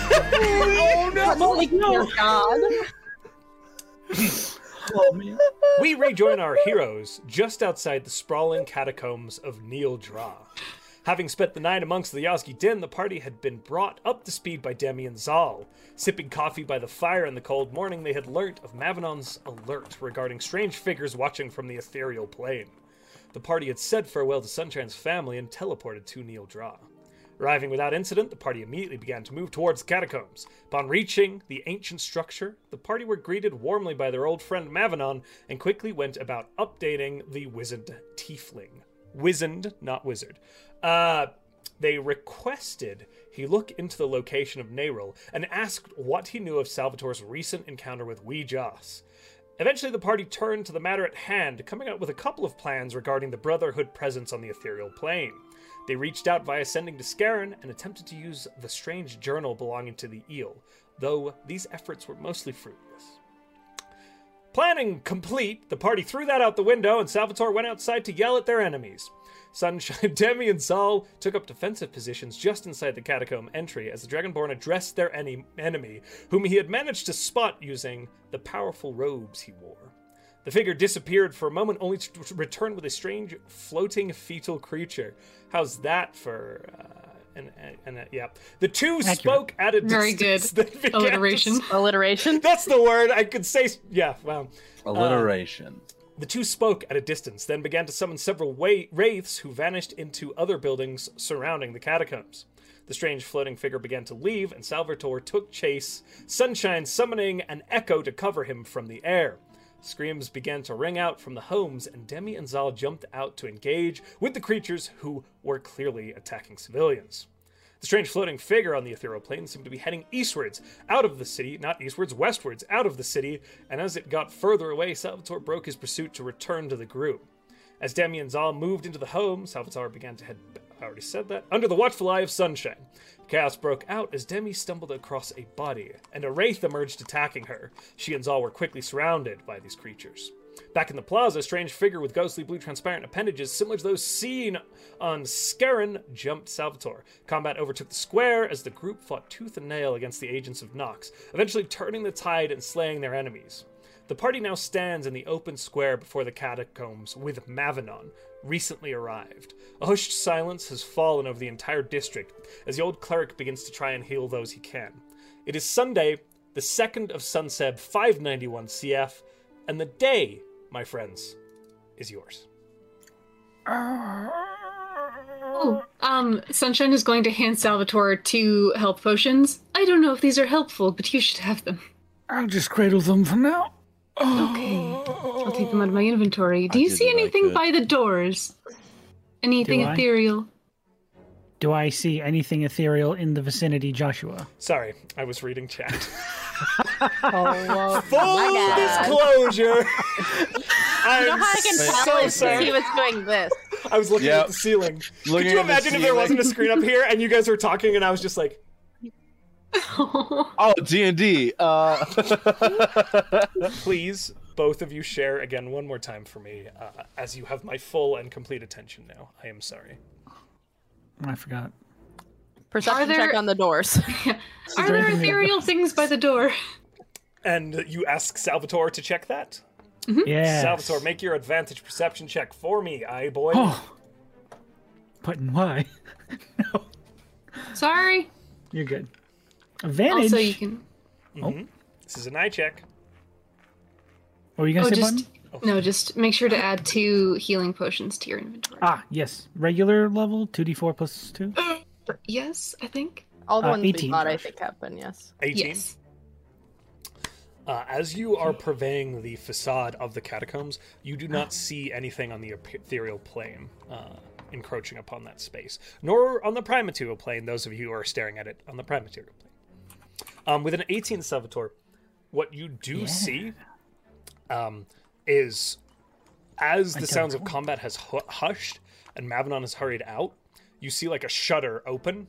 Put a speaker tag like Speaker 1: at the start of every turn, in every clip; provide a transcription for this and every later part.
Speaker 1: oh no!
Speaker 2: Like, dear God.
Speaker 3: Oh, man.
Speaker 4: We rejoin our heroes just outside the sprawling catacombs of Neil Dra. Having spent the night amongst the Yazgi Den, the party had been brought up to speed by Demi and Zal. Sipping coffee by the fire in the cold morning, they had learnt of Mavenon's alert regarding strange figures watching from the ethereal plane. The party had said farewell to Sunshine's family and teleported to Neil Dra. Arriving without incident, the party immediately began to move towards the catacombs. Upon reaching the ancient structure, the party were greeted warmly by their old friend Mavenon and quickly went about updating the wizened tiefling. Wizened, not wizard. Uh, they requested he look into the location of Neril and asked what he knew of Salvatore's recent encounter with Wee Joss. Eventually, the party turned to the matter at hand, coming up with a couple of plans regarding the Brotherhood presence on the ethereal plane. They reached out via sending to Scarron and attempted to use the strange journal belonging to the eel, though these efforts were mostly fruitless. Planning complete, the party threw that out the window and Salvatore went outside to yell at their enemies. Sunshine, Demi, and Sol took up defensive positions just inside the catacomb entry as the Dragonborn addressed their ene- enemy, whom he had managed to spot using the powerful robes he wore. The figure disappeared for a moment, only to to return with a strange floating fetal creature. How's that for? Uh, and an, an, yeah, the two spoke at a
Speaker 5: Very good.
Speaker 4: distance. that began to
Speaker 5: Alliteration.
Speaker 2: Alliteration.
Speaker 4: that's the word I could say. Yeah, wow.
Speaker 3: Alliteration.
Speaker 4: The two spoke at a distance, then began to summon several wa- wraiths who vanished into other buildings surrounding the catacombs. The strange floating figure began to leave, and Salvatore took chase, Sunshine summoning an echo to cover him from the air. Screams began to ring out from the homes, and Demi and Zal jumped out to engage with the creatures who were clearly attacking civilians. The strange floating figure on the ethereal plane seemed to be heading eastwards, out of the city, not eastwards, westwards, out of the city, and as it got further away, Salvatore broke his pursuit to return to the group. As Damian Zal moved into the home, Salvatore began to head. I already said that. Under the watchful eye of sunshine. Chaos broke out as Demi stumbled across a body, and a wraith emerged attacking her. She and Zal were quickly surrounded by these creatures. Back in the plaza, a strange figure with ghostly blue transparent appendages similar to those seen on Scarron jumped Salvatore. Combat overtook the square as the group fought tooth and nail against the agents of Nox, eventually turning the tide and slaying their enemies. The party now stands in the open square before the catacombs with Mavenon, recently arrived. A hushed silence has fallen over the entire district as the old cleric begins to try and heal those he can. It is Sunday, the 2nd of Sunseb 591 CF, and the day, my friends, is yours.
Speaker 5: Oh, um, Sunshine is going to hand Salvatore two health potions. I don't know if these are helpful, but you should have them.
Speaker 6: I'll just cradle them for now.
Speaker 5: Okay. I'll take them out of my inventory. Do
Speaker 3: I
Speaker 5: you
Speaker 3: did
Speaker 5: see
Speaker 3: what I
Speaker 5: anything
Speaker 3: could.
Speaker 5: by the doors? Anything
Speaker 6: Do I?
Speaker 5: ethereal?
Speaker 6: Do I see anything ethereal in the vicinity, Joshua?
Speaker 4: Sorry, I was reading chat.
Speaker 2: Oh,
Speaker 4: Full
Speaker 2: God.
Speaker 4: disclosure. I'm
Speaker 2: You know how I can
Speaker 4: so
Speaker 2: tell if
Speaker 4: sorry.
Speaker 2: he was doing this?
Speaker 4: I was looking
Speaker 3: Yep.
Speaker 4: at the ceiling. Could
Speaker 3: Looking
Speaker 4: you
Speaker 3: at the
Speaker 4: imagine if there
Speaker 3: ceiling.
Speaker 4: wasn't a screen up here and you guys were talking and I was just like,
Speaker 3: Oh, D and D. Uh,
Speaker 4: please, both of you share again one more time for me, uh, as you have my full and complete attention now. I am sorry.
Speaker 6: I forgot.
Speaker 5: Are
Speaker 2: Perception
Speaker 5: there-
Speaker 2: check on the doors.
Speaker 5: Are there ethereal things by the door?
Speaker 4: And you ask Salvatore to check that.
Speaker 6: Yeah.
Speaker 4: Mm-hmm. Salvatore, make your advantage perception check for me, I boy.
Speaker 6: Oh. Button Y.
Speaker 5: Sorry.
Speaker 6: You're good. Advantage.
Speaker 5: Also, you can.
Speaker 4: This is an eye check.
Speaker 6: What were you gonna
Speaker 5: Oh,
Speaker 6: say,
Speaker 5: just
Speaker 6: button?
Speaker 5: no. Just make sure to add two healing potions to your inventory.
Speaker 6: Ah, yes. Regular level, two D four plus two.
Speaker 4: Uh.
Speaker 5: Yes, I think.
Speaker 2: All the
Speaker 6: Uh,
Speaker 2: ones
Speaker 6: 18,
Speaker 2: we bought, I
Speaker 6: Josh.
Speaker 2: think, happen. Yes.
Speaker 4: 18.
Speaker 5: Yes.
Speaker 4: Uh, as you are purveying the facade of the catacombs, you do not see anything on the ethereal plane uh, encroaching upon that space, nor on the primaterial plane, those of you who are staring at it on the primaterial plane. Um, with an 18 Salvatore, what you do see um, is as the sounds of combat has hu- hushed and Mavenon has hurried out, you see like a shutter open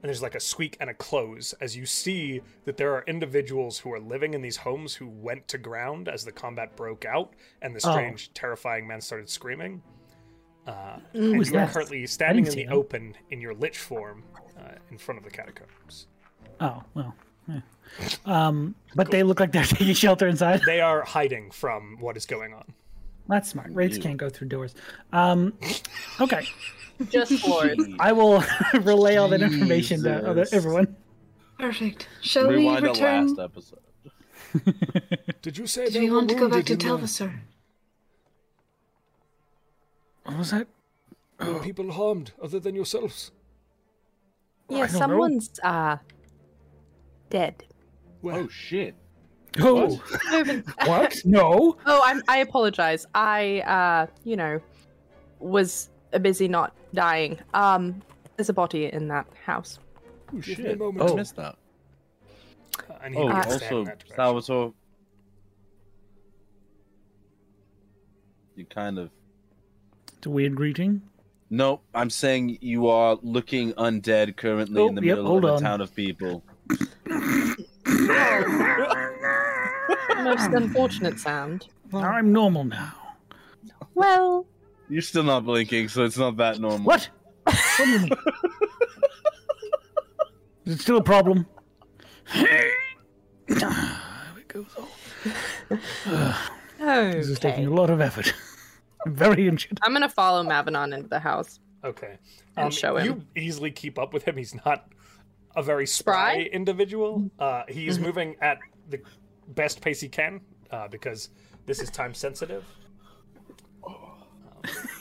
Speaker 4: and there's like a squeak and a close as you see that there are individuals who are living in these homes who went to ground as the combat broke out and the
Speaker 6: Oh.
Speaker 4: strange, terrifying man started screaming. Uh,
Speaker 6: Who
Speaker 4: and
Speaker 6: is
Speaker 4: you are
Speaker 6: that?
Speaker 4: currently standing in
Speaker 6: see
Speaker 4: the
Speaker 6: them.
Speaker 4: open in your lich form uh, in front of the catacombs.
Speaker 6: Oh well. yeah. Um, but they look like they're taking shelter inside.
Speaker 4: They are hiding from what is going on.
Speaker 6: That's smart. Wraiths
Speaker 3: You.
Speaker 6: can't go through doors. Um, okay,
Speaker 2: Just floors.
Speaker 6: I will relay all that information to other,
Speaker 3: Jesus.
Speaker 6: everyone.
Speaker 5: Perfect. Shall
Speaker 3: Rewind
Speaker 5: we
Speaker 3: the
Speaker 5: return?
Speaker 3: last episode.
Speaker 4: Did you say
Speaker 5: Do we want to go back to Telvisor?
Speaker 6: What was that?
Speaker 4: people harmed other than yourselves?
Speaker 6: I
Speaker 2: Yeah,
Speaker 6: don't know.
Speaker 2: someone's uh dead.
Speaker 3: Oh shit!
Speaker 6: Oh, what? No.
Speaker 2: Oh, I'm, I apologize. I, uh, you know, was busy not dying. Um, there's a body in that house.
Speaker 3: Oh
Speaker 4: Give me
Speaker 3: shit!
Speaker 4: a moment.
Speaker 3: I
Speaker 4: Oh.
Speaker 3: missed that.
Speaker 4: I need
Speaker 3: Oh,
Speaker 4: to
Speaker 2: Uh,
Speaker 4: understand
Speaker 3: also
Speaker 4: that direction.
Speaker 3: Salvatore, you kind of.
Speaker 6: It's a weird greeting.
Speaker 3: No, I'm saying you are looking undead currently
Speaker 6: Oh,
Speaker 3: in the
Speaker 6: yep,
Speaker 3: middle
Speaker 6: hold
Speaker 3: of a
Speaker 6: on.
Speaker 3: town of people.
Speaker 4: Hmm.
Speaker 2: Most unfortunate sound.
Speaker 6: I'm normal now.
Speaker 2: Well,
Speaker 3: You're still not blinking, so it's not that normal.
Speaker 6: What? What do you mean? Is it still a problem? There it goes. This is taking
Speaker 2: okay.
Speaker 6: a lot of effort. I'm very injured.
Speaker 2: I'm gonna follow Mavanon into the house.
Speaker 4: Okay. Um,
Speaker 2: And show him.
Speaker 4: You easily keep up with him. He's not a very spry,
Speaker 2: Spry? Mm-hmm.
Speaker 4: individual. Uh, he's moving at the best pace he can uh, because this is time sensitive.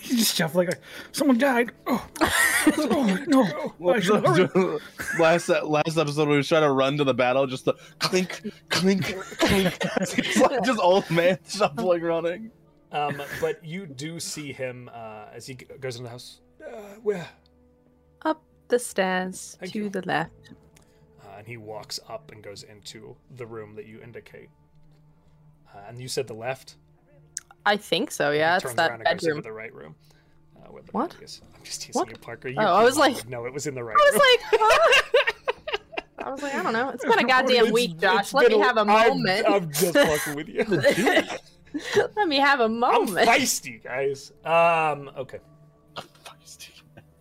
Speaker 6: He's just shuffling. Like, Someone died. Oh, oh no! I should hurry.
Speaker 3: last uh, last episode, we were trying to run to the battle, just the clink, clink, clink. It's like just old man shuffling, running.
Speaker 4: Um, but you do see him uh, as he g- goes in the house. Uh, where?
Speaker 2: Up the stairs
Speaker 4: Thank
Speaker 2: to
Speaker 4: you.
Speaker 2: the left.
Speaker 4: Uh, and he walks up and goes into the room that you indicate. Uh, and you said the left.
Speaker 2: I think so.
Speaker 4: He
Speaker 2: Yeah, it's
Speaker 4: turns
Speaker 2: that
Speaker 4: around and goes into
Speaker 2: bedroom.
Speaker 4: the right room. Uh, where the
Speaker 2: What?
Speaker 4: body is. I'm just teasing
Speaker 2: What?
Speaker 4: you, Parker. You,
Speaker 2: Oh, I
Speaker 4: you
Speaker 2: was like-
Speaker 4: would know it was in the right
Speaker 2: I
Speaker 4: room.
Speaker 2: was like, huh? I was like, I don't know. It's been a goddamn
Speaker 4: It's-
Speaker 2: week,
Speaker 4: it's
Speaker 2: Josh. Let
Speaker 4: been
Speaker 2: me have a
Speaker 4: I'm-
Speaker 2: moment.
Speaker 4: I'm, just fucking with you.
Speaker 2: Let me have a
Speaker 4: I'm
Speaker 2: moment.
Speaker 4: feisty, guys. Um, okay.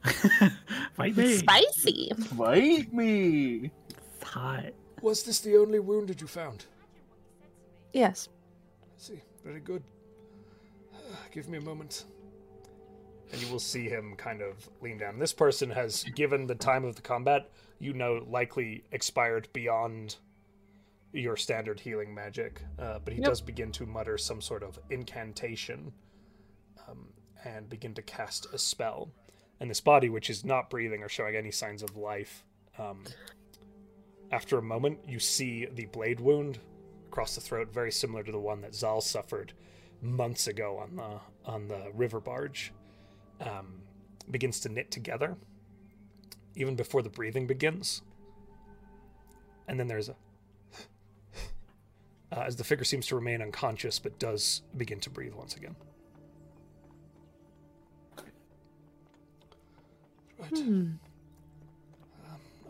Speaker 6: Fight me.
Speaker 2: Spicy.
Speaker 3: Fight me.
Speaker 6: It's hot.
Speaker 4: Was this the only wounded you found?
Speaker 2: Yes.
Speaker 4: see, very good. Give me a moment. And you will see him kind of lean down. This person has, given the time of the combat, you know, likely expired beyond your standard healing magic. Uh, but he
Speaker 2: Yep.
Speaker 4: does begin to mutter some sort of incantation um, and begin to cast a spell. And this body, which is not breathing or showing any signs of life, um, after a moment, you see the blade wound across the throat, very similar to the one that Zal suffered months ago on the on the river barge. Um, begins to knit together, even before the breathing begins. And then there's a uh, as the figure seems to remain unconscious, but does begin to breathe once again. Right. Um,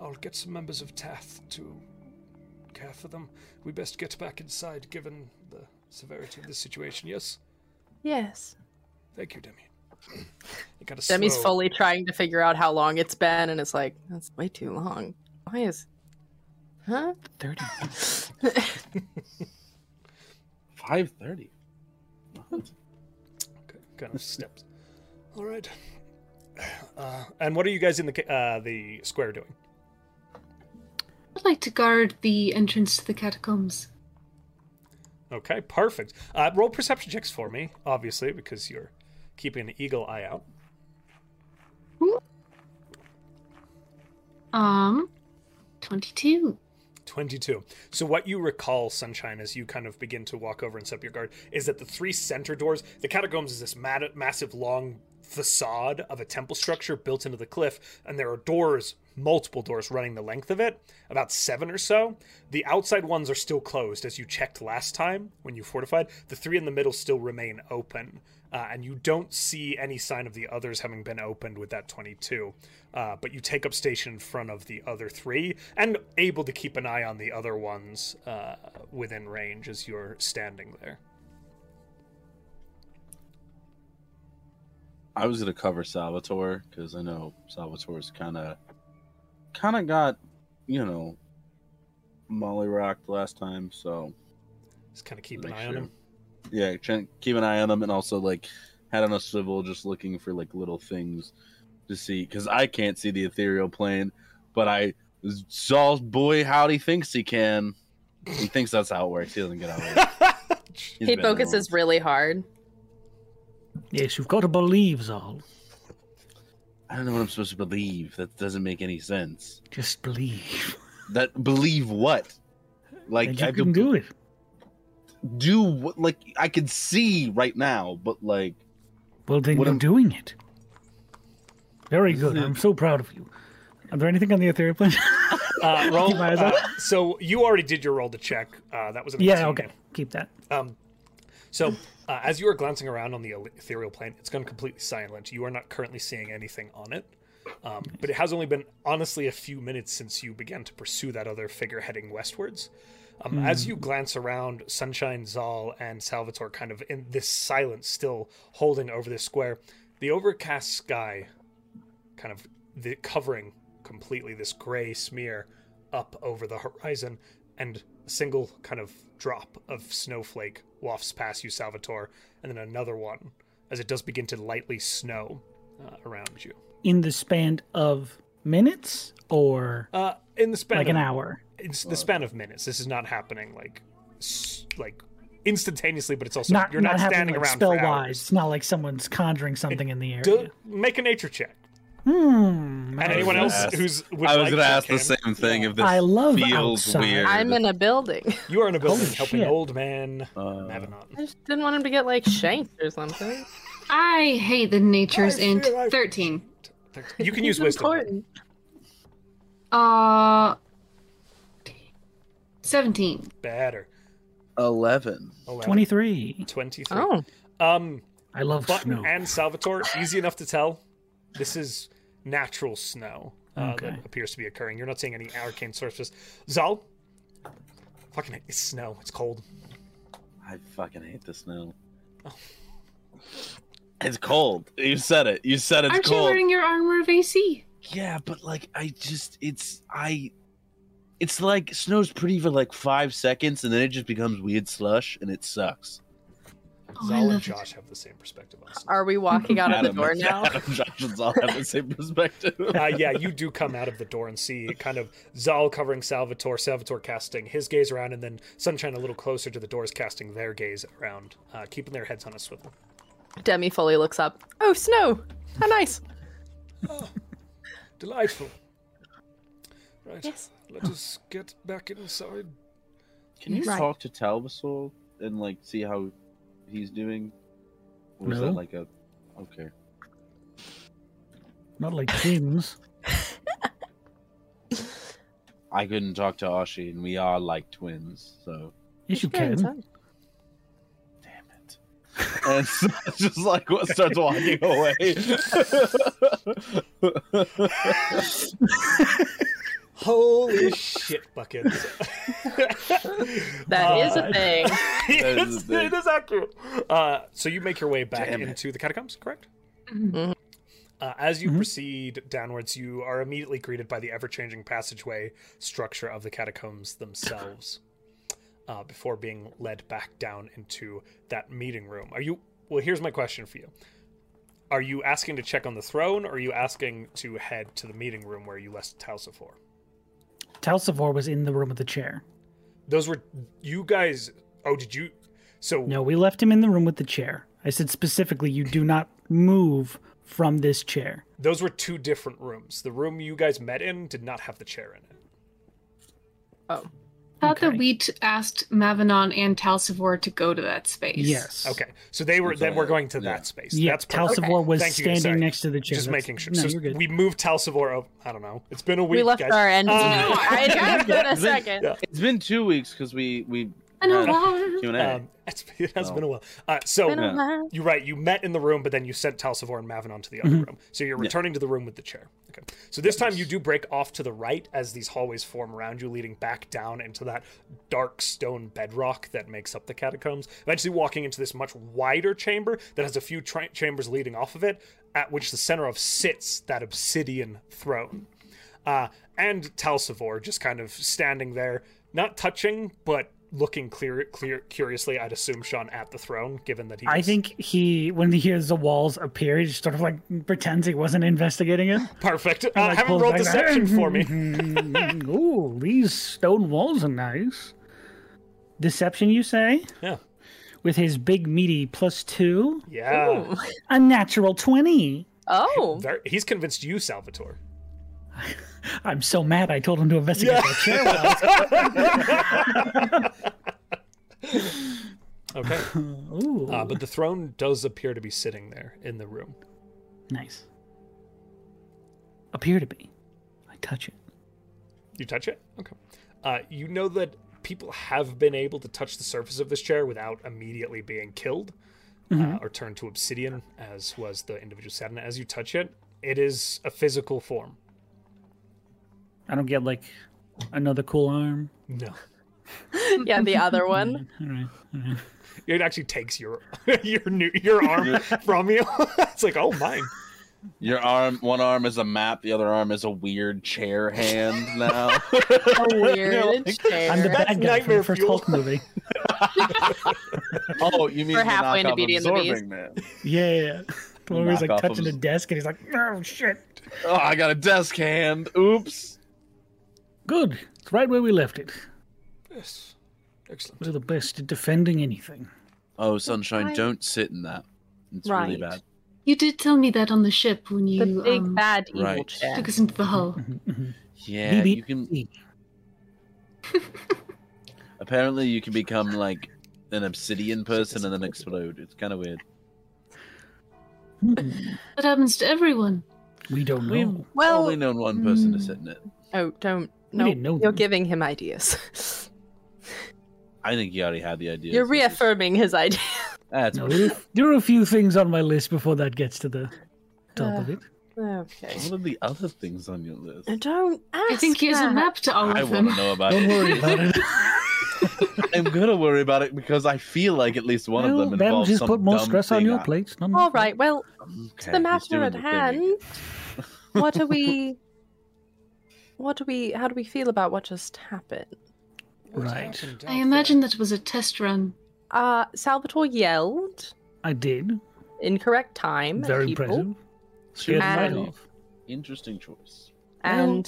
Speaker 4: I'll get some members of Tath to care for them. We best get back inside, given the severity of the situation. Yes,
Speaker 2: Yes.
Speaker 4: thank you, Demi. You gotta
Speaker 2: Demi's
Speaker 4: slow-
Speaker 2: fully trying to figure out how long it's been, and it's like, that's way too long. Why is. Huh?
Speaker 6: Thirty.
Speaker 3: Five thirty.
Speaker 4: Okay, kind of steps. All right. Uh, and what are you guys in the ca- uh, the square doing?
Speaker 5: I'd like to guard the entrance to the catacombs.
Speaker 4: Okay, perfect. Uh, roll perception checks for me, obviously, because you're keeping an eagle eye out.
Speaker 5: Um, 22.
Speaker 4: 22. So, what you recall, Sunshine, as you kind of begin to walk over and set up your guard, is that the three center doors, the catacombs is this mad- massive long facade of a temple structure built into the cliff, and there are doors, multiple doors running the length of it, about seven or so. The outside ones are still closed, as you checked last time when you fortified. The three in the middle still remain open. Uh, and you don't see any sign of the others having been opened with that 22. Uh, but you take up station in front of the other three and able to keep an eye on the other ones uh, within range as you're standing there.
Speaker 3: I was gonna cover Salvatore because I know Salvatore's kind of, kind of got, you know, Molly rocked last time, so
Speaker 4: Just kind of keep an
Speaker 3: Make
Speaker 4: eye on
Speaker 3: sure.
Speaker 4: him.
Speaker 3: yeah, ch- keep an eye on them, and also like had on a swivel, just looking for like little things to see because I can't see the ethereal plane, but I saw boy howdy thinks he can. He thinks that's how it works. He doesn't get out of it. He's
Speaker 2: he
Speaker 3: been there
Speaker 2: focuses
Speaker 3: once.
Speaker 2: really hard.
Speaker 6: Yes, you've got to believe, Zal.
Speaker 3: I don't know what I'm supposed to believe. That doesn't make any sense.
Speaker 6: Just believe.
Speaker 3: That believe what? Like
Speaker 6: and you
Speaker 3: I
Speaker 6: can do it.
Speaker 3: do what? Like I can see right now, but like
Speaker 6: Well, then
Speaker 3: What
Speaker 6: you're
Speaker 3: am-
Speaker 6: doing it. Very good. I'm so proud of you. Are there anything on the ethereal plane?
Speaker 4: Uh, roll.
Speaker 6: eyes
Speaker 4: uh, so you already did your roll to check. Uh, that was an
Speaker 6: yeah,
Speaker 4: 18.
Speaker 6: okay. Keep that.
Speaker 4: Um, so uh, as you are glancing around on the el- ethereal plane, it's gone completely silent. You are not currently seeing anything on it. Um, but it has only been honestly a few minutes since you began to pursue that other figure heading westwards. Um, As you glance around, Sunshine, Zal, and Salvatore kind of in this silence still holding over this square, the overcast sky kind of the covering completely this gray smear up over the horizon and a single kind of drop of snowflake wafts past you salvatore and then another one as it does begin to lightly snow uh, around you
Speaker 6: In the span of minutes or
Speaker 4: uh, in the span
Speaker 6: like
Speaker 4: of,
Speaker 6: an hour?
Speaker 4: it's the span of minutes this is not happening like s- like instantaneously but it's also
Speaker 6: not
Speaker 4: you're not,
Speaker 6: having,
Speaker 4: standing
Speaker 6: like,
Speaker 4: around
Speaker 6: spell
Speaker 4: for
Speaker 6: wise.
Speaker 4: hours.
Speaker 6: It's not like someone's conjuring something in the air.
Speaker 4: Do, make a nature check
Speaker 6: Hmm.
Speaker 4: and
Speaker 3: was
Speaker 4: anyone
Speaker 3: gonna
Speaker 4: else
Speaker 3: ask-
Speaker 4: who's would
Speaker 3: I was
Speaker 4: like
Speaker 3: gonna
Speaker 4: check
Speaker 3: ask
Speaker 4: him.
Speaker 3: the same thing. If this
Speaker 6: I love
Speaker 3: feels
Speaker 6: outside.
Speaker 3: weird,
Speaker 2: I'm in a building.
Speaker 4: you are in a building
Speaker 6: Holy
Speaker 4: helping
Speaker 6: shit.
Speaker 4: old man
Speaker 3: Uh,
Speaker 4: Mavenot.
Speaker 2: I just didn't want him to get like shanked or something.
Speaker 5: I hate the nature's
Speaker 4: I
Speaker 5: int.
Speaker 4: feel like-
Speaker 5: 13.
Speaker 4: You can
Speaker 2: He's
Speaker 4: use wisdom.
Speaker 2: important.
Speaker 5: Uh. 17.
Speaker 4: Better.
Speaker 3: eleven.
Speaker 4: 11,
Speaker 6: 23.
Speaker 4: 23.
Speaker 2: Oh,
Speaker 4: Um,
Speaker 6: I love
Speaker 4: Button
Speaker 6: snow.
Speaker 4: and Salvatore, easy enough to tell. This is natural snow uh,
Speaker 6: Okay.
Speaker 4: that appears to be occurring. You're not seeing any arcane surface. Zal? Fucking, it's snow. It's cold.
Speaker 3: I fucking hate the snow.
Speaker 5: Oh.
Speaker 3: It's cold. You said it. You said it's
Speaker 5: Aren't you
Speaker 3: cold.
Speaker 5: wearing your armor of AC?
Speaker 3: Yeah, but like I just it's I it's like snow's pretty for like five seconds and then it just becomes weird slush and it sucks.
Speaker 5: Oh, I
Speaker 4: Zal and
Speaker 5: love
Speaker 4: Josh have the same perspective on snow.
Speaker 2: are we walking out of the
Speaker 3: Adam,
Speaker 2: door now?
Speaker 3: Adam and Josh and Zal have the same perspective.
Speaker 4: Uh, yeah, you do come out of the door and see kind of Zal covering Salvatore, Salvatore casting his gaze around, and then Sunshine a little closer to the doors casting their gaze around, uh, keeping their heads on a swivel.
Speaker 2: Demi fully looks up. Oh, snow! How nice!
Speaker 4: Delightful. Right,
Speaker 2: Yes.
Speaker 4: let us get back inside.
Speaker 3: Can you
Speaker 2: Right.
Speaker 3: talk to Talvasol and like see how he's doing? Or is
Speaker 6: No.
Speaker 3: that like a okay.
Speaker 6: Not like Jim's.
Speaker 3: I couldn't talk to Ashi and we are like twins, so
Speaker 6: Yes, you
Speaker 2: Sure, it's
Speaker 6: can.
Speaker 2: fine.
Speaker 3: damn it. And so just like what starts walking away.
Speaker 4: Holy shit, bucket.
Speaker 2: That is
Speaker 4: Uh,
Speaker 2: a thing.
Speaker 3: That is a
Speaker 4: it's-
Speaker 3: thing.
Speaker 4: It is accurate. Uh, so you make your way back
Speaker 3: Damn it. Mm-hmm.
Speaker 4: into the catacombs, correct?
Speaker 2: Mhm.
Speaker 4: Uh, as you
Speaker 6: Mhm.
Speaker 4: proceed downwards, you are immediately greeted by the ever changing passageway structure of the catacombs themselves uh, before being led back down into that meeting room. Are you. Well, here's my question for you. Are you asking to check on the throne, or are you asking to head to the meeting room where you left Talsifor?
Speaker 6: Talsivore was in the room with the chair.
Speaker 4: Those were you guys. Oh, did you? So
Speaker 6: No, we left him in the room with the chair. I said specifically, you do not move from this chair.
Speaker 4: those were two different rooms. The room you guys met in did not have the chair in it.
Speaker 2: Oh,
Speaker 5: Thought
Speaker 6: Okay.
Speaker 5: that we t- asked Mavanon and Talsivore to go to that space.
Speaker 6: Yes.
Speaker 4: Okay, so they were. Then we're going to that space.
Speaker 6: Yeah,
Speaker 4: That's perfect.
Speaker 6: Talsivore was
Speaker 4: Thank you,
Speaker 6: standing
Speaker 4: sorry.
Speaker 6: next to the chair.
Speaker 4: Just
Speaker 6: That's-
Speaker 4: making sure.
Speaker 6: No,
Speaker 4: so
Speaker 6: you're good.
Speaker 4: we moved Talsivore. Up. I don't know. It's been a week.
Speaker 2: we left
Speaker 4: guys.
Speaker 2: our end.
Speaker 4: Uh,
Speaker 2: I had asked in a second.
Speaker 4: Yeah.
Speaker 3: It's been two weeks because we we
Speaker 5: I know
Speaker 3: had
Speaker 5: why.
Speaker 3: Q and A.
Speaker 4: Um, it's, it has
Speaker 3: No.
Speaker 4: been a while. Uh, so
Speaker 2: Been a while.
Speaker 4: You're right. You met in the room, but then you sent Talsivore and Mavinon to the
Speaker 6: Mm-hmm.
Speaker 4: other room. So you're returning to the room with the chair. Okay. So this time you do break off to the right as these hallways form around you, leading back down into that dark stone bedrock that makes up the catacombs. Eventually walking into this much wider chamber that has a few tri- chambers leading off of it, at which the center of sits that obsidian throne. Uh, and Talsivore just kind of standing there, not touching, but looking clear, clear, curiously. I'd assume Sean at the throne, given that he.
Speaker 6: I
Speaker 4: was
Speaker 6: think he, when he hears the walls appear, he just sort of like pretends he wasn't investigating it.
Speaker 4: perfect. Uh,
Speaker 6: Like,
Speaker 4: haven't
Speaker 6: pulls
Speaker 4: rolled
Speaker 6: back,
Speaker 4: deception for me.
Speaker 6: Mm-hmm. Ooh, these stone walls are nice. Deception, you say?
Speaker 4: Yeah.
Speaker 6: With his big meaty plus two,
Speaker 4: Yeah,
Speaker 2: Ooh.
Speaker 6: a natural 20.
Speaker 2: Oh,
Speaker 4: Very- he's convinced you, Salvatore.
Speaker 6: I'm so mad I told him to investigate
Speaker 4: Yeah.
Speaker 6: that chair walls.
Speaker 4: Okay,
Speaker 6: Ooh,
Speaker 4: uh, but the throne does appear to be sitting there in the room.
Speaker 6: nice. Appear to be. I touch it.
Speaker 4: You touch it? Okay. Uh, you know that people have been able to touch the surface of this chair without immediately being killed uh, or turned to obsidian, as was the individual Saturn. As you touch it, it is a physical form.
Speaker 6: I don't get like another cool arm.
Speaker 4: No.
Speaker 2: yeah, the other one.
Speaker 6: All right.
Speaker 4: It actually takes your your new, your arm from you. it's like, oh, mine.
Speaker 3: Your arm, one arm is a map, the other arm is a weird chair hand. Now,
Speaker 6: Oh,
Speaker 2: A weird chair.
Speaker 6: I'm the
Speaker 4: That's
Speaker 6: bad guy from
Speaker 4: nightmare
Speaker 6: the first
Speaker 4: fuel.
Speaker 6: Hulk movie.
Speaker 3: oh, you mean
Speaker 2: We're
Speaker 3: the
Speaker 2: halfway into
Speaker 3: knockoff
Speaker 2: Beauty and the
Speaker 3: absorbing
Speaker 2: Beast.
Speaker 3: man?
Speaker 6: Yeah, yeah, yeah. The one where he's like
Speaker 3: Knockoff of
Speaker 6: touching the
Speaker 3: his-
Speaker 6: desk and he's like, oh shit.
Speaker 3: Oh, I got a desk hand. Oops.
Speaker 6: Good. It's right where we left it.
Speaker 4: Yes. Excellent.
Speaker 6: We're the best at defending anything.
Speaker 3: Oh, sunshine,
Speaker 2: Why-
Speaker 3: don't sit in that. It's really
Speaker 2: Right.
Speaker 3: bad.
Speaker 5: You did tell me that on the ship when you
Speaker 2: the big
Speaker 5: um,
Speaker 2: bad evil
Speaker 3: right.
Speaker 2: chair.
Speaker 5: took us into the hull.
Speaker 6: Mm-hmm,
Speaker 3: Yeah,
Speaker 6: BB.
Speaker 3: you can. Apparently, you can become like an obsidian person and then explode. It's kind of weird.
Speaker 5: That happens to everyone.
Speaker 6: mm-hmm. We don't
Speaker 3: We've
Speaker 6: know.
Speaker 2: Well,
Speaker 3: only known one person to sit in it.
Speaker 2: oh, don't.
Speaker 6: We
Speaker 2: No,
Speaker 6: didn't know
Speaker 2: you're
Speaker 6: that.
Speaker 2: giving him ideas.
Speaker 3: I think he already had the idea.
Speaker 2: you're
Speaker 3: so it's just-
Speaker 2: reaffirming his idea.
Speaker 3: That's
Speaker 6: No, there, are, there are a few things on my list before that gets to the top of it.
Speaker 2: Uh, Okay.
Speaker 3: What are the other things on your list?
Speaker 2: Don't ask.
Speaker 5: I think he has a
Speaker 2: that.
Speaker 5: map to all
Speaker 3: I
Speaker 5: of
Speaker 3: want
Speaker 5: them.
Speaker 3: to know about
Speaker 6: Don't
Speaker 3: it.
Speaker 6: worry about it.
Speaker 3: I'm gonna worry about it because I feel like at least one
Speaker 6: Well,
Speaker 3: of them
Speaker 6: that'll
Speaker 3: involves
Speaker 6: just
Speaker 3: some
Speaker 6: put more
Speaker 3: dumb
Speaker 6: stress on
Speaker 3: thing
Speaker 6: your
Speaker 3: I-
Speaker 6: plate. It's not my
Speaker 2: All
Speaker 6: fault.
Speaker 2: right. Well, to the
Speaker 3: Okay, he's
Speaker 2: matter
Speaker 3: doing
Speaker 2: at
Speaker 3: the thing again.
Speaker 2: hand. What are we? What do we? How do we feel about what just happened?
Speaker 6: Right.
Speaker 5: I imagine that was a test run.
Speaker 2: Uh, Salvatore yelled
Speaker 6: I did.
Speaker 2: incorrect time. at
Speaker 6: Very
Speaker 2: people,
Speaker 6: impressive.
Speaker 3: She was
Speaker 2: And-
Speaker 3: right off. Interesting choice.
Speaker 2: And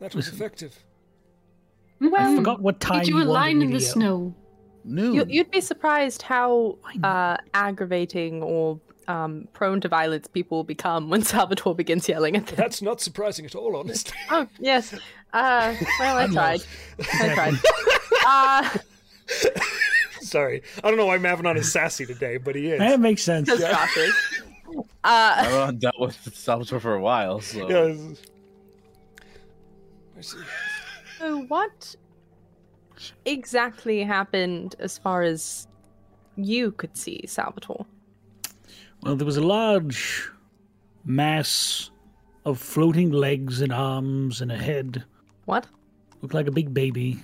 Speaker 4: That was
Speaker 6: Listen.
Speaker 4: effective.
Speaker 6: I
Speaker 5: Well,
Speaker 6: forgot what time
Speaker 5: he drew a
Speaker 6: wanted
Speaker 5: line
Speaker 6: me
Speaker 5: in
Speaker 6: to
Speaker 5: the
Speaker 6: yell.
Speaker 5: snow.
Speaker 3: Noon.
Speaker 6: hmm.
Speaker 2: you, you'd be surprised how
Speaker 6: Why not?
Speaker 2: uh, aggravating or um, prone to violence people become when Salvatore begins yelling at them.
Speaker 4: That's not surprising at all, honestly.
Speaker 2: Oh yes. Uh, well, I
Speaker 6: know.
Speaker 2: tried. I tried. Uh,
Speaker 4: Sorry. I don't know why Mavanon is sassy today, but he is.
Speaker 6: That makes sense.
Speaker 2: just Josh is. Uh,
Speaker 3: I've dealt with Salvatore for a while, so
Speaker 4: Yeah, it's- I see.
Speaker 2: so what exactly happened as far as you could see, Salvatore?
Speaker 6: Well, there was a large mass of floating legs and arms and a head.
Speaker 2: What?
Speaker 6: Looked like a big baby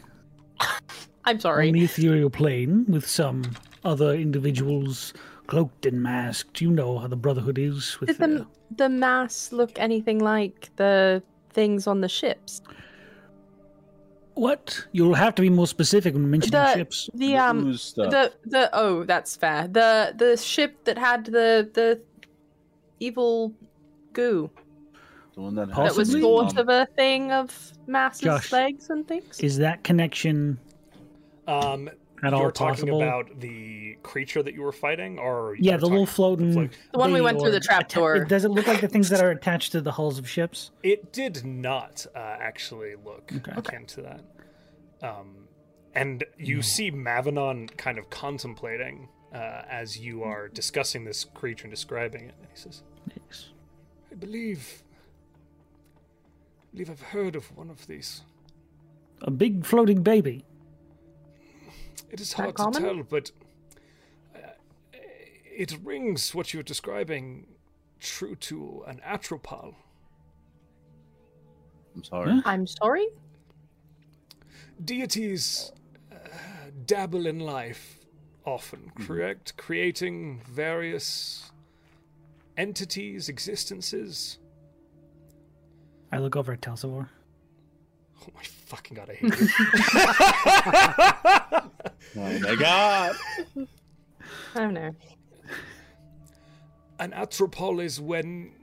Speaker 2: I'm
Speaker 6: on
Speaker 2: sorry.
Speaker 6: the ethereal plane with some other individuals cloaked and masked. You know how the Brotherhood is with
Speaker 2: Did the
Speaker 6: their-
Speaker 2: the mass look anything like the things on the ships?
Speaker 6: What? You'll have to be more specific when mentioning
Speaker 2: The
Speaker 6: ships.
Speaker 2: the um
Speaker 3: ooze stuff.
Speaker 2: the the oh that's fair. The the ship that had the the evil goo.
Speaker 3: The one that, had
Speaker 2: that was
Speaker 3: the
Speaker 6: Possibly.
Speaker 2: sort of
Speaker 3: mom.
Speaker 2: a thing of masses,
Speaker 6: Josh.
Speaker 2: legs, and things.
Speaker 6: Is that connection
Speaker 4: Um,
Speaker 6: at all
Speaker 4: you're talking
Speaker 6: possible?
Speaker 4: about the creature that you were fighting, or you
Speaker 6: yeah,
Speaker 4: were
Speaker 6: the little
Speaker 4: talking-
Speaker 6: floating.
Speaker 4: float-
Speaker 2: The one we
Speaker 6: they
Speaker 2: went through
Speaker 6: are
Speaker 2: the trap
Speaker 6: atta-
Speaker 2: door.
Speaker 6: Does it look like the things that are attached to the hulls of ships?
Speaker 4: It did not uh, actually look
Speaker 6: Okay.
Speaker 4: akin to that. Um, and you
Speaker 6: Hmm.
Speaker 4: see Mavanon kind of contemplating uh, as you are discussing this creature and describing it. And he says,
Speaker 6: Yes.
Speaker 4: "I believe, I believe I've heard of one of these.
Speaker 6: A big floating baby.
Speaker 4: It is
Speaker 2: that
Speaker 4: hard
Speaker 2: common?
Speaker 4: to tell, but uh, it rings what you're describing true to an atropal.
Speaker 3: I'm sorry.
Speaker 6: Huh?
Speaker 2: I'm sorry.
Speaker 4: Deities uh, dabble in life often,
Speaker 2: Mm-hmm.
Speaker 4: correct? Creating various entities, existences.
Speaker 6: I look over at Talzavor.
Speaker 4: Oh my fucking god, I hate you.
Speaker 3: Oh my god!
Speaker 2: I don't know.
Speaker 4: An atropole is when uh,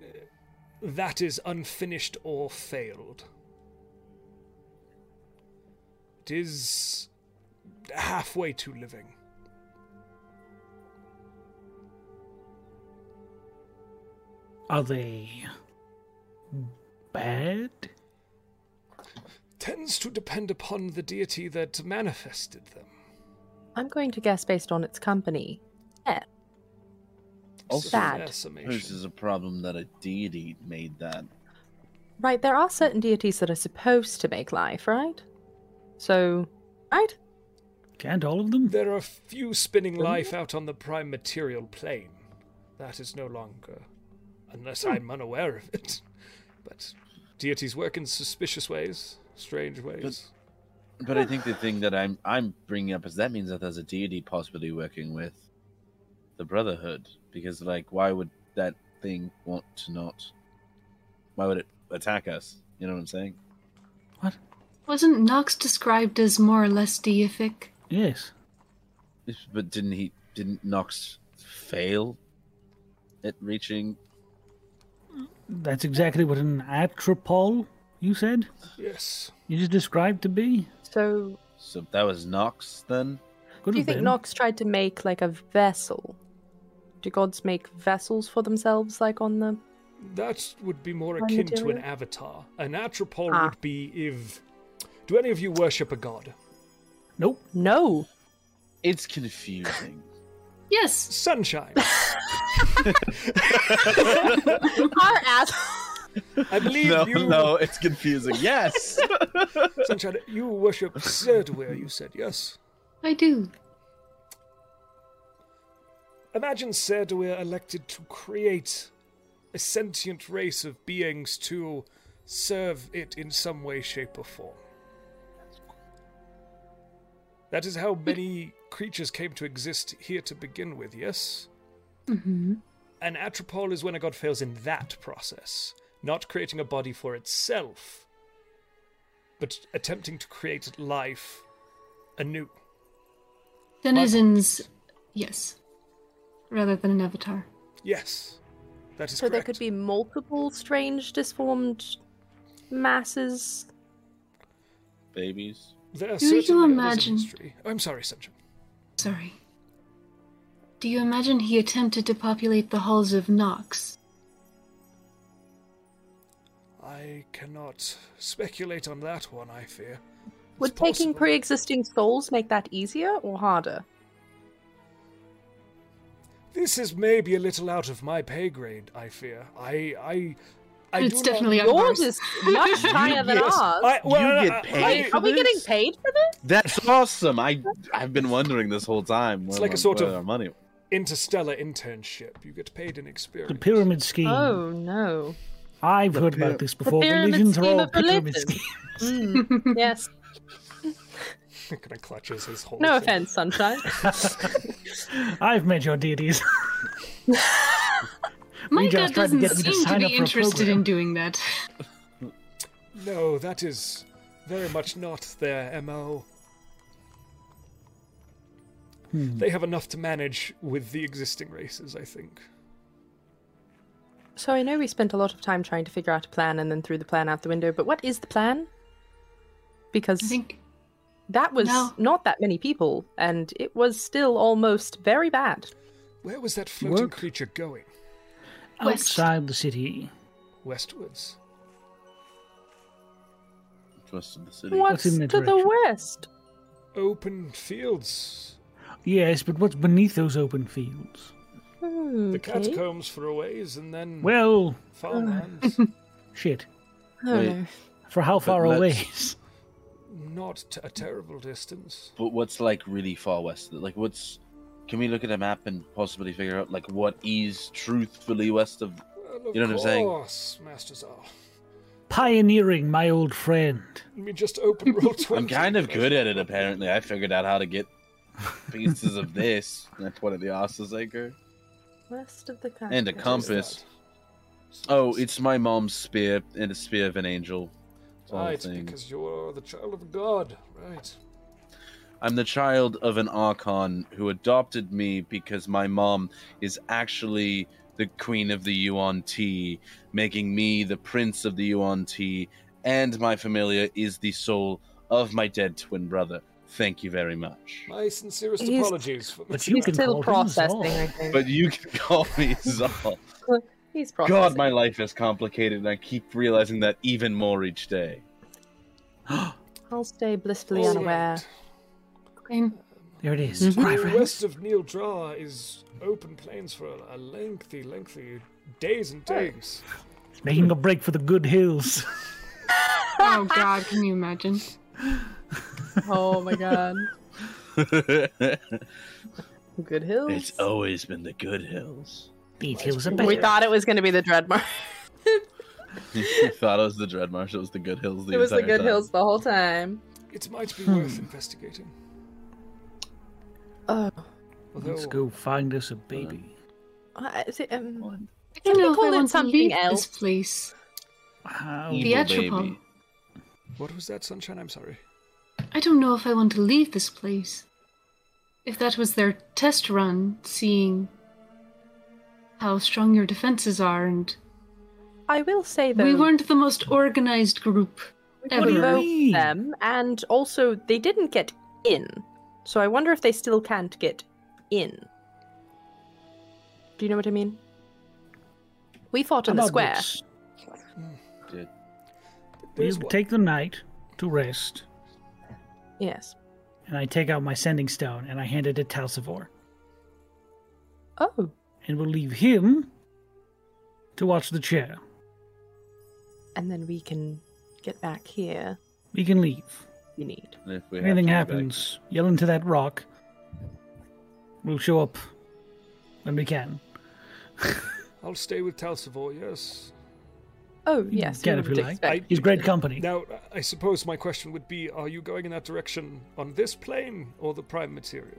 Speaker 4: that is unfinished or failed. It is halfway to living.
Speaker 6: Are they bad?
Speaker 4: Tends to depend upon the deity that manifested them.
Speaker 2: I'm going to guess based on its company. Yeah.
Speaker 3: Also,
Speaker 2: Bad.
Speaker 4: Their summation.
Speaker 3: This is a problem that a deity made that.
Speaker 2: Right, there are certain deities that are supposed to make life, right? So, right?
Speaker 6: Can't all of them?
Speaker 4: There are few spinning life out on the prime material plane. That is no longer, unless I'm unaware of it. But deities work in suspicious ways, strange ways.
Speaker 3: But I think the thing that I'm I'm bringing up is that means that there's a deity possibly working with the Brotherhood because, like, why would that thing want to not? Why would it attack us? You know what I'm saying?
Speaker 5: Wasn't Nox described as more or less deific?
Speaker 6: Yes.
Speaker 3: If- But didn't he? Didn't Nox fail at reaching?
Speaker 6: That's exactly what an atropole, you said?
Speaker 4: Yes.
Speaker 6: You just described to be?
Speaker 2: So,
Speaker 3: So that was Nox then.
Speaker 6: Could
Speaker 2: do you
Speaker 6: have
Speaker 2: think
Speaker 6: been.
Speaker 2: Nox tried to make like a vessel? Do gods make vessels for themselves, like on the.
Speaker 4: That would be more
Speaker 2: Prime
Speaker 4: akin to an
Speaker 2: material?
Speaker 4: avatar. An atropole
Speaker 2: Ah.
Speaker 4: would be if. Do any of you worship a god?
Speaker 6: Nope.
Speaker 2: No!
Speaker 3: It's confusing.
Speaker 5: Yes.
Speaker 4: Sunshine.
Speaker 2: Our ass.
Speaker 4: I believe
Speaker 3: no,
Speaker 4: you.
Speaker 3: no, it's confusing. Yes.
Speaker 4: Sunshine, you worship Serdware, you said, yes?
Speaker 5: I do.
Speaker 4: Imagine Serdawir elected to create a sentient race of beings to serve it in some way, shape, or form. That is how many creatures came to exist here to begin with, yes?
Speaker 2: Mm-hmm.
Speaker 5: hmm
Speaker 4: An atropole is when a god fails in that process, not creating a body for itself, but attempting to create life anew.
Speaker 5: Denizens. Yes. Rather than an avatar.
Speaker 4: Yes, that is
Speaker 2: So there
Speaker 4: correct.
Speaker 2: could be multiple strange, disformed masses.
Speaker 3: Babies.
Speaker 4: There are
Speaker 5: Do you
Speaker 4: certainly others in
Speaker 5: imagine-
Speaker 4: history- I'm sorry, Sunshine.
Speaker 5: Sorry. Do you imagine he attempted to populate the halls of Nox?
Speaker 4: I cannot speculate on that one, I fear. It's
Speaker 2: Would taking
Speaker 4: possible.
Speaker 2: pre existing souls make that easier or harder?
Speaker 4: This is maybe a little out of my pay grade, I fear. I. I. I
Speaker 5: it's
Speaker 4: do not-
Speaker 5: definitely on
Speaker 2: Yours
Speaker 5: ours.
Speaker 2: is much higher than
Speaker 4: Yes,
Speaker 2: ours.
Speaker 4: I, well,
Speaker 3: You
Speaker 4: I-
Speaker 3: get paid
Speaker 4: I-
Speaker 2: Wait, are we getting paid for this?
Speaker 3: That's awesome. I I've been wondering this whole time.
Speaker 4: It's
Speaker 3: where
Speaker 4: like a
Speaker 3: my-
Speaker 4: sort
Speaker 3: where
Speaker 4: of-
Speaker 3: our money.
Speaker 4: interstellar internship. You get paid in
Speaker 6: The
Speaker 4: experience.
Speaker 6: pyramid
Speaker 4: Hmm.
Speaker 6: scheme.
Speaker 2: Oh no.
Speaker 6: I've heard about this before.
Speaker 2: pyramid
Speaker 6: Religions are
Speaker 2: scheme
Speaker 6: all
Speaker 2: of
Speaker 6: pyramid
Speaker 2: religions.
Speaker 6: schemes.
Speaker 2: Mm, yes.
Speaker 4: Kinda clutches his whole.
Speaker 2: No
Speaker 4: thing.
Speaker 2: offense, Sunshine.
Speaker 6: I've met your deities.
Speaker 5: My
Speaker 6: Regia
Speaker 5: god
Speaker 6: was trying
Speaker 5: doesn't
Speaker 6: to get me
Speaker 5: seem
Speaker 6: to
Speaker 5: to
Speaker 6: sign up
Speaker 5: be
Speaker 6: for a
Speaker 5: interested
Speaker 6: program.
Speaker 5: in doing that.
Speaker 4: No, that is very much not their MO.
Speaker 6: Hmm.
Speaker 4: They have enough to manage with the existing races, I think.
Speaker 2: So I know we spent a lot of time trying to figure out a plan and then threw the plan out the window, but what is the plan? Because
Speaker 5: I think
Speaker 2: that was
Speaker 5: No.
Speaker 2: not that many people, and it was still almost very bad.
Speaker 4: Where was that floating
Speaker 6: Work?
Speaker 4: creature going?
Speaker 5: West.
Speaker 6: Outside the city.
Speaker 4: Westwards.
Speaker 3: Trust of the city.
Speaker 2: What's to
Speaker 6: in the
Speaker 2: the
Speaker 6: direction?
Speaker 2: west?
Speaker 4: Open fields.
Speaker 6: Yes, but what's beneath those open fields?
Speaker 4: The
Speaker 2: Okay.
Speaker 4: catacombs for a ways and then
Speaker 6: Well, uh,
Speaker 4: farmlands.
Speaker 6: shit.
Speaker 2: Oh,
Speaker 3: Wait.
Speaker 2: no.
Speaker 6: For how far
Speaker 3: let's-
Speaker 6: away?
Speaker 4: Not t- a terrible distance.
Speaker 3: But what's like really far west? Like what's can we look at a map and possibly figure out like what is truthfully west of
Speaker 4: Well, of
Speaker 3: You know what I'm saying?
Speaker 4: course, Master Zal.
Speaker 6: Pioneering, my old friend.
Speaker 4: Let me just open roll 20.
Speaker 3: I'm kind of good at it apparently. I figured out how to get pieces of this. And I pointed the Ossus anchor.
Speaker 2: West of the country.
Speaker 3: And a compass. Oh, it's my mom's spear and a spear of an angel. It's all
Speaker 4: Ah,
Speaker 3: the
Speaker 4: it's
Speaker 3: things.
Speaker 4: because you're the child of God, right?
Speaker 3: I'm the child of an Archon who adopted me because my mom is actually the queen of the Yuan Ti, making me the prince of the Yuan Ti, and my familia is the soul of my dead twin brother. Thank you very much.
Speaker 4: My sincerest
Speaker 2: He's-
Speaker 4: apologies for
Speaker 6: But you
Speaker 2: He's
Speaker 6: can
Speaker 2: still
Speaker 6: call him
Speaker 2: processing,
Speaker 6: Zol.
Speaker 2: I think.
Speaker 3: But you can call me Zal.
Speaker 2: He's processing.
Speaker 3: God, my life is complicated, and I keep realizing that even more each day.
Speaker 2: I'll stay blissfully
Speaker 4: All
Speaker 2: unaware.
Speaker 4: right.
Speaker 5: Fine.
Speaker 6: There it is.
Speaker 2: Mhm.
Speaker 6: Cry
Speaker 4: The
Speaker 6: for help.
Speaker 4: west of Neil Dra is open plains for a, a lengthy, lengthy days and days.
Speaker 6: Making a break for the good hills.
Speaker 5: Oh God, can you imagine?
Speaker 2: Oh my god. Good hills.
Speaker 3: always been the good hills.
Speaker 6: These hills are
Speaker 4: We
Speaker 6: better.
Speaker 2: We thought it was going to be the Dreadmar.
Speaker 3: I thought it was the Dread Marsh. It was the good hills. The
Speaker 2: it was the Good
Speaker 3: entire time.
Speaker 2: Hills the whole time.
Speaker 4: It might be
Speaker 6: Hmm.
Speaker 4: worth investigating.
Speaker 2: Oh,
Speaker 4: Although,
Speaker 6: Let's go find us a baby.
Speaker 2: I- is it, um,
Speaker 3: One
Speaker 5: I don't
Speaker 2: we
Speaker 5: know if
Speaker 2: call
Speaker 5: I
Speaker 2: it
Speaker 5: want to
Speaker 2: something
Speaker 5: leave
Speaker 2: else?
Speaker 5: this place.
Speaker 6: How?
Speaker 5: The
Speaker 3: evil
Speaker 5: Atropos.
Speaker 3: baby.
Speaker 4: What was that, Sunshine? I'm sorry.
Speaker 5: I don't know if I want to leave this place. If that was their test run, seeing how strong your defenses are, and
Speaker 2: I will say though
Speaker 5: we weren't the most organized group.
Speaker 2: we
Speaker 5: ever.
Speaker 2: revoked
Speaker 6: Agree.
Speaker 2: them, and also they didn't get in. So I wonder if they still can't get in. Do you know what I mean? We fought in the
Speaker 6: About
Speaker 2: square.
Speaker 6: this?
Speaker 3: Did-
Speaker 6: You
Speaker 4: There's one-
Speaker 6: take the night to rest,
Speaker 2: Yes.
Speaker 6: and I take out my sending stone and I hand it to Talsivore.
Speaker 2: Oh,
Speaker 6: And we'll leave him to watch the chair.
Speaker 2: and then we can get back here.
Speaker 6: We can leave.
Speaker 2: You need.
Speaker 3: And if we have
Speaker 6: If
Speaker 3: to
Speaker 6: anything
Speaker 3: go back-
Speaker 6: happens, yell into that rock. We'll show up when we can.
Speaker 4: I'll stay with Talsivore, yes.
Speaker 2: Oh yes.
Speaker 6: can
Speaker 2: we
Speaker 6: if
Speaker 2: would
Speaker 6: you like.
Speaker 2: expect-
Speaker 6: He's great company.
Speaker 4: Now, I suppose my question would be are you going in that direction on this plane or the prime material?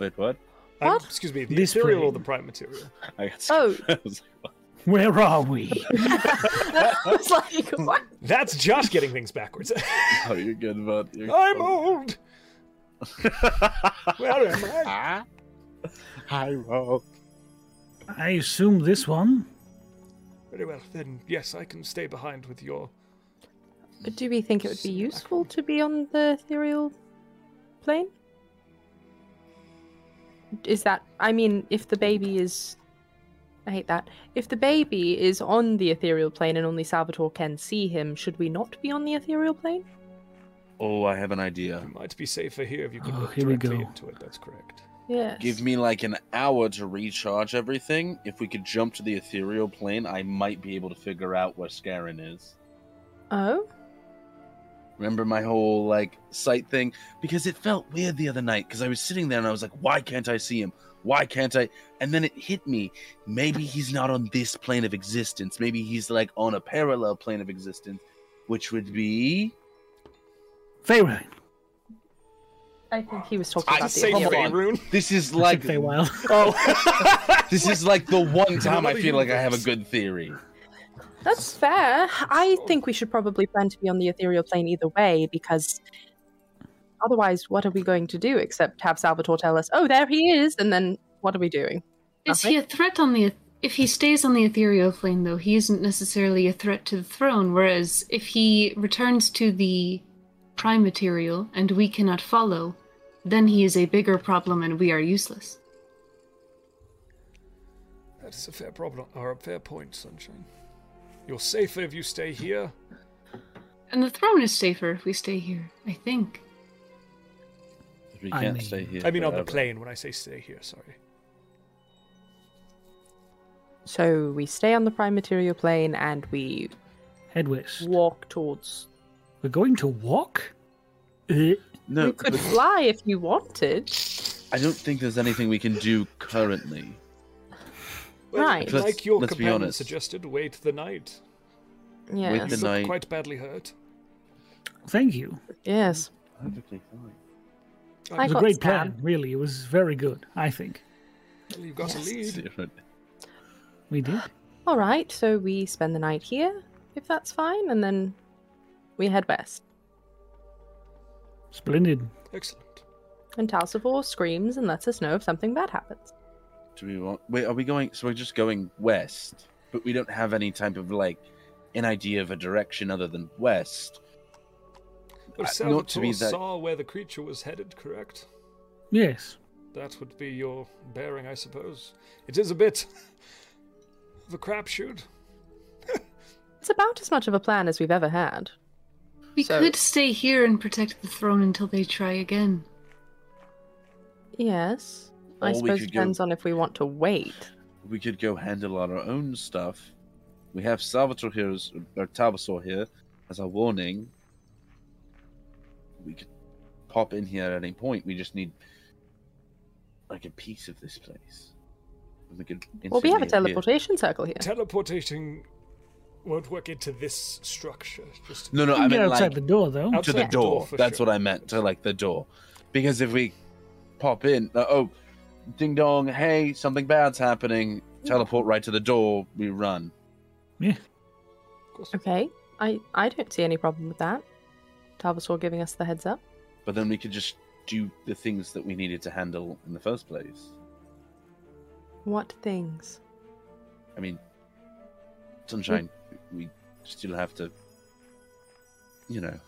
Speaker 3: Wait, what?
Speaker 4: Um,
Speaker 2: What?
Speaker 4: excuse me, the
Speaker 6: This
Speaker 4: material or
Speaker 6: plane.
Speaker 4: the prime material?
Speaker 3: I got
Speaker 2: Oh.
Speaker 3: scared. I was like, what?
Speaker 6: Where are we?
Speaker 2: I was like, what?
Speaker 4: That's Josh getting things backwards.
Speaker 3: Oh, you're good, bud. You're
Speaker 4: I'm
Speaker 3: good.
Speaker 4: old! Where am I?
Speaker 3: Ah? Hi, Ro.
Speaker 6: I assume this one.
Speaker 4: Very well, then, yes, I can stay behind with your.
Speaker 2: But do we think it would be useful to be on the ethereal plane? Is that I mean, if the baby is I hate that. If the baby is on the ethereal plane and only Salvatore can see him, should we not be on the ethereal plane?
Speaker 3: Oh, I have an idea.
Speaker 4: You might be safer here if you can
Speaker 6: Oh,
Speaker 4: look
Speaker 6: here we
Speaker 4: directly
Speaker 6: go.
Speaker 4: into it, that's correct.
Speaker 2: Yes.
Speaker 3: Give me like an hour to recharge everything. If we could jump to the ethereal plane, I might be able to figure out where Scarin is.
Speaker 2: Oh?
Speaker 3: Remember my whole like sight thing? Because it felt weird the other night because I was sitting there and I was like, why can't I see him? Why can't I? And then it hit me. Maybe he's not on this plane of existence. Maybe he's like on a parallel plane of existence, which would be.
Speaker 6: Feyre.
Speaker 2: I think he was talking
Speaker 3: I
Speaker 2: about the
Speaker 3: say
Speaker 2: ethereal
Speaker 3: hold on.
Speaker 4: Faerun.
Speaker 3: This is
Speaker 6: Like
Speaker 3: like.
Speaker 6: Feywild.
Speaker 3: Oh. this is like the one time I
Speaker 4: Another
Speaker 3: feel like I have a
Speaker 4: universe.
Speaker 3: good theory.
Speaker 2: That's fair. I
Speaker 4: So-
Speaker 2: think we should probably plan to be on the ethereal plane either way, because otherwise, what are we going to do except have Salvatore tell us, "Oh, there he is," and then what are we doing?
Speaker 5: Is he a threat on the? If he stays on the ethereal plane, though, he isn't necessarily a threat to the throne. Whereas if he returns to the prime material and we cannot follow, then he is a bigger problem and we are useless.
Speaker 4: That is a fair problem, or a fair point, Sunshine. You're safer if you stay here.
Speaker 5: And the throne is safer if we stay here, I think.
Speaker 3: We
Speaker 6: I
Speaker 3: can't
Speaker 6: mean-
Speaker 3: stay here.
Speaker 4: I mean, on the
Speaker 3: forever.
Speaker 4: plane, when I say stay here, sorry.
Speaker 2: So we stay on the prime material plane and we
Speaker 6: Head west.
Speaker 2: walk towards.
Speaker 6: We're going to walk? Uh,
Speaker 2: we
Speaker 3: No,
Speaker 2: could
Speaker 3: but
Speaker 2: fly if you wanted.
Speaker 3: I don't think there's anything we can do currently.
Speaker 2: Right.
Speaker 3: Let's-
Speaker 4: Like your
Speaker 3: let's be
Speaker 4: companion
Speaker 3: honest.
Speaker 4: suggested, wait the night.
Speaker 2: Yes.
Speaker 3: The
Speaker 4: You
Speaker 3: night.
Speaker 4: look quite badly hurt.
Speaker 6: thank you.
Speaker 2: Yes.
Speaker 3: Perfectly fine.
Speaker 2: I
Speaker 6: It was a
Speaker 2: got
Speaker 6: great
Speaker 2: stabbed.
Speaker 6: plan, really. It was very good, I think.
Speaker 4: Well, You've got a lead.
Speaker 3: Zero.
Speaker 6: We did.
Speaker 2: All right. So we spend the night here. if that's fine, and then we head west.
Speaker 6: Splendid.
Speaker 4: Excellent.
Speaker 2: And Talsivore screams and lets us know if something bad happens.
Speaker 3: Do we want? Wait, are we going? So we're just going west, but we don't have any type of like an idea of a direction other than west.
Speaker 4: But
Speaker 3: Uh,
Speaker 4: Salvatore
Speaker 3: not to be that-
Speaker 4: saw where the creature was headed, correct?
Speaker 6: Yes.
Speaker 4: That would be your bearing, I suppose. It is a bit of a crapshoot.
Speaker 2: It's about as much of a plan as we've ever had.
Speaker 5: We
Speaker 2: So-
Speaker 5: could stay here and protect the throne until they try again.
Speaker 2: Yes. I
Speaker 3: Or we
Speaker 2: suppose
Speaker 3: could
Speaker 2: it
Speaker 3: go-
Speaker 2: depends on if we want to wait.
Speaker 3: We could go handle our own stuff. We have Salvatore here, as, or Talbasaur here, as a warning. We could pop in here at any point. We just need like a piece of this place. We could
Speaker 2: Well, we have a
Speaker 3: instantly appear.
Speaker 2: teleportation circle here.
Speaker 4: Teleportation won't work into this structure. Just
Speaker 3: No, no,
Speaker 6: You
Speaker 3: I
Speaker 6: can get
Speaker 3: mean
Speaker 6: outside
Speaker 3: like
Speaker 6: the door, though.
Speaker 4: Outside
Speaker 3: to the
Speaker 2: Yeah.
Speaker 3: door.
Speaker 4: for
Speaker 3: That's
Speaker 4: sure.
Speaker 3: what I meant to like the door, because if we pop in, uh, oh, ding dong, hey, something bad's happening. Teleport right to the door. We run.
Speaker 4: Of course.
Speaker 2: Okay. I, I don't see any problem with that. Talvasaur giving us the heads up.
Speaker 3: but then we could just do the things that we needed to handle in the first place.
Speaker 2: What things?
Speaker 3: I mean, Sunshine, we still have to, you know.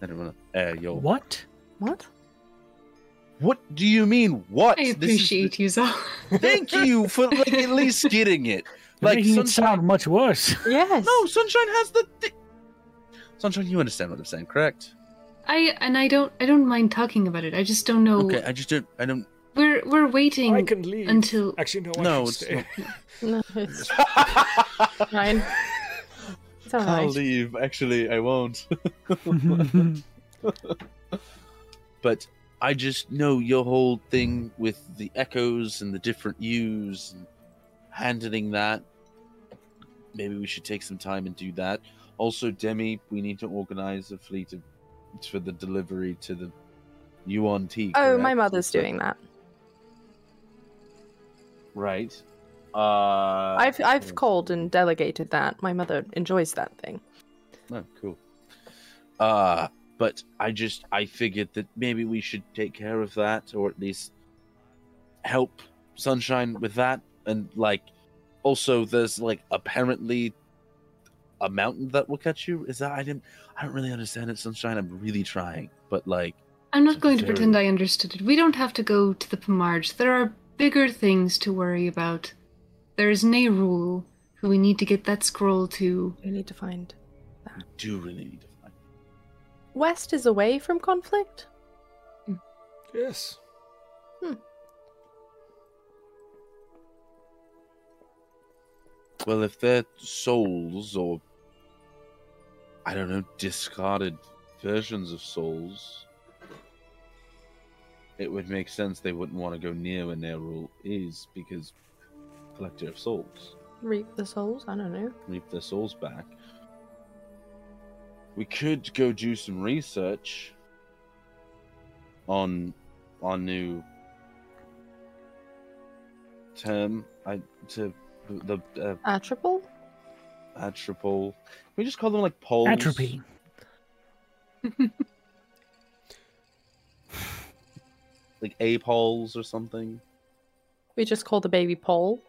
Speaker 3: I don't want to air your. What?
Speaker 6: What?
Speaker 2: What?
Speaker 3: do you mean? What?
Speaker 5: I
Speaker 3: This is-
Speaker 5: appreciate you, Zal.
Speaker 3: Thank you for like at least getting it.
Speaker 6: You're
Speaker 3: Like
Speaker 6: making it
Speaker 3: Sunshine.
Speaker 6: sound much worse.
Speaker 2: Yes.
Speaker 3: No, Sunshine has the. Thi- Sunshine, you understand what I'm saying, correct?
Speaker 5: I and I don't I don't mind talking about it. I just don't know.
Speaker 3: Okay, I just don't. I don't.
Speaker 5: We're we're waiting.
Speaker 4: I can leave.
Speaker 5: until-
Speaker 4: Actually, no, I
Speaker 3: No,
Speaker 4: can
Speaker 3: it's
Speaker 4: stay.
Speaker 3: not-
Speaker 2: No, it's fine. It's alright.
Speaker 3: leave. Actually, I won't.
Speaker 6: That's
Speaker 3: but I just know your whole thing with the echoes and the different U's and handling that. Maybe we should take some time and do that. Also, Demi, we need to organize a fleet of for the delivery to the Yuan T.
Speaker 2: Oh,
Speaker 3: correct?
Speaker 2: my mother's
Speaker 3: Is that-
Speaker 2: doing that.
Speaker 3: right. Uh,
Speaker 2: I've I've
Speaker 3: yes.
Speaker 2: called and delegated that. My mother enjoys that thing.
Speaker 3: Oh, cool. Uh but I just I figured that maybe we should take care of that or at least help Sunshine with that and like also there's like apparently a mountain that will catch you. Is that I didn't I don't really understand it, Sunshine. I'm really trying. But like
Speaker 5: I'm not going to
Speaker 3: Very-
Speaker 5: pretend I understood it. We don't have to go to the Pomarge. There are bigger things to worry about. There is Nerul, who we need to get that scroll to.
Speaker 2: We need to find.
Speaker 3: we do really need to find
Speaker 2: West is away from conflict.
Speaker 4: Yes.
Speaker 3: Well if they're souls or I don't know, discarded versions of souls. It would make sense they wouldn't want to go near where Nerul is because collector of souls
Speaker 2: Reap the souls. I don't know.
Speaker 3: reap their souls back. We could go do some research on our new term. I to the uh,
Speaker 2: Atropal.
Speaker 3: atropal. Can we just call them like poles.
Speaker 6: Atrophy.
Speaker 3: like a poles or something.
Speaker 2: We just call the baby Paul.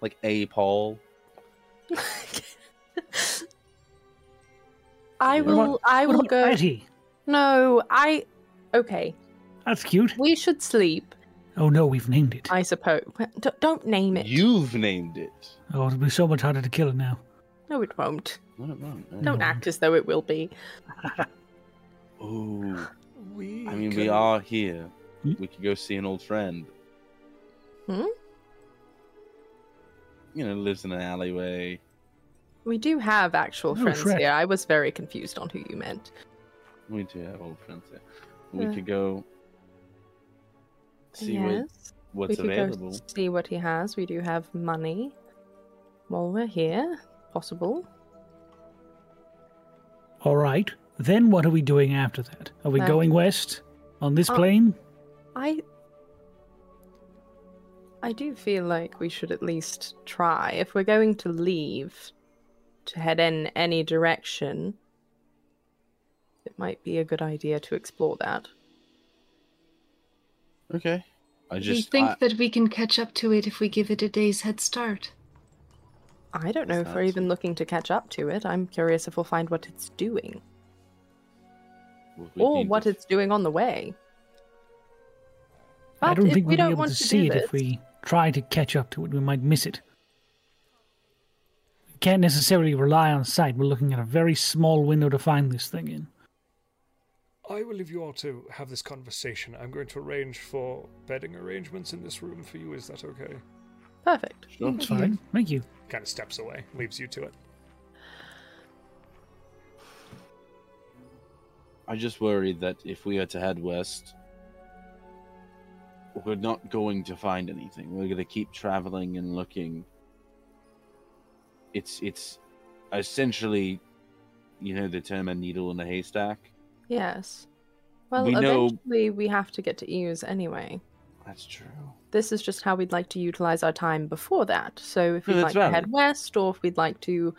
Speaker 3: Like a pole.
Speaker 2: I
Speaker 3: What
Speaker 2: will.
Speaker 3: about-
Speaker 2: I
Speaker 6: What
Speaker 2: will
Speaker 6: about
Speaker 2: go.
Speaker 6: Atty?
Speaker 2: No, I. Okay,
Speaker 6: That's cute.
Speaker 2: we should sleep.
Speaker 6: Oh no, we've named it.
Speaker 2: I suppose. D- don't name it.
Speaker 3: You've named it.
Speaker 6: Oh, it'll be so much harder to kill it now.
Speaker 2: No, it won't.
Speaker 3: Not it wrong. eh?
Speaker 2: Don't
Speaker 6: No.
Speaker 2: act as though it will be.
Speaker 3: Ooh.
Speaker 4: We
Speaker 3: I mean, we
Speaker 4: can-
Speaker 3: are here.
Speaker 6: Hmm?
Speaker 3: We could go see an old friend.
Speaker 2: Hmm?
Speaker 3: You know, lives in an alleyway.
Speaker 2: We do have actual
Speaker 6: No,
Speaker 2: friends
Speaker 6: Shrek.
Speaker 2: here. I was very confused on who you meant.
Speaker 3: We do have old friends here. We
Speaker 2: Yeah.
Speaker 3: could go see what,
Speaker 2: yes.
Speaker 3: what's
Speaker 2: we could
Speaker 3: available.
Speaker 2: go see what he has. We do have money while we're here. Possible.
Speaker 6: All right. Then what are we doing after that? Are we
Speaker 2: Uh,
Speaker 6: going west on this
Speaker 2: uh,
Speaker 6: plane?
Speaker 2: I. I do feel like we should at least try. If we're going to leave, to head in any direction, it might be a good idea to explore that.
Speaker 3: Okay. I
Speaker 5: Do you
Speaker 3: just
Speaker 5: think
Speaker 3: I-
Speaker 5: that we can catch up to it if we give it a day's head start?
Speaker 2: I don't know if we're
Speaker 3: Sounds-
Speaker 2: even looking to catch up to it. I'm curious if we'll find what it's doing
Speaker 3: we
Speaker 2: or
Speaker 3: need to
Speaker 2: what it's doing on the way. But
Speaker 6: I don't
Speaker 2: if
Speaker 6: think
Speaker 2: we
Speaker 6: we'll
Speaker 2: don't
Speaker 6: be able
Speaker 2: want
Speaker 6: to
Speaker 2: to do
Speaker 6: see it if
Speaker 2: this-
Speaker 6: we try to catch up to it. We might miss it. We can't necessarily rely on sight. We're looking at a very small window to find this thing in.
Speaker 4: I will leave you all to have this conversation. I'm going to arrange for bedding arrangements in this room for you. Is that okay?
Speaker 2: Perfect.
Speaker 3: Sure.
Speaker 6: That's fine. Thank you.
Speaker 4: Kind of steps away, leaves you to it.
Speaker 3: I just worry that if we are to head west, we're not going to find anything. We're going to keep traveling and looking. It's it's essentially, you know, the term a needle in a haystack.
Speaker 2: Yes. Well,
Speaker 3: We know-
Speaker 2: eventually we have to get to EUs anyway.
Speaker 3: That's true.
Speaker 2: This is just how we'd like to utilize our time before that. So if
Speaker 3: No,
Speaker 2: we'd
Speaker 3: that's
Speaker 2: like to head
Speaker 3: valid.
Speaker 2: west or if we'd like to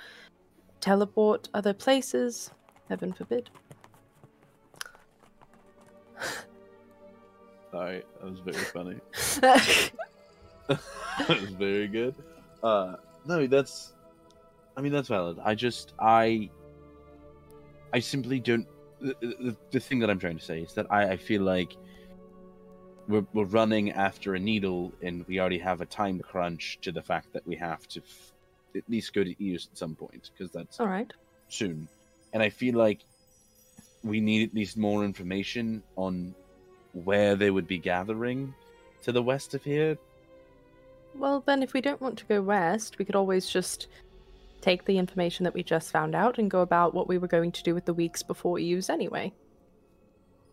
Speaker 2: teleport other places, heaven forbid.
Speaker 3: Sorry, that was very funny. that was very good. Uh, no, that's. I mean, that's valid. I just, I, I simply don't. The, the, the thing that I'm trying to say is that I, I feel like we're, we're running after a needle, and we already have a time crunch to the fact that we have to f- at least go to EUS at some point because that's
Speaker 2: All right.
Speaker 3: soon. And I feel like we need at least more information on where they would be gathering to the west of here.
Speaker 2: Well, then if we don't want to go west, we could always just take the information that we just found out and go about what we were going to do with the weeks before EUs anyway.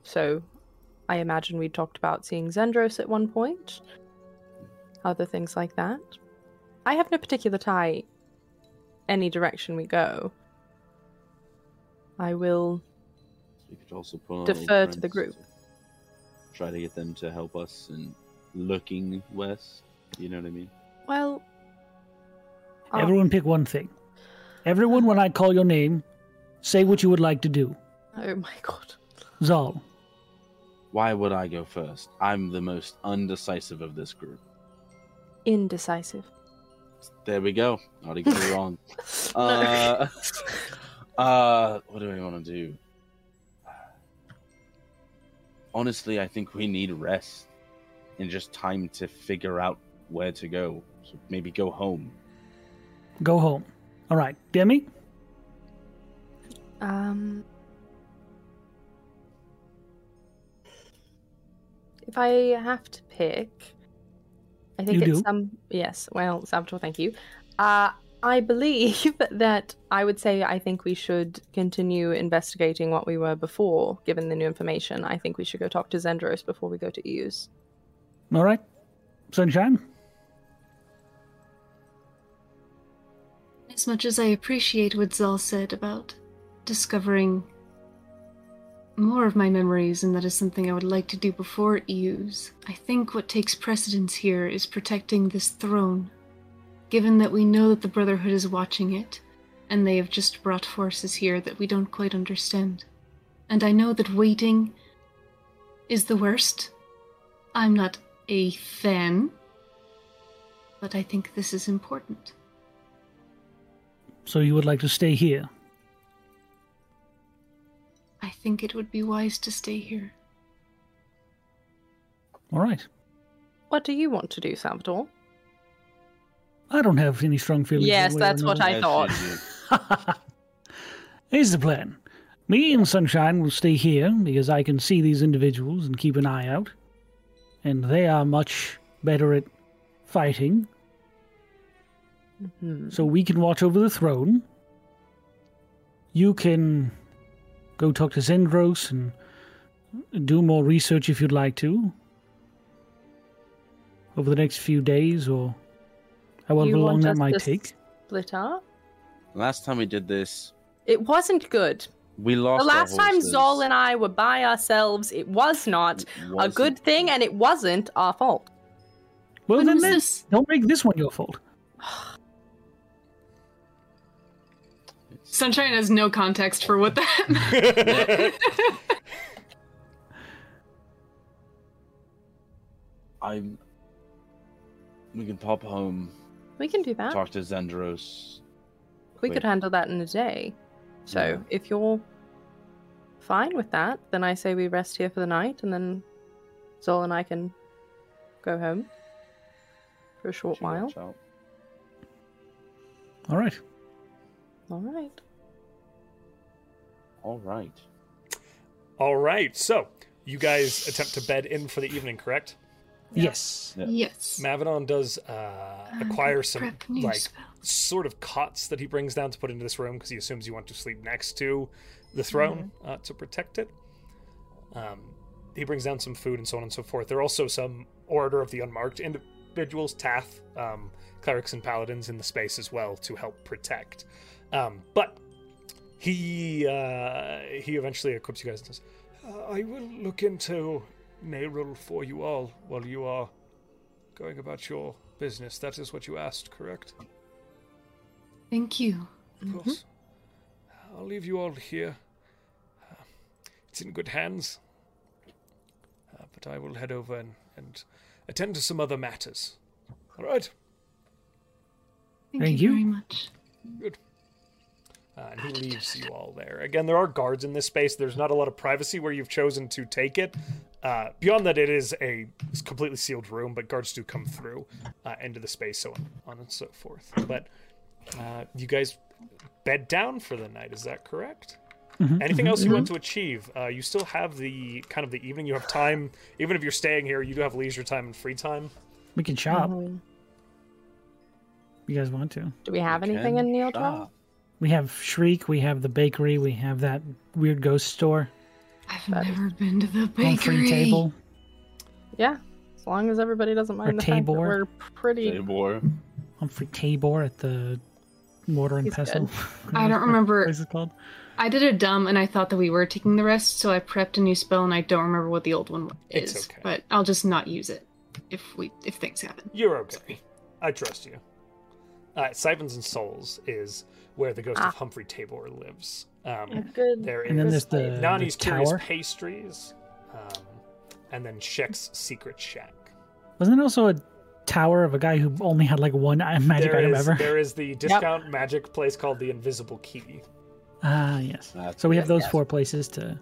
Speaker 2: So, I imagine we talked about seeing Zendros at one point, other things like that. I have no particular tie any direction we go. I will.
Speaker 3: We could also pull on
Speaker 2: Defer
Speaker 3: old
Speaker 2: to the group.
Speaker 3: friends to Try to get them to help us in looking west. You know what I mean?
Speaker 2: Well. oh, I'll-
Speaker 6: Everyone pick one thing. Everyone, when I call your name, say what you would like to do.
Speaker 2: Oh my god.
Speaker 6: Zal,
Speaker 3: Why would I go first? I'm the most undecisive of this group.
Speaker 2: Indecisive.
Speaker 3: There we go. Already got it wrong. Uh, uh, what do I want to do? Honestly, I think we need rest and just time to figure out where to go. So maybe go home.
Speaker 6: go home. All right, Demi.
Speaker 2: Um, if I have to pick, I think
Speaker 6: You
Speaker 2: it's
Speaker 6: do.
Speaker 2: some. Yes, well, Salvatore, thank you. Uh, I believe that I would say I think we should continue investigating what we were before, given the new information. I think we should go talk to Zendros before we go to E EU's.
Speaker 6: All right, sunshine.
Speaker 5: As much as I appreciate what Zal said about discovering more of my memories, and that is something I would like to do before EUs, I think what takes precedence here is protecting this throne. Given that we know that the Brotherhood is watching it, and they have just brought forces here that we don't quite understand. And I know that waiting is the worst. I'm not a fan, but I think this is important.
Speaker 6: So you would like to stay here?
Speaker 5: I think it would be wise to stay here.
Speaker 6: All right.
Speaker 2: What do you want to do, Salvatore?
Speaker 6: I don't have any strong feelings.
Speaker 2: Yes,
Speaker 6: one way or
Speaker 2: that's what
Speaker 6: another.
Speaker 2: I thought.
Speaker 3: Yes, yes,
Speaker 6: Here's the plan. Me and Sunshine will stay here because I can see these individuals and keep an eye out. And they are much better at fighting,
Speaker 2: Hmm.
Speaker 6: so we can watch over the throne. You can go talk to Zendros and do more research if you'd like to over the next few days or however
Speaker 2: You
Speaker 6: long
Speaker 2: want
Speaker 6: that
Speaker 2: us
Speaker 6: might
Speaker 2: to
Speaker 6: take.
Speaker 2: Split up?
Speaker 3: Last time we did this,
Speaker 2: It wasn't good.
Speaker 3: we lost.
Speaker 2: The
Speaker 3: our
Speaker 2: last time
Speaker 3: horses.
Speaker 2: Zol and I were by ourselves, it was not a
Speaker 3: Wasn't-
Speaker 2: good thing, and it wasn't our fault.
Speaker 6: Well,
Speaker 5: When
Speaker 6: then
Speaker 5: was
Speaker 6: let-
Speaker 5: this?
Speaker 6: don't make this one your fault.
Speaker 5: Sunshine has no context for what that
Speaker 3: I'm. We can pop home,
Speaker 2: We can do that.
Speaker 3: talk to Zendros.
Speaker 2: we could handle that in a day. So
Speaker 3: Yeah.
Speaker 2: if you're fine with that, then I say we rest here for the night, and then Zol and I can go home for a short
Speaker 3: She
Speaker 2: while.
Speaker 3: watch out.
Speaker 6: All right.
Speaker 2: All right.
Speaker 3: All right.
Speaker 4: All right, so you guys attempt to bed in for the evening, correct?
Speaker 6: Yes.
Speaker 3: Yeah.
Speaker 5: yes.
Speaker 4: Mavinon does uh, acquire some
Speaker 5: Prep new
Speaker 4: like
Speaker 5: spell.
Speaker 4: sort of cots that he brings down to put into this room because he assumes you want to sleep next to the throne uh, to protect it. Um, he brings down some food and so on and so forth. There are also some Order of the Unmarked individuals, Tath, um, clerics, and paladins in the space as well to help protect. Um, but he uh, he eventually equips you guys and says, uh, "I will look into Nerul for you all while you are going about your business. That is what you asked, correct?"
Speaker 5: Thank you.
Speaker 4: Of course. Mm-hmm. I'll leave you all here. Uh, it's in good hands. Uh, but I will head over and, and attend to some other matters. All right.
Speaker 5: Thank,
Speaker 6: Thank
Speaker 5: you
Speaker 6: you.
Speaker 5: very much.
Speaker 4: Good. Uh, and he leaves you all there. Again, there are guards in this space. There's not a lot of privacy where you've chosen to take it. Uh, beyond that, it is a completely sealed room, but guards do come through uh, into the space, so on, on and so forth. But uh, you guys bed down for the night. Is that correct? Anything else you want to achieve? Uh, you still have the kind of the evening. You have time, even if you're staying here. You do have leisure time and free time.
Speaker 6: We can shop.
Speaker 5: Mm-hmm.
Speaker 2: Um,
Speaker 6: if You guys want to?
Speaker 2: Do we have anything in
Speaker 3: Can
Speaker 2: Neil
Speaker 3: shop.
Speaker 6: We have Shriek. We have the bakery. We have that weird ghost store.
Speaker 5: I've never been to the bakery.
Speaker 6: on free table.
Speaker 2: Yeah. As long as everybody doesn't mind the fact that
Speaker 6: Tabor.
Speaker 2: we're pretty.
Speaker 3: Tabor.
Speaker 6: Humphrey Tabor at the Mortar and
Speaker 2: He's
Speaker 6: Pestle.
Speaker 2: dead.
Speaker 5: I don't remember.
Speaker 6: What is it called?
Speaker 5: I did a dumb, and I thought that we were taking the rest, so I prepped a new spell, and I don't remember what the old one is.
Speaker 4: It's okay.
Speaker 5: But I'll just not use it if we if things happen.
Speaker 4: You're okay. I trust you. Uh, Siphons and Souls is where the ghost of Humphrey Tabor lives.
Speaker 2: a
Speaker 4: Um,
Speaker 2: Good.
Speaker 4: there
Speaker 6: And then
Speaker 4: is
Speaker 6: there's the,
Speaker 4: Nani's
Speaker 6: the
Speaker 4: Curious
Speaker 6: tower.
Speaker 4: Pastries, um, and then Shek's Secret Shack.
Speaker 6: Wasn't there also a tower of a guy who only had like one i- magic
Speaker 4: There
Speaker 6: item
Speaker 4: is-
Speaker 6: ever?
Speaker 4: there is the discount magic place called the Invisible Key.
Speaker 6: Ah, yes.
Speaker 3: That's
Speaker 6: So we have
Speaker 3: good,
Speaker 6: those
Speaker 3: yes.
Speaker 6: four places to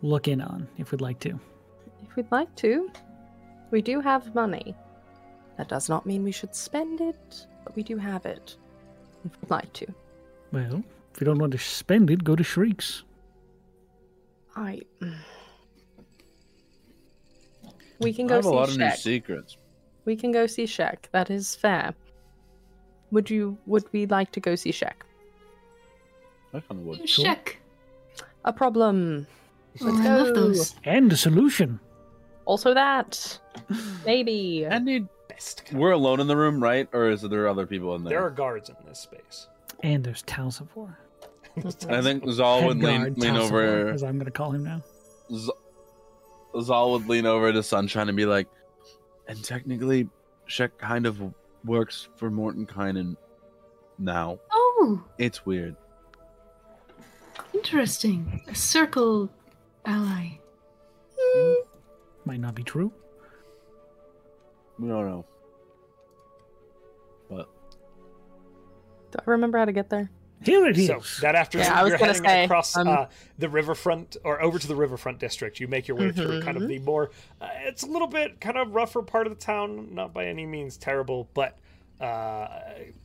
Speaker 6: look in on if we'd like to.
Speaker 2: If we'd like to, we do have money. That does not mean we should spend it, but we do have it. If we'd like to.
Speaker 6: Well, if you don't want to spend it, go to Shriek's.
Speaker 2: I. mm. We can
Speaker 3: I
Speaker 2: go
Speaker 3: have a lot
Speaker 2: see
Speaker 3: of new
Speaker 2: Shaq.
Speaker 3: secrets.
Speaker 2: we can go see Shaq. That is fair. Would you? Would we like to go see Shaq?
Speaker 3: I kind of would.
Speaker 5: Check.
Speaker 2: A problem.
Speaker 5: Oh, I love those.
Speaker 6: And a solution.
Speaker 2: Also that. Maybe.
Speaker 3: I need.
Speaker 4: Best. kind.
Speaker 3: We're alone in the room, right? Or is there other people in there?
Speaker 4: There are guards in this space.
Speaker 6: And there's Talsivore.
Speaker 3: I think Zal would lean,
Speaker 6: Head guard
Speaker 3: lean
Speaker 6: Talsivore,
Speaker 3: over.
Speaker 6: As I'm going to call him now.
Speaker 3: Z- Zal would lean over to Sunshine and be like, and technically, Shek kind of works for Mortenkainen now.
Speaker 5: Oh,
Speaker 3: It's weird.
Speaker 5: interesting. A circle ally.
Speaker 6: Might not be true.
Speaker 3: We don't know. But
Speaker 2: Do I remember how to get there?
Speaker 6: Here it is.
Speaker 4: So that afternoon,
Speaker 2: Yeah, I was
Speaker 4: you're
Speaker 2: gonna
Speaker 4: heading
Speaker 2: say,
Speaker 4: across
Speaker 2: um,
Speaker 4: uh, the riverfront or over to the riverfront district. You make your way through kind
Speaker 2: Mm-hmm.
Speaker 4: of the more, uh, it's a little bit kind of rougher part of the town, not by any means terrible, but uh,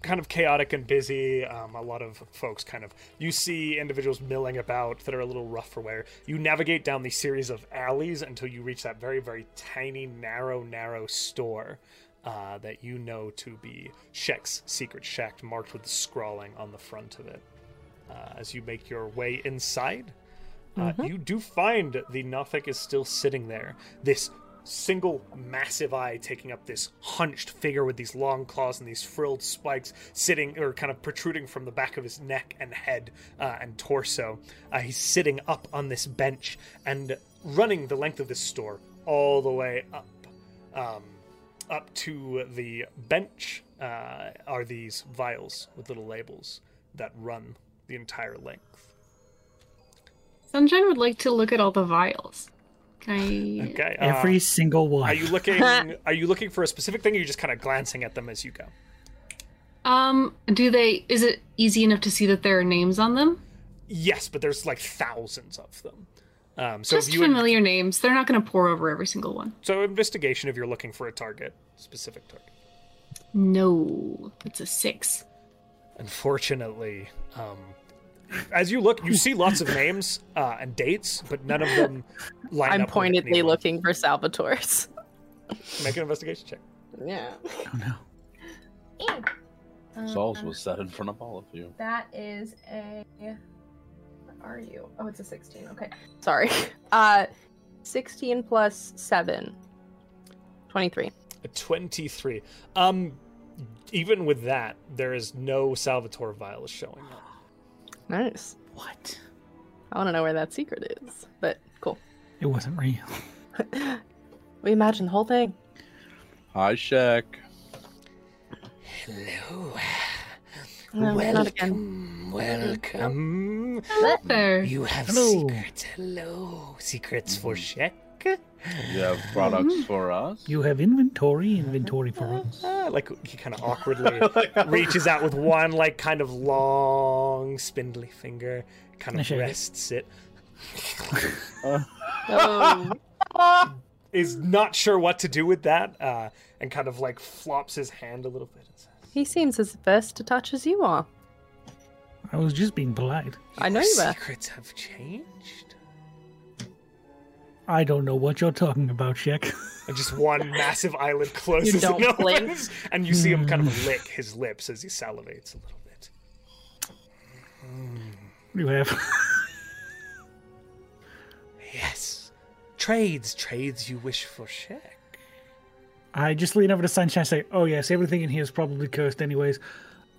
Speaker 4: kind of chaotic and busy. Um, a lot of folks kind of, you see individuals milling about that are a little rough for wear. You navigate down these series of alleys until you reach that very, very tiny, narrow, narrow store. Uh, that you know to be Shek's secret shack marked with scrawling on the front of it uh, as you make your way inside, uh, you do find the Nothic is still sitting there. This single massive eye taking up this hunched figure with these long claws and these frilled spikes sitting or kind of protruding from the back of his neck and head uh, and torso. Uh, he's sitting up on this bench and running the length of this store all the way up. Um, up to the bench uh, are these vials with little labels that run the entire length.
Speaker 5: Sunshine would like to look at all the vials. Can I?
Speaker 4: Okay. uh,
Speaker 6: Every single one.
Speaker 4: are you looking? Are you looking for a specific thing? Or are you just kind of glancing at them as you go?
Speaker 5: Um, do they? Is it easy enough to see that there are names on them?
Speaker 4: Yes, but there's like thousands of them. Um, so
Speaker 5: Just
Speaker 4: if you would-
Speaker 5: familiar names. They're not going to pour over every single one.
Speaker 4: so investigation if you're looking for a target, specific target.
Speaker 5: No, that's a six.
Speaker 4: Unfortunately, um, as you look, you see lots of names uh, and dates, but none of them line
Speaker 2: I'm
Speaker 4: up. with
Speaker 2: pointedly
Speaker 4: anyone.
Speaker 2: looking for Salvatore's.
Speaker 4: Make an investigation check.
Speaker 2: Yeah.
Speaker 6: Oh, no.
Speaker 5: Uh,
Speaker 3: Saul's was set in front of all of you.
Speaker 2: That is a. Where are you? Oh, it's a 16. Okay. Sorry. Uh, 16 plus 7. 23.
Speaker 4: A 23. Um, even with that, there is no Salvatore vials showing up.
Speaker 2: Nice.
Speaker 6: What?
Speaker 2: I want to know where that secret is, but cool.
Speaker 6: It wasn't real.
Speaker 2: We imagine the whole thing.
Speaker 3: Hi, Shaq.
Speaker 4: Hello.
Speaker 2: No, Um, not again.
Speaker 4: Welcome.
Speaker 5: Hello there.
Speaker 4: You have
Speaker 6: Hello.
Speaker 4: secrets. Hello. Secrets for Shek.
Speaker 3: You have
Speaker 5: Mm-hmm.
Speaker 3: products for us?
Speaker 6: You have inventory, inventory for us.
Speaker 4: Ah, like he kind of awkwardly reaches out with one like kind of long spindly finger, kind
Speaker 6: I
Speaker 4: of
Speaker 6: shake it.
Speaker 4: rests it.
Speaker 2: Oh,
Speaker 4: Is not sure what to do with that, uh, and kind of like flops his hand a little bit. And says,
Speaker 2: he seems as averse to touch as you are.
Speaker 6: I was just being polite.
Speaker 2: I know
Speaker 4: "Your
Speaker 2: you were.
Speaker 4: secrets have changed.
Speaker 6: I don't know what you're talking about, Shek.
Speaker 4: And just one massive eyelid closes
Speaker 2: You don't
Speaker 4: and
Speaker 2: blink. Hmm.
Speaker 4: opens, and you see him kind of lick his lips as he salivates a little bit.
Speaker 6: you have.
Speaker 4: Yes. Trades, trades you wish for check.
Speaker 6: I just lean over to Sunshine and say, Oh, yes, everything in here is probably cursed, anyways.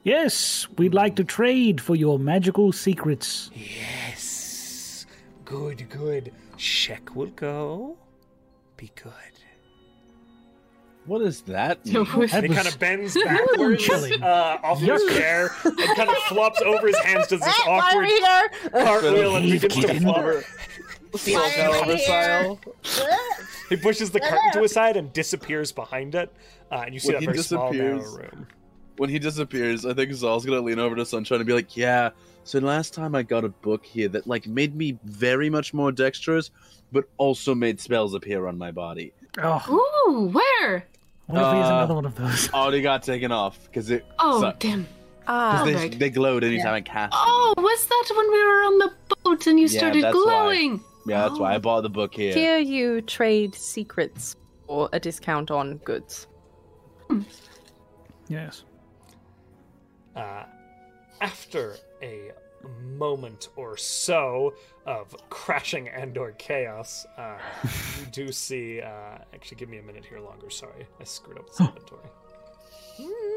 Speaker 6: Yes, we'd like to trade for your magical secrets.
Speaker 4: Yes. Good, good. Check will go. Be good.
Speaker 3: What is that?
Speaker 5: No,
Speaker 3: mean?
Speaker 6: That
Speaker 4: And he
Speaker 6: was-
Speaker 4: kind of bends backwards
Speaker 6: chilling.
Speaker 4: uh, off his chair and kind of flops over his hands, does this awkward cartwheel and
Speaker 6: Leave,
Speaker 4: begins to
Speaker 6: kitten.
Speaker 4: flubber.
Speaker 3: Well,
Speaker 4: He pushes the curtain to his side and disappears behind it. Uh, and you see
Speaker 3: When
Speaker 4: that
Speaker 3: he
Speaker 4: very small narrow
Speaker 3: disappears-
Speaker 4: room.
Speaker 3: when he disappears, I think Zal's gonna lean over to Sunshine and be like, "Yeah." So last time I got a book here that like made me very much more dexterous, but also made spells appear on my body.
Speaker 6: Oh,
Speaker 5: Ooh, where?
Speaker 6: what if here's
Speaker 3: Uh,
Speaker 6: another one of those?
Speaker 3: Already got taken off because it.
Speaker 5: Oh,
Speaker 3: sucked.
Speaker 5: damn.
Speaker 3: 'Cause
Speaker 2: Ah,
Speaker 3: they,
Speaker 5: Alright.
Speaker 3: they glowed anytime I cast. them.
Speaker 5: Oh, was that when we were on the boat and you
Speaker 3: Yeah,
Speaker 5: started
Speaker 3: that's why.
Speaker 5: glowing?
Speaker 3: yeah, that's
Speaker 5: Oh.
Speaker 3: why I bought the book here.
Speaker 2: here you trade secrets for a discount on goods.
Speaker 6: Yes.
Speaker 4: Uh, after a moment or so of crashing and/or chaos, uh, you do see. Uh, actually, give me a minute here longer. Sorry, I screwed up the inventory.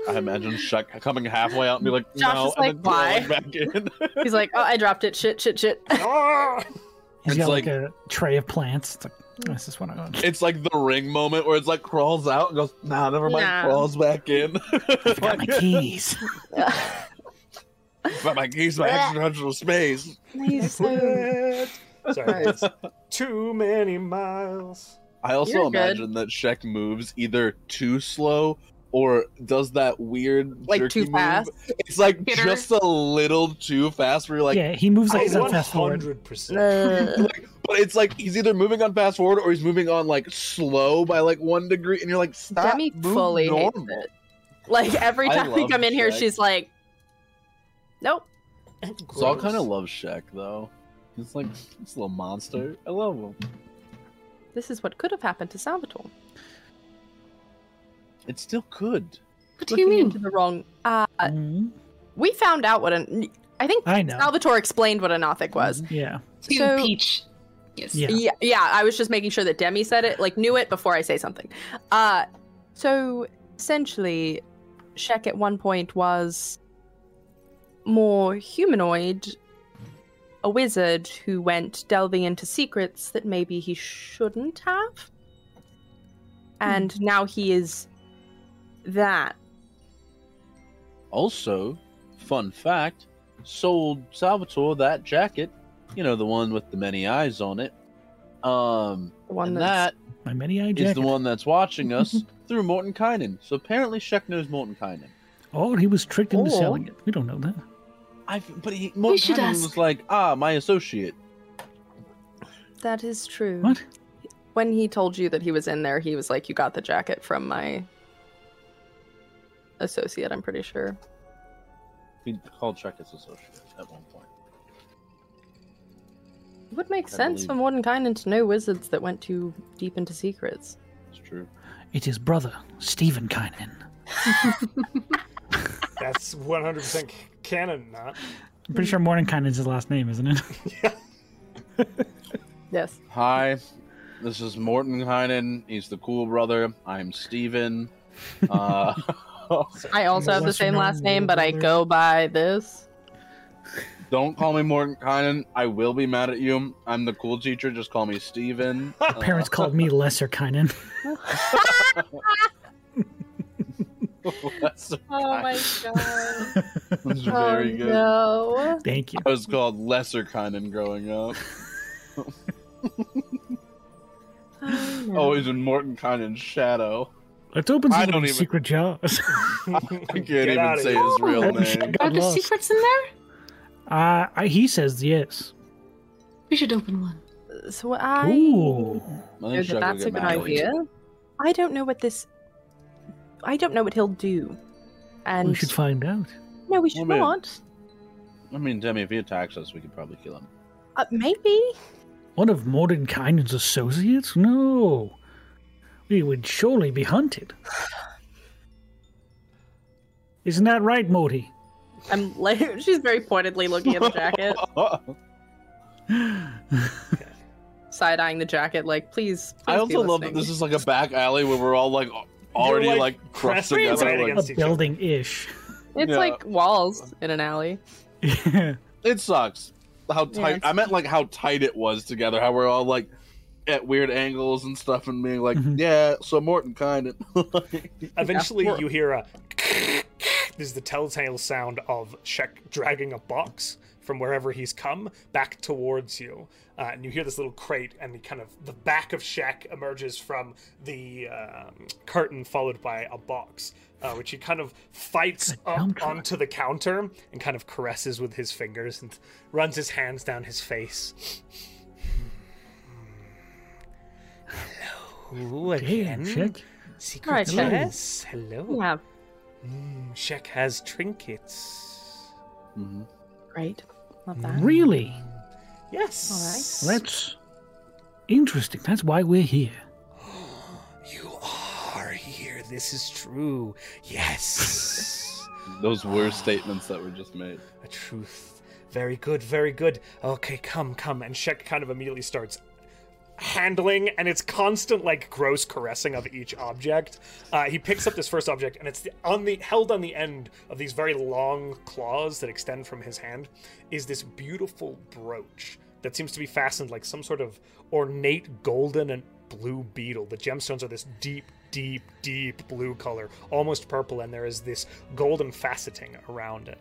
Speaker 3: I imagine Shuck coming halfway out and be like,
Speaker 2: Josh
Speaker 3: "No,"
Speaker 2: is
Speaker 3: and
Speaker 2: like,
Speaker 3: then
Speaker 2: "Why?"
Speaker 3: glowing back in.
Speaker 2: He's like, oh, I dropped it. Shit, shit, shit.
Speaker 4: Ah!
Speaker 6: He's
Speaker 3: It's
Speaker 6: got like,
Speaker 3: like-
Speaker 6: a tray of plants. It's like, this is what I want.
Speaker 3: it's like the ring moment where it's like crawls out and goes, "Nah, never mind."
Speaker 2: Nah.
Speaker 3: Crawls back in.
Speaker 6: I forgot my keys.
Speaker 3: but my keys, my extraterrestrial space.
Speaker 2: He's so.
Speaker 4: Sorry, it's too many miles.
Speaker 3: I also
Speaker 2: You're good.
Speaker 3: imagine that Shek moves either too slow or does that weird
Speaker 2: Like
Speaker 3: jerky
Speaker 2: too
Speaker 3: move.
Speaker 2: fast.
Speaker 3: It's like
Speaker 5: Hitter.
Speaker 3: just a little too fast. Where you're like,
Speaker 6: yeah, he moves like
Speaker 4: I
Speaker 6: he's on fast forward.
Speaker 4: 100%.
Speaker 3: but it's like he's either moving on fast forward or he's moving on like slow by like one degree, and you're like, stop.
Speaker 2: Demi
Speaker 3: move
Speaker 2: fully hates
Speaker 3: normal.
Speaker 2: it. Like every
Speaker 3: I
Speaker 2: time we
Speaker 3: love
Speaker 2: come in here,
Speaker 3: Shrek.
Speaker 2: she's like, "Nope."
Speaker 3: Saul kind of
Speaker 4: Gross.
Speaker 3: loves Shek though. He's like this little monster. I love him.
Speaker 2: This is what could have happened to Salvatore.
Speaker 3: It still could.
Speaker 5: What do you
Speaker 2: Looking into
Speaker 5: mean?
Speaker 2: the wrong. Uh,
Speaker 6: Mhm.
Speaker 2: we found out what an. I think
Speaker 6: I know.
Speaker 2: Salvatore explained what anothic was.
Speaker 6: Yeah.
Speaker 5: To
Speaker 2: So-
Speaker 5: Peach. Yes.
Speaker 6: Yeah.
Speaker 2: Yeah, yeah. I was just making sure that Demi said it, like knew it before I say something. Uh, so essentially, Shek at one point was more humanoid, a wizard who went delving into secrets that maybe he shouldn't have, and now he is that.
Speaker 3: Also, fun fact sold Salvatore that jacket, you know, the one with the many eyes on it. Um,
Speaker 2: The one
Speaker 3: and
Speaker 2: that's
Speaker 3: that
Speaker 6: My many
Speaker 3: is
Speaker 6: eyed jacket.
Speaker 3: the one that's watching us through Morton Kynan. So apparently, Shek knows Morton Kynan.
Speaker 6: Or Oh, he was tricked into
Speaker 3: Oh.
Speaker 2: Or-
Speaker 6: selling it. We don't know that.
Speaker 3: I but he Morton
Speaker 5: should
Speaker 3: Kynan
Speaker 5: ask.
Speaker 3: was like, ah, my associate.
Speaker 2: that is true.
Speaker 6: What?
Speaker 2: When he told you that he was in there, he was like, "You got the jacket from my associate." I'm pretty sure.
Speaker 3: He called Shek his associate at one point.
Speaker 2: It would make
Speaker 3: I
Speaker 2: sense for Mordenkainen to know wizards that went too deep into secrets.
Speaker 3: It's true.
Speaker 6: It's his brother, Stephen Kynan.
Speaker 4: That's 100% c- canon, not.
Speaker 6: I'm pretty sure Mordenkainen's his last name, isn't it?
Speaker 2: Yes.
Speaker 3: Hi, this is Morton Kynan. He's the cool brother. I'm Steven. Uh,
Speaker 2: I also have the same last name, but I go by this.
Speaker 3: don't call me Morton Kynan. I will be mad at you. I'm the cool teacher. Just call me Steven. Uh,
Speaker 6: Parents called me Lesser Kynan.
Speaker 3: that's-
Speaker 2: Oh god. Oh,
Speaker 3: that's very good.
Speaker 2: No.
Speaker 6: Thank you.
Speaker 3: I was called Lesser Kynan growing up.
Speaker 2: Oh,
Speaker 3: Always Oh, in Morton Kynan's shadow.
Speaker 6: Let's open
Speaker 3: I
Speaker 6: some of
Speaker 3: don't
Speaker 6: these
Speaker 3: even-
Speaker 6: secret jars.
Speaker 3: I can't
Speaker 4: Get
Speaker 3: even
Speaker 4: outta
Speaker 3: say
Speaker 4: here.
Speaker 3: his real
Speaker 6: Oh,
Speaker 3: name.
Speaker 6: shit.
Speaker 5: Are
Speaker 6: Got
Speaker 5: there
Speaker 6: lost.
Speaker 5: secrets in there?
Speaker 6: uh, I, he says yes.
Speaker 5: We should open one.
Speaker 2: So I
Speaker 6: Ooh.
Speaker 3: My
Speaker 2: know
Speaker 3: name's
Speaker 2: that
Speaker 3: Chuck, I'll
Speaker 2: that's
Speaker 3: get
Speaker 2: a good
Speaker 3: mad at you.
Speaker 2: idea. I don't know what this. I don't know what he'll do. And
Speaker 6: We should find out.
Speaker 2: no, we should
Speaker 3: Well, maybe-
Speaker 2: not.
Speaker 3: I mean, Demi, if he attacks us, we could probably kill him.
Speaker 2: Uh, maybe.
Speaker 6: One of Mordenkainen's associates? No. We would surely be hunted. Isn't that right, Morty?
Speaker 2: I'm like, she's very pointedly looking at the jacket, side eyeing the jacket, like, please. please
Speaker 3: I
Speaker 2: be
Speaker 3: also love that
Speaker 2: listening.
Speaker 3: this is like a back alley where we're all like al- already
Speaker 4: You're,
Speaker 3: like,
Speaker 4: like, pressed
Speaker 3: crushed together.
Speaker 4: right
Speaker 3: like-
Speaker 6: A
Speaker 4: against- Institute.
Speaker 6: building ish.
Speaker 2: It's
Speaker 3: Yeah.
Speaker 2: like walls in an alley.
Speaker 3: it sucks how tight.
Speaker 2: it's-
Speaker 3: I meant like how tight it was together. How we're all like at weird angles and stuff, and being like,
Speaker 6: Mhm.
Speaker 3: yeah. So Morton kind of.
Speaker 4: Eventually,
Speaker 2: Yeah.
Speaker 4: you hear a. This is the telltale sound of Shek dragging a box from wherever he's come back towards you. Uh, and you hear this little crate, and the kind of the back of Shek emerges from the um, curtain, followed by a box, uh, which he kind of fights
Speaker 6: Like a dump
Speaker 4: up
Speaker 6: truck.
Speaker 4: onto the counter and kind of caresses with his fingers and runs his hands down his face. Hello
Speaker 6: Damn,
Speaker 4: again.
Speaker 6: chick.
Speaker 4: Secret
Speaker 2: Right, Shek.
Speaker 4: yes. Hello.
Speaker 2: Yeah,
Speaker 4: Mm, Shek has trinkets.
Speaker 3: Mhm.
Speaker 2: great. Love that.
Speaker 6: Really?
Speaker 4: Yes.
Speaker 6: That's interesting. That's why we're here.
Speaker 4: You are here. This is true. Yes.
Speaker 3: Those were statements that were just made.
Speaker 4: A truth. Very good. Very good. Okay, come, come. And Shek kind of immediately starts handling and it's constant like gross caressing of each object uh, he picks up this first object and it's the, on the held on the end of these very long claws that extend from his hand is this beautiful brooch that seems to be fastened like some sort of ornate golden and blue beetle the gemstones are this deep deep deep blue color almost purple and there is this golden faceting around it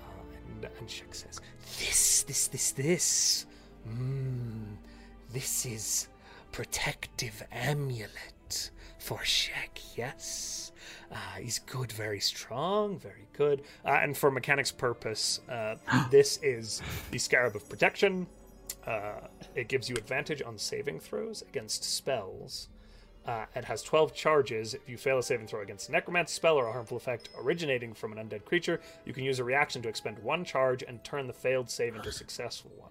Speaker 4: uh, and, and Shek says this this this this Mmm, this is protective amulet for Shek, yes. Uh, he's good, very strong, very good. Uh, and for mechanic's purpose, uh, this is the Scarab of Protection. Uh, it gives you advantage on saving throws against spells. Uh, it has 12 charges. If you fail a saving throw against a necromancy spell or a harmful effect originating from an undead creature, you can use a reaction to expend one charge and turn the failed save into a successful one.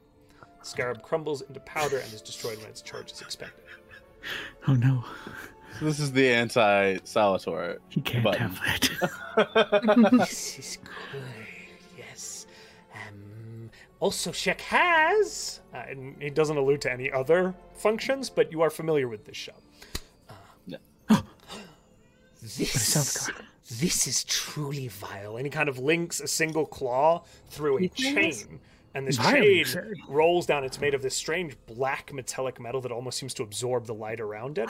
Speaker 4: Scarab crumbles into powder and is destroyed when its charge is expended.
Speaker 6: Oh no.
Speaker 3: So this is the anti Salvatore.
Speaker 6: He can't
Speaker 3: Button.
Speaker 6: have that.
Speaker 4: this is good. Yes. Um, also, Shek has, uh, and it doesn't allude to any other functions, but you are familiar with this shop.
Speaker 3: No.
Speaker 4: this, this is truly vile. And he kind of links a single claw through a chain. And this
Speaker 6: Vile,
Speaker 4: chain
Speaker 6: you say?
Speaker 4: rolls down. It's made of this strange black metallic metal that almost seems to absorb the light around it.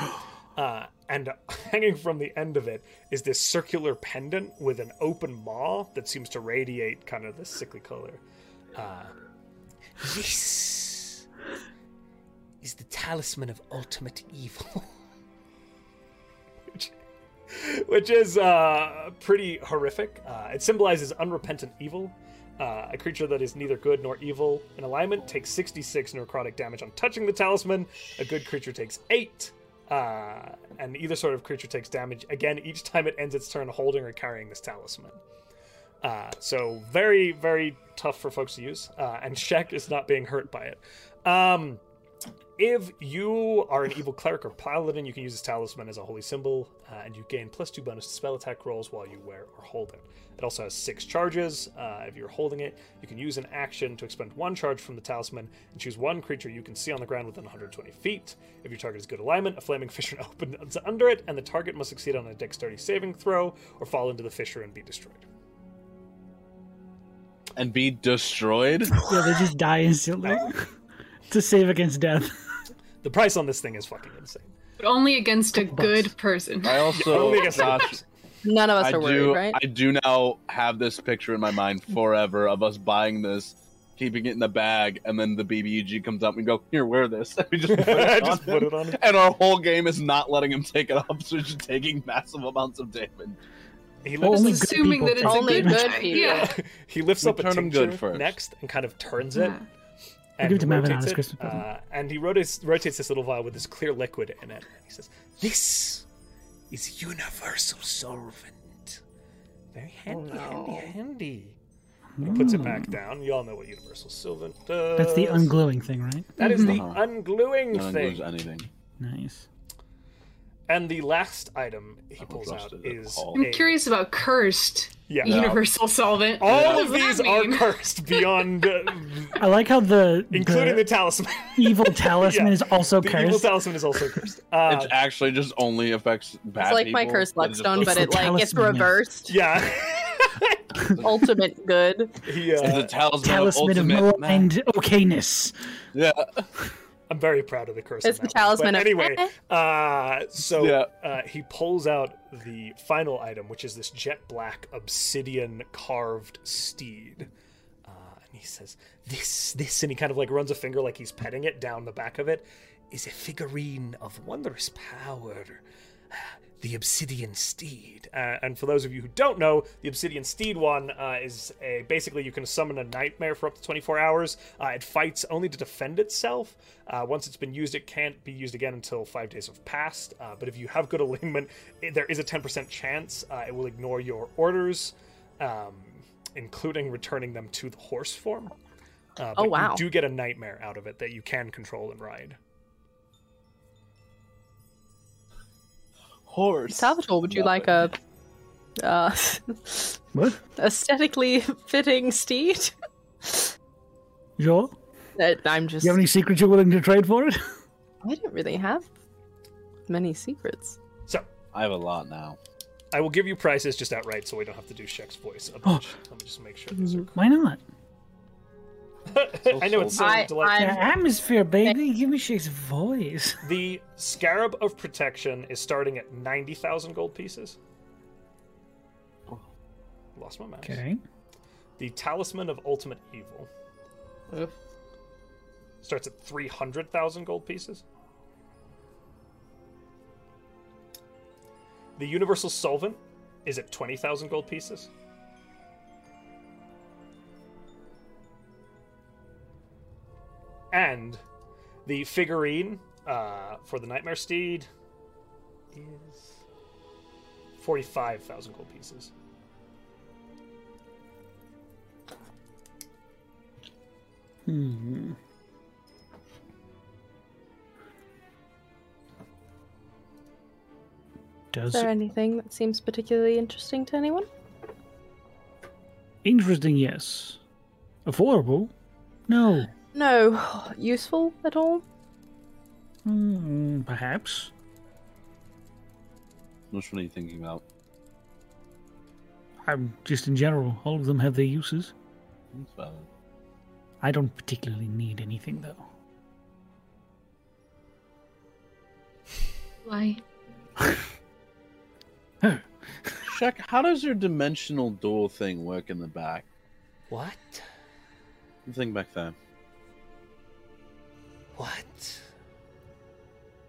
Speaker 4: Uh, and hanging from the end of it is this circular pendant with an open maw that seems to radiate kind of this sickly color. Uh, this is the talisman of ultimate evil. which, which is uh, pretty horrific. Uh, it symbolizes unrepentant evil. Uh, a creature that is neither good nor evil in alignment takes 66 necrotic damage on touching the talisman. A good creature takes 8. Uh, and either sort of creature takes damage again each time it ends its turn holding or carrying this talisman. Uh, so very, very tough for folks to use, uh, and Shek is not being hurt by it. Um, if you are an evil cleric or paladin, you can use this talisman as a holy symbol, uh, and you gain plus two bonus to spell attack rolls while you wear or hold it. It also has six charges. Uh, if you're holding it, you can use an action to expend one charge from the talisman and choose one creature you can see on the ground within 120 feet. If your target is good alignment, a flaming fissure opens under it, and the target must succeed on a dexterity saving throw or fall into the fissure and be destroyed.
Speaker 3: and be destroyed.
Speaker 6: Yeah, they just die instantly to save against death.
Speaker 4: The price on this thing is fucking insane.
Speaker 5: But only against a good person.
Speaker 3: I also,
Speaker 4: Only against
Speaker 3: Josh,
Speaker 2: None of us
Speaker 3: I
Speaker 2: are worried,
Speaker 3: do,
Speaker 2: right?
Speaker 3: I do now have this picture in my mind forever of us buying this, keeping it in the bag, and then the BBUG comes up and we go, "Here, wear this." And we just put it on
Speaker 4: Just put
Speaker 3: him.
Speaker 4: it on.
Speaker 3: And our whole game is not letting him take it off, so he's just taking massive amounts of damage.
Speaker 4: He
Speaker 6: Well,
Speaker 4: lifts,
Speaker 6: only
Speaker 5: Just
Speaker 6: good
Speaker 5: assuming
Speaker 6: people
Speaker 5: that it's
Speaker 6: take
Speaker 5: a
Speaker 2: Only
Speaker 5: good,
Speaker 2: good people.
Speaker 5: Yeah.
Speaker 4: he lifts
Speaker 3: We
Speaker 4: up a
Speaker 3: turn
Speaker 4: tincture
Speaker 3: 'em good first.
Speaker 4: next and kind of turns it.
Speaker 6: I
Speaker 4: And
Speaker 6: give it to Maven on
Speaker 4: rotates
Speaker 6: his
Speaker 4: it,
Speaker 6: Christmas present.
Speaker 4: uh, and he rotates, rotates this little vial with this clear liquid in it. He says, "This is universal solvent. Very handy, handy, handy." He puts it back down. You all know what universal solvent does.
Speaker 6: That's the ungluing thing, right?
Speaker 4: That is the
Speaker 3: Uh-huh.
Speaker 4: ungluing
Speaker 3: None of them
Speaker 4: thing.
Speaker 3: lose anything.
Speaker 6: Nice.
Speaker 4: And the last item he pulls
Speaker 3: trust
Speaker 4: out
Speaker 3: it at
Speaker 4: is
Speaker 3: all.
Speaker 5: I'm
Speaker 4: a-
Speaker 5: curious about cursed
Speaker 4: Yeah.
Speaker 5: universal solvent.
Speaker 4: All
Speaker 5: What
Speaker 4: of
Speaker 5: does
Speaker 4: these
Speaker 5: that
Speaker 4: are
Speaker 5: mean?
Speaker 4: cursed beyond, uh,
Speaker 6: I like how the
Speaker 4: including the
Speaker 6: the,
Speaker 4: talisman.
Speaker 6: evil talisman
Speaker 4: Yeah.
Speaker 6: is also
Speaker 4: the evil
Speaker 6: Oh, cursed.
Speaker 4: talisman is also cursed. Uh,
Speaker 3: It's actually just only affects bad
Speaker 2: It's like my
Speaker 3: people,
Speaker 2: curse
Speaker 3: but it just
Speaker 2: luckstone, but
Speaker 3: doesn't-
Speaker 2: it like it's
Speaker 6: Talisman, yes.
Speaker 2: reversed.
Speaker 4: yeah,
Speaker 2: Ultimate good.
Speaker 4: he, uh,
Speaker 3: It's a talisman,
Speaker 6: talisman of
Speaker 3: ultimate
Speaker 6: maligned okayness.
Speaker 3: Yeah,
Speaker 4: I'm very proud of the curse.
Speaker 2: It's
Speaker 4: on
Speaker 2: the
Speaker 4: that
Speaker 2: talisman
Speaker 4: one. But
Speaker 2: of
Speaker 4: anyway. Uh, so
Speaker 3: Yeah.
Speaker 4: uh, he pulls out the final item, which is this jet black obsidian carved steed. Uh, and he says, "This, this," and he kind of like runs a finger like he's petting it down the back of it. Is a figurine of wondrous power. the Obsidian Steed. Uh, and for those of you who don't know, the Obsidian Steed one uh, is a basically you can summon a nightmare for up to 24 hours. Uh, it fights only to defend itself. Uh, once it's been used, it can't be used again until five days have passed. Uh, but if you have good alignment, it, there is a 10% chance uh, it will ignore your orders, um, including returning them to the horse form. Uh, but
Speaker 2: Oh, wow.
Speaker 4: You do get a nightmare out of it that you can control and ride.
Speaker 3: horse.
Speaker 2: Salvatore, would you like a uh,
Speaker 6: What?
Speaker 2: aesthetically fitting steed?
Speaker 6: Joel,
Speaker 2: Uh, I'm just.
Speaker 6: you have any secrets you're willing to trade for it?
Speaker 2: I don't really have many secrets.
Speaker 4: So.
Speaker 3: I have a lot now.
Speaker 4: I will give you prices just outright, so we don't have to do Shek's voice a bunch. Let me just make sure. These are...
Speaker 6: Why not?
Speaker 4: I know it's so
Speaker 2: I-
Speaker 4: delightful.
Speaker 2: I'm-
Speaker 6: The atmosphere, baby. Give me Shake's voice.
Speaker 4: The Scarab of Protection is starting at ninety thousand gold pieces. Oh. Lost my mouse.
Speaker 6: Okay.
Speaker 4: The Talisman of Ultimate Evil starts at three hundred thousand gold pieces. The Universal Solvent is at twenty thousand gold pieces. And the figurine uh, for the Nightmare Steed is 45,000 gold pieces.
Speaker 6: Hmm. Does
Speaker 2: Is there anything that seems particularly interesting to anyone?
Speaker 6: interesting? Yes. Affordable? No.
Speaker 2: No. Useful at all?
Speaker 6: Hmm, perhaps.
Speaker 3: Which one are you thinking about?
Speaker 6: I'm just in general. All of them have their uses.
Speaker 3: That's valid.
Speaker 6: I don't particularly need anything though.
Speaker 5: Why?
Speaker 3: Check. How does your dimensional door thing work in the back?
Speaker 4: What?
Speaker 3: The thing back there.
Speaker 4: What?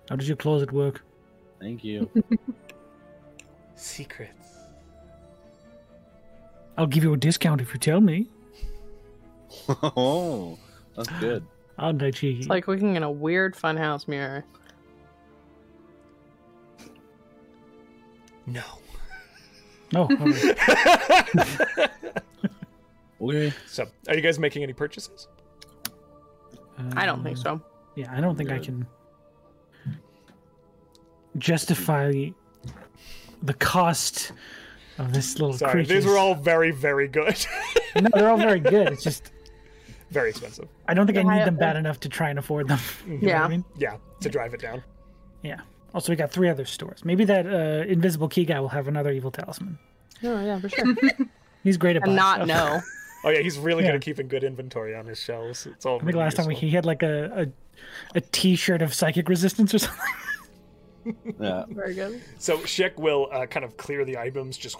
Speaker 6: How does your closet work?
Speaker 3: Thank you.
Speaker 4: Secrets.
Speaker 6: I'll give you a discount if you tell me.
Speaker 3: oh, that's good.
Speaker 4: Um,
Speaker 6: Aren't I cheeky?
Speaker 2: It's like looking in a weird funhouse mirror.
Speaker 4: No.
Speaker 6: no. Oh, all right.
Speaker 3: Okay.
Speaker 4: So, are you guys making any purchases?
Speaker 2: I don't think so.
Speaker 6: Um, Yeah, I don't think I
Speaker 3: Good.
Speaker 6: can justify the cost of this little
Speaker 4: Sorry,
Speaker 6: creature.
Speaker 4: these were all very, very good.
Speaker 6: no, they're all very good. It's just
Speaker 4: very expensive.
Speaker 6: I don't think I
Speaker 2: Yeah,
Speaker 6: need
Speaker 2: I-
Speaker 6: them bad enough to try and afford them. Mm-hmm. You know what
Speaker 2: Yeah.
Speaker 6: I mean?
Speaker 4: Yeah, to drive it down.
Speaker 6: Yeah. Also, we got three other stores. Maybe that uh, invisible key guy will have another evil talisman.
Speaker 2: Oh yeah, for sure.
Speaker 6: He's great at
Speaker 2: and
Speaker 6: buying
Speaker 2: not
Speaker 6: stuff.
Speaker 2: know.
Speaker 4: Oh yeah, he's really
Speaker 6: Yeah.
Speaker 4: good at keeping good inventory on his shelves. It's all.
Speaker 6: I think last time we, he had like a, a a T-shirt of psychic resistance or something.
Speaker 3: Yeah.
Speaker 2: Very good.
Speaker 4: So Shek will uh, kind of clear the items just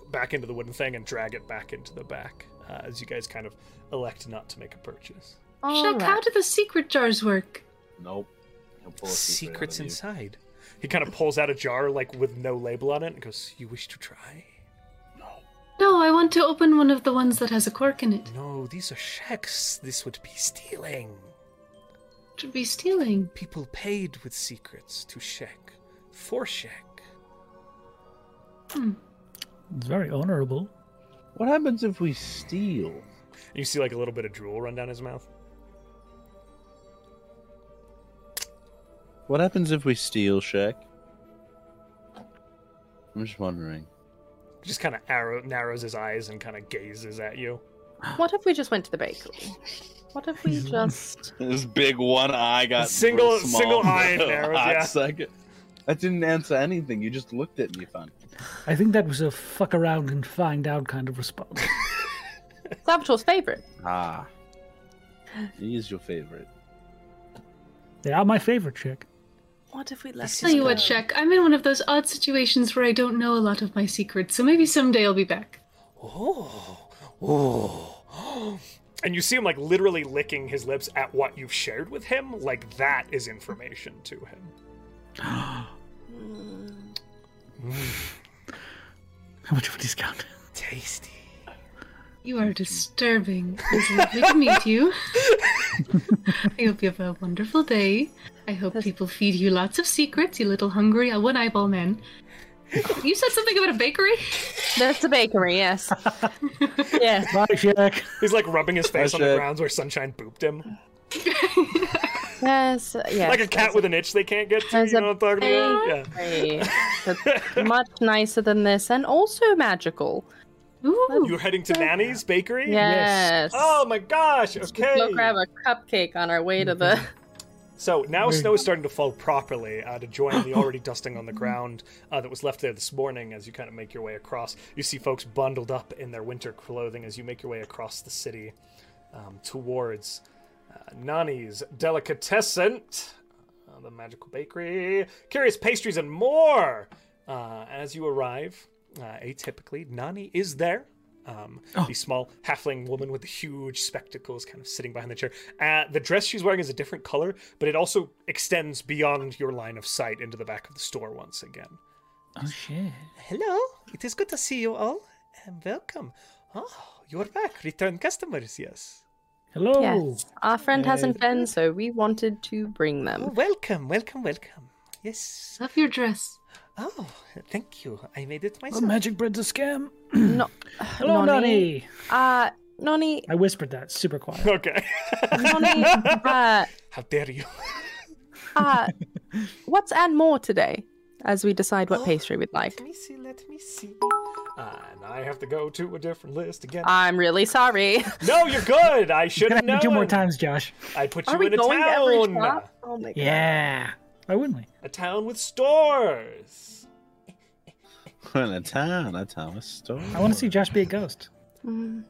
Speaker 4: back into the wooden thing and drag it back into the back uh, as you guys kind of elect not to make a purchase.
Speaker 5: Shuck, how do the secret jars work?
Speaker 3: Nope. He'll pull a secret
Speaker 4: Secrets
Speaker 3: out of you.
Speaker 4: inside. He kind of pulls out a jar like with no label on it and goes, "You wish to try?
Speaker 5: No, I want to open one of the ones that has a cork in it.
Speaker 4: No, these are Shek's. This would be stealing.
Speaker 5: To be stealing.
Speaker 4: People paid with secrets to Shek for Shek.
Speaker 5: Hmm.
Speaker 6: It's very honorable.
Speaker 3: What happens if we steal?
Speaker 4: You see like a little bit of drool run down his mouth.
Speaker 3: What happens if we steal, Shaq? I'm just wondering.
Speaker 4: Just kind of arrow narrows his eyes and kind of gazes at you.
Speaker 2: What if we just went to the bakery? What if we just
Speaker 3: This big one eye got
Speaker 4: Single-
Speaker 3: real small
Speaker 4: single
Speaker 3: for
Speaker 4: eye
Speaker 3: a
Speaker 4: narrows,
Speaker 3: hot
Speaker 4: yeah.
Speaker 3: second. That didn't answer anything. You just looked at me fun.
Speaker 6: I think that was a fuck around and find out kind of response.
Speaker 2: Salvatore's favorite?
Speaker 3: Ah. He is your favorite.
Speaker 6: they are my favorite chick.
Speaker 2: What if we left?
Speaker 5: Tell you what, Shek, I'm in one of those odd situations where I don't know a lot of my secrets, so maybe someday I'll be back.
Speaker 4: Oh, oh. And you see him like literally licking his lips at what you've shared with him. Like that is information to him.
Speaker 6: How much of a discount?
Speaker 4: Tasty.
Speaker 5: You are disturbing. It was lovely to meet you. I hope you have a wonderful day. I hope people feed you lots of secrets, you little hungry uh, one eyeball man. You said something about a bakery?
Speaker 2: There's the bakery. Yes. yes.
Speaker 6: Bye, chick.
Speaker 4: He's like rubbing his face on the
Speaker 3: Shaq.
Speaker 4: grounds where sunshine booped him.
Speaker 2: Yes. Yes.
Speaker 4: Like a cat with an itch they can't get to.
Speaker 2: There's
Speaker 4: You
Speaker 2: a
Speaker 4: know what I'm talking about? Yeah.
Speaker 2: bakery that's much nicer than this, and also magical.
Speaker 5: Ooh.
Speaker 4: You're heading to Nanny's bakery?
Speaker 2: Yes.
Speaker 4: Oh my gosh. Okay.
Speaker 2: Go grab a cupcake on our way to the.
Speaker 4: So now snow is starting to fall properly uh, to join the already dusting on the ground uh, that was left there this morning as you kind of make your way across. You see folks bundled up in their winter clothing as you make your way across the city um, towards uh, Nani's Delicatessen, uh, the magical bakery, curious pastries, and more. Uh, as you arrive, uh, atypically, Nani is there. Um, The small halfling woman with the huge spectacles kind of sitting behind the chair. Uh, the dress she's wearing is a different color, but it also extends beyond your line of sight into the back of the store once again.
Speaker 6: Oh shit.
Speaker 4: Hello, it is good to see you all, and welcome. Oh, you're back. Return customers, yes.
Speaker 6: Hello.
Speaker 2: Yes. Our friend hasn't been, so we wanted to bring
Speaker 6: Oh.
Speaker 2: them.
Speaker 4: welcome, welcome, welcome. Yes.
Speaker 5: Love your dress.
Speaker 4: Oh, thank you. I made it
Speaker 6: Oh, magic bread's a scam.
Speaker 2: No,
Speaker 6: Hello,
Speaker 2: Nonny.
Speaker 6: Nonny.
Speaker 2: uh, Nonny,
Speaker 6: I whispered that super quiet.
Speaker 4: Okay.
Speaker 2: Nonny, uh,
Speaker 4: How dare you?
Speaker 2: uh, what's and more today? As we decide what pastry we'd like.
Speaker 4: Let me see, let me see. Uh, and I have to go to a different list again.
Speaker 2: I'm really sorry.
Speaker 4: no, you're good. I should
Speaker 6: Can I
Speaker 4: have
Speaker 6: have you two more
Speaker 4: known.
Speaker 6: times, Josh?
Speaker 4: I put
Speaker 2: Are
Speaker 4: you
Speaker 2: we
Speaker 4: in a
Speaker 2: going to every
Speaker 4: town.
Speaker 2: shop? Oh my god.
Speaker 6: Yeah. Why wouldn't we?
Speaker 4: a town with stores.
Speaker 3: We're in a town. A town is story.
Speaker 6: I want to see Josh be a ghost.
Speaker 2: Mm.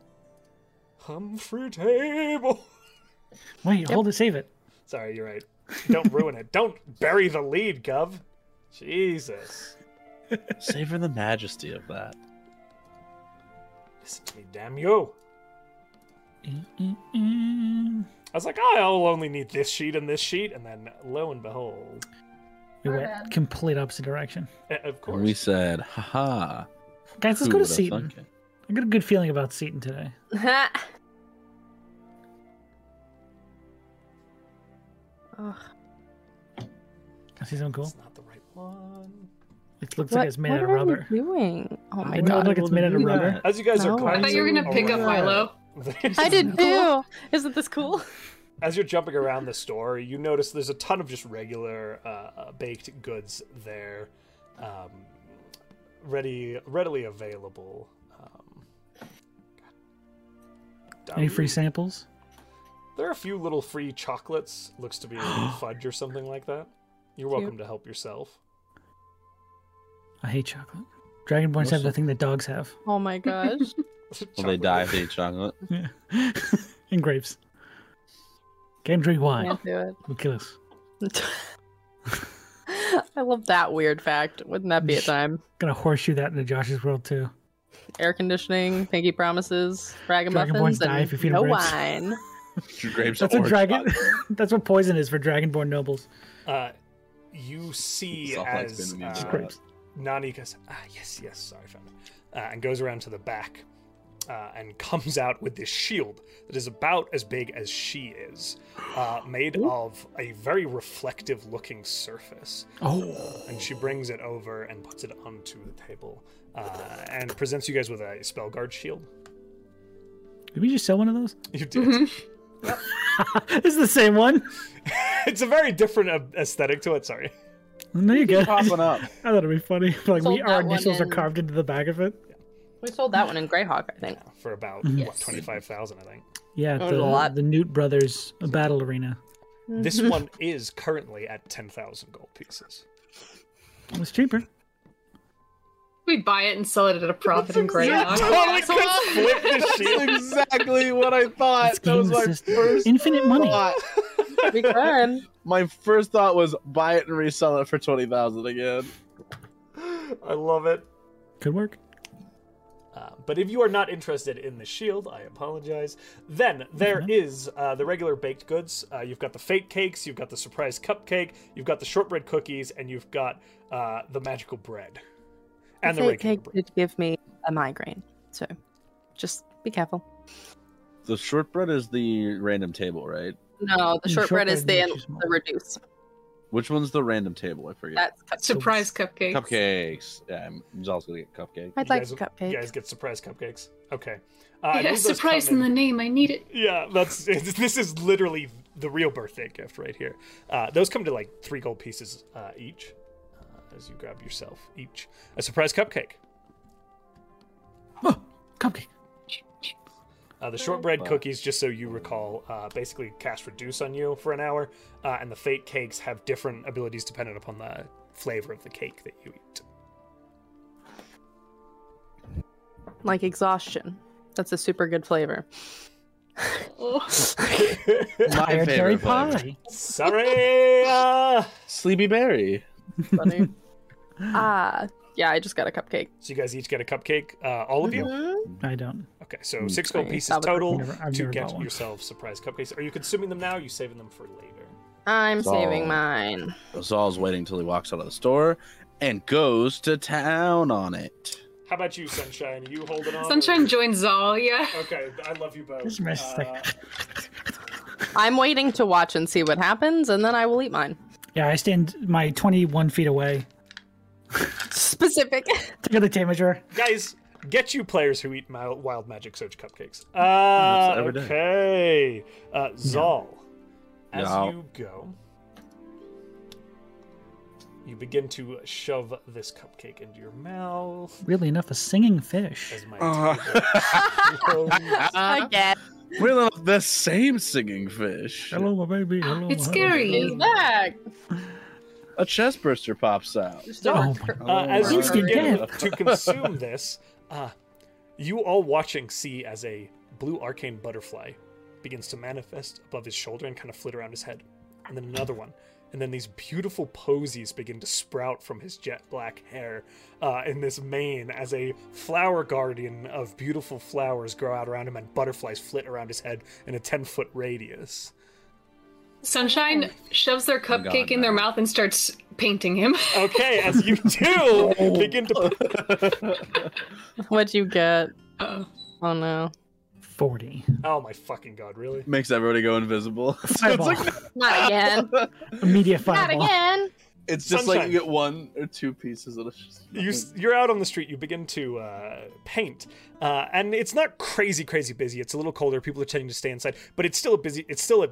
Speaker 4: Humphrey Table.
Speaker 6: Wait, hold it, save it.
Speaker 4: Sorry, you're right. Don't ruin it. Don't bury the lead, Gov. Jesus.
Speaker 1: Savor the majesty of that.
Speaker 4: Listen to me, damn you.
Speaker 2: Mm.
Speaker 6: Mm-mm-mm.
Speaker 4: I was like, oh, I'll only need this sheet and this sheet, and then lo and behold,
Speaker 6: We
Speaker 5: My
Speaker 6: went
Speaker 5: bad.
Speaker 6: complete opposite direction.
Speaker 4: eh, of
Speaker 3: And we
Speaker 4: course.
Speaker 3: said, haha.
Speaker 6: Guys, let's
Speaker 3: who
Speaker 6: go to
Speaker 3: would've
Speaker 6: Seaton.
Speaker 3: thunk it?
Speaker 6: I got a good feeling about Seaton today.
Speaker 2: Ugh.
Speaker 6: I see something cool.
Speaker 4: It's not the right one.
Speaker 6: It looks
Speaker 2: what,
Speaker 6: like it's made
Speaker 2: what
Speaker 6: out of
Speaker 2: are
Speaker 6: rubber.
Speaker 2: you doing? Oh my
Speaker 6: It doesn't
Speaker 2: god.
Speaker 6: look like it's made out of
Speaker 1: do
Speaker 6: rubber.
Speaker 1: that.
Speaker 4: As you guys
Speaker 2: No.
Speaker 4: are
Speaker 2: I
Speaker 5: I
Speaker 4: climbing
Speaker 5: thought you were gonna pick up
Speaker 4: around-
Speaker 5: Milo.
Speaker 2: I did too.
Speaker 5: Cool.
Speaker 2: Isn't this cool?
Speaker 4: As you're jumping around the store, you notice there's a ton of just regular uh, uh, baked goods there, um, ready, readily available. Um, God.
Speaker 6: Any
Speaker 4: Um,
Speaker 6: free samples?
Speaker 4: There are a few little free chocolates. Looks to be fudge or something like that. You're
Speaker 2: Cute.
Speaker 4: welcome to help yourself.
Speaker 6: I hate chocolate. Dragonborns have the
Speaker 3: Awesome.
Speaker 6: thing that dogs have.
Speaker 2: Oh my gosh.
Speaker 1: Will they
Speaker 4: Chocolate
Speaker 1: die
Speaker 4: is-
Speaker 1: if they eat chocolate?
Speaker 6: Yeah. and grapes. Can't drink wine.
Speaker 2: Can't do
Speaker 6: Will kill us.
Speaker 2: it. I love that weird fact. Wouldn't that be a time?
Speaker 6: Gonna horseshoe that into Josh's world too.
Speaker 2: Air conditioning, pinky promises, ragamuffins,
Speaker 6: Dragonborns die
Speaker 2: and
Speaker 6: if you feed 'em
Speaker 2: no
Speaker 6: grapes.
Speaker 2: wine.
Speaker 3: Your grapes
Speaker 6: That's
Speaker 3: are
Speaker 6: what
Speaker 3: orange.
Speaker 6: dragon. that's what poison is for dragonborn nobles.
Speaker 4: Uh, you see
Speaker 3: It's all like
Speaker 4: as
Speaker 3: Vietnamese
Speaker 6: It's
Speaker 3: Uh,
Speaker 4: uh,
Speaker 6: grapes.
Speaker 4: Nani goes, ah, yes, yes, sorry, found it, uh, and goes around to the back uh, and comes out with this shield that is about as big as she is, uh, made of a very reflective looking surface.
Speaker 6: Oh.
Speaker 4: And she brings it over and puts it onto the table uh, and presents you guys with a spell guard shield.
Speaker 6: Did we just sell one of those?
Speaker 4: You did.
Speaker 5: Mm-hmm.
Speaker 6: it's the same one.
Speaker 4: it's a very different a- aesthetic to it, sorry.
Speaker 6: There you go. I
Speaker 3: Popping up.
Speaker 6: thought it'd be funny. Like
Speaker 2: Sold
Speaker 6: we, our
Speaker 2: that one
Speaker 6: initials are
Speaker 2: in-
Speaker 6: carved into the back of it.
Speaker 2: We sold that one in Greyhawk, I think.
Speaker 4: For about, what,
Speaker 5: Yes.
Speaker 4: 25,000, I think.
Speaker 6: Yeah,
Speaker 2: That was
Speaker 6: the,
Speaker 2: a lot.
Speaker 6: the Newt Brothers battle arena.
Speaker 4: This one is currently at 10,000 gold pieces.
Speaker 6: It was cheaper.
Speaker 5: We buy it and sell it at a profit in Grey
Speaker 4: totally could flip the shield.
Speaker 3: That's exactly what I thought.
Speaker 6: This game is just infinite money.
Speaker 3: thought.
Speaker 2: We can.
Speaker 3: My first thought was buy it and resell it for twenty thousand again.
Speaker 4: I love it.
Speaker 6: Could work.
Speaker 4: Uh, but if you are not interested in the shield, I apologize. Then
Speaker 2: Mm-hmm.
Speaker 4: there is uh, the regular baked goods. Uh, you've got the fake cakes, you've got the surprise cupcake, you've got the shortbread cookies, and you've got uh, the magical bread. And the
Speaker 2: Fake
Speaker 4: regular
Speaker 2: cake
Speaker 4: bread.
Speaker 2: did give me a migraine, so just be careful.
Speaker 3: The shortbread is the random table, right?
Speaker 2: No, the shortbread
Speaker 6: Mm, shortbread
Speaker 2: is
Speaker 6: makes
Speaker 2: the,
Speaker 6: you small.
Speaker 2: the reduce.
Speaker 3: Which one's the random table? I forget.
Speaker 2: That's cut-
Speaker 5: Surprise cupcake.
Speaker 3: Cupcakes. Yeah, I'm also gonna get cupcake.
Speaker 2: I'd
Speaker 4: You
Speaker 2: like
Speaker 4: guys-
Speaker 2: a cupcake.
Speaker 4: You guys get surprise cupcakes. Okay. Uh, I
Speaker 5: Yeah,
Speaker 4: believe those
Speaker 5: surprise
Speaker 4: come
Speaker 5: in the name. I need it.
Speaker 4: Yeah, that's it's, this is literally the real birthday gift right here. Uh, those come to like three gold pieces uh, each, uh, as you grab yourself each a surprise cupcake.
Speaker 6: Oh, cupcake.
Speaker 4: Uh, the shortbread
Speaker 3: Wow.
Speaker 4: cookies, just so you recall, uh, basically cast reduce on you for an hour, uh, and the fate cakes have different abilities dependent upon the flavor of the cake that you eat.
Speaker 2: Like exhaustion. That's a super good flavor.
Speaker 5: Oh.
Speaker 3: My
Speaker 6: Tired Harry
Speaker 3: favorite flavor.
Speaker 6: Pie.
Speaker 4: Sorry, uh,
Speaker 3: Sleepy Berry.
Speaker 2: Funny. Ah, yeah, I just got a cupcake.
Speaker 4: so you guys each get a cupcake, uh, all of you.
Speaker 2: Mhm.
Speaker 6: I don't.
Speaker 4: Okay, so six gold
Speaker 2: Okay.
Speaker 4: pieces
Speaker 2: Salvador.
Speaker 4: total
Speaker 6: Never- I've
Speaker 4: to
Speaker 6: never
Speaker 4: get
Speaker 6: bought one.
Speaker 4: yourself surprise cupcakes. Are you consuming them now? Or are you saving them for later?
Speaker 2: I'm
Speaker 3: So-
Speaker 2: saving mine.
Speaker 3: Razal's waiting till he walks out of the store and goes to town on it.
Speaker 4: How about you, Sunshine? You holding on? or-
Speaker 5: Sunshine joins Zal. Yeah.
Speaker 4: Okay, I love you both. Uh,
Speaker 6: This is my stick.
Speaker 2: I'm waiting to watch and see what happens, and then I will eat mine.
Speaker 6: Yeah, I stand my 21 feet away.
Speaker 2: Specific.
Speaker 6: Take out the temperature.
Speaker 4: guys, get you players who eat mil- wild magic search cupcakes. Uh,
Speaker 3: That's every day.
Speaker 4: okay. Uh, Zal, as
Speaker 3: Yeah.
Speaker 4: you go, you begin to shove this cupcake into your mouth.
Speaker 6: Weirdly enough, a singing fish.
Speaker 4: As my
Speaker 3: Uh-huh.
Speaker 4: table-
Speaker 2: Again.
Speaker 3: We're the same singing fish.
Speaker 6: Hello, my baby. Hello,
Speaker 5: It's
Speaker 6: hello.
Speaker 5: scary.
Speaker 2: He's back.
Speaker 3: A chestburster pops out.
Speaker 2: Still
Speaker 6: Oh
Speaker 2: recur-
Speaker 6: my-
Speaker 4: Uh, as you
Speaker 6: Instant
Speaker 4: begin
Speaker 3: death.
Speaker 4: to consume this, uh, you all watching see as a blue arcane butterfly begins to manifest above his shoulder and kind of flit around his head. And then another one. and then these beautiful posies begin to sprout from his jet black hair uh, in this mane as a flower guardian of beautiful flowers grow out around him and butterflies flit around his head in a 10 foot radius.
Speaker 5: Sunshine shoves their cupcake in their mouth and starts painting him.
Speaker 4: Okay, as you two begin to
Speaker 2: What'd you get?
Speaker 5: Uh-oh.
Speaker 2: Oh no.
Speaker 6: 40.
Speaker 4: Oh my fucking god, really?
Speaker 3: Makes everybody go invisible. So it's
Speaker 6: Fireball.
Speaker 3: like
Speaker 2: Not again.
Speaker 6: Immediate
Speaker 2: Not
Speaker 6: fireball.
Speaker 2: again.
Speaker 3: it's just like
Speaker 4: Sunshine.
Speaker 3: you get one or two pieces of
Speaker 4: You, s- you're out on the street, you begin to uh, paint, uh, and it's not crazy, crazy busy. It's a little colder, people are tending to stay inside, but it's still a busy, it's still a,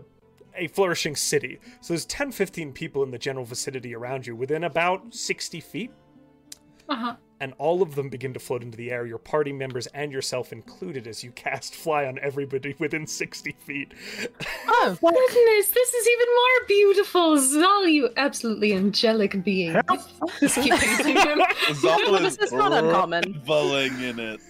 Speaker 4: a flourishing city. So there's 10, 15 people in the general vicinity around you within about 60 feet,
Speaker 5: Uh-huh.
Speaker 4: and all of them begin to float into the air, your party members and yourself included, as you cast fly on everybody within 60 feet.
Speaker 2: Oh,
Speaker 5: Goodness, this is even more beautiful. Zal, you absolutely angelic being. Just keep painting him.
Speaker 3: Zol
Speaker 2: this is not uncommon.
Speaker 3: reveling in it.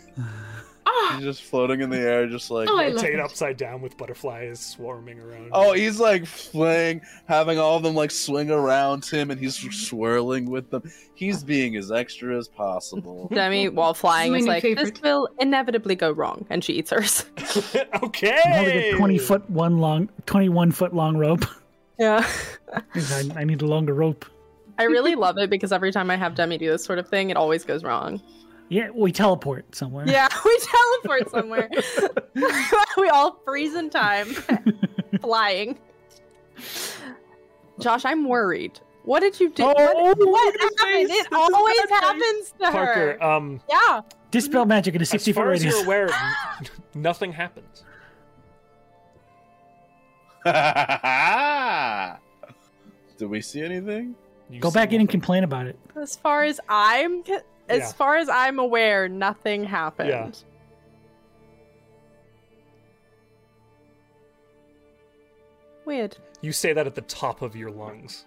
Speaker 5: Ah,
Speaker 3: He's just floating in the air, just like
Speaker 5: Oh, I love
Speaker 4: Rotate
Speaker 5: it.
Speaker 4: upside down with butterflies swarming around.
Speaker 3: Oh, he's like flaying, having all of them like swing around him, and he's swirling with them. He's being as extra as possible.
Speaker 2: Demi, while flying,
Speaker 5: my
Speaker 2: is
Speaker 5: new
Speaker 2: like, this
Speaker 5: favorite.
Speaker 2: will inevitably go wrong, and she eats hers.
Speaker 4: okay!
Speaker 6: I'm holding a 20 foot one long, 21 foot long rope.
Speaker 2: Yeah.
Speaker 6: 'Cause I, I need a longer rope.
Speaker 2: I really love it because every time I have Demi do this sort of thing, it always goes wrong.
Speaker 6: Yeah, we teleport somewhere.
Speaker 2: Yeah, we teleport somewhere. we all freeze in time, flying. Josh, I'm worried. What did you do?
Speaker 6: Oh,
Speaker 2: what what
Speaker 6: this is
Speaker 2: happened?
Speaker 6: nice.
Speaker 2: It
Speaker 6: This is
Speaker 2: always
Speaker 6: nice.
Speaker 2: happens to her.
Speaker 4: Parker, um,
Speaker 2: yeah.
Speaker 6: Dispel magic at a
Speaker 4: As
Speaker 6: 60 foot
Speaker 4: far as you're
Speaker 6: radius.
Speaker 4: aware, n- nothing happens.
Speaker 3: Did we see anything?
Speaker 4: You
Speaker 6: Go
Speaker 4: see
Speaker 6: back in and
Speaker 4: nothing.
Speaker 6: complain about it.
Speaker 2: As far as I'm ca- as
Speaker 4: Yeah.
Speaker 2: far as I'm aware, nothing happened. Weird.
Speaker 4: You say that at the top of your lungs.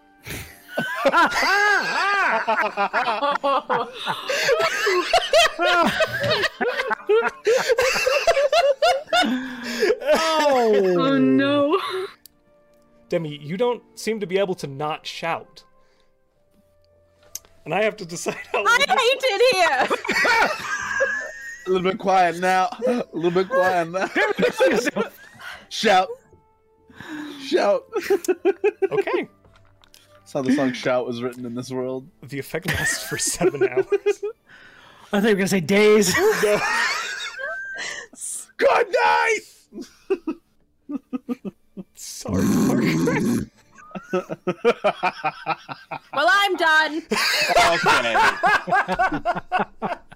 Speaker 5: oh no.
Speaker 4: Demi, you don't seem to be able to not shout. And I have to decide how
Speaker 2: I hate it here.
Speaker 3: A little bit quiet now. A little bit quiet now. Shout. Shout.
Speaker 4: Okay.
Speaker 3: That's how the song Shout was written in this world.
Speaker 4: The effect lasts for seven hours.
Speaker 6: I thought you were going to say days.
Speaker 3: Good night!
Speaker 4: Sorry, Parker.
Speaker 2: well, I'm done.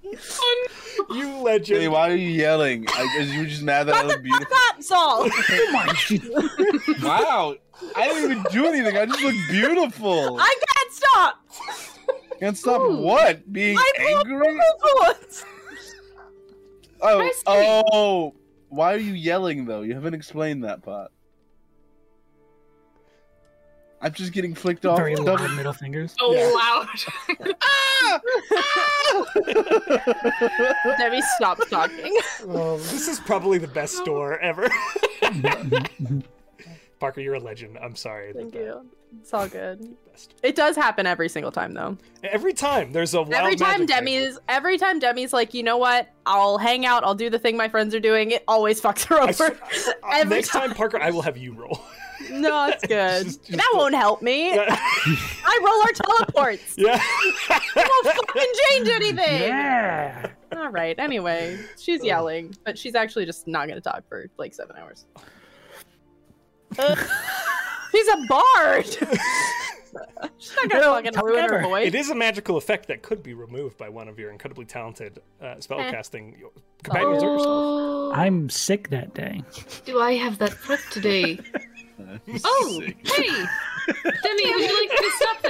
Speaker 3: Okay.
Speaker 4: You legend.
Speaker 3: Jenny, why are you yelling? I, you were just mad that I look beautiful.
Speaker 2: That's all.
Speaker 3: Wow. I didn't even do anything. I just look beautiful.
Speaker 2: I can't stop.
Speaker 3: Can't stop
Speaker 5: Ooh.
Speaker 3: what? Being
Speaker 2: I pulled
Speaker 3: angry?
Speaker 2: Thoughts.
Speaker 3: Oh,
Speaker 5: I see.
Speaker 3: oh. Why are you yelling though? You haven't explained that part. I'm just getting flicked off.
Speaker 6: Very
Speaker 3: double-
Speaker 6: loud middle fingers.
Speaker 5: Oh,
Speaker 4: Yeah.
Speaker 5: loud.
Speaker 2: Debbie, stop talking.
Speaker 4: Um, this is probably the best store ever. Parker, you're a legend. I'm sorry.
Speaker 2: Thank
Speaker 4: that-
Speaker 2: you. It's all good.
Speaker 4: Best.
Speaker 2: It does happen every single time, though.
Speaker 4: Every time there's a wild
Speaker 2: every time
Speaker 4: magic
Speaker 2: Demi
Speaker 4: thing.
Speaker 2: is, every time Demi's like, you know what? I'll hang out. I'll do the thing my friends are doing. It always fucks her
Speaker 4: I
Speaker 2: over.
Speaker 4: s-
Speaker 2: Every
Speaker 4: next time, Parker, I will have you roll.
Speaker 2: no, it's good.
Speaker 4: Just- just-
Speaker 2: that won't help me. I roll our teleports.
Speaker 4: yeah.
Speaker 2: It won't fucking change anything.
Speaker 6: Yeah.
Speaker 2: All right. Anyway, she's yelling, but she's actually just not going to talk for like seven hours. Uh, she's a bard. she's not going to
Speaker 6: No,
Speaker 2: fucking
Speaker 6: talk
Speaker 2: ruin her
Speaker 6: ever.
Speaker 2: voice.
Speaker 4: It is a magical effect that could be removed by one of your incredibly talented uh, spellcasting companions or yourself.
Speaker 5: oh,
Speaker 6: I'm sick that day.
Speaker 5: do I have that prep today? Oh,
Speaker 3: Sick.
Speaker 5: hey! Demi, would you like me to stop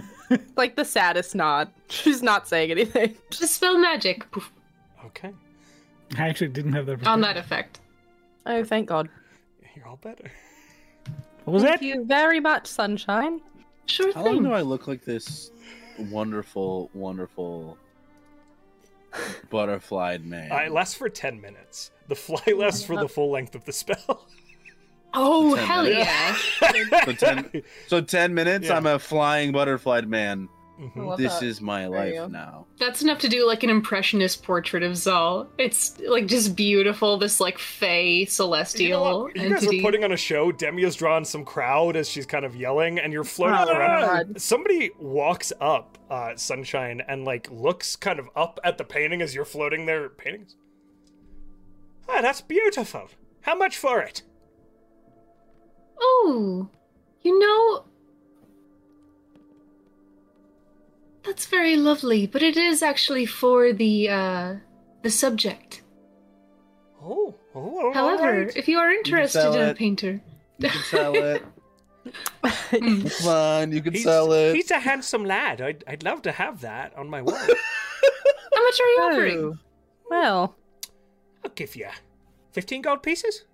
Speaker 5: that?
Speaker 2: Like the saddest nod. She's not saying anything.
Speaker 5: Dispel magic poof,
Speaker 4: Okay,
Speaker 6: I actually didn't have that.
Speaker 5: on
Speaker 6: prepared.
Speaker 5: that effect.
Speaker 2: Oh, thank God.
Speaker 4: you're all better.
Speaker 6: What was
Speaker 2: Thank
Speaker 6: that?
Speaker 2: you very much, Sunshine.
Speaker 5: Sure
Speaker 3: How long
Speaker 5: thing.
Speaker 3: do I look like this wonderful, wonderful butterflied man?
Speaker 4: Uh, it lasts for ten minutes. The fly lasts for the full length of the spell.
Speaker 5: Oh,
Speaker 3: Ten
Speaker 5: hell
Speaker 3: minutes.
Speaker 5: yeah.
Speaker 3: So ten, so ten minutes.
Speaker 4: Yeah.
Speaker 3: I'm a flying butterfly man.
Speaker 4: Mhm.
Speaker 2: Love
Speaker 3: Mm, this
Speaker 2: that
Speaker 3: is my life
Speaker 2: you.
Speaker 3: now.
Speaker 5: That's enough to do like an impressionist portrait of Zal. It's like just beautiful, this like fey celestial
Speaker 4: You, know what? You guys are
Speaker 5: entity.
Speaker 4: putting on a show. Demia's drawn some crowd as she's kind of yelling, and you're floating
Speaker 2: Oh,
Speaker 4: around.
Speaker 2: God.
Speaker 4: Somebody walks up, uh, Sunshine, and like looks kind of up at the painting as you're floating there. Paintings. Ah, that's beautiful. How much for it?
Speaker 5: Oh, you know, that's very lovely, but it is actually for the uh, the subject.
Speaker 4: Oh, oh, all
Speaker 5: However,
Speaker 4: right.
Speaker 5: if you are interested
Speaker 3: sell
Speaker 5: in a
Speaker 3: it.
Speaker 5: painter,
Speaker 3: You can sell it.
Speaker 5: Mm.
Speaker 3: It's fine. You can
Speaker 4: he's,
Speaker 3: sell it.
Speaker 4: he's a handsome lad. I'd, I'd love to have that on my wall.
Speaker 5: how much are you offering?
Speaker 2: Oh, well,
Speaker 4: I'll give you fifteen gold pieces.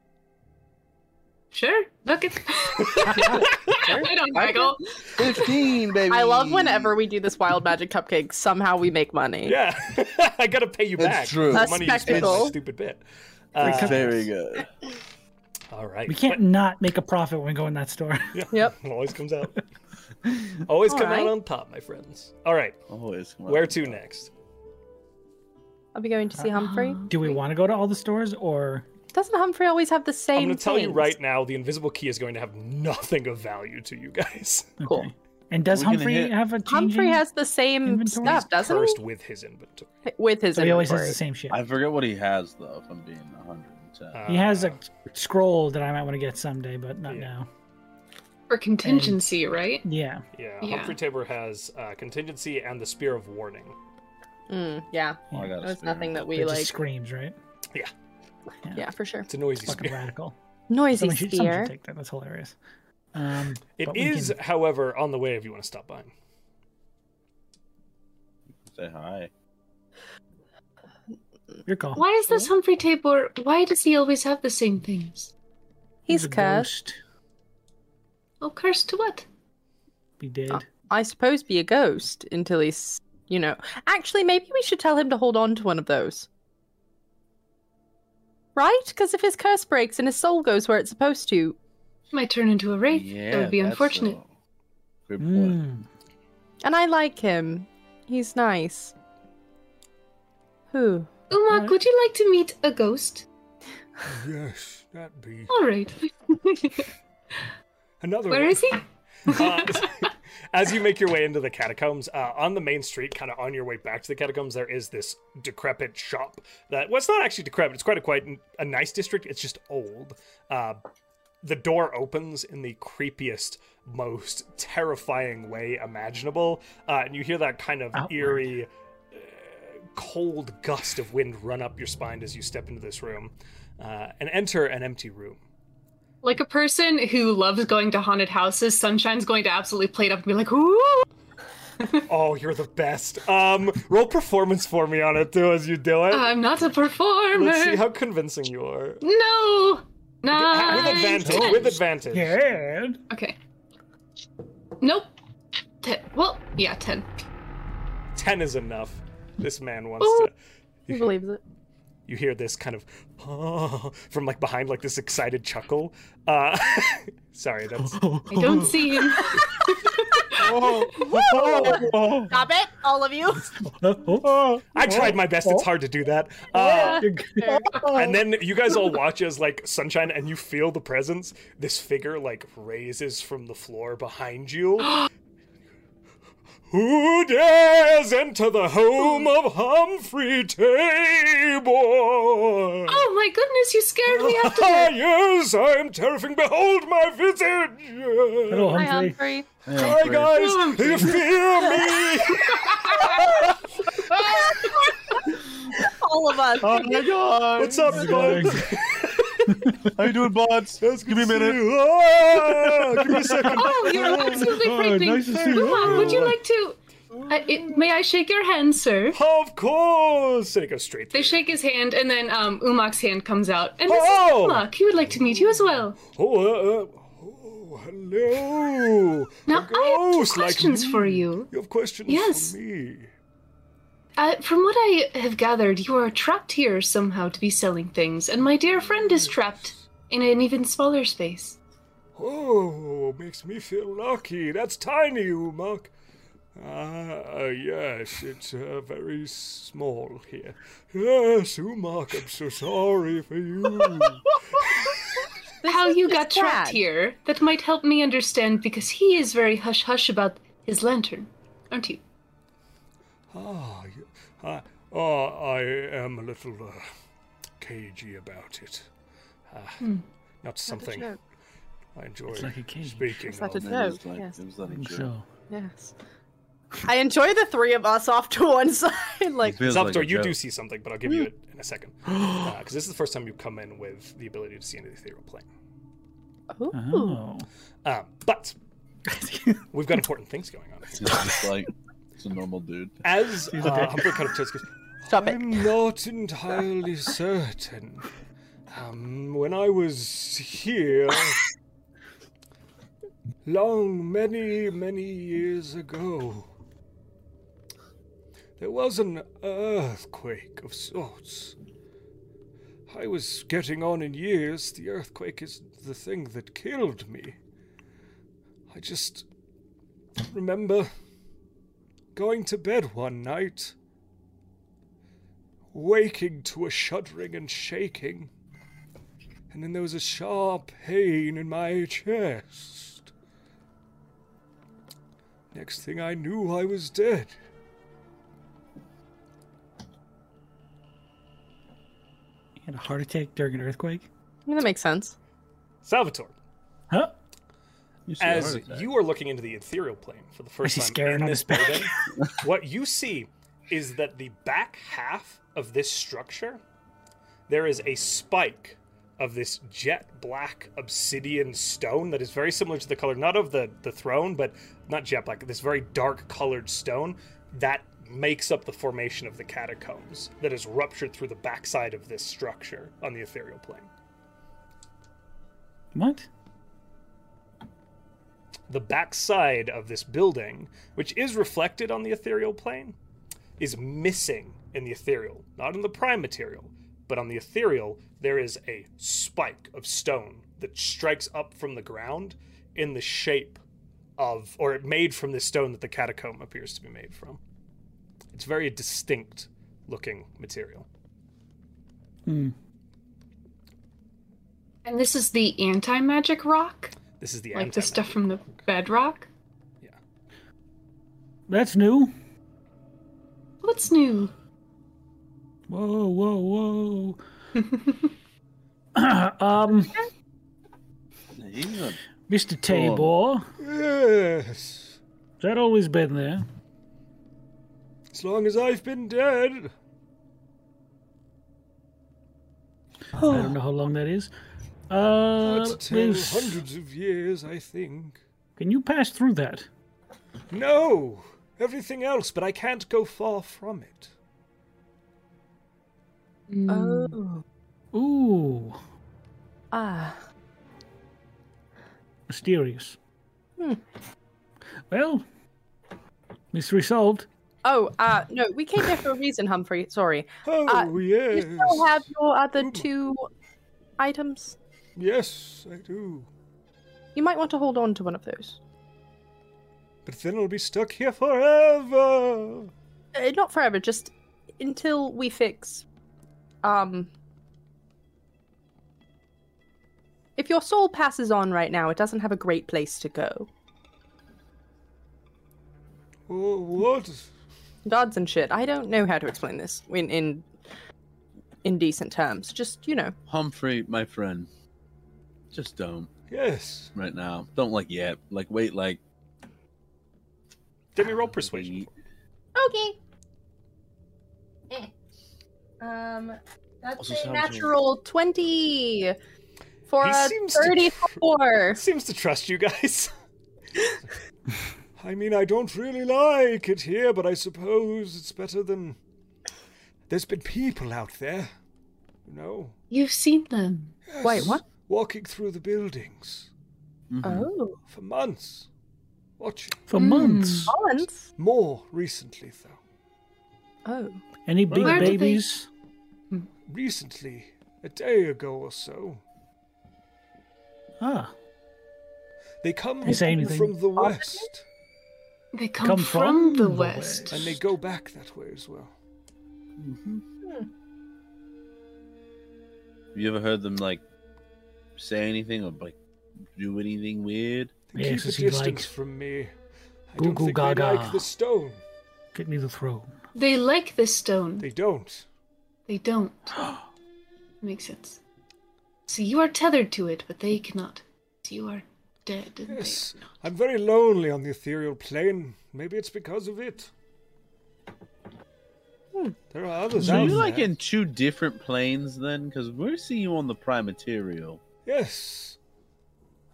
Speaker 5: Sure, look at. I don't wiggle.
Speaker 3: Fifteen, baby.
Speaker 2: I love whenever we do this wild magic cupcake. Somehow we make money.
Speaker 4: Yeah, I gotta pay you
Speaker 3: That's
Speaker 4: back.
Speaker 3: true.
Speaker 4: The
Speaker 2: A
Speaker 4: money you spent on
Speaker 2: spectacle.
Speaker 4: this stupid bit.
Speaker 3: It's
Speaker 4: Uh,
Speaker 3: very good.
Speaker 4: all right.
Speaker 6: We can't not make a profit when we go in that store.
Speaker 2: Yep.
Speaker 4: Always comes out. Always
Speaker 2: All
Speaker 4: come
Speaker 2: right.
Speaker 4: out on top, my friends. All right,
Speaker 3: Always. come on.
Speaker 4: where to next?
Speaker 2: Are we going to see
Speaker 6: Uh-huh.
Speaker 2: Humphrey?
Speaker 6: Do we want to go to all the stores or?
Speaker 2: Doesn't Humphrey always have the same?
Speaker 4: I'm going to tell you
Speaker 2: things?
Speaker 4: right now, the invisible key is going to have nothing of value to you guys.
Speaker 2: Cool.
Speaker 6: And does
Speaker 3: We're gonna
Speaker 6: Humphrey
Speaker 3: hit-
Speaker 6: have a changing?
Speaker 2: Humphrey has the same
Speaker 6: Inventory?
Speaker 2: stuff, doesn't
Speaker 4: Cursed with his inventory.
Speaker 2: he? With his
Speaker 6: So he always has
Speaker 2: inventory.
Speaker 6: the same shit.
Speaker 3: I forget what he has though. If I'm being 110.
Speaker 6: He has
Speaker 4: Uh,
Speaker 6: a scroll that I might want to get someday, but not now.
Speaker 5: For contingency, right?
Speaker 6: Yeah.
Speaker 4: yeah,
Speaker 5: yeah.
Speaker 4: Humphrey Tabor has uh, contingency and the spear of warning.
Speaker 2: Mm, yeah,
Speaker 3: Oh, I got a
Speaker 2: there's
Speaker 3: spare.
Speaker 2: nothing that
Speaker 6: It
Speaker 2: we like.
Speaker 6: just screams, right?
Speaker 2: Yeah, for sure.
Speaker 4: It's a noisy
Speaker 6: Fucking
Speaker 4: spear.
Speaker 6: radical.
Speaker 2: Noisy
Speaker 6: Someone should, someone should
Speaker 2: spear.
Speaker 6: take that. That's hilarious. Um,
Speaker 4: It
Speaker 6: but we
Speaker 4: is,
Speaker 6: can-
Speaker 4: however, on the way if you want to stop by.
Speaker 3: Say hi.
Speaker 6: your call.
Speaker 5: Why is this Humphrey Tabor? Why does he always have the same things?
Speaker 2: He's
Speaker 6: a
Speaker 2: cursed.
Speaker 6: ghost.
Speaker 5: Oh, cursed to what?
Speaker 6: Be
Speaker 5: Oh,
Speaker 6: dead.
Speaker 2: Ah. I suppose be a ghost until he's, you know. Actually, maybe we should tell him to hold on to one of those. Right? Because if his curse breaks and his soul goes where it's supposed to,
Speaker 5: Might turn into a wraith. that would be
Speaker 3: that's,
Speaker 5: unfortunate.
Speaker 3: uh, Good point.
Speaker 4: Hmm.
Speaker 6: Mm.
Speaker 2: and I like him, he's nice. Who?
Speaker 5: Umak, would you like to meet a ghost?
Speaker 4: Yes, that be
Speaker 5: All right.
Speaker 4: another.
Speaker 5: Where is he?
Speaker 4: Uh, as you make your way into the catacombs, uh, on the main street, kind of on your way back to the catacombs, there is this decrepit shop that, well, it's not actually decrepit. It's quite a quite a nice district. It's just old. Uh, the door opens in the creepiest, most terrifying way imaginable, uh, and you hear that kind of
Speaker 6: Outward.
Speaker 4: eerie, uh, cold gust of wind run up your spine as you step into this room uh, and enter an empty room.
Speaker 5: Like a person who loves going to haunted houses, Sunshine's going to absolutely play it up and be like, "Ooh!"
Speaker 4: Oh, you're the best. Um, roll performance for me on it too as you do it.
Speaker 5: I'm not a performer.
Speaker 4: Let's see how convincing you are.
Speaker 5: No.
Speaker 4: With
Speaker 5: Nine.
Speaker 4: advantage.
Speaker 5: ten.
Speaker 4: With advantage.
Speaker 6: Yeah.
Speaker 5: Okay. Nope. Ten. Well, yeah, ten.
Speaker 4: Ten is enough. This man wants
Speaker 5: Ooh.
Speaker 4: to.
Speaker 2: He believes it.
Speaker 4: You hear this kind of "Oh," from like behind, like this excited chuckle. Uh, sorry, that's
Speaker 5: I don't see him.
Speaker 2: Stop it, all of you.
Speaker 4: I tried my best. It's hard to do that. Uh, and then you guys all watch as like sunshine, and you feel the presence. This figure like raises from the floor behind you. Who dares enter the home of Humphrey Tabor?
Speaker 5: Oh my goodness, you scared me after
Speaker 4: Ah,
Speaker 5: that.
Speaker 4: yes, I am terrifying. Behold my visage.
Speaker 6: Hello,
Speaker 2: Hi,
Speaker 6: Humphrey.
Speaker 2: Humphrey.
Speaker 4: Hi, guys.
Speaker 5: Humphrey.
Speaker 4: Do you fear me?
Speaker 2: all of us.
Speaker 3: Oh my god!
Speaker 4: What's up, bud?
Speaker 3: How you doing, bots? Give me a minute.
Speaker 4: Ah, give me a second.
Speaker 5: Oh, you're absolutely frightening.
Speaker 3: nice to see you.
Speaker 5: Luan, would you like to? Uh, it, may I shake your hand, sir?
Speaker 4: Of course. And it goes straight
Speaker 5: They
Speaker 4: through.
Speaker 5: shake his hand, and then um, Umak's hand comes out. And this
Speaker 4: Oh!
Speaker 5: is Umak. He would like to meet you as well.
Speaker 4: Oh, uh, uh, oh, hello.
Speaker 5: Now, I have two
Speaker 4: Ghost like
Speaker 5: questions
Speaker 4: me.
Speaker 5: for you.
Speaker 4: You have questions
Speaker 5: Yes.
Speaker 4: for me.
Speaker 5: Uh, from what I have gathered, you are trapped here somehow to be selling things, and my dear friend is trapped in an even smaller space.
Speaker 4: Oh, makes me feel lucky. That's tiny, Umak. Ah, yes, it's uh, very small here. Yes, Umak, I'm so sorry for you.
Speaker 2: This
Speaker 5: How
Speaker 2: is
Speaker 5: you
Speaker 2: just
Speaker 5: got trapped
Speaker 2: sad.
Speaker 5: here, that might help me understand because he is very hush hush about his lantern, aren't you?
Speaker 4: ah, you- I, ah, I am a little uh, cagey about it. Ah, Not
Speaker 2: Not a
Speaker 4: something
Speaker 2: joke.
Speaker 4: I enjoy
Speaker 6: It's like a cage.
Speaker 4: speaking
Speaker 2: It's
Speaker 4: of.
Speaker 2: like a-
Speaker 3: And it was
Speaker 2: joke, yes.
Speaker 3: it was not a joke.
Speaker 6: So,
Speaker 2: Yes. I enjoy the three of us off to one side. Like,
Speaker 3: It feels like
Speaker 4: Zoptor,
Speaker 3: a
Speaker 4: you do
Speaker 3: joke.
Speaker 4: see something, but I'll give you it in a second. Because this is the first time you come in with the ability to see into the ethereal plane.
Speaker 2: ooh.
Speaker 6: oh.
Speaker 4: Um, but we've got important things going on. here.
Speaker 3: It's just like it's a normal dude.
Speaker 4: As uh, Humphrey kind of takes, goes,
Speaker 2: Stop it.
Speaker 4: I'm not entirely certain. Um, when I was here, long, many, many years ago, there was an earthquake of sorts. I was getting on in years. The earthquake is the thing that killed me. I just remember going to bed one night waking to a shuddering and shaking. And then there was a sharp pain in my chest. Next thing I knew, I was dead.
Speaker 6: He had a heart attack during an earthquake?
Speaker 2: I mean, that makes sense.
Speaker 4: Salvatore,
Speaker 6: Huh?
Speaker 4: as you are looking into the ethereal plane for the first
Speaker 6: he
Speaker 4: time
Speaker 6: scared
Speaker 4: in
Speaker 6: on
Speaker 4: this
Speaker 6: his back?
Speaker 4: building, what you see is that the back half of this structure, there is a spike of this jet black obsidian stone that is very similar to the color, not of the, the throne, but not jet black, this very dark colored stone that makes up the formation of the catacombs that is ruptured through the backside of this structure on the ethereal plane.
Speaker 6: What?
Speaker 4: the backside of this building, which is reflected on the ethereal plane, is missing in the ethereal, not in the prime material, but on the ethereal, there is a spike of stone that strikes up from the ground in the shape of, or made from this stone that the catacomb appears to be made from. It's very distinct looking material.
Speaker 6: Hmm.
Speaker 5: And this is the anti magic rock?
Speaker 4: This is the
Speaker 5: like the
Speaker 4: antimatter.
Speaker 5: stuff from the bedrock?
Speaker 6: That's new.
Speaker 5: What's new?
Speaker 6: Whoa, whoa, whoa. um,
Speaker 3: He's a-
Speaker 6: Mr. Tabor,
Speaker 4: Yes,
Speaker 6: has that always been there?
Speaker 4: as long as I've been dead.
Speaker 6: I
Speaker 2: Oh.
Speaker 6: don't know how long that is. Uh,
Speaker 4: That's ten
Speaker 6: there's-
Speaker 4: hundreds of years, I think.
Speaker 6: can you pass through that?
Speaker 4: No, everything else, but I can't go far from it.
Speaker 2: Oh.
Speaker 6: Ooh,
Speaker 2: Ah.
Speaker 6: mysterious.
Speaker 2: Hmm.
Speaker 6: Well, mystery solved.
Speaker 2: Oh, uh, no, we came here for a reason, Humphrey. Sorry.
Speaker 4: Oh,
Speaker 2: Uh, You
Speaker 4: yes.
Speaker 2: still have your other two items?
Speaker 4: Yes, I do.
Speaker 2: You might want to hold on to one of those.
Speaker 4: But then I'll be stuck here forever. Oh,
Speaker 2: Uh, not forever, just until we fix. Um. If your soul passes on right now, it doesn't have a great place to go.
Speaker 4: Oh, what?
Speaker 2: gods and shit. I don't know how to explain this in in in decent terms. Just you know,
Speaker 3: Humphrey, my friend. Just don't
Speaker 4: Yes.
Speaker 3: right now. Don't like yet. Like wait like
Speaker 4: Demi, roll persuasion.
Speaker 7: Okay. Eh. Um, that's
Speaker 3: Also
Speaker 7: a
Speaker 3: sounds like-
Speaker 7: natural.
Speaker 2: roll twenty for
Speaker 4: He
Speaker 2: a
Speaker 4: seems to-
Speaker 2: thirty-four.
Speaker 4: Seems to trust you guys. I mean, I don't really like it here, but I suppose it's better than. There's been people out there. You know?
Speaker 5: You've seen them.
Speaker 2: Wait, what?
Speaker 4: Walking through the buildings
Speaker 3: Mhm.
Speaker 2: Oh,
Speaker 4: for months. Watching.
Speaker 6: For
Speaker 5: Hmm.
Speaker 6: months.
Speaker 2: balance.
Speaker 4: More recently, though.
Speaker 2: Oh,
Speaker 6: Any big
Speaker 5: Where did they-
Speaker 6: babies?
Speaker 4: Recently, a day ago or so,
Speaker 6: Ah,
Speaker 4: They come
Speaker 6: They say anything.
Speaker 4: from the west,
Speaker 5: They come, from, the west.
Speaker 4: and they go back that way as well.
Speaker 3: You ever heard them like say anything or like do anything weird?
Speaker 4: They
Speaker 6: Yes,
Speaker 4: keep
Speaker 6: as
Speaker 4: a
Speaker 6: he
Speaker 4: distance
Speaker 6: likes.
Speaker 4: from me. I
Speaker 6: Goo
Speaker 4: don't
Speaker 6: goo
Speaker 4: think
Speaker 6: gaga.
Speaker 4: they like the stone.
Speaker 6: get me the throne.
Speaker 5: They like this stone.
Speaker 4: They don't.
Speaker 5: They don't. Makes sense. So you are tethered to it, but they cannot. So you are dead. And
Speaker 4: Yes,
Speaker 5: they are not.
Speaker 4: I'm very lonely on the ethereal plane. Maybe it's because of it. There are others
Speaker 6: Hmm. So
Speaker 4: out
Speaker 3: Are you
Speaker 4: there.
Speaker 3: like in two different planes then? Because we're seeing you on the prime material.
Speaker 4: Yes,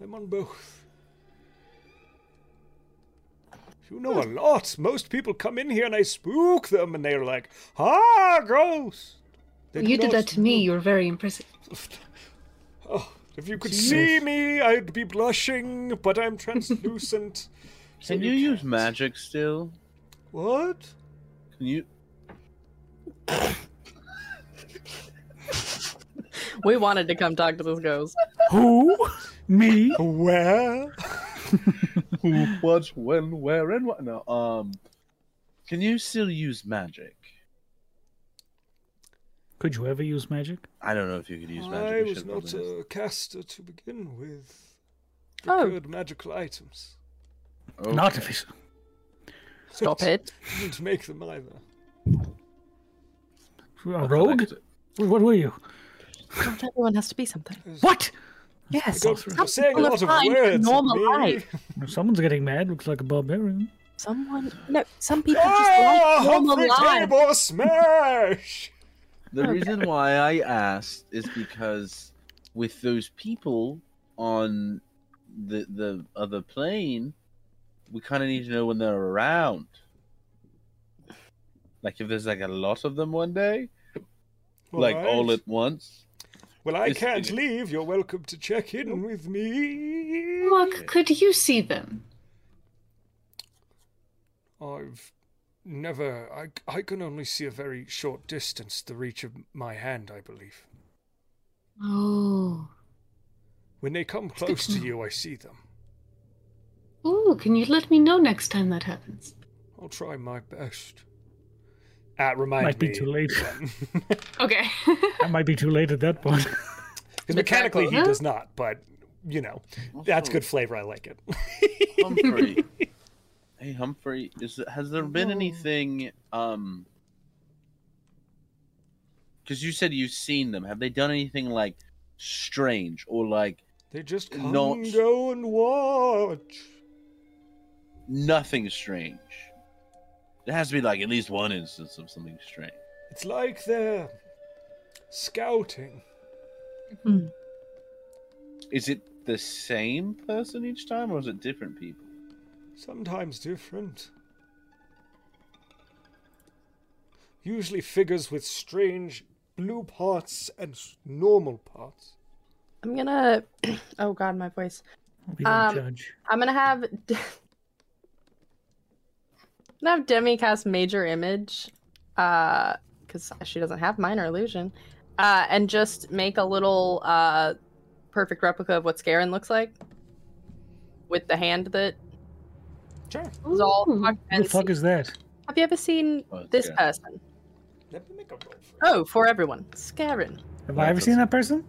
Speaker 4: I'm on both. You know a lot. Most people come in here and I spook them, and they're like, "Ah, ghost." They
Speaker 5: you
Speaker 4: do
Speaker 5: did
Speaker 4: not
Speaker 5: that to me. You were very impressive.
Speaker 4: Oh, if you could see me, I'd be blushing, but I'm translucent. so
Speaker 3: Can you, use
Speaker 4: can't.
Speaker 3: magic still?
Speaker 4: What?
Speaker 3: Can you?
Speaker 2: We wanted to come talk to this ghost.
Speaker 6: Who? Me?
Speaker 4: Where?
Speaker 3: Who, what, when, where, and what? No. Um. Can you still use magic?
Speaker 6: Could you ever use magic?
Speaker 3: I don't know if you could use magic.
Speaker 4: I
Speaker 3: you
Speaker 4: was
Speaker 3: should
Speaker 4: not
Speaker 3: probably ask.
Speaker 4: a caster to begin with.
Speaker 2: Oh.
Speaker 4: Procured magical items.
Speaker 6: An
Speaker 3: Okay.
Speaker 6: artificer.
Speaker 2: Stop it.
Speaker 4: Didn't make them either.
Speaker 6: A rogue? What were you?
Speaker 2: Not everyone has to be something.
Speaker 6: What?
Speaker 2: Yes.
Speaker 4: Don't-
Speaker 6: sorry.
Speaker 4: you're saying a lot of
Speaker 2: Someone
Speaker 4: words.
Speaker 2: normal
Speaker 4: me.
Speaker 2: life.
Speaker 6: Someone's getting mad. Looks like a barbarian.
Speaker 2: Someone. No. Some people just
Speaker 4: Ah,
Speaker 2: like normal
Speaker 4: Humphrey
Speaker 2: lives.
Speaker 4: Tabor smash!
Speaker 3: The reason why I asked is because with those people on the the other plane, we kind of need to know when they're around. Like if there's like a lot of them one day, like all
Speaker 4: Alright.
Speaker 3: at once.
Speaker 4: Well, I
Speaker 3: It's-
Speaker 4: can't leave. You're welcome to check in with me.
Speaker 5: Mark, could you see them?
Speaker 4: I've never. I, I can only see a very short distance, the reach of my hand, I believe.
Speaker 5: Oh.
Speaker 4: When they come close to you, I see them.
Speaker 5: Ooh, can you let me know next time that happens?
Speaker 4: I'll try my best. Ah, remind
Speaker 6: Might be
Speaker 4: me.
Speaker 6: too late.
Speaker 5: Okay.
Speaker 6: That might be too late at that point.
Speaker 4: Because mechanically, he
Speaker 5: Huh?
Speaker 4: does not, but, you know, that's
Speaker 3: Hmm.
Speaker 4: good flavor. I like it.
Speaker 3: Humphrey. hey Humphrey, is has there been anything um cuz you said you've seen them. Have they done anything like strange or like
Speaker 4: They just come
Speaker 3: Not-
Speaker 4: and go and watch.
Speaker 3: nothing strange. There has to be like at least one instance of something strange.
Speaker 4: It's like they're scouting.
Speaker 3: Is it the same person each time, or is it different people?
Speaker 4: Sometimes different. Usually figures with strange blue parts and s- normal parts.
Speaker 2: I'm gonna. Oh God, my voice.
Speaker 6: We don't
Speaker 2: Um,
Speaker 6: judge.
Speaker 2: I'm gonna have. D- I'm gonna have Demi cast Major Image, because she doesn't have Minor Illusion, uh, and just make a little uh, perfect replica of what Scarin looks like, with the hand that
Speaker 4: Sure.
Speaker 2: is all.
Speaker 5: Ooh.
Speaker 2: fucked
Speaker 6: Who
Speaker 2: and
Speaker 6: the fuck
Speaker 2: see-
Speaker 6: is that?
Speaker 2: have you ever seen
Speaker 3: Oh, it's
Speaker 2: this
Speaker 3: Scarin.
Speaker 2: person?
Speaker 4: Let me make a roll for
Speaker 2: Oh, for everyone, Scarin.
Speaker 6: Have I ever seen that person?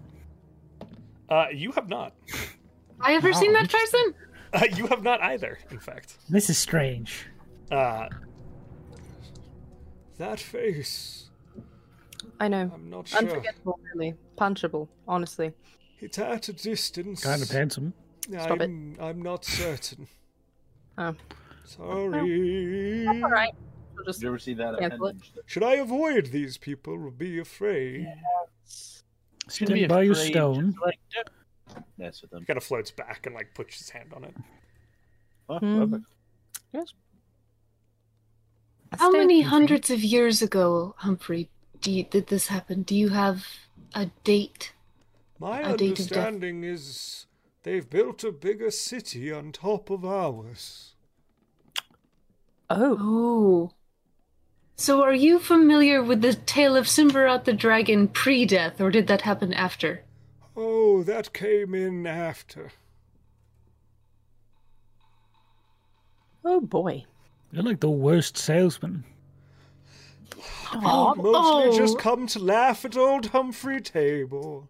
Speaker 4: it. Uh, you have not.
Speaker 5: I ever seen that person?
Speaker 4: Uh, you have not either, in fact.
Speaker 6: This is strange.
Speaker 4: Uh, that face.
Speaker 2: I know,
Speaker 4: I'm not sure.
Speaker 2: unforgettable, really, punchable. Honestly,
Speaker 4: It's at a distance.
Speaker 6: Kind of handsome.
Speaker 2: Stop it.
Speaker 4: I'm, I'm not certain.
Speaker 2: Oh.
Speaker 4: Sorry.
Speaker 5: Mm.
Speaker 2: all right. We'll just
Speaker 3: Did you ever see that?
Speaker 2: Cancel it.
Speaker 3: appendage that-
Speaker 4: Should I avoid these people or be afraid?
Speaker 6: Stand
Speaker 3: Shouldn't be
Speaker 6: by your
Speaker 3: afraid,
Speaker 6: stone.
Speaker 3: just, like, don't mess with them.
Speaker 4: Kind of floats back and like puts his hand on it.
Speaker 3: Oh,
Speaker 2: Hmm.
Speaker 3: perfect.
Speaker 5: How
Speaker 2: stay-
Speaker 5: many hundreds of years ago, Humphrey, do you, did this happen? Do you have a date?
Speaker 4: My
Speaker 5: A date of death.
Speaker 4: understanding is they've built a bigger city on top of ours.
Speaker 2: Oh,
Speaker 5: Oh. So are you familiar with the tale of Simbarat the dragon pre-death, or did that happen after?
Speaker 4: Oh, that came in after.
Speaker 2: Oh boy.
Speaker 6: You're like the worst salesman.
Speaker 5: Oh,
Speaker 4: Mostly
Speaker 5: oh,
Speaker 4: just come to laugh at old Humphrey Table.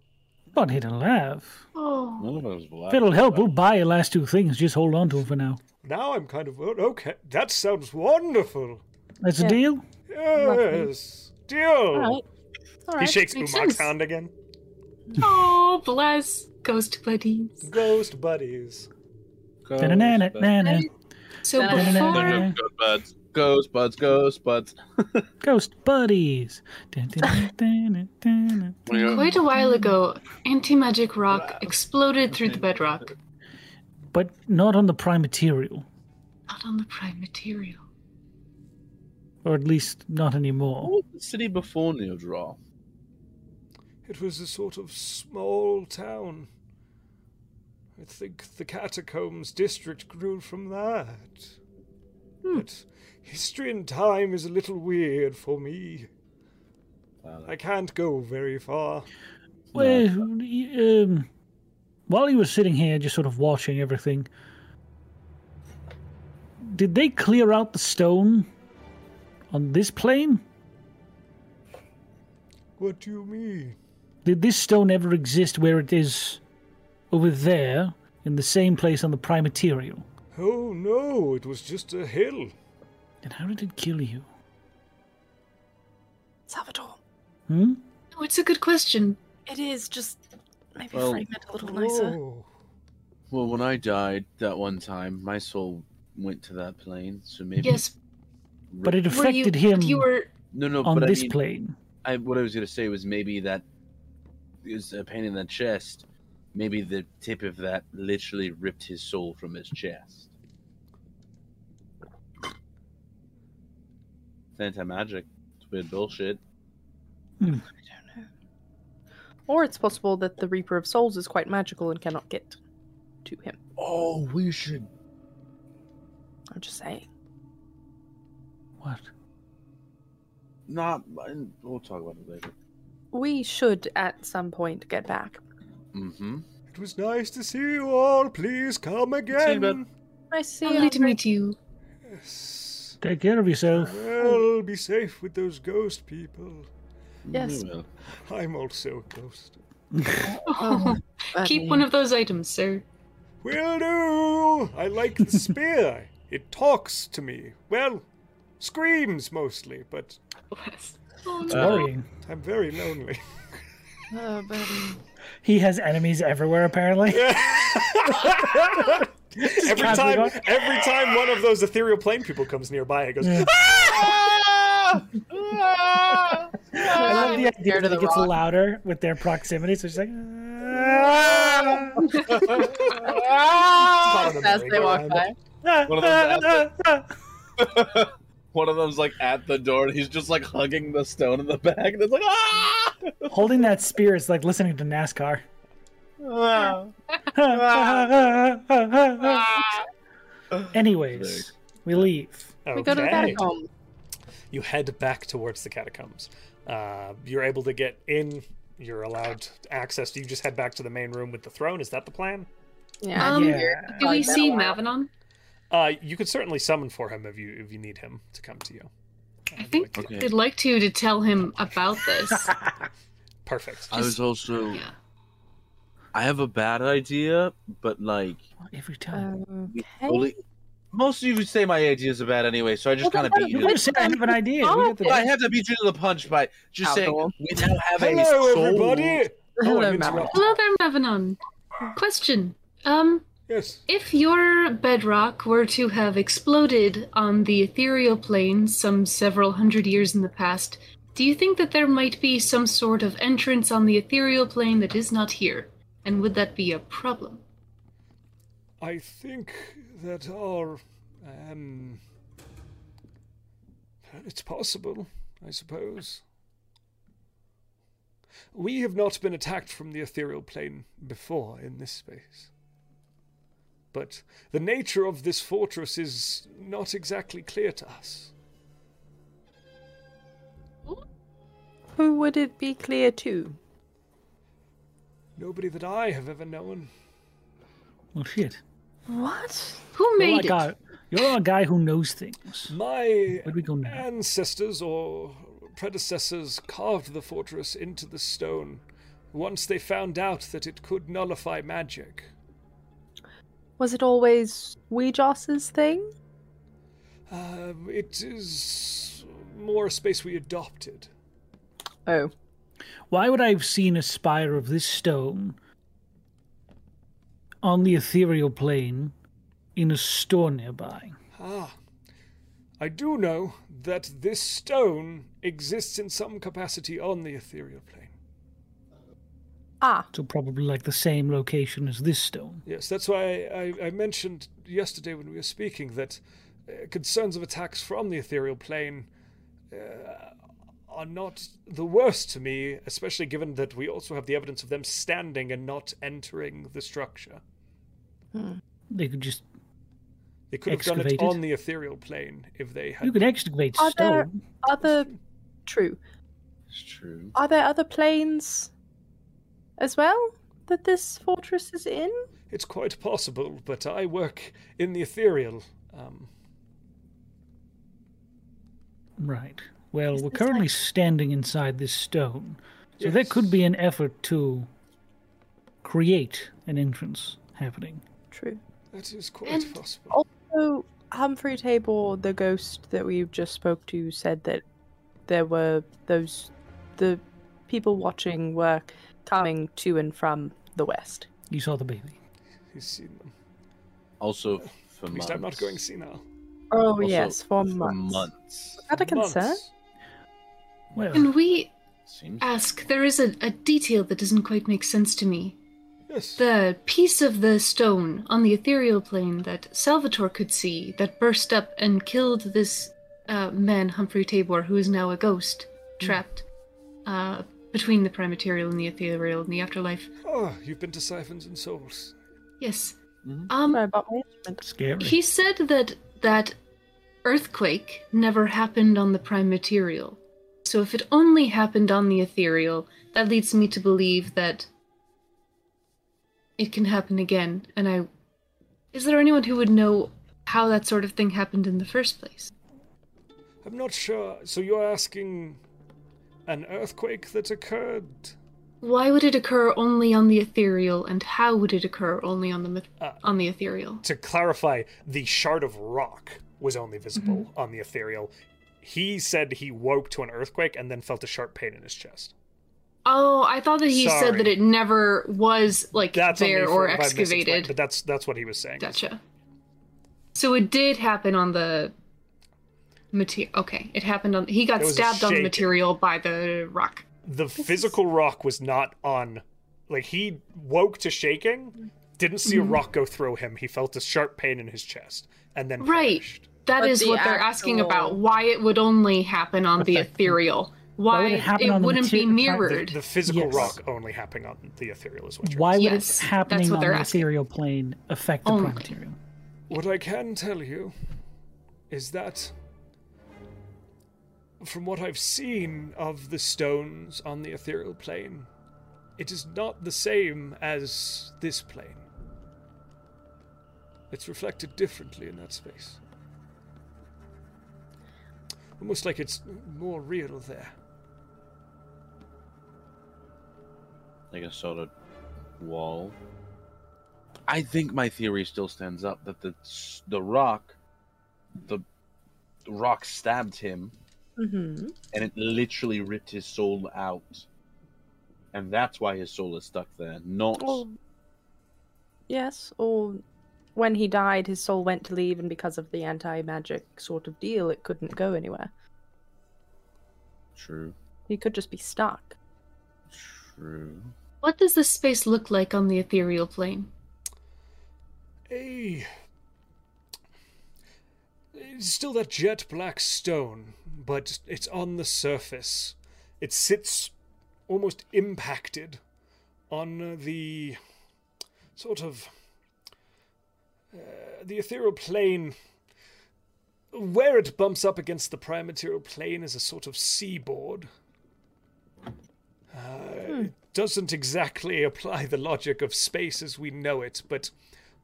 Speaker 6: But it'll laugh.
Speaker 5: oh.
Speaker 3: None of us will
Speaker 6: If it'll help, we'll buy your last two things. Just hold on to them for now.
Speaker 4: Now I'm kind of oh, okay. That sounds wonderful.
Speaker 6: That's
Speaker 2: Yeah.
Speaker 6: a deal.
Speaker 4: Yes, deal.
Speaker 2: All right. All
Speaker 4: He
Speaker 2: right.
Speaker 4: shakes
Speaker 5: Makes
Speaker 4: Umak's
Speaker 5: sense.
Speaker 4: hand again.
Speaker 5: oh, bless ghost buddies.
Speaker 4: Ghost buddies.
Speaker 6: Na-na-na-na, na-na.
Speaker 5: So
Speaker 2: Da-da-da-da-da.
Speaker 5: before
Speaker 3: Ghost buds, ghost buds, ghost buds.
Speaker 6: Ghost buddies. Dun-dun-dun-dun-dun-dun.
Speaker 5: Quite a while ago, anti magic rock exploded through the bedrock,
Speaker 6: but not on the prime material,
Speaker 5: not on the prime material.
Speaker 6: or at least not anymore.
Speaker 3: What was the city before Neil Draw?
Speaker 4: It was a sort of small town. I think the catacombs district grew from that. But history and time is a little weird for me. I can't go very far.
Speaker 6: Well, y- um, while you were sitting here, just sort of watching everything, did they clear out the stone on this plane?
Speaker 4: What do you mean?
Speaker 6: Did this stone ever exist where it is over there in the same place on the prime material?
Speaker 4: Oh no, it was just a hill.
Speaker 6: And how did it kill you?
Speaker 2: Salvador.
Speaker 6: Hmm?
Speaker 5: Oh, it's a good question.
Speaker 2: It is just maybe
Speaker 3: Well-
Speaker 2: frame it a little nicer.
Speaker 4: Oh,
Speaker 3: Well, when I died that one time, my soul went to that plane, so maybe.
Speaker 5: Yes,
Speaker 6: But it
Speaker 5: were you,
Speaker 6: affected him
Speaker 5: but you were
Speaker 3: No, no.
Speaker 6: on
Speaker 3: but
Speaker 6: this
Speaker 3: I mean,
Speaker 6: plane.
Speaker 3: I, what I was gonna say was maybe that is a pain in the chest. Maybe the tip of that literally ripped his soul from his chest. It's anti-magic. It's weird bullshit.
Speaker 2: Or it's possible that the Reaper of Souls is quite magical and cannot get to him.
Speaker 3: Oh, we should.
Speaker 2: I'm just saying.
Speaker 6: What?
Speaker 3: Not. We'll talk about it later.
Speaker 2: We should at some point get back.
Speaker 3: Mm-hmm.
Speaker 4: it was nice to see you all. Please come
Speaker 3: you, bud.
Speaker 4: again.
Speaker 2: Nice to see you.
Speaker 5: lovely to
Speaker 2: Andre.
Speaker 5: meet you.
Speaker 4: Yes.
Speaker 6: Take care of yourself.
Speaker 4: Well, be safe with those ghost people.
Speaker 2: Yes.
Speaker 4: I'm also a ghost.
Speaker 5: Keep
Speaker 2: Buddy.
Speaker 5: one of those items, sir.
Speaker 4: Will do! I like the spear. it talks to me. Well, screams mostly, but
Speaker 5: Yes. Oh,
Speaker 6: It's
Speaker 5: no.
Speaker 3: Uh,
Speaker 6: worrying.
Speaker 4: I'm very lonely.
Speaker 2: Oh, buddy.
Speaker 6: He has enemies everywhere, apparently.
Speaker 4: every
Speaker 6: casually
Speaker 4: time,
Speaker 6: going-
Speaker 4: every time one of those ethereal plane people comes nearby, it goes.
Speaker 6: Yeah. I love the idea
Speaker 2: Scared
Speaker 6: that
Speaker 2: of
Speaker 6: it
Speaker 2: the
Speaker 6: gets
Speaker 2: rock.
Speaker 6: louder with their proximity. So she's like,
Speaker 4: "Ah!" It's
Speaker 2: Oh, As
Speaker 4: caught on a
Speaker 2: they walk
Speaker 4: merry-go-round.
Speaker 2: by.
Speaker 3: One of those One of them's like at the door, and he's just like hugging the stone in the back, and it's like ah.
Speaker 6: holding that spear is like listening to NASCAR.
Speaker 5: Ah!
Speaker 6: Anyways, we leave.
Speaker 2: We go to the
Speaker 4: Okay.
Speaker 2: catacomb.
Speaker 4: You head back towards the catacombs. Uh, you're able to get in. You're allowed access. You just head back to the main room with the throne. Is that the plan?
Speaker 2: Yeah.
Speaker 5: Um,
Speaker 6: Yeah.
Speaker 5: Do we see Mavinon?
Speaker 4: Uh, you could certainly summon for him if you if you need him to come to you.
Speaker 5: I think
Speaker 3: Okay.
Speaker 5: they'd like to to tell him about this.
Speaker 4: Perfect.
Speaker 3: I was also.
Speaker 5: yeah.
Speaker 3: I have a bad idea, but like
Speaker 6: Every
Speaker 2: Uh,
Speaker 6: time.
Speaker 2: Okay.
Speaker 3: only most of you say my ideas are bad anyway, so I just
Speaker 2: Well,
Speaker 3: kind of beat you.
Speaker 6: you
Speaker 3: To
Speaker 6: never said I have an idea. We got
Speaker 3: the, I
Speaker 6: the-
Speaker 3: have to beat you to the punch by just saying
Speaker 2: Outdoor.
Speaker 3: we now have a
Speaker 4: Hello,
Speaker 3: soul.
Speaker 4: everybody. Oh,
Speaker 2: Hello,
Speaker 4: I'm
Speaker 2: Madeline.
Speaker 4: interrupted.
Speaker 5: Hello there, Mavinon. Question. Um,
Speaker 4: Yes.
Speaker 5: If your bedrock were to have exploded on the ethereal plane some several hundred years in the past, do you think that there might be some sort of entrance on the ethereal plane that is not here? And would that be a problem?
Speaker 4: I think that our um, it's possible, I suppose. We have not been attacked from the ethereal plane before in this space. But the nature of this fortress is not exactly clear to us.
Speaker 2: Who would it be clear to?
Speaker 4: Nobody that I have ever known.
Speaker 6: Well, Oh, shit.
Speaker 2: What?
Speaker 5: Who
Speaker 6: You're
Speaker 5: made
Speaker 6: a, guy,
Speaker 5: it?
Speaker 6: you're a guy who knows things.
Speaker 4: My
Speaker 6: Where'd we go now?
Speaker 4: ancestors or predecessors carved the fortress into the stone once they found out that it could nullify magic.
Speaker 2: Was it always Weejoss's thing?
Speaker 4: Uh, it is more a space we adopted.
Speaker 2: Oh.
Speaker 6: Why would I have seen a spire of this stone on the ethereal plane in a store nearby?
Speaker 4: Ah. I do know that this stone exists in some capacity on the ethereal plane.
Speaker 2: Ah.
Speaker 6: So probably like the same location as this stone.
Speaker 4: Yes, that's why I, I, I mentioned yesterday when we were speaking that uh, concerns of attacks from the ethereal plane uh, are not the worst to me, especially given that we also have the evidence of them standing and not entering the structure.
Speaker 2: Hmm.
Speaker 6: They could just
Speaker 4: They could have done it
Speaker 6: Excavated?
Speaker 4: on the ethereal plane if they had.
Speaker 6: you could excavate
Speaker 2: Are
Speaker 6: stone.
Speaker 2: there other true.
Speaker 3: It's true.
Speaker 2: Are there other planes as well that this fortress is in?
Speaker 4: It's quite possible, but I work in the ethereal. Um,
Speaker 6: Right. Well,
Speaker 2: Is
Speaker 6: we're
Speaker 2: this
Speaker 6: currently
Speaker 2: like-
Speaker 6: standing inside this stone. So there
Speaker 4: Yes.
Speaker 6: could be an effort to create an entrance happening.
Speaker 2: True.
Speaker 4: that is quite
Speaker 5: And-
Speaker 4: possible.
Speaker 2: Also, Humphrey Tabor, the ghost that we just spoke to, said that there were those the people watching were coming to and from the west.
Speaker 6: You saw the baby.
Speaker 4: He's seen them.
Speaker 3: Also, for
Speaker 4: At
Speaker 3: months.
Speaker 4: least I'm not going senile.
Speaker 2: Oh
Speaker 3: Also,
Speaker 2: yes, for
Speaker 3: for
Speaker 2: months.
Speaker 3: months.
Speaker 2: Is that a concern?
Speaker 4: Months.
Speaker 6: Well,
Speaker 5: Can we
Speaker 3: Seems.
Speaker 5: ask? There is a, a detail that doesn't quite make sense to me.
Speaker 4: Yes.
Speaker 5: The piece of the stone on the ethereal plane that Salvatore could see that burst up and killed this uh, man, Humphrey Tabor, who is now a ghost, trapped uh, between the primaterial and the ethereal and the afterlife.
Speaker 4: Oh, you've been to Siphons and Souls.
Speaker 5: Yes.
Speaker 3: Mhm.
Speaker 5: Um,
Speaker 2: Sorry about my instrument.
Speaker 6: scary.
Speaker 5: he said that that earthquake never happened on the primaterial. So if it only happened on the ethereal, that leads me to believe that it can happen again. And I is there anyone who would know how that sort of thing happened in the first place?
Speaker 4: I'm not sure. So you're asking an earthquake that occurred?
Speaker 5: Why would it occur only on the ethereal and how would it occur only on the myth-
Speaker 4: Uh,
Speaker 5: on the ethereal?
Speaker 4: To clarify, the shard of rock was only visible
Speaker 5: Mm-hmm.
Speaker 4: on the ethereal. He said he woke to an earthquake and then felt a sharp pain in his chest.
Speaker 5: Oh, I thought that he said
Speaker 4: Sorry.
Speaker 5: that it never was like
Speaker 4: That's only
Speaker 5: there
Speaker 4: for
Speaker 5: or
Speaker 4: if I misexplained,
Speaker 5: excavated.
Speaker 4: but that's that's what he was saying.
Speaker 5: Gotcha. So it did happen on the material. Okay, it happened on. He got
Speaker 4: There was a
Speaker 5: stabbed on the
Speaker 4: shaking.
Speaker 5: material by the rock.
Speaker 4: The physical rock was not on. Like he woke to shaking, didn't see
Speaker 5: Mm-hmm.
Speaker 4: a rock go through him. He felt a sharp pain in his chest and then
Speaker 5: Right.
Speaker 4: perished.
Speaker 5: That
Speaker 2: But
Speaker 5: is
Speaker 2: the
Speaker 5: what they're asking
Speaker 2: actual-
Speaker 5: about. Why it would only happen on the ethereal. Why,
Speaker 6: Why would it happen on the
Speaker 5: wouldn't be
Speaker 6: material- the-
Speaker 5: mirrored.
Speaker 4: The physical
Speaker 6: Yes.
Speaker 4: rock only happening on the ethereal is what you're
Speaker 6: Why would
Speaker 5: Yes,
Speaker 6: it
Speaker 5: that's
Speaker 6: happening
Speaker 5: what
Speaker 6: on
Speaker 5: they're
Speaker 6: the
Speaker 5: asking.
Speaker 6: ethereal plane affect the
Speaker 5: Only.
Speaker 6: primordial?
Speaker 4: What I can tell you is that from what I've seen of the stones on the ethereal plane, it is not the same as this plane. It's reflected differently in that space. Almost like it's more real there.
Speaker 3: like a sort of wall. I think my theory still stands up that the the rock, the, the rock stabbed him,
Speaker 2: Mm-hmm.
Speaker 3: and it literally ripped his soul out, and that's why his soul is stuck there. Not
Speaker 2: Or, yes, or when he died, his soul went to leave, and because of the anti-magic sort of deal, it couldn't go anywhere.
Speaker 3: true,
Speaker 2: He could just be stuck.
Speaker 3: true.
Speaker 5: What does this space look like on the ethereal plane?
Speaker 4: a it's still that jet black stone but it's on the surface it sits almost impacted on the sort of uh, the ethereal plane where it bumps up against the primaterial plane is a sort of seaboard Uh, It doesn't exactly apply the logic of space as we know it, but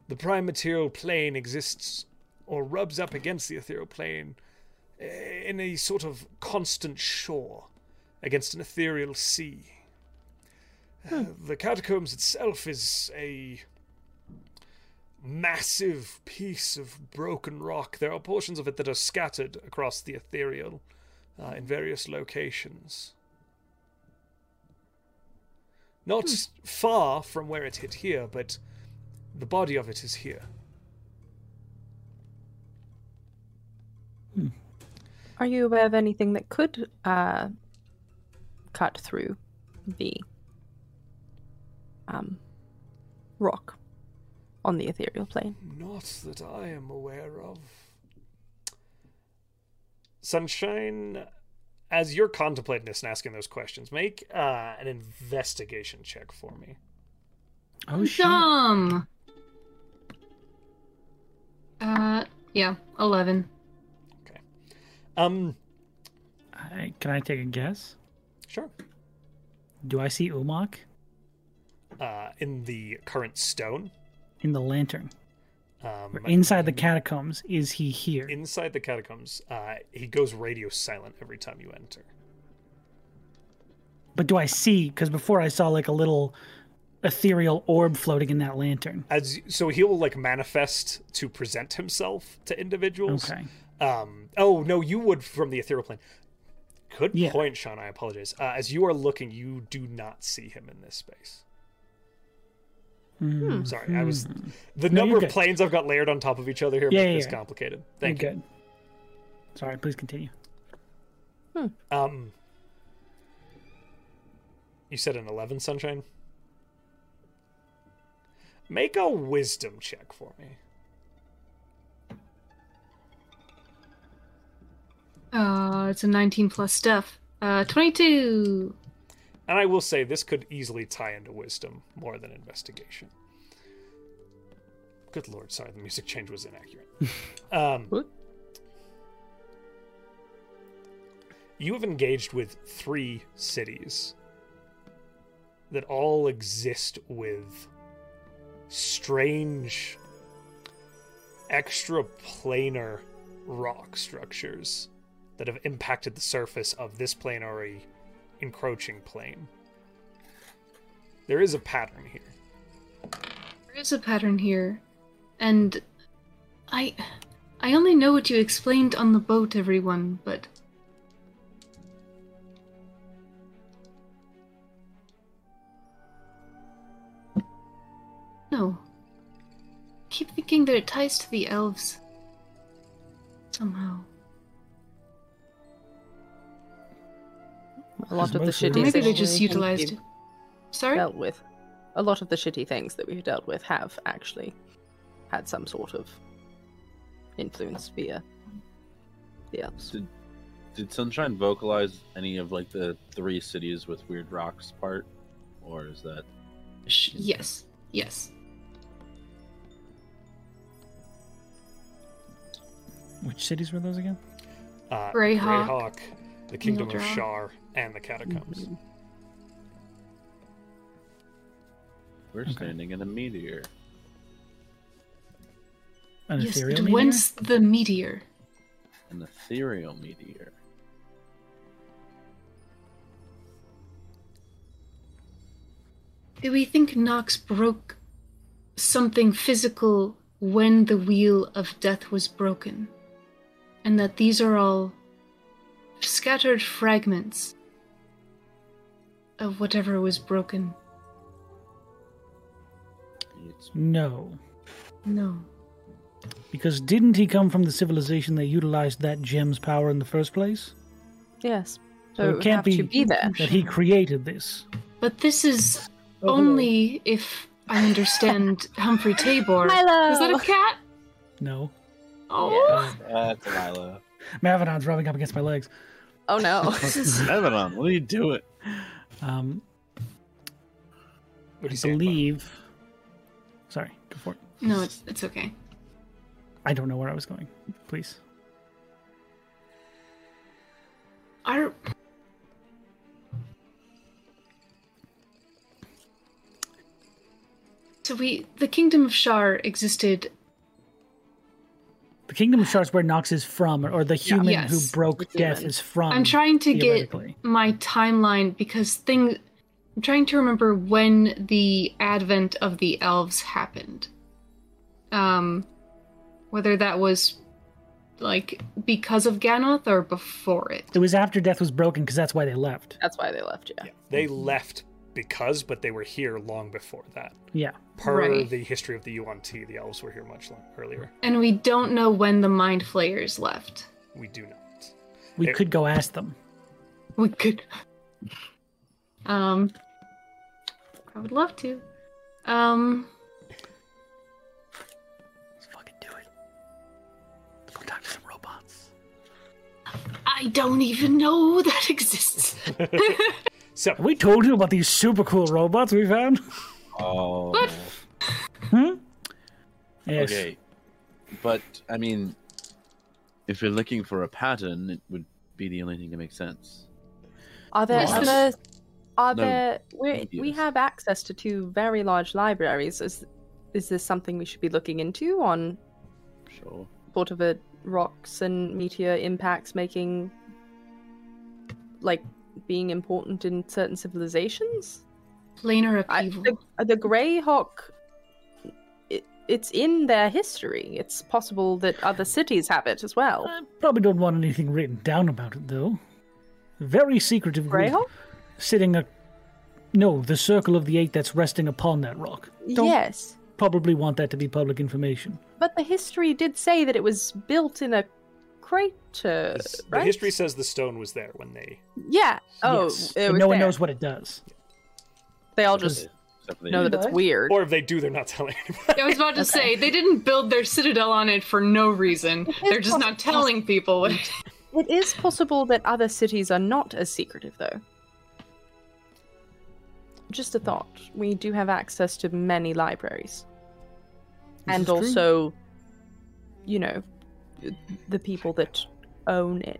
Speaker 4: the prime material plane exists or rubs up against the ethereal plane uh, in a sort of constant shore against an ethereal sea. Uh, the catacombs itself is a massive piece of broken rock. There are portions of it that are scattered across the ethereal uh, in various locations. Not far from where it hit here, but the body of it is here.
Speaker 2: Are you aware of anything that could uh, cut through the um, rock on the ethereal plane?
Speaker 4: Not that I am aware of. Sunshine, as you're contemplating this and asking those questions, make uh, an investigation check for me.
Speaker 6: Oh shit!
Speaker 5: Dumb. Uh, yeah, eleven.
Speaker 4: Um,
Speaker 6: I, can I take a guess?
Speaker 4: sure.
Speaker 6: Do I see Umak
Speaker 4: Uh, in the current stone.
Speaker 6: in the lantern?
Speaker 4: Um,
Speaker 6: Or inside the catacombs? Is he here?
Speaker 4: inside the catacombs, uh, he goes radio silent every time you enter.
Speaker 6: But do I see? Because before I saw like a little ethereal orb floating in that lantern.
Speaker 4: As so, he'll like manifest to present himself to individuals.
Speaker 6: Okay.
Speaker 4: Um, oh no, you would from the ethereal plane. Good
Speaker 6: Yeah.
Speaker 4: point, Sean. I apologize. Uh, as you are looking, you do not see him in this space.
Speaker 6: Hmm.
Speaker 4: Sorry, I was the
Speaker 6: No,
Speaker 4: number
Speaker 6: you're
Speaker 4: of
Speaker 6: good.
Speaker 4: planes I've got layered on top of each other here
Speaker 6: Yeah,
Speaker 4: is
Speaker 6: yeah,
Speaker 4: is
Speaker 6: yeah.
Speaker 4: complicated.
Speaker 6: You're
Speaker 4: Thank you.
Speaker 6: good. Sorry, please continue.
Speaker 4: Um, you said an eleven, sunshine. Make a wisdom check for me.
Speaker 5: Uh, it's a nineteen plus stuff. Uh, twenty-two.
Speaker 4: And I will say this could easily tie into wisdom more than investigation. Good lord, sorry, the music change was inaccurate. Um,
Speaker 2: What?
Speaker 4: you have engaged with three cities that all exist with strange extraplanar rock structures that have impacted the surface of this plane or a encroaching plane. There is a pattern here.
Speaker 5: There is a pattern here, and I, I only know what you explained on the boat, everyone. But no, keep thinking that it ties to the elves somehow.
Speaker 2: A lot of the
Speaker 6: mostly-
Speaker 2: shitty
Speaker 5: Or maybe they
Speaker 2: situations
Speaker 5: just
Speaker 2: we've
Speaker 5: utilized it. Sorry.
Speaker 2: dealt with. A lot of the shitty things that we've dealt with have actually had some sort of influence via the elves.
Speaker 3: Did Sunshine vocalize any of like the three cities with weird rocks part, or is that
Speaker 5: Sh- Yes. Yes.
Speaker 6: Which cities were those again?
Speaker 4: Uh,
Speaker 5: Greyhawk.
Speaker 4: Greyhawk, the Kingdom of
Speaker 5: Mildra.
Speaker 4: Shar, and the Catacombs.
Speaker 3: we're standing in a meteor?
Speaker 6: An
Speaker 5: Yes.
Speaker 6: ethereal
Speaker 5: And
Speaker 6: meteor?
Speaker 5: whence the meteor?
Speaker 3: An ethereal meteor.
Speaker 5: Do we think Nox broke something physical when the wheel of death was broken? And that these are all scattered fragments of whatever was broken?
Speaker 3: It's
Speaker 6: No,
Speaker 5: No.
Speaker 6: because didn't he come from the civilization that utilized that gem's power in the first place?
Speaker 2: Yes. So,
Speaker 6: So
Speaker 2: it would have to be there.
Speaker 6: that he created this.
Speaker 5: But this is only if I understand Humphrey Tabor.
Speaker 2: Milo!
Speaker 5: Is that a cat?
Speaker 6: No,
Speaker 5: Oh.
Speaker 3: uh, Delilah.
Speaker 6: Mavenon's rubbing up against my legs.
Speaker 2: Oh no.
Speaker 5: This is
Speaker 3: Lebanon, what are you doing?
Speaker 6: Um,
Speaker 4: What do
Speaker 6: I
Speaker 4: you say?
Speaker 6: believe. Sorry, go for it.
Speaker 5: No, it's, it's okay.
Speaker 6: I don't know where I was going. Please.
Speaker 5: Are So we, the kingdom of Shar existed.
Speaker 6: The kingdom of Shards where Nox is from, or the human who
Speaker 5: Yes.
Speaker 6: broke
Speaker 2: The
Speaker 6: death
Speaker 2: human.
Speaker 6: is from.
Speaker 5: I'm trying to get
Speaker 6: Um, theoretically.
Speaker 5: my timeline because thing. I'm trying to remember when the advent of the elves happened. Um, whether that was like because of Ganoth or before it.
Speaker 6: It was after death was broken because that's why they left.
Speaker 2: That's why they left, yeah.
Speaker 4: Yeah, they left because, but they were here long before that.
Speaker 6: Yeah.
Speaker 4: Per
Speaker 5: Right.
Speaker 4: the history of the UNT, the elves were here much long, earlier.
Speaker 5: And we don't know when the mind flayers left.
Speaker 4: We do not.
Speaker 6: We
Speaker 4: It-
Speaker 6: could go ask them.
Speaker 5: We could. Um, I would love to. Um,
Speaker 6: Let's fucking do it. Let's go talk to some robots.
Speaker 5: I don't even know that exists.
Speaker 4: So,
Speaker 6: Have we told you about these super cool robots we found?
Speaker 1: Oh.
Speaker 5: What?
Speaker 6: Hmm? Yes.
Speaker 1: Okay. But, I mean, if you're looking for a pattern, it would be the only thing that makes sense.
Speaker 2: Are there
Speaker 5: Is this-
Speaker 2: other? Are
Speaker 1: No,
Speaker 2: there? We we
Speaker 1: medias.
Speaker 2: have access to two very large libraries. Is is this something we should be looking into on
Speaker 1: Sure.
Speaker 2: sort of a rocks and meteor impacts making like being important in certain civilizations?
Speaker 5: Planar
Speaker 2: I,
Speaker 5: upheaval.
Speaker 2: the, the Grey Hawk. It, it's in their history. It's possible that other cities have it as well.
Speaker 6: I probably don't want anything written down about it, though. Very secretive group
Speaker 2: Greyhawk?
Speaker 6: sitting a. No, the circle of the eight that's resting upon that rock. Don't
Speaker 2: Yes.
Speaker 6: probably want that to be public information.
Speaker 2: But the history did say that it was built in a crater,
Speaker 4: s- the
Speaker 2: right?
Speaker 4: history says the stone was there when they.
Speaker 2: Yeah. Oh,
Speaker 6: Yes,
Speaker 2: it
Speaker 6: but
Speaker 2: was
Speaker 6: no one
Speaker 2: there.
Speaker 6: knows what it does.
Speaker 2: They all just
Speaker 1: Except for the
Speaker 2: know that it's
Speaker 6: Right.
Speaker 2: weird.
Speaker 4: Or if they do, they're not telling anybody.
Speaker 5: I was about to say they didn't build their citadel on it for no reason. They're just not telling people. what-
Speaker 2: It is possible that other cities are not as secretive, though. Just a thought. We do have access to many libraries. and also, you know, the people that own it.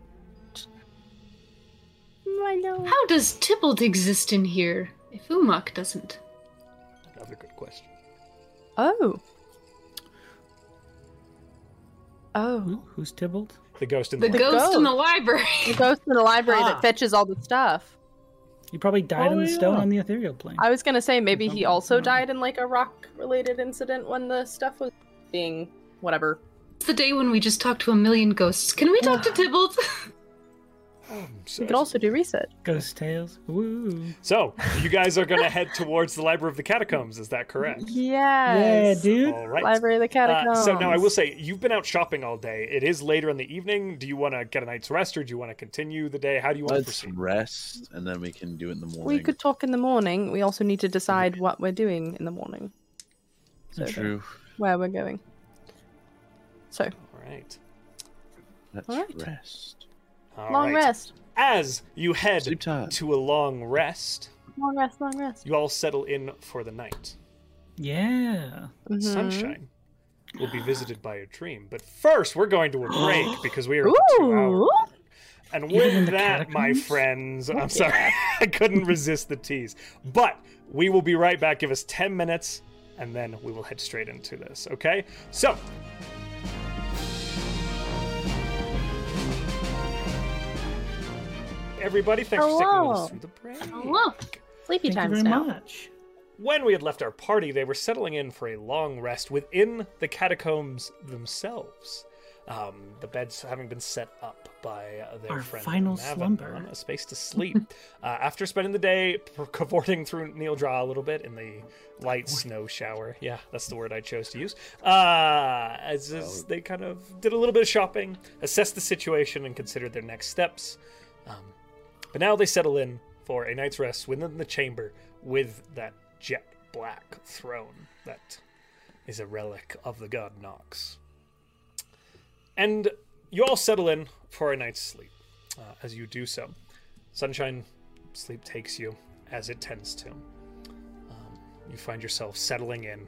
Speaker 2: I know.
Speaker 5: How does Tybalt exist in here if Umok doesn't?
Speaker 4: Another good question.
Speaker 2: Oh. Oh.
Speaker 6: Who, who's Tybalt?
Speaker 4: The ghost in the.
Speaker 5: The
Speaker 4: library.
Speaker 5: ghost, in the
Speaker 2: ghost.
Speaker 5: library.
Speaker 2: The ghost in the library
Speaker 6: Ah.
Speaker 2: that fetches all the stuff.
Speaker 6: He probably died
Speaker 1: Oh,
Speaker 6: in the stone
Speaker 1: yeah.
Speaker 6: on the ethereal plane.
Speaker 2: I was gonna say maybe he
Speaker 6: Mhm.
Speaker 2: also died in like a rock related incident when the stuff was being whatever.
Speaker 5: It's the day when we just talked to a million ghosts. Can we talk to Tybalt?
Speaker 4: Oh, I'm
Speaker 2: You
Speaker 4: so,
Speaker 2: could also do research.
Speaker 6: Ghost tales. Woo.
Speaker 4: so, you guys are going to head towards the Library of the Catacombs, is that correct?
Speaker 2: Yes.
Speaker 6: Yeah, dude.
Speaker 4: All right.
Speaker 2: Library of the Catacombs.
Speaker 4: Uh, so now I will say you've been out shopping all day. It is later in the evening. Do you want to get a night's rest, or do you want to continue the day? How do you want to
Speaker 1: Let's
Speaker 4: proceed?
Speaker 1: rest, and then we can do it in the morning.
Speaker 2: We could talk in the morning. We also need to decide what we're doing in the morning,
Speaker 6: That's
Speaker 1: True.
Speaker 2: where we're going. So,
Speaker 4: All right.
Speaker 1: Let's
Speaker 2: Alright.
Speaker 1: rest.
Speaker 4: All
Speaker 2: long
Speaker 4: right.
Speaker 2: rest.
Speaker 4: As you head
Speaker 1: Sleep time.
Speaker 4: to a long rest,
Speaker 2: Long rest, long rest.
Speaker 4: you all settle in for the night.
Speaker 6: Yeah.
Speaker 2: Mhm.
Speaker 4: Sunshine will be visited by a dream, but first we're going to a break because we are at the two hour.
Speaker 2: Ooh!
Speaker 4: And
Speaker 6: Even in
Speaker 4: with
Speaker 6: the
Speaker 4: that, my
Speaker 6: catacombs?
Speaker 4: friends, I'm sorry, I couldn't resist the tease. But we will be right back. Give us 10 minutes, and then we will head straight into this, okay? So, everybody, thanks for sticking with us
Speaker 2: Hello.
Speaker 4: through the break.
Speaker 5: Hello.
Speaker 2: Sleepy
Speaker 6: Thank you
Speaker 2: times
Speaker 6: very
Speaker 2: now.
Speaker 6: much.
Speaker 4: When we had left our party, they were settling in for a long rest within the catacombs themselves. Um, the beds having been set up by uh, their
Speaker 6: Our
Speaker 4: friend
Speaker 6: final
Speaker 4: Maven
Speaker 6: slumber.
Speaker 4: on a space to sleep. uh, after spending the day p- cavorting through Neil Draw a little bit in the light snow shower, yeah, that's the word I chose to use. Uh, as, as they kind of did a little bit of shopping, assessed the situation, and considered their next steps. Um, but now they settle in for a night's rest within the chamber with that jet black throne that is a relic of the god Nox. And you all settle in for a night's sleep. Uh, as you do so, sunshine sleep takes you as it tends to. Um, you find yourself settling in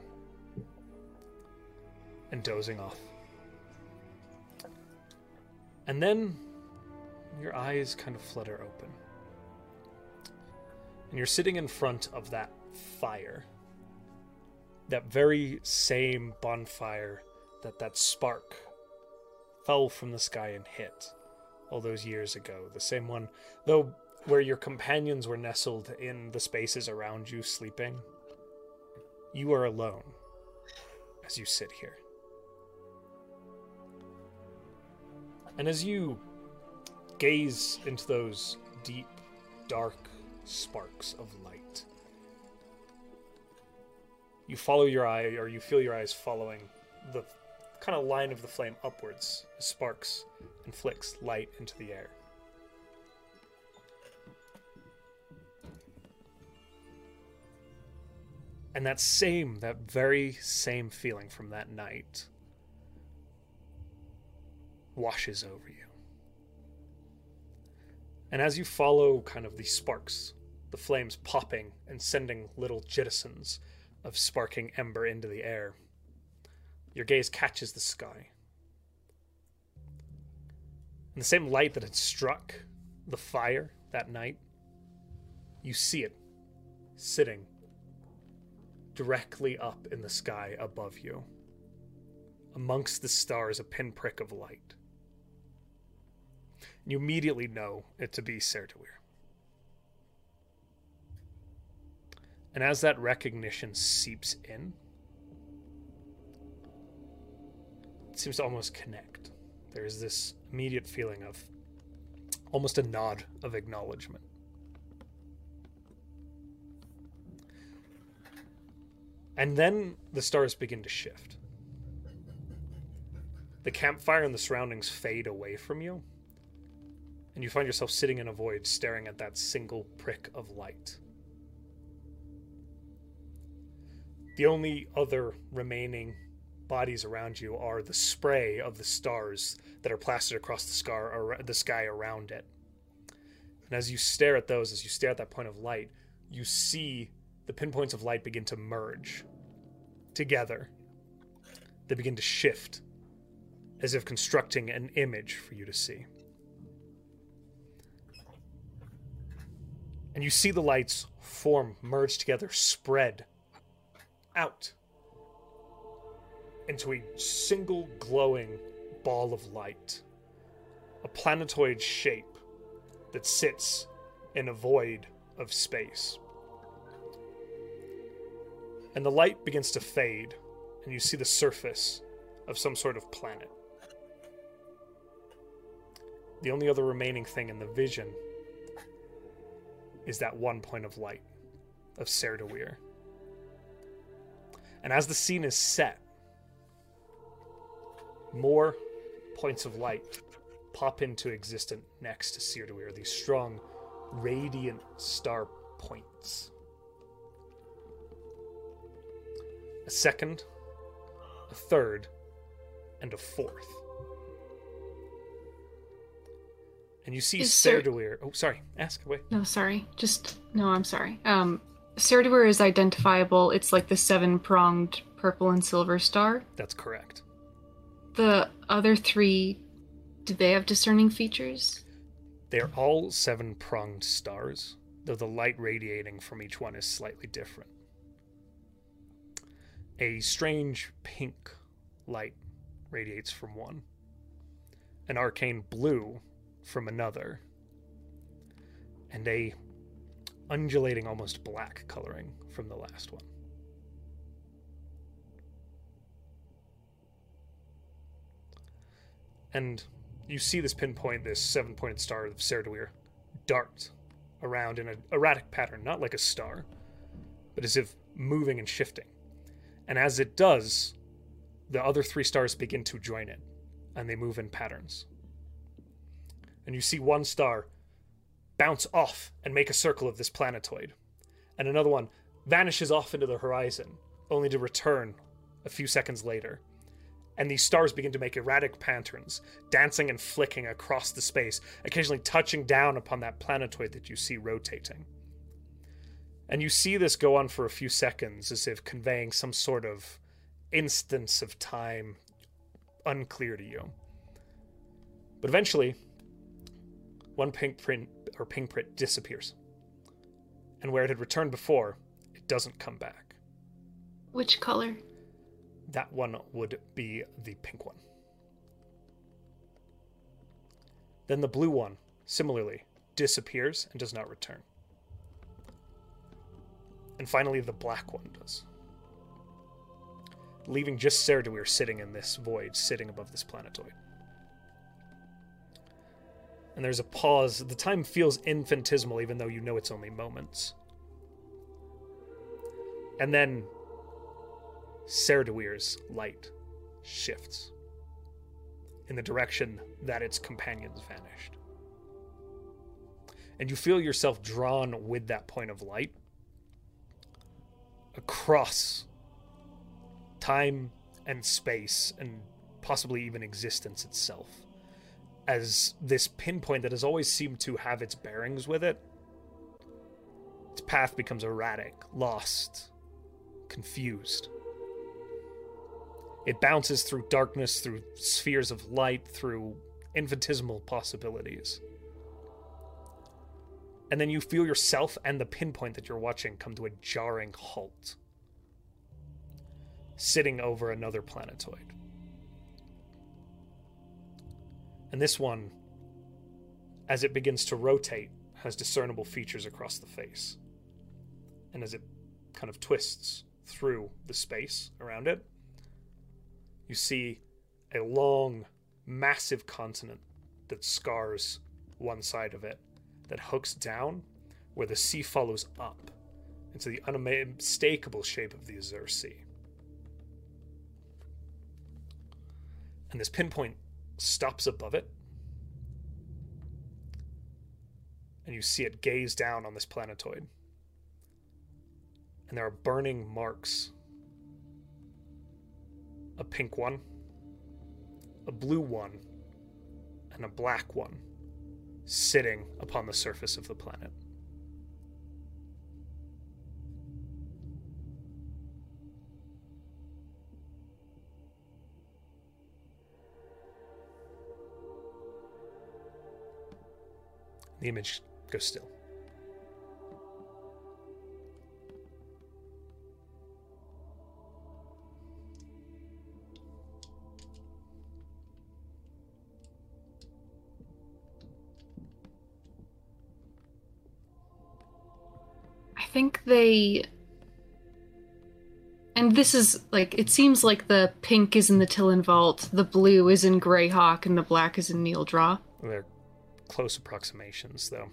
Speaker 4: and dozing off. And then your eyes kind of flutter open. And you're sitting in front of that fire. that very same bonfire that that spark fell from the sky and hit all those years ago. The same one, though, where your companions were nestled in the spaces around you, sleeping. You are alone as you sit here. And as you gaze into those deep, dark sparks of light, you follow your eye, or you feel your eyes following the kind of line of the flame upwards, as sparks and flicks light into the air. And that same, that very same feeling from that night washes over you. And as you follow kind of the sparks, the flames popping and sending little jettisons of sparking ember into the air, your gaze catches the sky. And the same light that had struck the fire that night, you see it sitting directly up in the sky above you. Amongst the stars, a pinprick of light. You immediately know it to be Sertawir. And as that recognition seeps in, it seems to almost connect. There is this immediate feeling of almost a nod of acknowledgement. And then the stars begin to shift. The campfire and the surroundings fade away from you, and you find yourself sitting in a void staring at that single prick of light. The only other remaining bodies around you are the spray of the stars that are plastered across the, scar, ar- the sky around it. And as you stare at those, as you stare at that point of light, you see the pinpoints of light begin to merge together. They begin to shift, as if constructing an image for you to see. And you see the lights form, merge together, spread out into a single glowing ball of light. A planetoid shape that sits in a void of space and the light begins to fade, and you see the surface of some sort of planet. The only other remaining thing in the vision is that one point of light of Serdawir. And as the scene is set, more points of light pop into existence next to Serdawir, these strong, radiant star points. a second, a third, and a fourth. And you see
Speaker 5: Is Sir-
Speaker 4: Serdalir. Oh, sorry. Ask away.
Speaker 5: No, sorry. Just no. I'm sorry. Um, Serdawir is identifiable. It's like the seven-pronged purple and silver star.
Speaker 4: That's correct.
Speaker 5: The other three, do they have discerning features?
Speaker 4: They are all seven pronged stars, though the light radiating from each one is slightly different. A strange pink light radiates from one, an arcane blue from another, and a undulating, almost black coloring from the last one. And you see this pinpoint, this seven pointed star of Serdawir, dart around in an erratic pattern, not like a star, but as if moving and shifting. And as it does, the other three stars begin to join it, and they move in patterns. And you see one star bounce off and make a circle of this planetoid, and another one vanishes off into the horizon, only to return a few seconds later and these stars begin to make erratic patterns, dancing and flicking across the space, occasionally touching down upon that planetoid that you see rotating. And you see this go on for a few seconds, as if conveying some sort of instance of time unclear to you. But eventually, one pink print or pink print disappears. And where it had returned before, it doesn't come back.
Speaker 5: Which color?
Speaker 4: That one would be the pink one. Then the blue one, similarly, disappears and does not return. And finally, the black one does. Leaving just Serdawir sitting in this void, sitting above this planetoid. And there's a pause. The time feels infinitesimal, even though you know it's only moments. And then Serdawir's light shifts in the direction that its companions vanished. And you feel yourself drawn with that point of light across time and space and possibly even existence itself as this pinpoint that has always seemed to have its bearings with it its path becomes erratic lost confused it bounces through darkness, through spheres of light, through infinitesimal possibilities. And then you feel yourself and the pinpoint that you're watching come to a jarring halt, sitting over another planetoid. And this one, as it begins to rotate, has discernible features across the face. And as it kind of twists through the space around it, you see a long, massive continent that scars one side of it, that hooks down where the sea follows up into the unmistakable shape of the Azure Sea. And this pinpoint stops above it, and you see it gaze down on this planetoid. And there are burning marks a pink one, a blue one, and a black one sitting upon the surface of the planet. The image goes still.
Speaker 5: I think they. And this is like it seems like the pink is in the Tillen Vault, the blue is in Greyhawk, and the black is in Neil Draw.
Speaker 4: They're close approximations, though.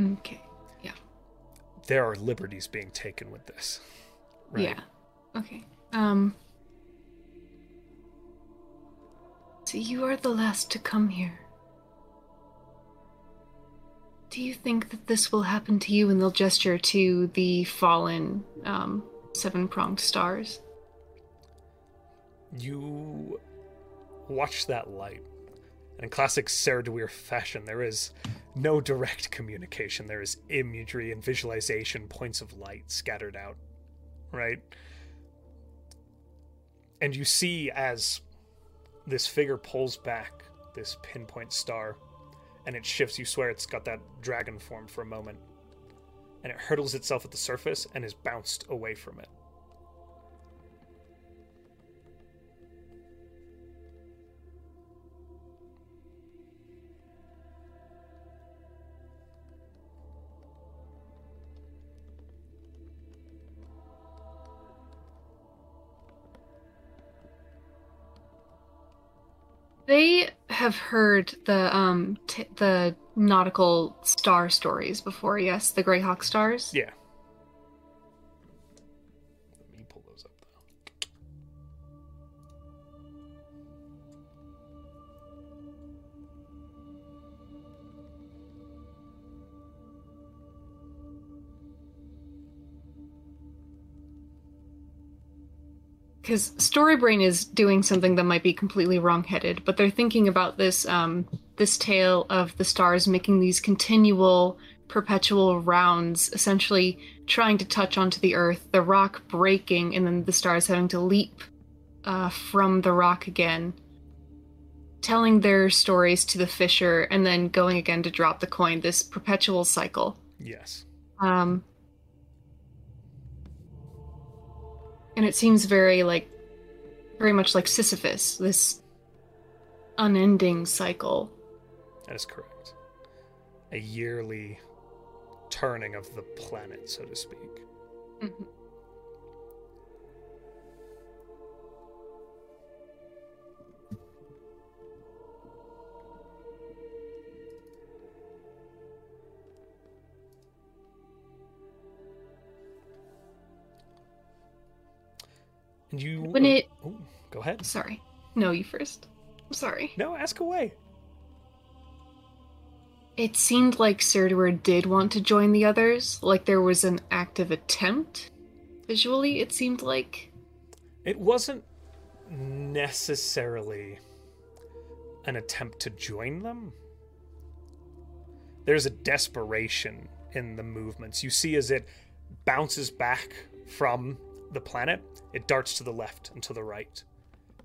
Speaker 5: Okay.
Speaker 4: There are liberties being taken with this. Right?
Speaker 5: Yeah. Okay. Um. So you are the last to come here. Do you think that this will happen to you? And they'll gesture to the fallen um, seven pronged stars.
Speaker 4: You watch that light. And in classic Serdawir fashion, there is no direct communication. There is imagery and visualization, points of light scattered out, right? And you see as this figure pulls back this pinpoint star and it shifts, you swear it's got that dragon form for a moment. And it hurtles itself at the surface and is bounced away from it.
Speaker 5: They have heard the um t- the nautical star stories before. Yes, the Greyhawk stars.
Speaker 4: Yeah. Let me pull those up though.
Speaker 5: because Storybrain is doing something that might be completely wrongheaded, but they're thinking about this um, this tale of the stars making these continual, perpetual rounds, essentially trying to touch onto the Earth, the rock breaking, and then the stars having to leap uh, from the rock again, telling their stories to the fisher, and then going again to drop the coin. This perpetual Um, cycle.
Speaker 4: Yes.
Speaker 5: Um, and it seems very like very much like Sisyphus, this unending cycle.
Speaker 4: That is correct. A yearly turning of the planet, so to speak.
Speaker 5: Mhm.
Speaker 4: And you
Speaker 5: When it-
Speaker 4: oh, go ahead.
Speaker 5: Sorry. No, you first. I'm sorry.
Speaker 4: No, ask away.
Speaker 5: It seemed like Serdwer did want to join the others, like there was an active attempt. Visually, it seemed like.
Speaker 4: It wasn't necessarily an attempt to join them. There's a desperation in the movements. You see as it bounces back from the planet, it darts to the left and to the right,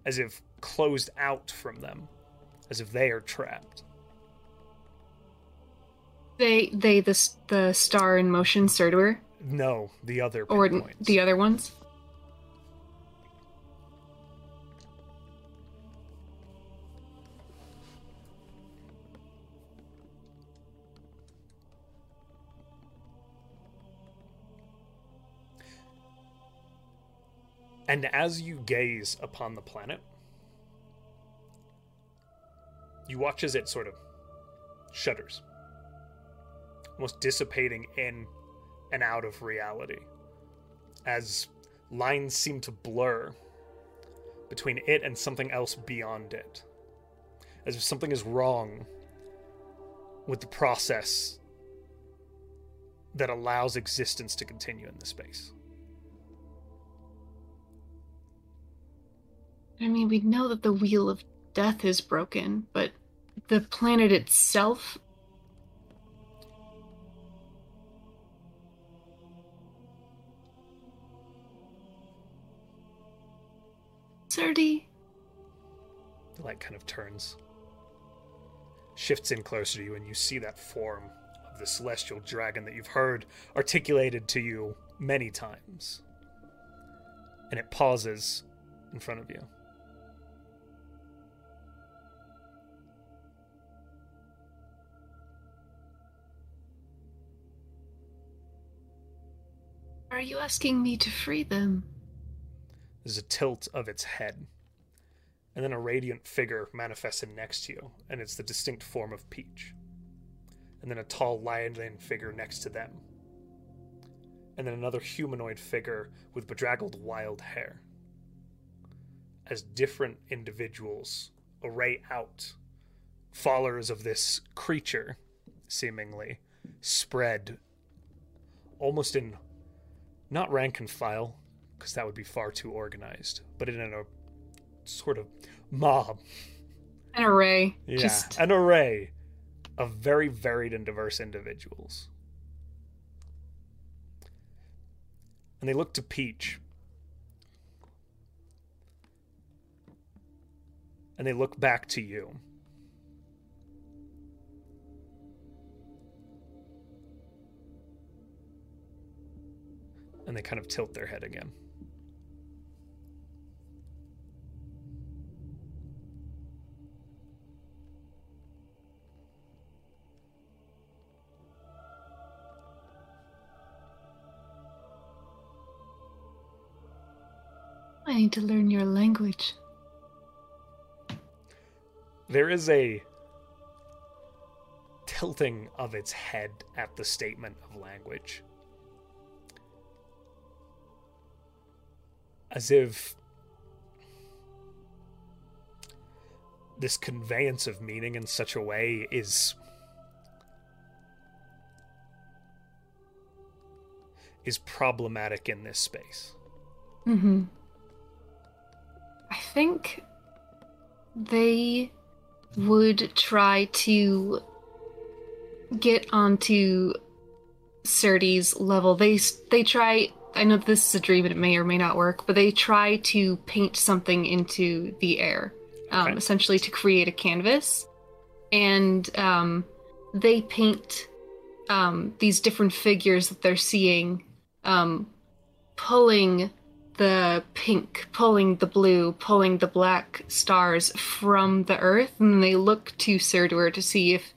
Speaker 4: as if closed out from them, as if they are trapped.
Speaker 5: They, they, the, s- the star in motion, Serdwer,
Speaker 4: No, the other
Speaker 5: or n-
Speaker 4: pinpoints.
Speaker 5: the other ones.
Speaker 4: And as you gaze upon the planet, you watch as it sort of shudders, almost dissipating in and out of reality, as lines seem to blur between it and something else beyond it, as if something is wrong with the process that allows existence to continue in this space.
Speaker 5: I mean, we know that the wheel of death is broken, but the planet itself. Serdi,
Speaker 4: The light kind of turns, shifts in closer to you, and you see that form of the celestial dragon that you've heard articulated to you many times. And it pauses in front of you.
Speaker 5: are you asking me to free them?
Speaker 4: There's a tilt of its head. And then a radiant figure manifests in next to you, and it's the distinct form of Peach. And then a tall lion figure next to them. And then another humanoid figure with bedraggled wild hair. As different individuals array out, followers of this creature, seemingly, spread almost in not rank and file, because that would be far too organized, but in a sort of mob.
Speaker 5: An array.
Speaker 4: Yeah.
Speaker 5: Just
Speaker 4: An array of very varied and diverse individuals. And they look to Peach. And they look back to you. And they kind of tilt their head again.
Speaker 5: I need to learn your language.
Speaker 4: there is a tilting of its head at the statement of language. As if this conveyance of meaning in such a way is is problematic in this space.
Speaker 5: Mm-hmm. I think they would try to get onto Surtees level. They s- they try. I know this is a dream, and it may or may not work, but they try to paint something into the air, um,
Speaker 4: Okay.
Speaker 5: essentially to create a canvas, and um, they paint um, these different figures that they're seeing, um, pulling the pink, pulling the blue, pulling the black stars from the earth, and they look to Serdwer to see if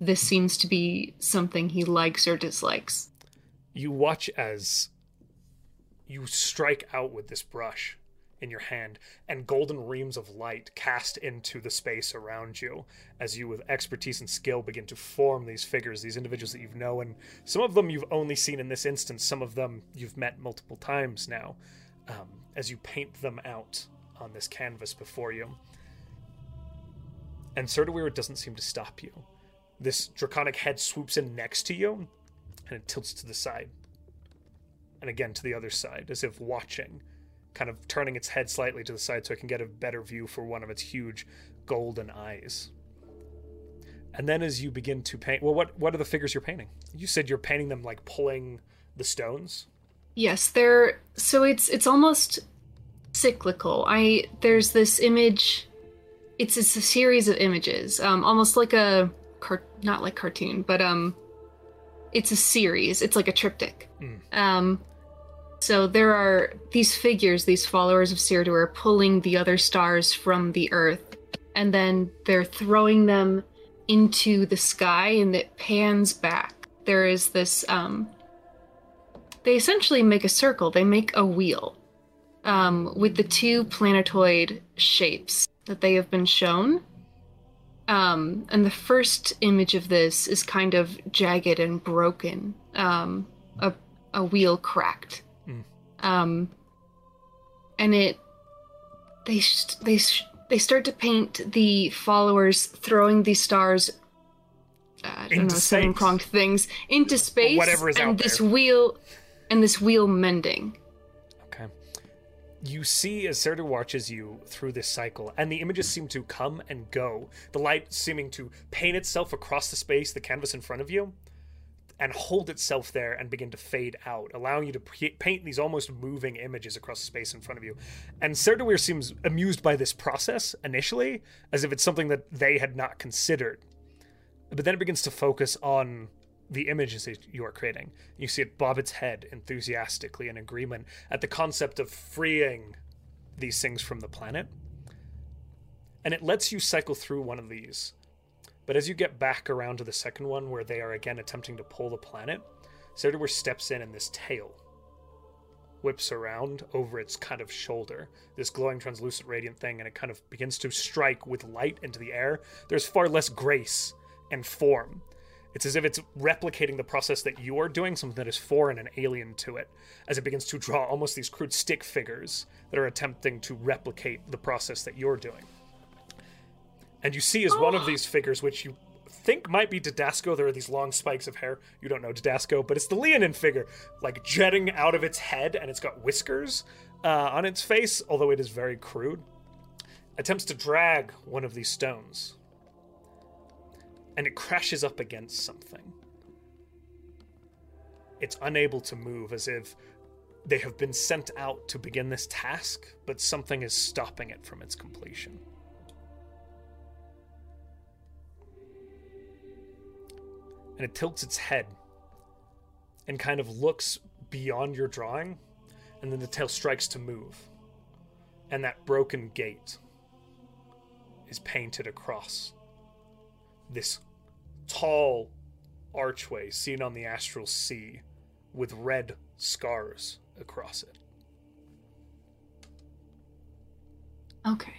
Speaker 5: this seems to be something he likes or dislikes.
Speaker 4: You watch as you strike out with this brush in your hand, and golden reams of light cast into the space around you as you, with expertise and skill, begin to form these figures, these individuals that you've known. Some of them you've only seen in this instance, some of them you've met multiple times now, um, as you paint them out on this canvas before you. And Sirtawira doesn't seem to stop you. This draconic head swoops in next to you, and it tilts to the side. And again to the other side, as if watching kind of turning its head slightly to the side so it can get a better view for one of its huge golden eyes. And then as you begin to paint, well, what what are the figures you're painting? You said you're painting them like pulling the stones.
Speaker 5: Yes, there. So it's it's almost cyclical. I there's this image. It's it's a series of images, um, almost like a car, not like cartoon, but um, it's a series. It's like a triptych.
Speaker 4: Mm.
Speaker 5: Um, so there are these figures, these followers of Sirdur, pulling the other stars from the earth, and then they're throwing them into the sky, and it pans back. There is this. Um, they essentially make a circle. They make a wheel um, with the two planetoid shapes that they have been shown. Um, and the first image of this is kind of jagged and broken. Um, a a wheel cracked.
Speaker 4: Mm.
Speaker 5: Um, and it they sh- they sh- they start to paint the followers throwing these stars. Uh, I don't
Speaker 4: Into
Speaker 5: know seven
Speaker 4: space.
Speaker 5: pronged things into space.
Speaker 4: whatever is
Speaker 5: and
Speaker 4: out
Speaker 5: this
Speaker 4: there.
Speaker 5: wheel and this wheel mending.
Speaker 4: Okay. You see as Serta watches you through this cycle, and the images seem to come and go, the light seeming to paint itself across the space, the canvas in front of you, and hold itself there and begin to fade out, allowing you to p- paint these almost moving images across the space in front of you. And Serdawir seems amused by this process initially, as if it's something that they had not considered. But then it begins to focus on the images that you are creating. You see it bob its head enthusiastically in agreement at the concept of freeing these things from the planet. And it lets you cycle through one of these. But as you get back around to the second one, where they are again attempting to pull the planet, Serdawir steps in and this tail whips around over its kind of shoulder, this glowing, translucent, radiant thing, and it kind of begins to strike with light into the air. There's far less grace and form it's as if it's replicating the process that you are doing, something that is foreign and alien to it, as it begins to draw almost these crude stick figures that are attempting to replicate the process that you're doing. And you see as one of these figures, which you think might be Didasco, there are these long spikes of hair. You don't know Didasco, but it's the Leonin figure, like jetting out of its head, and it's got whiskers uh, on its face, although it is very crude. Attempts to drag one of these stones and it crashes up against something. It's unable to move as if they have been sent out to begin this task, but something is stopping it from its completion. And it tilts its head and kind of looks beyond your drawing, and then the tail strikes to move. And that broken gate is painted across this tall archway seen on the astral sea with red scars across it.
Speaker 5: Okay.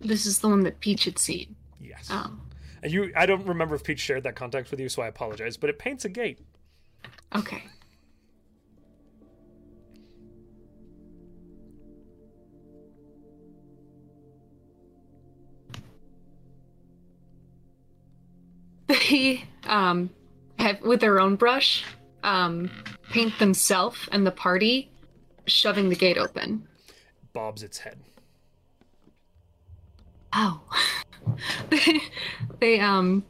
Speaker 5: This is the one that Peach had seen.
Speaker 4: Yes.
Speaker 5: Oh,
Speaker 4: And you I don't remember if Peach shared that context with you, so I apologize, but it paints a gate.
Speaker 5: okay. They um, have, with their own brush, um, paint themselves and the party, shoving the gate open.
Speaker 4: Bobs its head.
Speaker 5: Oh. they, they, um,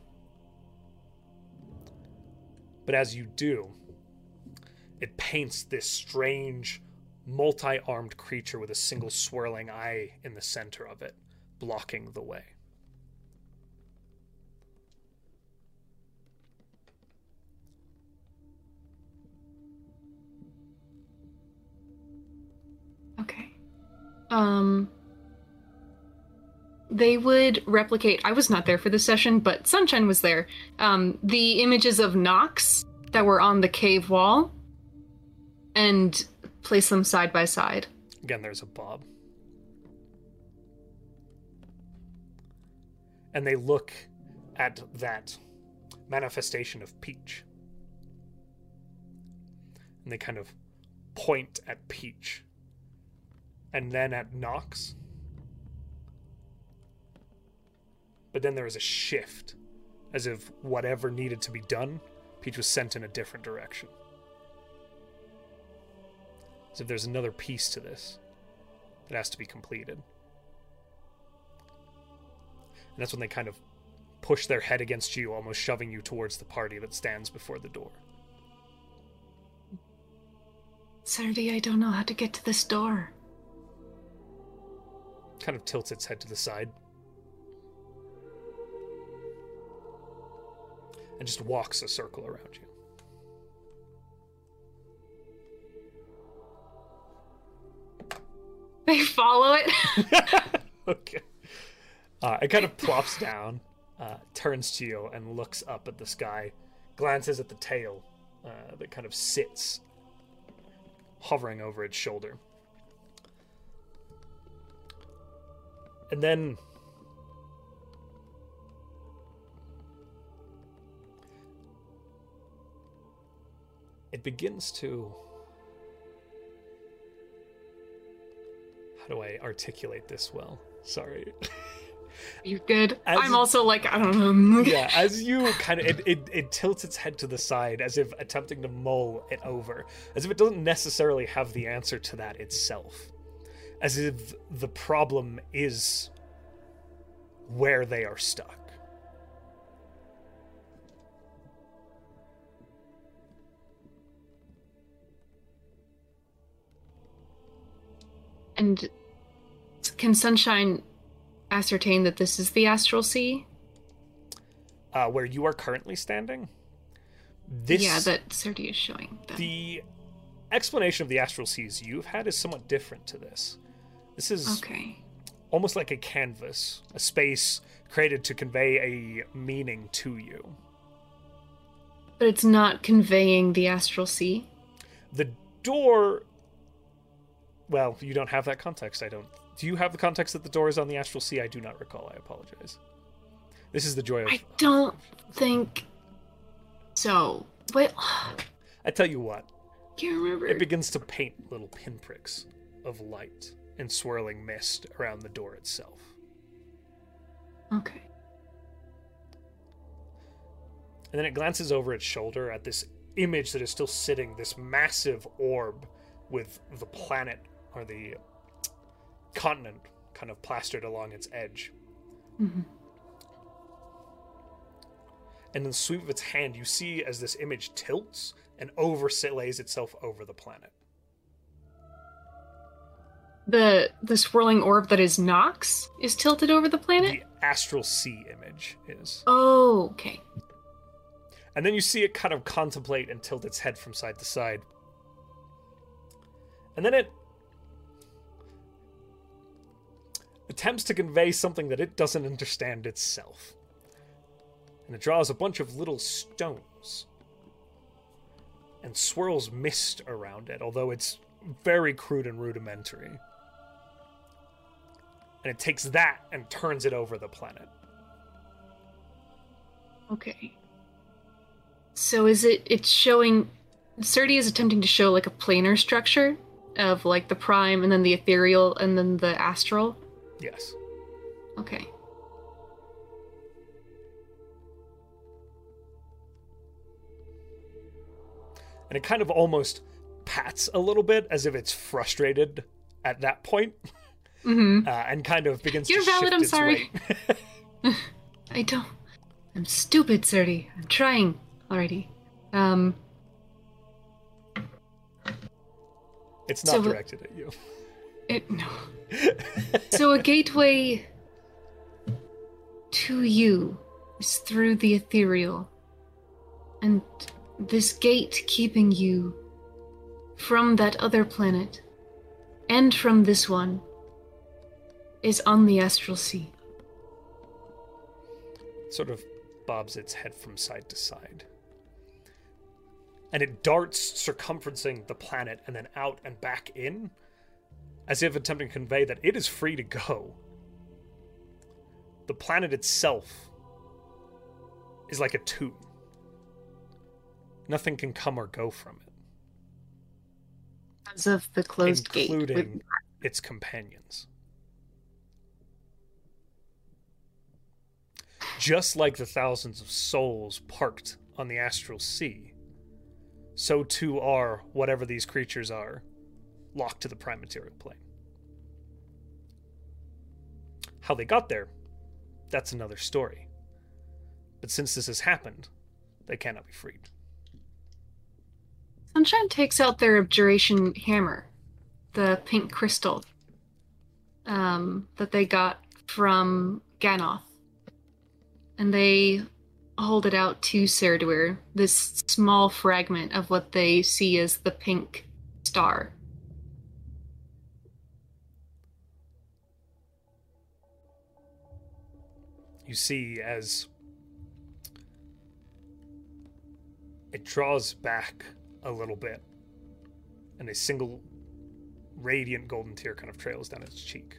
Speaker 4: But as you do, it paints this strange, multi armed creature with a single swirling eye in the center of it, blocking the way.
Speaker 5: um they would replicate i was not there for this session but sunshine was there um the images of nox that were on the cave wall and place them side by side
Speaker 4: Again, there's a bob. And they look at that manifestation of Peach. And they kind of point at Peach. And then at Knox. But then there is a shift, as if whatever needed to be done, Peach was sent in a different direction. As if there's another piece to this that has to be completed. And that's when they kind of push their head against you, almost shoving you towards the party that stands before the door.
Speaker 5: Serdi, i don't know how to get to this door
Speaker 4: Kind of tilts its head to the side. And just walks a circle around you.
Speaker 5: they follow it
Speaker 4: okay. Uh, it kind of plops down, uh, turns to you, and looks up at the sky, glances at the tail uh, that kind of sits hovering over its shoulder. And then. It begins to. How do I articulate this well? Sorry.
Speaker 5: you're good
Speaker 4: As-
Speaker 5: i'm also like i don't know
Speaker 4: yeah, as you kind of it, it it tilts its head to the side as if attempting to mull it over, as if it doesn't necessarily have the answer to that itself, as if the problem is where they are stuck.
Speaker 5: And can Sunshine ascertain that this is the astral sea?
Speaker 4: Uh, where you are currently standing, this
Speaker 5: Yeah, that Serdi is showing. Them.
Speaker 4: the explanation of the astral seas you've had is somewhat different to this. This is
Speaker 5: okay.
Speaker 4: almost like a canvas, a space created to convey a meaning to you.
Speaker 5: But it's not conveying the astral sea.
Speaker 4: The door. Well, you don't have that context. I don't. Do you have the context that the door is on the astral sea? I do not recall. I apologize. This is the joy of.
Speaker 5: I don't think so. Wait,
Speaker 4: I tell you what.
Speaker 5: can't remember.
Speaker 4: It begins to paint little pinpricks of light and swirling mist around the door itself.
Speaker 5: okay.
Speaker 4: And then it glances over its shoulder at this image that is still sitting, this massive orb with the planet or the continent kind of plastered along its edge.
Speaker 5: Mhm.
Speaker 4: and in the sweep of its hand, you see as this image tilts and overlays itself over the planet.
Speaker 5: The the swirling orb that is Nox is tilted over the planet.
Speaker 4: The astral sea image is.
Speaker 5: Oh, okay.
Speaker 4: And then you see it kind of contemplate and tilt its head from side to side. And then it attempts to convey something that it doesn't understand itself. And it draws a bunch of little stones and swirls mist around it, although it's very crude and rudimentary. And it takes that and turns it over the planet.
Speaker 5: Okay. So is it it's showing Surdy is attempting to show like a planar structure of like the prime and then the ethereal and then the astral.
Speaker 4: Yes.
Speaker 5: Okay.
Speaker 4: and it kind of almost pats a little bit as if it's frustrated at that point,
Speaker 5: Mm-hmm.
Speaker 4: uh, and kind of begins
Speaker 5: You're
Speaker 4: to shift
Speaker 5: valid, I'm
Speaker 4: its
Speaker 5: sorry.
Speaker 4: weight.
Speaker 5: I don't I'm stupid, Surdy. I'm trying already. Um
Speaker 4: it's not
Speaker 5: So-
Speaker 4: directed at you.
Speaker 5: it no. so a gateway to you is through the ethereal. And this gate keeping you from that other planet and from this one is on the astral sea.
Speaker 4: sort of bobs its head from side to side. And it darts circumferencing the planet and then out and back in, as if attempting to convey that it is free to go. The planet itself is like a tomb. Nothing can come or go from it,
Speaker 5: As of the closed gate.
Speaker 4: including
Speaker 5: with-
Speaker 4: its companions. Just like the thousands of souls parked on the astral sea, so too are whatever these creatures are locked to the prime material plane. How they got there, that's another story. But since this has happened, they cannot be freed.
Speaker 5: Sunshine takes out their abjuration hammer, the pink crystal um, that they got from Ganoth. And they hold it out to Saraduir, this small fragment of what they see as the pink star.
Speaker 4: you see as it draws back a little bit and a single radiant golden tear kind of trails down its cheek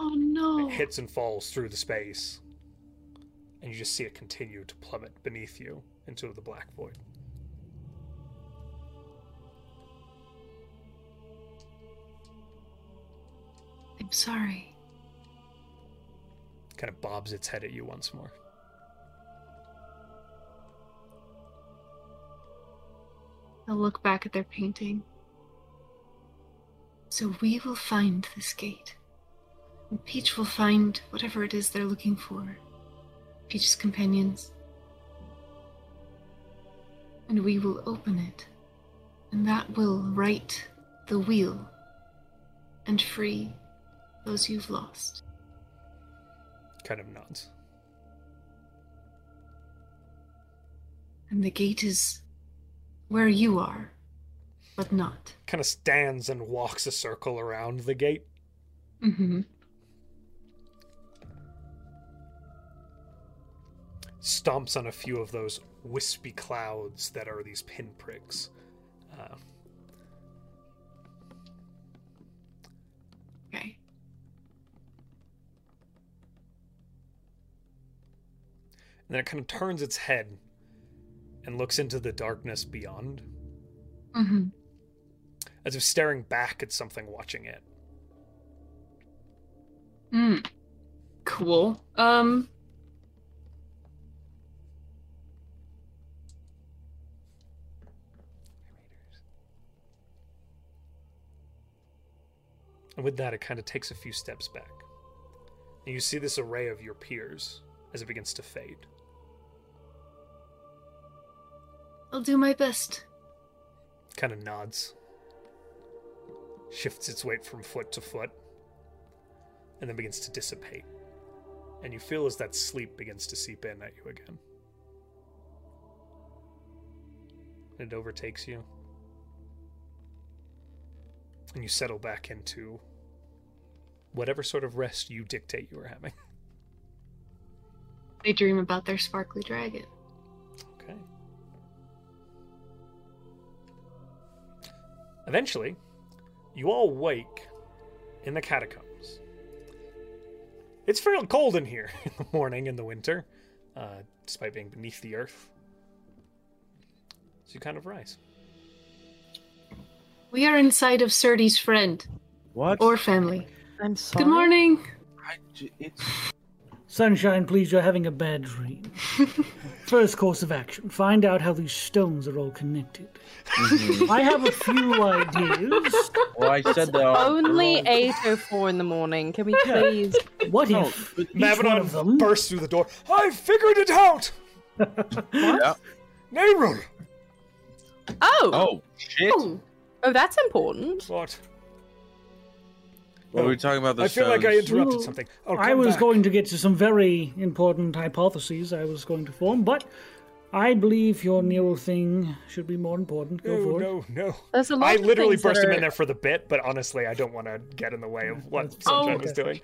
Speaker 5: Oh no!
Speaker 4: it hits and falls through the space and you just see it continue to plummet beneath you into the black void
Speaker 5: I'm sorry.
Speaker 4: kind of bobs its head at you once more
Speaker 5: They'll look back at their painting. So we will find this gate. And Peach will find whatever it is they're looking for. Peach's companions. And we will open it. And that will right the wheel and free those you've lost.
Speaker 4: kind of nods
Speaker 5: And the gate is where you are, but not.
Speaker 4: kind of stands and walks a circle around the gate
Speaker 5: Mm-hmm.
Speaker 4: stomps on a few of those wispy clouds that are these pinpricks. Uh,
Speaker 5: Okay.
Speaker 4: and then it kind of turns its head and looks into the darkness beyond,
Speaker 5: Mm-hmm.
Speaker 4: as if staring back at something watching it.
Speaker 5: Mm. Cool. Um.
Speaker 4: And with that, it kind of takes a few steps back. And you see this array of your peers as it begins to fade.
Speaker 5: I'll do my best.
Speaker 4: kind of nods, shifts its weight from foot to foot, and then begins to dissipate. And you feel as that sleep begins to seep in at you again. It overtakes you. And you settle back into whatever sort of rest you dictate you are having.
Speaker 5: They dream about their sparkly dragon.
Speaker 4: Okay. Eventually, you all wake in the catacombs. It's fairly cold in here in the morning in the winter, uh, despite being beneath the earth. So you kind of rise.
Speaker 5: We are inside of Surdy's friend
Speaker 1: What?
Speaker 5: or family.
Speaker 2: I'm sorry.
Speaker 5: Good morning.
Speaker 1: I j- it's
Speaker 6: Sunshine, please, you're having a bad dream. First course of action find out how these stones are all connected. I have a few ideas.
Speaker 1: well, oh, I said that
Speaker 4: Oh,
Speaker 2: Only 8.04 in the morning. Can we please?
Speaker 6: What if each one of them
Speaker 4: Mavanon bursts through the door. I figured it out!
Speaker 1: Yeah.
Speaker 4: Nerul!
Speaker 2: Oh! oh!
Speaker 1: Oh shit!
Speaker 5: Oh,
Speaker 2: that's important.
Speaker 4: What?
Speaker 1: What were we talking about? The
Speaker 4: I feel like I
Speaker 1: stones?
Speaker 4: interrupted
Speaker 5: Ooh.
Speaker 4: something. Oh,
Speaker 6: I
Speaker 4: come
Speaker 6: was
Speaker 4: back.
Speaker 6: going to get to some very important hypotheses I was going to form, but I believe your neural thing should be more important. Go
Speaker 4: No,
Speaker 6: for it.
Speaker 4: no, no.
Speaker 2: There's a lot
Speaker 4: I
Speaker 2: of
Speaker 4: literally
Speaker 2: things that
Speaker 4: burst him in
Speaker 2: are- Oh,
Speaker 4: there for the bit, but honestly, I don't want to get in the way of what
Speaker 6: That's
Speaker 4: Sunshine
Speaker 5: okay.
Speaker 4: was doing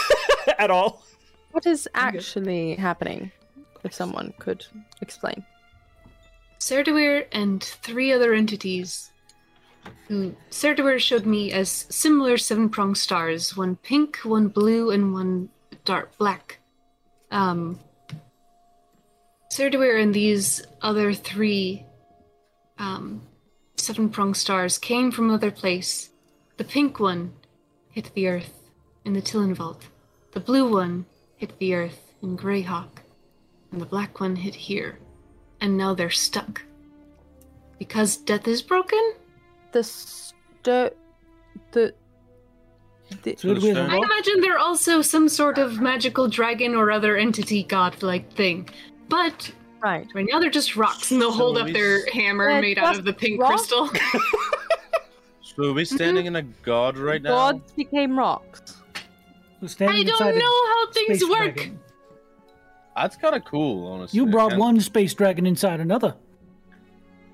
Speaker 4: at all.
Speaker 2: What is actually happening? If someone could explain.
Speaker 5: Serduir and three other entities who Serduir showed me as similar seven pronged stars one pink, one blue, and one dark black. Um, Serduir and these other three um, seven pronged stars came from another place. The pink one hit the earth in the Tillenvault, the blue one hit the earth in Greyhawk, and the black one hit here and now they're stuck. Because death is broken?
Speaker 2: The sto- the the
Speaker 6: So did we have a
Speaker 5: I
Speaker 6: rock?
Speaker 5: imagine they're also some sort of magical dragon or other entity god-like thing. But
Speaker 2: right.
Speaker 5: right now they're just rocks and they'll hold
Speaker 3: So
Speaker 5: up
Speaker 3: we-
Speaker 5: their hammer
Speaker 2: They're
Speaker 5: made out
Speaker 2: just
Speaker 5: of the pink
Speaker 2: rocks?
Speaker 5: crystal.
Speaker 3: So are we standing in a god right now?
Speaker 2: Gods became rocks.
Speaker 6: We're standing
Speaker 5: I
Speaker 6: inside
Speaker 5: don't
Speaker 6: a
Speaker 5: know how
Speaker 6: space
Speaker 5: things work.
Speaker 6: dragon.
Speaker 3: That's kind of cool, honestly.
Speaker 6: You brought
Speaker 3: Kinda-
Speaker 6: one space dragon inside another.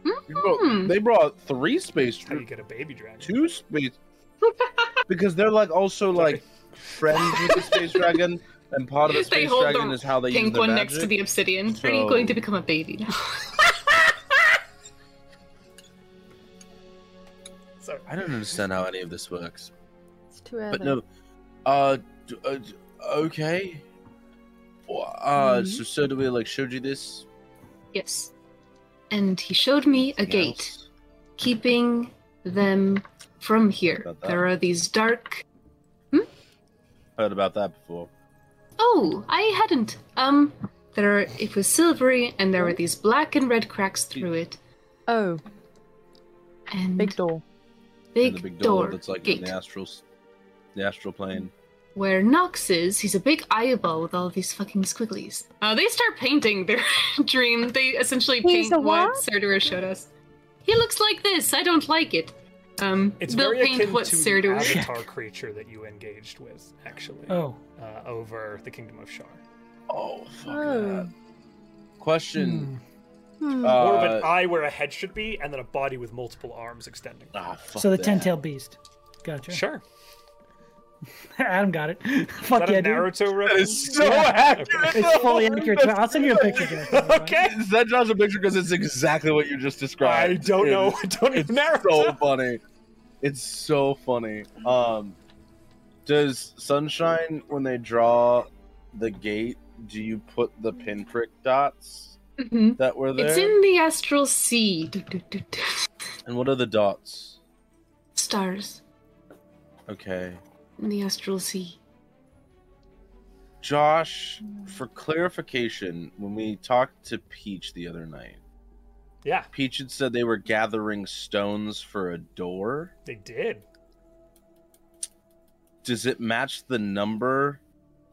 Speaker 3: You brought-
Speaker 5: Hmm.
Speaker 3: They brought three space
Speaker 4: How do you
Speaker 3: troops,
Speaker 4: get a baby dragon?
Speaker 3: two space, because they're like also like friends with the space dragon, and part of the
Speaker 5: They
Speaker 3: space
Speaker 5: hold
Speaker 3: dragon
Speaker 5: the
Speaker 3: is how they use
Speaker 5: Pink
Speaker 3: the
Speaker 5: one
Speaker 3: magic.
Speaker 5: next to the obsidian. Are you
Speaker 3: So-
Speaker 5: going to become a baby now?
Speaker 4: Sorry.
Speaker 3: I don't understand how any of this works,
Speaker 2: It's too early.
Speaker 3: but no, uh, d- uh d- okay.
Speaker 5: Mm-hmm.
Speaker 3: Uh, so, so do we like showed you this
Speaker 5: yes. And he showed me a gate.
Speaker 3: Yes.
Speaker 5: keeping them from here.
Speaker 3: About that.
Speaker 5: There are these dark.
Speaker 3: Heard about that before.
Speaker 5: Oh, I hadn't. Um, there are. It was silvery, and there were these black and red cracks through it,
Speaker 2: Oh,
Speaker 5: and
Speaker 3: Hmm.
Speaker 2: big door.
Speaker 3: Oh,
Speaker 5: big
Speaker 3: And the big
Speaker 5: door,
Speaker 3: door, that's like
Speaker 5: gate Mm.
Speaker 3: in the astral, s- the astral plane.
Speaker 5: where Nox is. He's a big eyeball with all these fucking squigglies. Uh, they start painting their dream. They essentially
Speaker 2: He's
Speaker 5: paint
Speaker 2: a
Speaker 5: what
Speaker 2: what?
Speaker 5: Serdur showed us. He looks like this. I don't like it. Um,
Speaker 4: It's
Speaker 5: they'll
Speaker 4: very
Speaker 5: paint
Speaker 4: akin
Speaker 5: what
Speaker 4: to
Speaker 5: Serdur.
Speaker 4: the avatar creature that you engaged with, actually,
Speaker 6: Oh,
Speaker 4: uh, over the Kingdom of Shar.
Speaker 3: Oh fuck
Speaker 2: Oh.
Speaker 3: that. Question.
Speaker 2: Hmm.
Speaker 3: Uh,
Speaker 4: More of an eye where a head should be, and then a body with multiple arms extending.
Speaker 3: ah, fuck
Speaker 6: so the
Speaker 3: that.
Speaker 6: ten-tailed beast. Gotcha.
Speaker 4: Sure.
Speaker 6: Adam got it.
Speaker 4: Is
Speaker 6: Fuck
Speaker 4: that
Speaker 6: yeah,
Speaker 4: a
Speaker 6: dude.
Speaker 4: Naruto reference?
Speaker 3: so accurate.
Speaker 6: It's fully accurate. I'll send you a picture. Jack.
Speaker 4: okay.
Speaker 3: That draws a picture because it's exactly what you just described.
Speaker 4: I don't
Speaker 3: It-
Speaker 4: know. I don't
Speaker 3: It's
Speaker 4: even Naruto.
Speaker 3: so funny. It's so funny. Um, does sunshine when they draw the gate? Do you put the pinprick dots
Speaker 5: Mhm.
Speaker 3: that were there?
Speaker 5: It's in the astral sea. Du- du- du- du.
Speaker 3: And what are the dots?
Speaker 5: Stars
Speaker 3: Okay.
Speaker 5: in the astral sea.
Speaker 3: Josh, for clarification, when we talked to Peach the other night,
Speaker 4: Yeah,
Speaker 3: Peach had said they were gathering stones for a door.
Speaker 4: they did.
Speaker 3: Does it match the number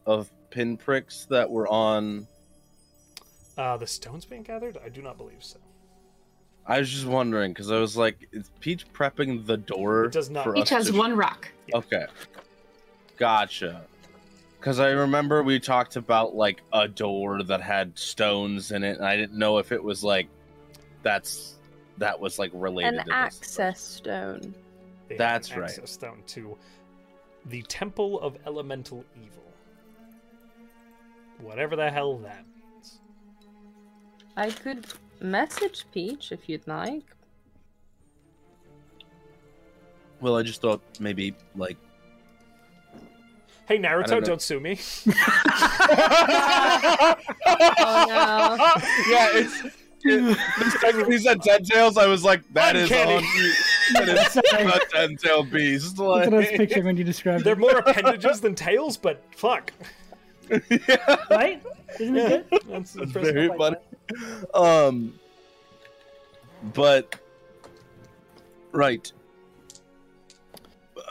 Speaker 3: of pinpricks that were on?
Speaker 4: Uh, the stones being gathered? I do not believe so.
Speaker 3: I was just wondering because I was like, is Peach prepping the door?
Speaker 4: It does not.
Speaker 3: for
Speaker 5: Each
Speaker 3: us
Speaker 5: has
Speaker 3: to-
Speaker 5: one rock.
Speaker 3: Okay, gotcha. Because I remember we talked about like a door that had stones in it, and I didn't know if it was like that's that was like related.
Speaker 2: An
Speaker 3: to this.
Speaker 2: access stone.
Speaker 4: They have
Speaker 3: That's
Speaker 4: an
Speaker 3: right.
Speaker 4: access Stone to the Temple of Elemental Evil. Whatever the hell that means.
Speaker 2: I could message Peach if you'd like.
Speaker 3: Well, I just thought maybe like
Speaker 4: Hey
Speaker 3: I
Speaker 4: Naruto,
Speaker 3: don't
Speaker 4: don't,
Speaker 3: know.
Speaker 4: sue me.
Speaker 2: Oh no.
Speaker 3: yeah, it's. It, this time when he said ten tails, I was like, that is
Speaker 4: Uncanny.
Speaker 3: on you. That is a ten tail beast.
Speaker 6: That's
Speaker 3: Like,
Speaker 6: what I was picturing when you described
Speaker 4: They're
Speaker 6: it.
Speaker 4: more appendages than tails, but fuck.
Speaker 3: yeah,
Speaker 6: Right? Isn't it
Speaker 4: Yeah,
Speaker 6: good?
Speaker 4: that's
Speaker 3: that's
Speaker 4: impressive.
Speaker 3: very
Speaker 4: Like
Speaker 3: funny.
Speaker 4: that.
Speaker 3: Um, but right.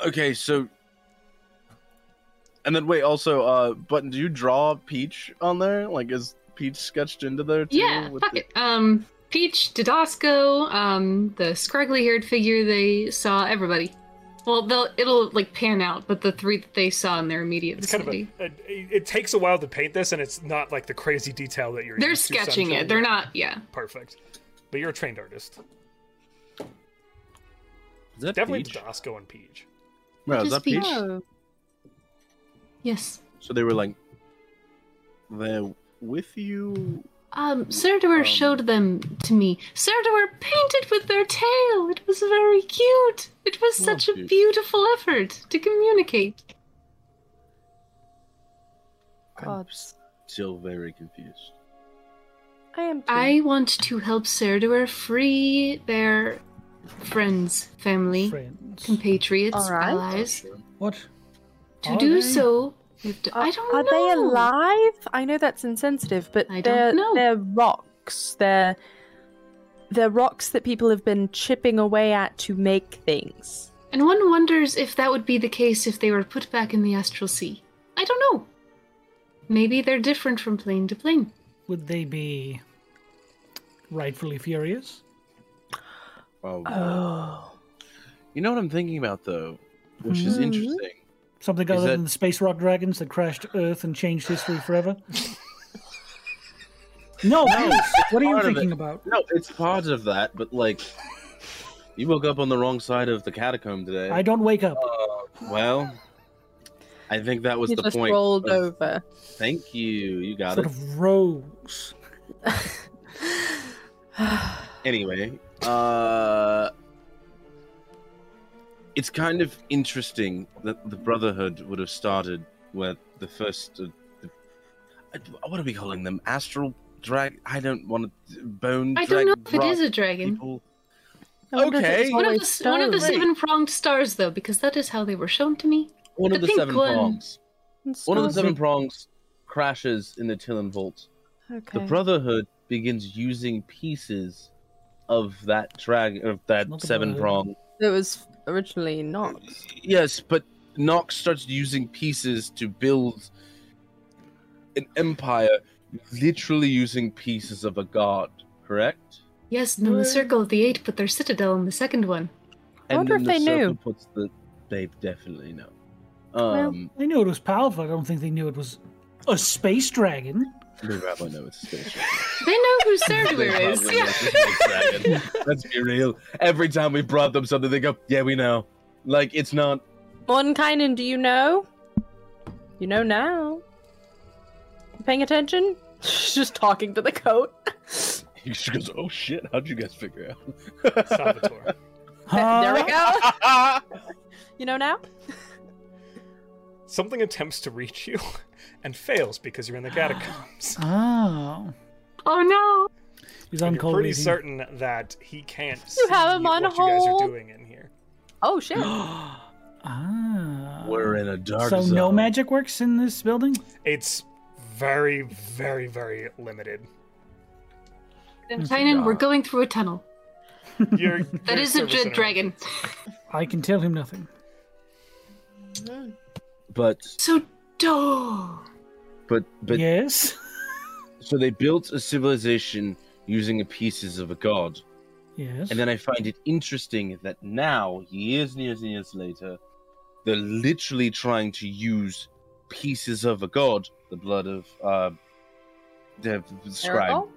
Speaker 3: Okay, so. And then wait, also, uh, button. Do you draw Peach on there? Like, is Peach sketched into there? Too
Speaker 5: Yeah,
Speaker 3: with
Speaker 5: fuck
Speaker 3: the-
Speaker 5: it. Um, Peach, Didasco, um, the scraggly haired figure they saw, everybody. Well, they'll it'll like pan out, but the three that they saw in their immediate
Speaker 4: It's kind of
Speaker 5: vicinity.
Speaker 4: a, a. It takes a while to paint this, and it's not like the crazy detail that you're.
Speaker 5: They're
Speaker 4: used to,
Speaker 5: sketching
Speaker 4: Sunshine.
Speaker 5: it. They're not. Yeah.
Speaker 4: perfect, but you're a trained artist.
Speaker 3: Is that
Speaker 4: Definitely
Speaker 3: Peach?
Speaker 4: Dasco and Peach.
Speaker 3: No, is
Speaker 5: Just
Speaker 3: that Peach?
Speaker 5: Peach.
Speaker 2: Oh,
Speaker 5: Yes.
Speaker 3: So they were like, they're with you.
Speaker 5: Um, Serdor showed them to me. Serdor painted with their tail. It was very cute. It was such a
Speaker 3: cute.
Speaker 5: beautiful effort to communicate.
Speaker 2: God.
Speaker 3: Still very confused.
Speaker 2: I am. too.
Speaker 5: I want to help Serdor free their friends, family,
Speaker 6: Friends.
Speaker 5: compatriots,
Speaker 2: All right.
Speaker 5: allies.
Speaker 6: What?
Speaker 5: To
Speaker 6: Are
Speaker 5: do
Speaker 6: they?
Speaker 5: so, we have to,
Speaker 2: Are-
Speaker 5: I don't
Speaker 2: Uh, are
Speaker 5: know.
Speaker 2: they alive? I know that's insensitive, but
Speaker 5: I don't
Speaker 2: they're
Speaker 5: know.
Speaker 2: they're rocks. They're they're rocks that people have been chipping away at to make things.
Speaker 5: And one wonders if that would be the case if they were put back in the astral sea. I don't know. Maybe they're different from plane to plane.
Speaker 6: Would they be rightfully furious?
Speaker 3: Oh,
Speaker 2: Oh,
Speaker 3: you know what I'm thinking about though, which is
Speaker 2: Mhm.
Speaker 3: interesting.
Speaker 6: Something
Speaker 3: Is
Speaker 6: other
Speaker 3: that-
Speaker 6: than the space rock dragons that crashed Earth and changed history forever? no, please. What are you
Speaker 3: part of it.
Speaker 6: thinking about?
Speaker 3: No, it's part of that, but like, you woke up on the wrong side of the catacomb today.
Speaker 6: I don't wake up.
Speaker 3: Well, I think that was
Speaker 2: you
Speaker 3: the
Speaker 2: just
Speaker 3: point.
Speaker 2: rolled
Speaker 3: of-
Speaker 2: over.
Speaker 3: Thank you. You got
Speaker 6: Sort
Speaker 3: it.
Speaker 6: of rose.
Speaker 3: Anyway, uh, it's kind of interesting that the Brotherhood would have started where the first. Uh, the, I- what are we calling them? Astral drag? I don't want to. Bone
Speaker 5: I
Speaker 3: drag-
Speaker 5: don't know if it
Speaker 3: rock
Speaker 5: is a dragon.
Speaker 3: people.
Speaker 2: I wonder if
Speaker 3: Okay.
Speaker 2: Oh, it's
Speaker 5: One of,
Speaker 2: always
Speaker 5: the, one of the
Speaker 2: stone.
Speaker 5: seven pronged stars, though, because that is how they were shown to me.
Speaker 3: One
Speaker 5: The
Speaker 3: of the
Speaker 5: pink
Speaker 3: seven
Speaker 5: one.
Speaker 3: prongs. One of the
Speaker 2: Stars.
Speaker 3: seven prongs crashes in the Tillen Vault.
Speaker 2: Okay.
Speaker 3: The Brotherhood begins using pieces of that drag of that
Speaker 6: Not the
Speaker 3: seven prong
Speaker 2: It was originally Nox.
Speaker 3: Yes, but Nox starts using pieces to build an empire, literally using pieces of a god, correct?
Speaker 5: Yes, and then the circle of the eight put their citadel in the second one.
Speaker 3: And
Speaker 2: wonder
Speaker 3: then
Speaker 2: if
Speaker 3: the
Speaker 2: they
Speaker 3: circle
Speaker 2: knew.
Speaker 3: Puts the, they definitely know. Um,
Speaker 6: They knew it was powerful. I don't think they knew it was a space dragon.
Speaker 3: the rabbi know it's a spaceship.
Speaker 5: They know who
Speaker 3: They
Speaker 5: Serdor is.
Speaker 3: probably know
Speaker 5: Yeah.
Speaker 3: it's a dragon. Let's be real. Every time we brought them something, they go, "Yeah, we know." Like it's not.
Speaker 2: Mordenkainen, do you know? You know now. You paying attention? She's just talking to the coat.
Speaker 3: She goes, "Oh shit! How'd you guys figure
Speaker 4: Salvatore.
Speaker 2: There we go.
Speaker 3: out?"
Speaker 2: You know now?
Speaker 4: Something attempts to reach you and fails because you're in the catacombs.
Speaker 6: Oh.
Speaker 5: Oh no!
Speaker 6: He's
Speaker 4: And
Speaker 6: on
Speaker 4: you're
Speaker 6: cold
Speaker 4: pretty
Speaker 6: reading.
Speaker 4: certain that he can't
Speaker 2: You
Speaker 4: see
Speaker 2: have him on
Speaker 4: what you guys are
Speaker 2: hold?
Speaker 4: doing in here.
Speaker 2: Oh shit.
Speaker 6: ah.
Speaker 3: We're in a dark
Speaker 6: so
Speaker 3: zone.
Speaker 6: no magic works in this building?
Speaker 4: It's very, very, very limited.
Speaker 5: Tynan, we're going through a tunnel.
Speaker 4: You're,
Speaker 5: That is a dra- dragon.
Speaker 6: I can tell him nothing.
Speaker 3: But
Speaker 5: So dull.
Speaker 3: but but
Speaker 6: yes.
Speaker 3: so they built a civilization using the pieces of a god
Speaker 6: Yes.
Speaker 3: and then i find it interesting that now years and years and years later they're literally trying to use pieces of a god the blood of uh the scribe
Speaker 2: Miracle?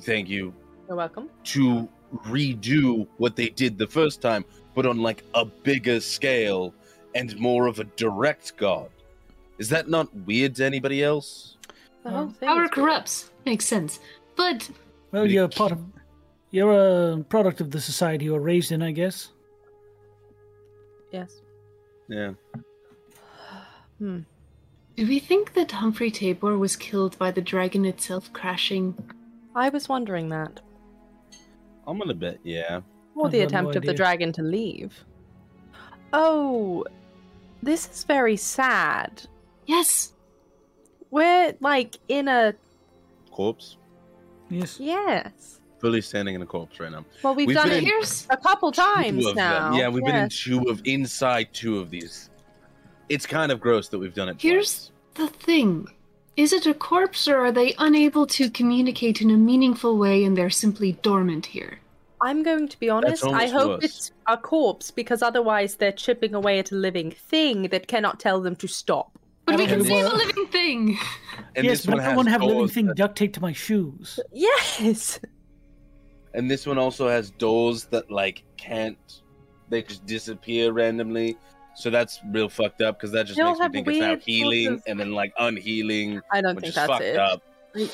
Speaker 3: thank you
Speaker 2: You're welcome.
Speaker 3: to redo what they did the first time but on like a bigger scale and more of a direct god is that not weird to anybody else
Speaker 2: The whole thing.
Speaker 5: Power
Speaker 2: is-
Speaker 5: corrupts. Makes sense. But
Speaker 6: well, you're part of. You're a product of the society you were raised in, I guess.
Speaker 2: Yes.
Speaker 3: yeah
Speaker 2: Hmm.
Speaker 5: do we think that Humphrey Tabor was killed by the dragon itself crashing?
Speaker 2: I was wondering that.
Speaker 3: i'm gonna bet yeah
Speaker 2: Or
Speaker 6: I've
Speaker 2: the
Speaker 6: got
Speaker 2: attempt
Speaker 6: no
Speaker 2: of the
Speaker 6: idea.
Speaker 2: dragon to leave. Oh, this is very sad.
Speaker 5: Yes.
Speaker 2: We're like in a
Speaker 3: corpse.
Speaker 6: Yes.
Speaker 2: yes.
Speaker 3: Fully standing in a corpse right now.
Speaker 2: Well, we've,
Speaker 3: We've
Speaker 2: done
Speaker 3: been
Speaker 2: it
Speaker 3: in
Speaker 5: Here's
Speaker 2: a couple times
Speaker 3: two of
Speaker 2: now.
Speaker 3: them. Yeah, we've been in
Speaker 2: Yes.
Speaker 3: two of inside two of these. It's kind of gross that we've done it.
Speaker 5: here's the thing. Is it a corpse or are they unable to communicate in a meaningful way and they're simply dormant here?
Speaker 2: I'm going to be honest. I
Speaker 3: almost
Speaker 2: hope
Speaker 3: worse.
Speaker 2: it's a corpse because otherwise they're chipping away at a living thing that cannot tell them to stop.
Speaker 5: But we
Speaker 6: Okay,
Speaker 5: can save a
Speaker 6: well-
Speaker 5: living thing.
Speaker 3: And
Speaker 6: yes,
Speaker 3: this
Speaker 6: but
Speaker 3: one
Speaker 6: I don't
Speaker 3: has
Speaker 6: want to have living
Speaker 3: doors
Speaker 6: thing
Speaker 3: that-
Speaker 6: duct taped to my shoes.
Speaker 2: Yes.
Speaker 3: and this one also has doors that like can't. They just disappear randomly. So that's real fucked up because that just
Speaker 2: They all
Speaker 3: makes me
Speaker 2: have
Speaker 3: think it's now
Speaker 2: weird sorts
Speaker 3: healing
Speaker 2: of-
Speaker 3: and then like unhealing,
Speaker 2: I don't
Speaker 3: which
Speaker 2: think
Speaker 3: is
Speaker 2: that's
Speaker 3: fucked
Speaker 2: it.
Speaker 3: up.
Speaker 2: Like-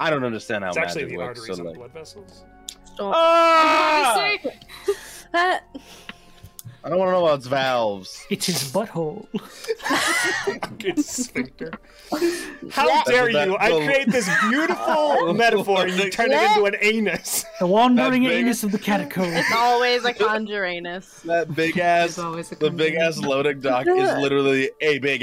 Speaker 3: I don't understand how
Speaker 4: It's actually
Speaker 3: magic
Speaker 4: the
Speaker 3: works. So
Speaker 4: arteries and
Speaker 3: like,
Speaker 4: blood vessels.
Speaker 2: Stop.
Speaker 3: ah!
Speaker 5: Say-
Speaker 2: Uh,
Speaker 3: I don't want to know about its valves.
Speaker 6: It's his butthole.
Speaker 4: It's sphincter. How
Speaker 2: Yeah.
Speaker 4: dare
Speaker 3: That's
Speaker 4: you?
Speaker 3: what that
Speaker 4: I
Speaker 3: little-
Speaker 4: create this beautiful metaphor and you turn it into an anus.
Speaker 6: The wandering
Speaker 3: That big-
Speaker 6: anus of the catacombs.
Speaker 2: it's always a conjuranus.
Speaker 3: That big
Speaker 5: There's
Speaker 3: ass,
Speaker 5: always a
Speaker 3: the big ass loading dock is literally a big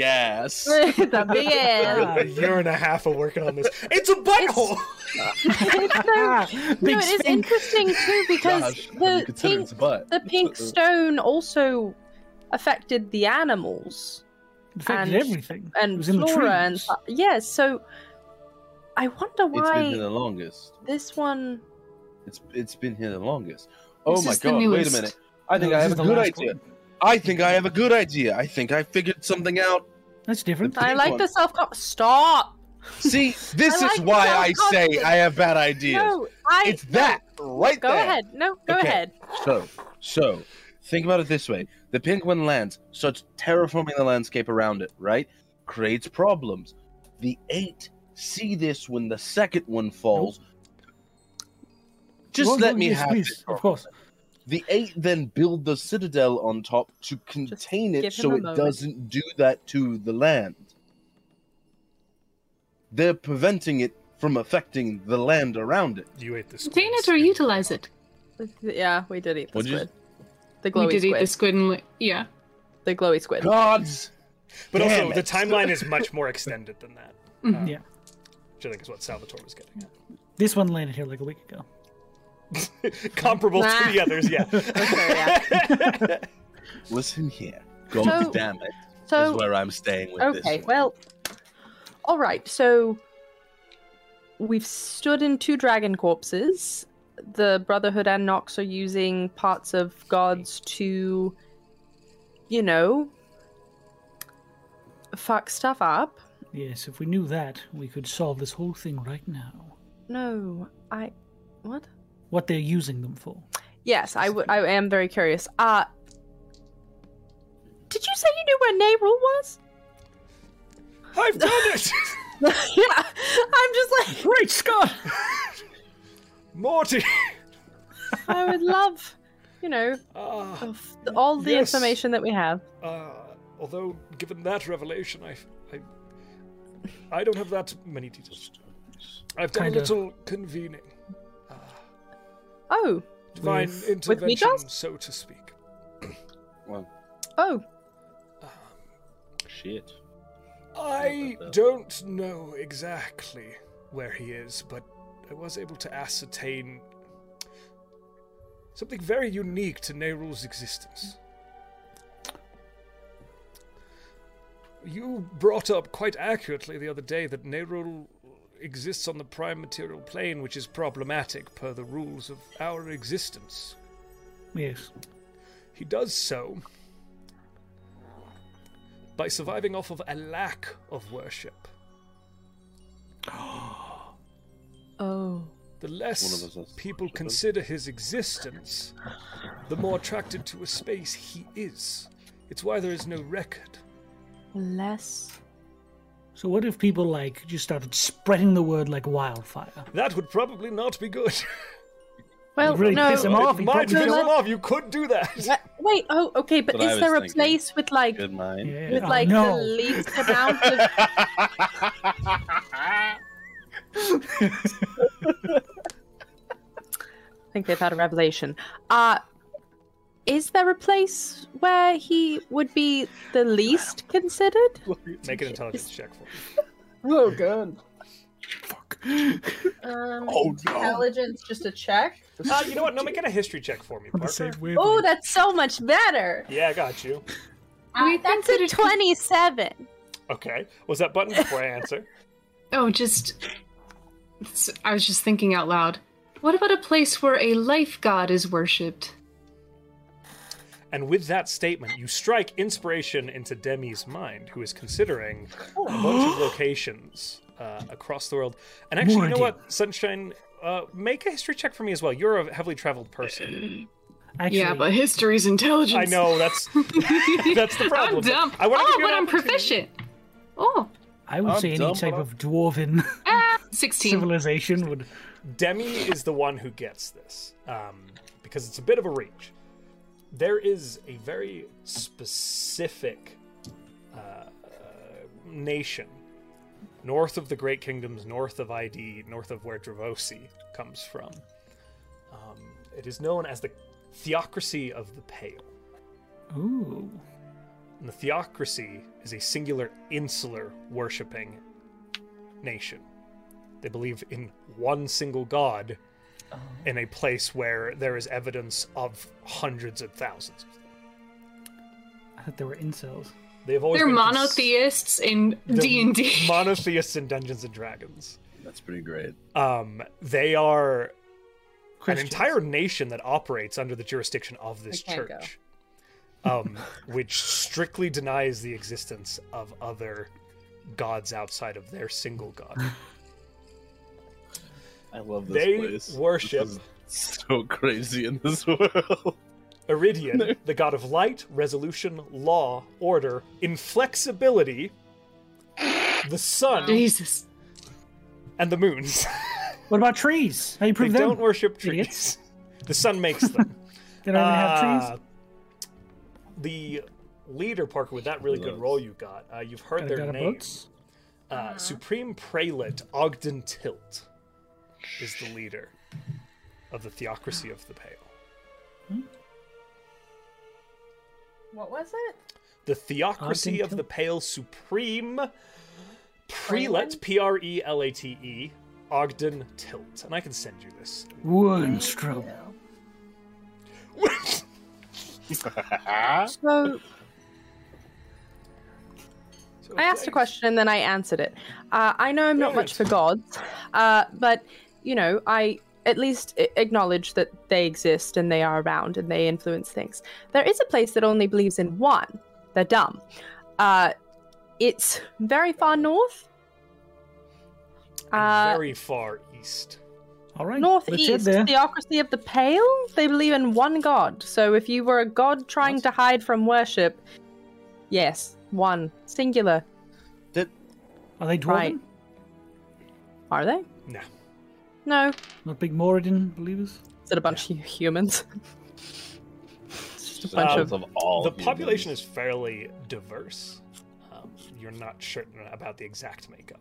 Speaker 3: ass.
Speaker 2: the big ass.
Speaker 6: Ah,
Speaker 4: A year and a half of working on this. It's a butthole!
Speaker 2: It's so- no,
Speaker 6: Ah, Big
Speaker 2: it is
Speaker 6: sphinx.
Speaker 2: interesting too because
Speaker 3: Gosh, have you
Speaker 2: the
Speaker 3: considered
Speaker 2: pink,
Speaker 3: its butt?
Speaker 2: the pink
Speaker 3: uh,
Speaker 2: stone also affected the animals.
Speaker 6: Affected
Speaker 2: and-
Speaker 6: everything. it
Speaker 2: and
Speaker 6: was in the
Speaker 2: flora and
Speaker 6: trees.
Speaker 2: yes so i wonder
Speaker 3: It's been here
Speaker 2: why
Speaker 3: the longest.
Speaker 2: this one
Speaker 3: It's it's been here the longest. Oh
Speaker 5: This
Speaker 3: my
Speaker 5: is the
Speaker 3: god! Wait a
Speaker 5: newest.
Speaker 3: minute. I think
Speaker 6: No,
Speaker 3: I
Speaker 6: this
Speaker 3: have
Speaker 6: is
Speaker 3: a
Speaker 6: the
Speaker 3: good
Speaker 6: last
Speaker 3: idea.
Speaker 6: one.
Speaker 3: I think I have a good idea. I think I figured something out.
Speaker 6: That's different.
Speaker 3: The
Speaker 2: i
Speaker 3: pink
Speaker 2: like
Speaker 3: one.
Speaker 2: the self stop
Speaker 3: See, this
Speaker 2: like
Speaker 3: is why
Speaker 2: the
Speaker 3: I say
Speaker 2: self-confidence.
Speaker 3: I have bad ideas.
Speaker 2: no i
Speaker 3: it's that right
Speaker 2: go
Speaker 3: there.
Speaker 2: ahead no go
Speaker 3: Okay.
Speaker 2: ahead
Speaker 3: So, so think about it this way: the penguin lands starts terraforming the landscape around it, right? Creates problems. The eight see this when the second one falls. Just
Speaker 6: Well,
Speaker 3: let
Speaker 6: no,
Speaker 3: me
Speaker 6: yes,
Speaker 3: have
Speaker 6: please,
Speaker 3: this.
Speaker 6: Of course.
Speaker 3: The eight then build the citadel on top to contain it
Speaker 2: give him
Speaker 3: so
Speaker 2: a
Speaker 3: it
Speaker 2: moment.
Speaker 3: doesn't do that to the land. They're preventing it from affecting the land around it.
Speaker 4: You ate this.
Speaker 5: Contain it or utilize it.
Speaker 2: yeah we did eat the
Speaker 3: What'd you-
Speaker 2: squid the
Speaker 5: We
Speaker 2: glowy
Speaker 5: did eat
Speaker 2: squid
Speaker 5: the squid and we- yeah.
Speaker 2: the glowy squid
Speaker 3: Gods!
Speaker 4: But also,
Speaker 3: Damn
Speaker 4: the
Speaker 3: it.
Speaker 4: timeline is much more extended than that. Um,
Speaker 5: Mhm.
Speaker 6: Yeah.
Speaker 4: Which I think is what Salvatore was getting
Speaker 6: This one landed here like a week ago.
Speaker 4: at. Comparable to
Speaker 2: Nah.
Speaker 4: the others, yeah.
Speaker 2: Okay, yeah.
Speaker 3: Listen here. God
Speaker 2: So-
Speaker 3: damn it.
Speaker 2: so
Speaker 3: is where I'm staying with this.
Speaker 2: okay
Speaker 3: one.
Speaker 2: well all right so we've stood in two dragon corpses the brotherhood and nox are using parts of gods to you know fuck stuff up
Speaker 6: Yes, if we knew that, we could solve this whole thing right now.
Speaker 2: no i what
Speaker 6: What they're using them for.
Speaker 2: yes i would i am very curious uh did you say you knew where Nerul was?
Speaker 4: I've done it!
Speaker 2: yeah, I'm just like
Speaker 6: Great Scott!
Speaker 4: Morty!
Speaker 2: I would love, you know,
Speaker 4: Ah.
Speaker 2: of the- all the
Speaker 4: Yes.
Speaker 2: information that we have.
Speaker 4: Uh, although, given that revelation, I, I, I don't have that many details. I've done
Speaker 6: Kinda.
Speaker 4: a little convening,
Speaker 2: Oh,
Speaker 4: divine
Speaker 6: With- with
Speaker 4: intervention,
Speaker 2: Midas?
Speaker 4: so to speak.
Speaker 3: Well,
Speaker 2: oh,
Speaker 3: shit.
Speaker 4: I
Speaker 3: about that.
Speaker 4: don't know exactly where he is, but I was able to ascertain something very unique to Nerul's existence. You brought up quite accurately the other day that Nerul exists on the prime material plane, which is problematic per the rules of our existence.
Speaker 6: Yes.
Speaker 4: He does so by surviving off of a lack of worship.
Speaker 2: oh.
Speaker 4: The
Speaker 3: One of
Speaker 4: less
Speaker 3: us has to
Speaker 4: people
Speaker 3: worship him.
Speaker 4: consider his existence, the more attracted to a space he is. It's why there is no record.
Speaker 2: Less.
Speaker 6: So what if people like just started spreading the word like wildfire?
Speaker 4: That would probably not be good.
Speaker 2: Well,
Speaker 6: really
Speaker 2: no.
Speaker 6: piss him off.
Speaker 4: it
Speaker 6: he
Speaker 4: might
Speaker 6: probably
Speaker 4: piss
Speaker 2: piss
Speaker 4: him
Speaker 6: does.
Speaker 2: off.
Speaker 4: off. You could do that.
Speaker 2: Wha- Wait. Oh, okay. But
Speaker 3: What I
Speaker 2: is there a
Speaker 3: was thinking.
Speaker 2: place with like
Speaker 3: Good mind.
Speaker 6: Yeah.
Speaker 2: with
Speaker 6: Oh,
Speaker 2: like
Speaker 6: no.
Speaker 2: the least amount of? I think they've had a revelation. Uh is there a place where he would be the least considered?
Speaker 4: Make an intelligence check for me.
Speaker 2: Oh god.
Speaker 8: Um,
Speaker 3: Oh, no.
Speaker 8: Intelligence, just a check.
Speaker 4: Uh, you know what? No, make it a history check for me,
Speaker 6: For the
Speaker 4: Parker.
Speaker 6: sake of wavelength.
Speaker 2: Oh, that's so much better.
Speaker 4: Yeah, I got you.
Speaker 5: We
Speaker 8: Uh,
Speaker 2: That's a
Speaker 5: considered-
Speaker 2: twenty-seven.
Speaker 4: Okay. Was that button before I answer?
Speaker 5: Oh, just. it's- I was just thinking out loud. What about a place where a life god is worshipped?
Speaker 4: And with that statement, you strike inspiration into Demi's mind, who is considering
Speaker 5: Oh.
Speaker 4: a bunch of locations uh, across the world. And actually, you know what, Sunshine? Uh, make a history check for me as well. You're a heavily traveled person.
Speaker 6: Actually,
Speaker 5: yeah, but history's intelligence.
Speaker 4: I know that's that's the problem.
Speaker 5: I'm dumb.
Speaker 4: I wanna
Speaker 5: oh,
Speaker 4: give you
Speaker 5: but
Speaker 4: an
Speaker 5: I'm
Speaker 4: opportunity.
Speaker 5: proficient. Oh, ah,
Speaker 6: I would
Speaker 1: I'm
Speaker 6: say any
Speaker 1: dumb,
Speaker 6: type
Speaker 1: but
Speaker 6: of dwarven
Speaker 5: 16.
Speaker 6: civilization would.
Speaker 4: Demi is the one who gets this um, because it's a bit of a reach. There is a very specific uh, nation north of the Great Kingdoms, north of ID, north of where Dravosi comes from. Um, it is known as the Theocracy of the Pale.
Speaker 6: Ooh.
Speaker 4: And the theocracy is a singular insular worshipping nation. They believe in one single god in a place where there is evidence of hundreds of thousands of them.
Speaker 6: I thought they were incels.
Speaker 4: They've always
Speaker 5: They're
Speaker 4: been cons-
Speaker 5: monotheists in
Speaker 4: the
Speaker 5: D and D.
Speaker 4: Monotheists in Dungeons and Dragons.
Speaker 3: That's pretty great.
Speaker 4: Um, they are
Speaker 6: Christians.
Speaker 4: an entire nation that operates under the jurisdiction of this
Speaker 7: I can't go.
Speaker 4: church, um, which strictly denies the existence of other gods outside of their single god.
Speaker 3: I love this
Speaker 4: They
Speaker 3: place. This
Speaker 4: worship-
Speaker 3: is so crazy in this world.
Speaker 4: Iridian, the god of light, resolution, law, order, inflexibility, the sun,
Speaker 5: Jesus.
Speaker 4: and the moons.
Speaker 6: What about trees? How you
Speaker 4: they
Speaker 6: prove them?
Speaker 4: don't worship trees.
Speaker 6: idiots.
Speaker 4: The sun makes them.
Speaker 6: They don't even have trees.
Speaker 4: Uh, The leader, Parker, with that really good role you got, uh, you've heard
Speaker 6: Gotta
Speaker 4: their
Speaker 6: got
Speaker 4: name.
Speaker 6: boats.
Speaker 4: Uh, Supreme Prelate Ogden Tilt is the leader of the Theocracy of the Pale.
Speaker 7: What was it?
Speaker 4: The Theocracy
Speaker 6: Ogden
Speaker 4: of the
Speaker 6: Tilt.
Speaker 4: Pale Supreme Prelate, P R E L A T E, Ogden Tilt. And I can send you this.
Speaker 6: One stroke.
Speaker 2: So
Speaker 4: So
Speaker 2: I asked a
Speaker 4: thanks.
Speaker 2: question and then I answered it. Uh, I know I'm not much for gods, uh, but you know, I at least a- acknowledge that they exist and they are around and they influence things. There is a place that only believes in one. They're dumb. Uh, it's very far north. Uh,
Speaker 4: And very far east.
Speaker 6: All right. let's head
Speaker 2: Northeast,
Speaker 6: there.
Speaker 2: theocracy of the pale. They believe in one god. So if you were a god trying to hide from worship, yes, one singular.
Speaker 6: Are they dwarven?
Speaker 2: Right. Are they?
Speaker 4: No.
Speaker 2: No,
Speaker 6: Not big Moradin believers?
Speaker 2: Is it a bunch of humans? it's just a bunch
Speaker 1: Sounds
Speaker 2: of.
Speaker 1: of all
Speaker 4: the
Speaker 1: humans.
Speaker 4: population is fairly diverse. Um, you're not certain about the exact makeup.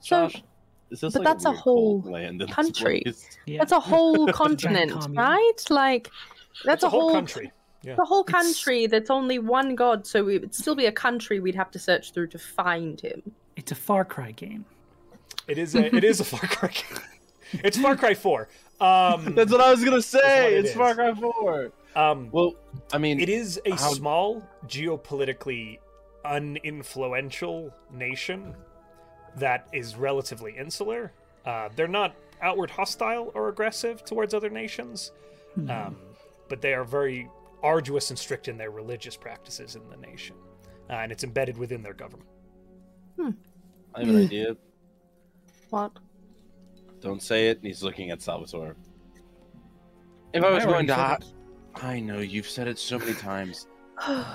Speaker 2: So
Speaker 1: Josh, is this
Speaker 2: but
Speaker 1: like
Speaker 2: that's a
Speaker 1: weird
Speaker 2: whole
Speaker 1: cold land in this
Speaker 2: country.
Speaker 1: place?
Speaker 6: Yeah.
Speaker 2: that's a whole
Speaker 6: Giant
Speaker 2: continent,
Speaker 6: commune.
Speaker 2: right? Like, that's
Speaker 4: It's a whole country. Yeah.
Speaker 2: The whole
Speaker 6: It's-
Speaker 2: country that's only one god, so it would still be a country we'd have to search through to find him.
Speaker 6: It's a Far Cry game.
Speaker 4: It is a it is a Far Cry. game. it's Far Cry Four. Um,
Speaker 3: That's what I was gonna say.
Speaker 4: it
Speaker 3: It's
Speaker 4: is.
Speaker 3: Far Cry Four.
Speaker 4: um,
Speaker 1: Well, I mean,
Speaker 4: it is a
Speaker 1: How-
Speaker 4: small, geopolitically uninfluential nation that is relatively insular. Uh, they're not outward hostile or aggressive towards other nations,
Speaker 6: Hmm. Mm-hmm.
Speaker 3: Oh.
Speaker 4: um, but they are very arduous and strict in their religious practices in the nation, uh, and it's embedded within their government.
Speaker 1: I have an idea.
Speaker 2: What?
Speaker 1: Don't say it. And he's looking at Salvatore. If I was going
Speaker 6: already
Speaker 1: to,
Speaker 6: said
Speaker 1: hi-
Speaker 6: it.
Speaker 1: I know you've said it so many times.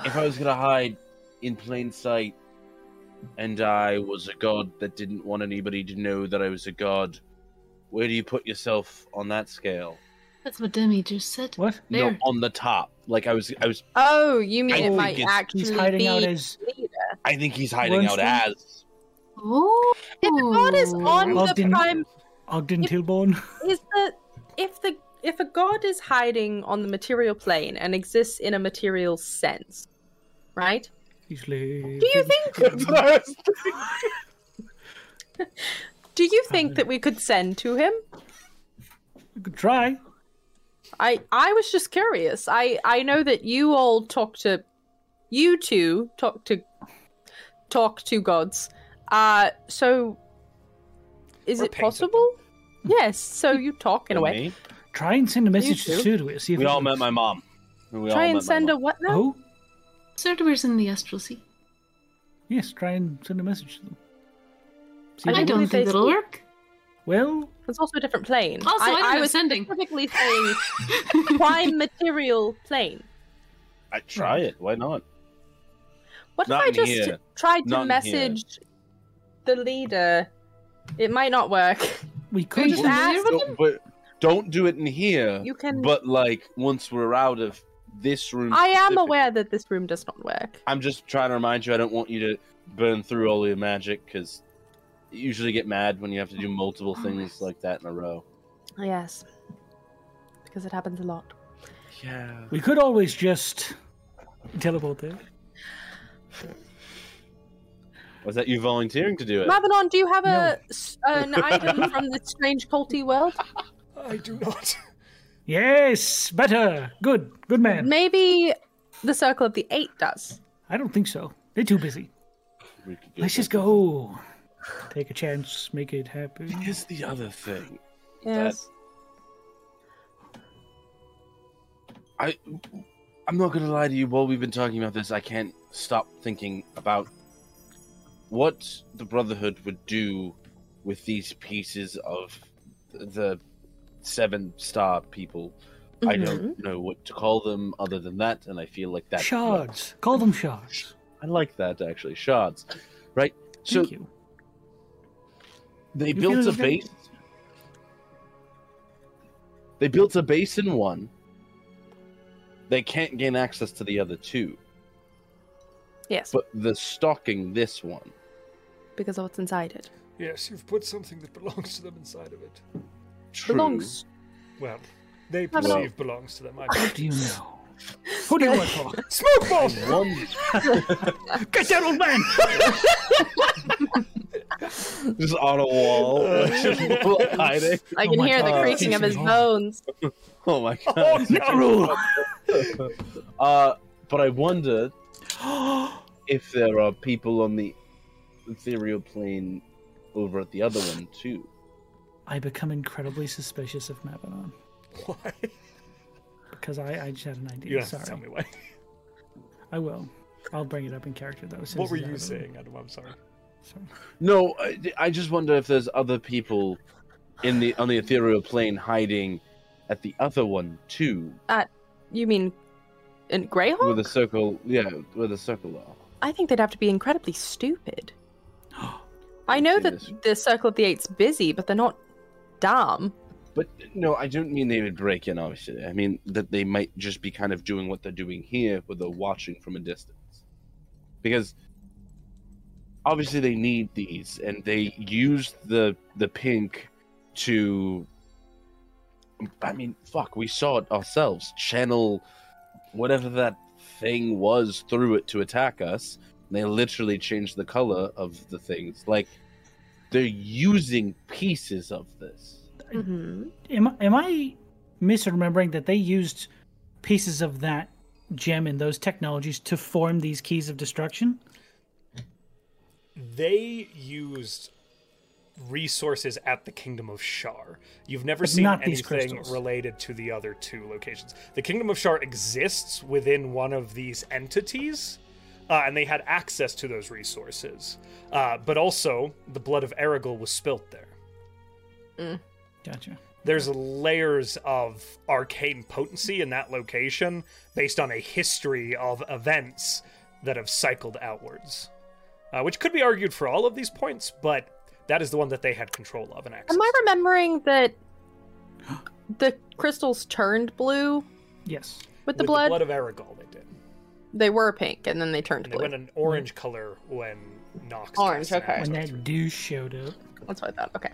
Speaker 1: if I was going to hide in plain sight, and I was a god that didn't want anybody to know that I was a god, where do you put yourself on that scale?
Speaker 5: That's what Demi just said.
Speaker 6: What?
Speaker 5: There.
Speaker 1: No, on the top. Like I was, I was.
Speaker 2: Oh, you
Speaker 1: I
Speaker 2: mean it
Speaker 1: think
Speaker 2: might
Speaker 1: it's-
Speaker 2: actually
Speaker 6: He's hiding
Speaker 2: be
Speaker 6: out as.
Speaker 1: I think he's hiding out
Speaker 6: Winston?
Speaker 1: as.
Speaker 5: Oh.
Speaker 2: if the god is on
Speaker 6: Logged
Speaker 2: the
Speaker 6: in.
Speaker 2: prime
Speaker 6: Ogden Tilborn.
Speaker 2: is the if the if a god is hiding on the material plane and exists in a material sense, right?
Speaker 6: He's Do
Speaker 2: Do you think do you
Speaker 3: Um,
Speaker 2: think that we could send to him?
Speaker 6: Good try.
Speaker 2: I I was just curious. I I know that you all talk to you two talk to talk to gods. Uh so is
Speaker 4: We're
Speaker 2: it
Speaker 4: painted.
Speaker 2: possible? Yes, so you talk in a way.
Speaker 3: Me?
Speaker 6: Try and send a message to
Speaker 2: too.
Speaker 6: Sudwit. See if
Speaker 3: We
Speaker 6: it
Speaker 3: all met
Speaker 6: works.
Speaker 3: my mom. We all
Speaker 2: Try and
Speaker 3: met my
Speaker 2: send a
Speaker 3: mom.
Speaker 2: what now?
Speaker 6: Oh
Speaker 5: Surdwear's in the astral sea.
Speaker 6: yes, try and send a message to them. See
Speaker 2: I
Speaker 6: what
Speaker 5: I
Speaker 2: think
Speaker 5: don't
Speaker 2: we
Speaker 5: think
Speaker 2: face-
Speaker 5: it'll work.
Speaker 6: Well,
Speaker 2: It's also a different plane.
Speaker 5: Also, Oh, I, don't know
Speaker 2: was
Speaker 5: sending.
Speaker 2: specifically saying prime material plane.
Speaker 3: I try it. Why not?
Speaker 2: What
Speaker 3: Not
Speaker 2: if I
Speaker 3: in
Speaker 2: just
Speaker 3: here.
Speaker 2: tried to
Speaker 3: Not in here.
Speaker 2: message the leader? It might not work.
Speaker 6: we
Speaker 5: Are you
Speaker 6: could.
Speaker 2: just
Speaker 6: do-
Speaker 5: familiar with
Speaker 3: Don't, but don't do it in here.
Speaker 2: You can.
Speaker 3: Uh, But like once we're out of this room,
Speaker 2: I am
Speaker 3: specifically-
Speaker 2: aware that this room does not work.
Speaker 3: I'm just trying to remind you. I don't want you to burn through all your magic because you usually get mad when you have to do multiple
Speaker 6: Oh,
Speaker 3: things like that in a row.
Speaker 2: Yes, because it happens a lot.
Speaker 3: Yeah.
Speaker 6: We could always just teleport there.
Speaker 3: Was that you volunteering to do it?
Speaker 2: Mavenon, do you have a s an item from this strange culty world?
Speaker 4: I do not.
Speaker 6: Yes, better. Good, good man.
Speaker 2: Maybe the Circle of the Eight does.
Speaker 6: I don't think so. They're too busy.
Speaker 3: We could
Speaker 6: Let's just go. Take a chance, make it happen.
Speaker 3: Here's the other thing.
Speaker 2: Yes.
Speaker 3: I I'm not gonna lie to you, while we've been talking about this, I can't stop thinking about what the Brotherhood would do with these pieces of the seven star people. I
Speaker 2: Mm-hmm.
Speaker 6: Mm-hmm.
Speaker 3: don't know what to call them other than that, and I feel like that
Speaker 6: Shards. Call them shards.
Speaker 3: I like that actually. Shards. Right? So
Speaker 6: Thank you.
Speaker 3: they
Speaker 6: You
Speaker 3: built
Speaker 6: feel
Speaker 3: a
Speaker 6: as if-
Speaker 3: base. They built a base in one. They can't gain access to the other two,
Speaker 2: Yes,
Speaker 3: but they're stocking this one.
Speaker 2: because of what's inside it.
Speaker 4: Yes, you've put something that belongs to them inside of it.
Speaker 3: True.
Speaker 2: Belongs.
Speaker 4: Well, they
Speaker 2: Well-
Speaker 4: perceive belongs to them. I
Speaker 6: What do you know? Who do you work for?
Speaker 4: Smoke bomb!
Speaker 3: One,
Speaker 6: Get that old man!
Speaker 3: just on a wall, hiding.
Speaker 2: I can
Speaker 6: my
Speaker 2: hear the
Speaker 6: God.
Speaker 2: creaking of his
Speaker 6: Oh.
Speaker 2: bones.
Speaker 3: Oh my god!
Speaker 4: Oh no!
Speaker 3: Uh, but I wonder if there are people on the ethereal plane over at the other one too.
Speaker 6: I become incredibly suspicious of Mabanon
Speaker 4: Why?
Speaker 6: because I, I just had an idea.
Speaker 4: You don't have
Speaker 6: sorry,
Speaker 4: to tell me why.
Speaker 6: I will. I'll bring it up in character though. as soon
Speaker 4: What
Speaker 6: as
Speaker 4: were
Speaker 6: it's out
Speaker 4: you
Speaker 6: of the room.
Speaker 4: saying, Adam? I'm sorry.
Speaker 6: Sorry.
Speaker 3: No, I, I just wonder if there's other people in the on the ethereal plane hiding at the other one too,
Speaker 2: You mean in
Speaker 3: where
Speaker 2: Greyhawk?
Speaker 3: the circle, yeah, where the circle are.
Speaker 2: I think they'd have to be incredibly stupid. I know
Speaker 3: Yes.
Speaker 2: that the Circle of the Eight's busy, but they're not dumb.
Speaker 3: But no, I don't mean they would break in. Obviously, I mean that they might just be kind of doing what they're doing here, where they're watching from a distance, because obviously they need these, and they used the the pink to. I mean, fuck, we saw it ourselves. Channel whatever that thing was through it to attack us. And they literally changed the color of the things. Like they're using pieces of this.
Speaker 2: Mm-hmm.
Speaker 6: Am I- am I misremembering that they used pieces of that gem and those technologies to form these keys of destruction?
Speaker 4: They used resources at the Kingdom of Shar. You've never
Speaker 6: But
Speaker 4: seen
Speaker 6: not these
Speaker 4: anything
Speaker 6: crystals.
Speaker 4: related to the other two locations. The Kingdom of Shar exists within one of these entities. Uh, and they had access to those resources. Uh, but also, the blood of Aragol was spilt there.
Speaker 6: Gotcha.
Speaker 4: there's layers of arcane potency in that location based on a history of events that have cycled outwards, uh, which could be argued for all of these points, but that is the one that they had control of and access.
Speaker 2: Am I remembering that the crystals turned blue with
Speaker 6: Yes.
Speaker 2: the,
Speaker 4: With the
Speaker 2: blood?
Speaker 4: blood of Aragol, they did.
Speaker 2: They were pink, and then they turned
Speaker 4: And they
Speaker 2: blue.
Speaker 4: went an orange color when Nox.
Speaker 2: Orange,
Speaker 4: cast an
Speaker 2: okay.
Speaker 6: When
Speaker 4: Amazon's
Speaker 6: that douche showed up.
Speaker 2: That's what I thought. Okay,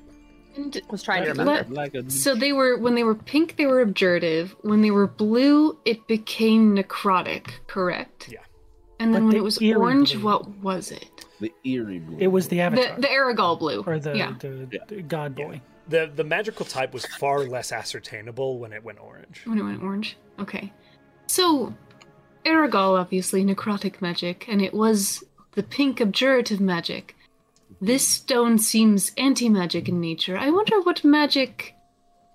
Speaker 5: And
Speaker 2: was trying to
Speaker 5: Like-
Speaker 2: remember.
Speaker 3: Like a
Speaker 5: so they were when they were pink, they were abjurative. When they were blue, it became necrotic. Correct.
Speaker 4: Yeah.
Speaker 5: And then
Speaker 6: But
Speaker 5: when
Speaker 6: the
Speaker 5: it was
Speaker 6: eerie
Speaker 5: orange,
Speaker 6: blue.
Speaker 5: what was it?
Speaker 3: The eerie blue.
Speaker 6: It was the
Speaker 5: The
Speaker 6: avatar
Speaker 5: the Aragol blue.
Speaker 6: or the,
Speaker 5: yeah.
Speaker 6: the, the god boy.
Speaker 4: The the magical type was far less ascertainable when it went orange.
Speaker 5: When it went orange. Okay. So, Aragol, obviously, necrotic magic, and it was the pink abjurative magic. This stone seems anti magic in nature. I wonder what magic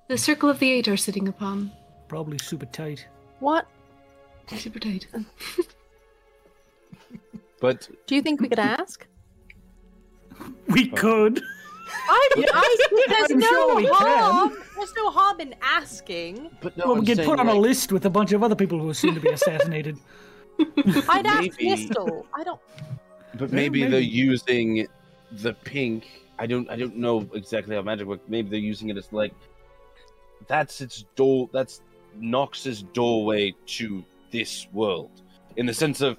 Speaker 5: the Circle of the Eight are sitting upon.
Speaker 6: Probably super tight.
Speaker 2: What
Speaker 5: Super tight.
Speaker 3: But
Speaker 2: do you think we could ask?
Speaker 6: We could.
Speaker 2: I, I there's
Speaker 6: I'm
Speaker 2: no
Speaker 6: sure we
Speaker 2: harm. There's no harm in asking.
Speaker 3: but no,
Speaker 6: Well,
Speaker 3: I'm
Speaker 6: we get
Speaker 3: saying,
Speaker 6: put on a
Speaker 3: like,
Speaker 6: list with a bunch of other people who are soon to be assassinated.
Speaker 2: I'd ask
Speaker 3: Maybe.
Speaker 2: Crystal. I don't.
Speaker 3: But
Speaker 6: Yeah,
Speaker 3: maybe, they're
Speaker 6: maybe.
Speaker 3: using the pink. I don't. I don't know exactly how magic works. Maybe they're using it as like that's its door. That's Nox's doorway to this world, in the sense of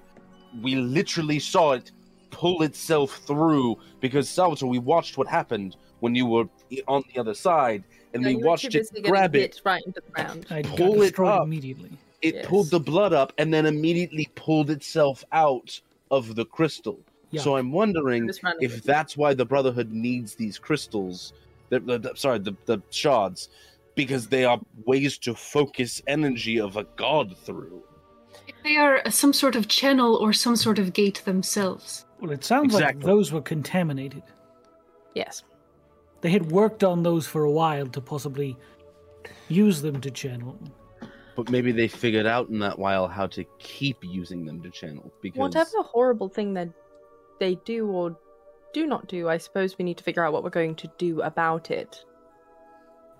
Speaker 3: we literally saw it pull itself through because Salvatore. We watched what happened when you were on the other side, and
Speaker 2: No,
Speaker 3: we
Speaker 2: you were
Speaker 3: watched
Speaker 2: too
Speaker 3: it
Speaker 2: busy getting
Speaker 3: grab it.
Speaker 2: hit right into the ground.
Speaker 6: I got
Speaker 3: Pull it
Speaker 6: destroyed
Speaker 3: up.
Speaker 6: immediately.
Speaker 3: It
Speaker 2: Yes.
Speaker 3: pulled the blood up and then immediately pulled itself out of the crystal.
Speaker 6: Yeah.
Speaker 3: So I'm wondering
Speaker 2: Just randomly.
Speaker 3: if that's why the Brotherhood needs these crystals, the, the, the- sorry, the, the shards, because they are ways to focus energy of a god through.
Speaker 5: They are some sort of channel or some sort of gate themselves.
Speaker 6: Well, it sounds
Speaker 3: Exactly.
Speaker 6: like those were contaminated.
Speaker 2: Yes.
Speaker 6: They had worked on those for a while to possibly use them to channel.
Speaker 3: But maybe they figured out in that while how to keep using them to channel. Because
Speaker 2: Whatever horrible thing that they do or do not do, I suppose we need to figure out what we're going to do about it.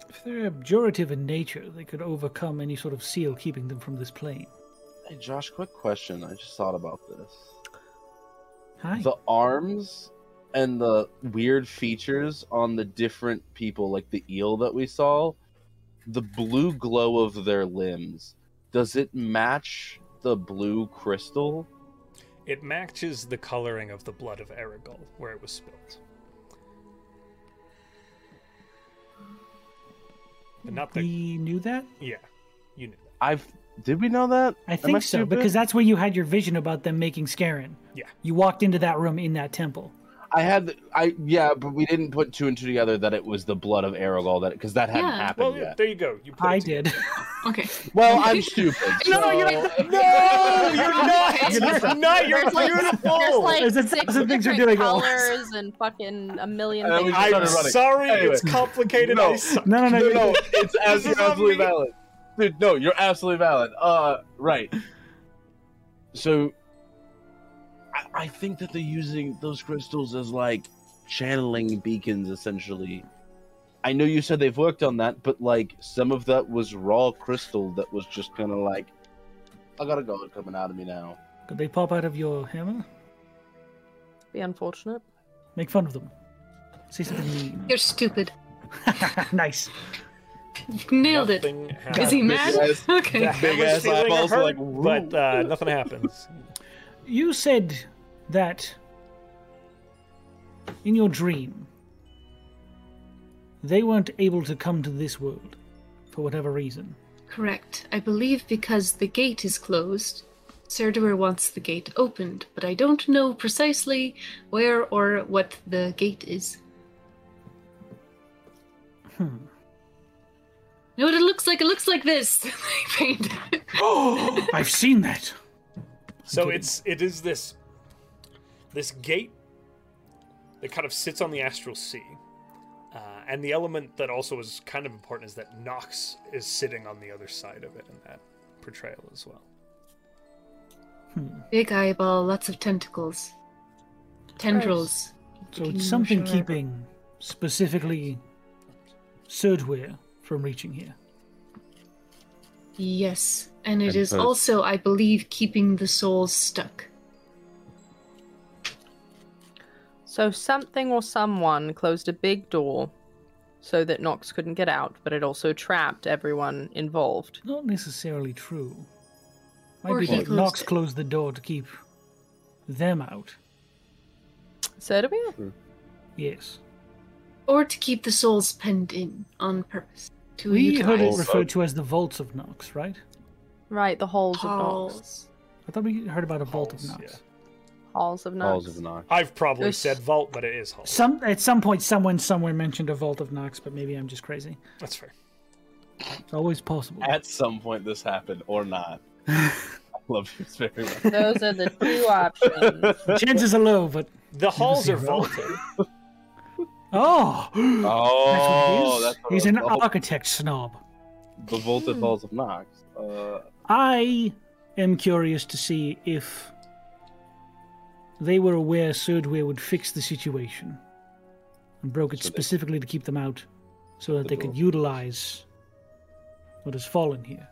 Speaker 6: If they're abjurative in nature, they could overcome any sort of seal keeping them from this plane.
Speaker 3: Hey, Josh, quick question. I just thought about this.
Speaker 6: Hi.
Speaker 3: the arms and the weird features on the different people like the eel that we saw the blue glow of their limbs does it match the blue crystal
Speaker 4: It matches the coloring of the blood of Aragol where it was spilled. But not the.
Speaker 6: we knew that?
Speaker 4: Yeah, you knew that.
Speaker 3: i've did we know that
Speaker 6: I
Speaker 3: Am
Speaker 6: think so,
Speaker 3: stupid?
Speaker 6: because that's where you had your vision about them making Scarin.
Speaker 4: Yeah.
Speaker 6: You walked into that room in that temple.
Speaker 3: i had i yeah but we didn't put two and two together that it was the blood of aragol that because that hadn't
Speaker 5: Yeah.
Speaker 3: happened
Speaker 4: Well, yeah,
Speaker 3: yet
Speaker 4: there you go. You put
Speaker 6: I
Speaker 4: it together.
Speaker 6: did.
Speaker 5: Okay.
Speaker 3: well i'm stupid so-
Speaker 4: No, you're not.
Speaker 2: You're
Speaker 4: You're not. You're
Speaker 2: There's like-
Speaker 4: beautiful.
Speaker 3: Oh!
Speaker 2: There's like
Speaker 6: There's a
Speaker 2: six
Speaker 6: thousand things
Speaker 2: different
Speaker 6: you're doing all-
Speaker 2: colors and fucking a million
Speaker 3: Uh, we
Speaker 2: things.
Speaker 3: just
Speaker 4: I'm
Speaker 3: started running.
Speaker 4: sorry,
Speaker 3: Anyway.
Speaker 4: it's complicated.
Speaker 3: No.
Speaker 4: I suck.
Speaker 6: No, no, no.
Speaker 3: no,
Speaker 6: you-
Speaker 3: no, it's
Speaker 4: This is
Speaker 3: absolutely,
Speaker 4: on
Speaker 3: absolutely
Speaker 4: me.
Speaker 3: valid, dude. No, you're absolutely valid. Uh, right. So, I, I think that they're using those crystals as like channeling beacons, essentially. I know you said they've worked on that, but like some of that was raw crystal that was just kind of like, I gotta go, it's coming out of me now.
Speaker 6: Could they pop out of your hammer?
Speaker 2: Be unfortunate.
Speaker 6: Make fun of them. Say something mean.
Speaker 5: You're stupid.
Speaker 6: nice.
Speaker 5: Nailed it.
Speaker 4: Nothing
Speaker 5: Is he
Speaker 4: happens.
Speaker 5: mad?
Speaker 3: Yes.
Speaker 5: Okay.
Speaker 4: The hammer's
Speaker 3: Big ass
Speaker 4: feeling
Speaker 3: eyeballs
Speaker 4: hurt,
Speaker 3: are like,
Speaker 4: but uh, nothing happens.
Speaker 6: You said that in your dream they weren't able to come to this world for whatever reason.
Speaker 5: Correct. I believe because the gate is closed, Serdur wants the gate opened, but I don't know precisely where or what the gate is.
Speaker 6: Hmm.
Speaker 5: You know what it looks like? It looks like this. They paint it.
Speaker 6: I've seen that.
Speaker 4: So
Speaker 6: kidding.
Speaker 4: it's it is this this gate that kind of sits on the astral sea, uh, and the element that also is kind of important is that Nox is sitting on the other side of it in that portrayal as well.
Speaker 5: Big eyeball, lots of tentacles. Tendrils.
Speaker 6: So
Speaker 5: Looking
Speaker 6: it's something
Speaker 5: sure.
Speaker 6: keeping specifically Surdware from reaching here.
Speaker 5: Yes. And it
Speaker 3: And
Speaker 5: is
Speaker 3: both.
Speaker 5: also, I believe, keeping the souls stuck.
Speaker 2: So something or someone closed a big door so that Nox couldn't get out, but it also trapped everyone involved.
Speaker 6: Not necessarily true.
Speaker 5: Or
Speaker 6: Might be
Speaker 5: he
Speaker 6: that
Speaker 5: closed
Speaker 6: Knox
Speaker 5: it.
Speaker 6: closed the door to keep them out.
Speaker 2: So do we?
Speaker 6: Yes.
Speaker 5: Or to keep the souls penned in on purpose. To
Speaker 6: We
Speaker 5: utilize
Speaker 6: heard it
Speaker 3: Vaults.
Speaker 6: referred to as the vaults of Knox, right?
Speaker 2: Right, the halls of Nox.
Speaker 5: halls.
Speaker 6: I thought we heard about a vault of
Speaker 4: Halls,
Speaker 6: Knox.
Speaker 4: yeah.
Speaker 2: Halls of Nox.
Speaker 3: Balls of knock.
Speaker 4: I've probably
Speaker 2: There's-
Speaker 4: said vault, but it is hall.
Speaker 6: Some at some point, someone somewhere mentioned a vault of Knox, but maybe I'm just crazy.
Speaker 4: That's fair.
Speaker 6: It's always possible.
Speaker 3: At some point, this happened or not. I love you very much.
Speaker 2: Those are the two options.
Speaker 6: Chances are low, but
Speaker 4: The halls are
Speaker 6: zero.
Speaker 4: vaulted.
Speaker 6: Oh,
Speaker 1: Oh,
Speaker 6: that's
Speaker 1: that's
Speaker 6: what
Speaker 1: what
Speaker 6: he is. He's
Speaker 1: it
Speaker 6: an
Speaker 1: was called.
Speaker 6: architect snob.
Speaker 1: The vaulted halls of Nox. Uh,
Speaker 6: I am curious to see if they were aware Surdware would fix the situation and broke it
Speaker 1: So they-
Speaker 6: specifically to keep them out so that
Speaker 1: The
Speaker 6: they could
Speaker 1: dwarves.
Speaker 6: utilize what has fallen here.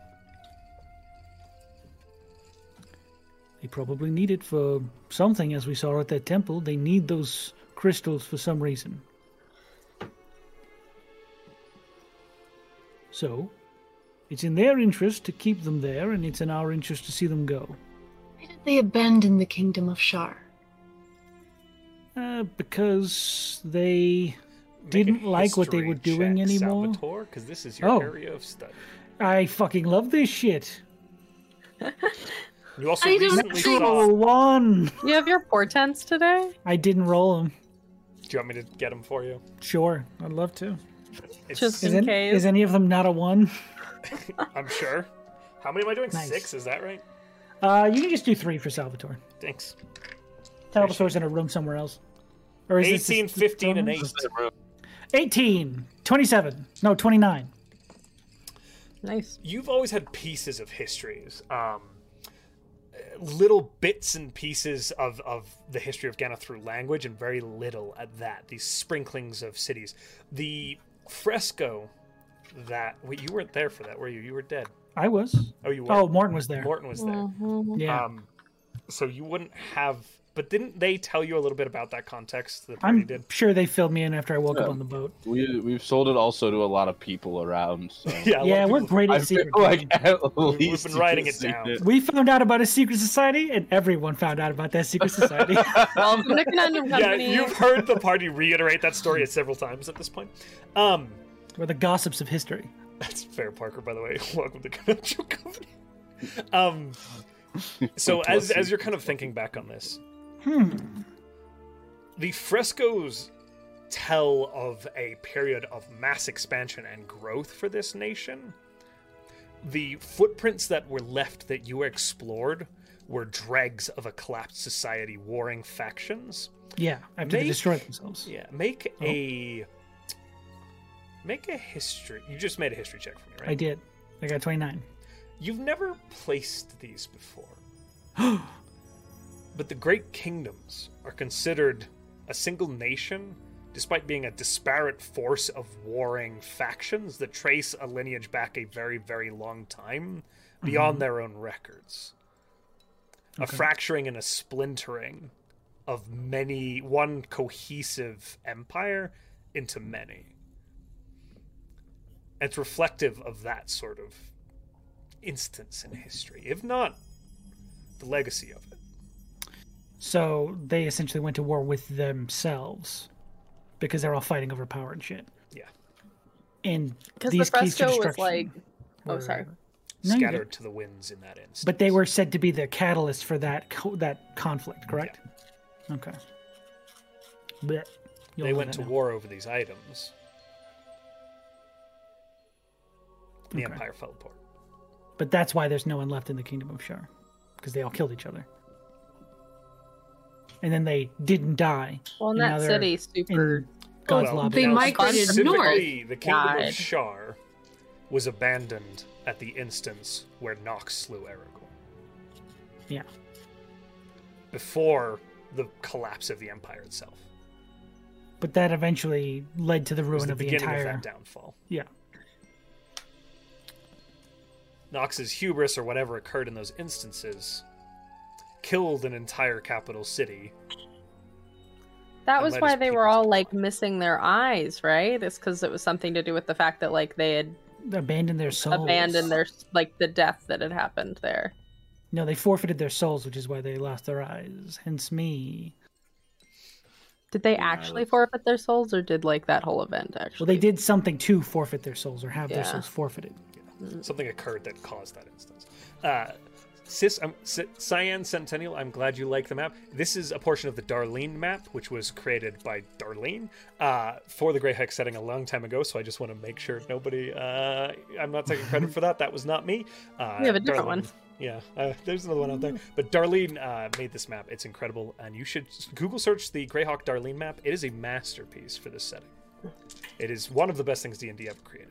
Speaker 6: They probably need it for something, as we saw at that temple. They need those crystals for some reason. So, it's in their interest to keep them there, and it's in our interest to see them go.
Speaker 5: Why did they abandon the kingdom of Shar?
Speaker 6: Uh, because they
Speaker 4: Make a
Speaker 6: didn't like what they
Speaker 4: history
Speaker 6: were doing
Speaker 4: check,
Speaker 6: anymore.
Speaker 4: Salvatore, because this is your
Speaker 6: Oh.
Speaker 4: area of study.
Speaker 6: I fucking love this shit.
Speaker 4: You also
Speaker 5: I don't
Speaker 4: recently
Speaker 5: think-
Speaker 4: saw.
Speaker 6: Roll one.
Speaker 2: You have your portents today?
Speaker 6: I didn't roll them.
Speaker 4: Do you want me to get them for you?
Speaker 6: Sure, I'd love to.
Speaker 4: It's,
Speaker 2: Just-
Speaker 6: Is,
Speaker 2: In
Speaker 6: an-
Speaker 2: case.
Speaker 6: is any of them not a one?
Speaker 4: I'm sure. How many am I doing?
Speaker 6: Nice.
Speaker 4: Six. Is that right?
Speaker 6: Uh, you can just do three for Salvatore.
Speaker 4: Thanks.
Speaker 6: Salvatore's in a room somewhere else. Or is this the-
Speaker 4: 18, 15, and
Speaker 6: the-
Speaker 4: 8.
Speaker 6: 18, 27, no, 29.
Speaker 2: Nice.
Speaker 4: You've always had pieces of histories. Um, little bits and pieces of, of the history of Ghana through language, and very little at that. These sprinklings of cities. The fresco that. Wait, you weren't there for that, were you? You were dead.
Speaker 6: I was.
Speaker 4: Oh, you were.
Speaker 6: Oh, Morton was there. Mm,
Speaker 4: Morton was there.
Speaker 2: Mm-hmm.
Speaker 6: yeah.
Speaker 4: Um, so you wouldn't have. But didn't they tell you a little bit about that context? The party
Speaker 6: I'm
Speaker 4: did.
Speaker 6: sure they filled me in after I woke up
Speaker 3: Yeah.
Speaker 6: on the boat.
Speaker 3: We we've sold it also to a lot of people around. So.
Speaker 4: Yeah, a lot
Speaker 6: yeah,
Speaker 4: of
Speaker 6: we're
Speaker 4: people-
Speaker 6: great
Speaker 3: I
Speaker 6: at
Speaker 3: feel
Speaker 6: secret.
Speaker 3: like
Speaker 6: keeping.
Speaker 3: at
Speaker 4: We've
Speaker 3: least
Speaker 4: been
Speaker 3: you
Speaker 4: writing
Speaker 3: can
Speaker 4: it
Speaker 3: see
Speaker 4: down.
Speaker 3: it.
Speaker 6: we found out about a secret society, and everyone found out about that secret society.
Speaker 3: Um,
Speaker 2: I'm looking at your
Speaker 4: Yeah,
Speaker 2: company.
Speaker 4: you've heard the party reiterate that story several times at this point. Um,
Speaker 6: We're the gossips of history.
Speaker 4: that's fair, Parker. By the way, welcome to Conundrum Company. Um, so as as you're kind of thinking back on this,
Speaker 6: Hmm.
Speaker 4: the frescoes tell of a period of mass expansion and growth for this nation. The footprints that were left that you explored were dregs of a collapsed society warring factions.
Speaker 6: Yeah, after they
Speaker 4: Make-
Speaker 6: destroyed themselves.
Speaker 4: Yeah, make
Speaker 6: Oh.
Speaker 4: a make a history. You just made a history check for me, right?
Speaker 6: I did. I got 29.
Speaker 4: You've never placed these before. but the great kingdoms are considered a single nation despite being a disparate force of warring factions that trace a lineage back a very very long time beyond their own records a fracturing and a splintering of many one cohesive empire into many it's reflective of that sort of instance in history if not the legacy of it
Speaker 6: So they essentially went to war with themselves because they're all fighting over power and shit.
Speaker 4: yeah
Speaker 6: And
Speaker 2: Because the
Speaker 6: these keys to
Speaker 2: fresco was
Speaker 6: destruction
Speaker 2: like. Oh,
Speaker 6: were-
Speaker 2: sorry.
Speaker 6: No, you're
Speaker 4: scattered
Speaker 6: good.
Speaker 4: to the winds in that instance.
Speaker 6: But they were said to be the catalyst for that co- that conflict, correct? Okay. Blech. You'll
Speaker 4: they
Speaker 6: know
Speaker 4: went
Speaker 6: that
Speaker 4: to
Speaker 6: now.
Speaker 4: war over these items. The
Speaker 6: Okay.
Speaker 4: empire fell apart.
Speaker 6: But that's why there's no one left in the kingdom of Shar, because they all killed each other. And then they didn't die.
Speaker 2: Well, in
Speaker 6: and now
Speaker 2: that
Speaker 6: they're
Speaker 2: city, super.
Speaker 6: in God's
Speaker 4: Oh, Well,
Speaker 6: lobby.
Speaker 5: They
Speaker 4: now
Speaker 5: migrated
Speaker 4: specifically,
Speaker 5: north.
Speaker 4: The kingdom of
Speaker 2: God.
Speaker 4: Shar was abandoned at the instance where Nox slew Aragorn
Speaker 6: Yeah.
Speaker 4: before the collapse of the empire itself.
Speaker 6: But that eventually led to the
Speaker 4: It was
Speaker 6: ruin
Speaker 4: the
Speaker 6: of the
Speaker 4: beginning
Speaker 6: entire.
Speaker 4: of that downfall.
Speaker 6: yeah.
Speaker 4: Nox's hubris or whatever occurred in those instances killed an entire capital city.
Speaker 2: That
Speaker 4: It
Speaker 2: was
Speaker 4: might
Speaker 2: why
Speaker 4: as
Speaker 2: they
Speaker 4: people
Speaker 2: were all
Speaker 4: talk.
Speaker 2: like missing their eyes, right? It's because it was something to do with the fact that like they had
Speaker 6: Abandoned their souls.
Speaker 2: abandoned their like the death that had happened there.
Speaker 6: No, they forfeited their souls, which is why they lost their eyes. Hence me.
Speaker 2: Did they actually forfeit their souls, or did like that whole event actually?
Speaker 6: Well, they did something to forfeit their souls or have their
Speaker 2: Yeah.
Speaker 6: souls forfeited.
Speaker 4: something occurred that caused that instance. Uh, Cis, um, C- Cyan Centennial, I'm glad you like the map. This is a portion of the Darlene map, which was created by Darlene uh, for the Grey Hex setting a long time ago. So I just want to make sure nobody, uh, I'm not taking credit for that. That was not me. Uh,
Speaker 2: We have a different
Speaker 4: Darlene
Speaker 2: one.
Speaker 4: Yeah, uh, there's another one out there. But Darlene uh, made this map. It's incredible, and you should s- Google search the Greyhawk Darlene map. It is a masterpiece for this setting. It is one of the best things D and D ever created.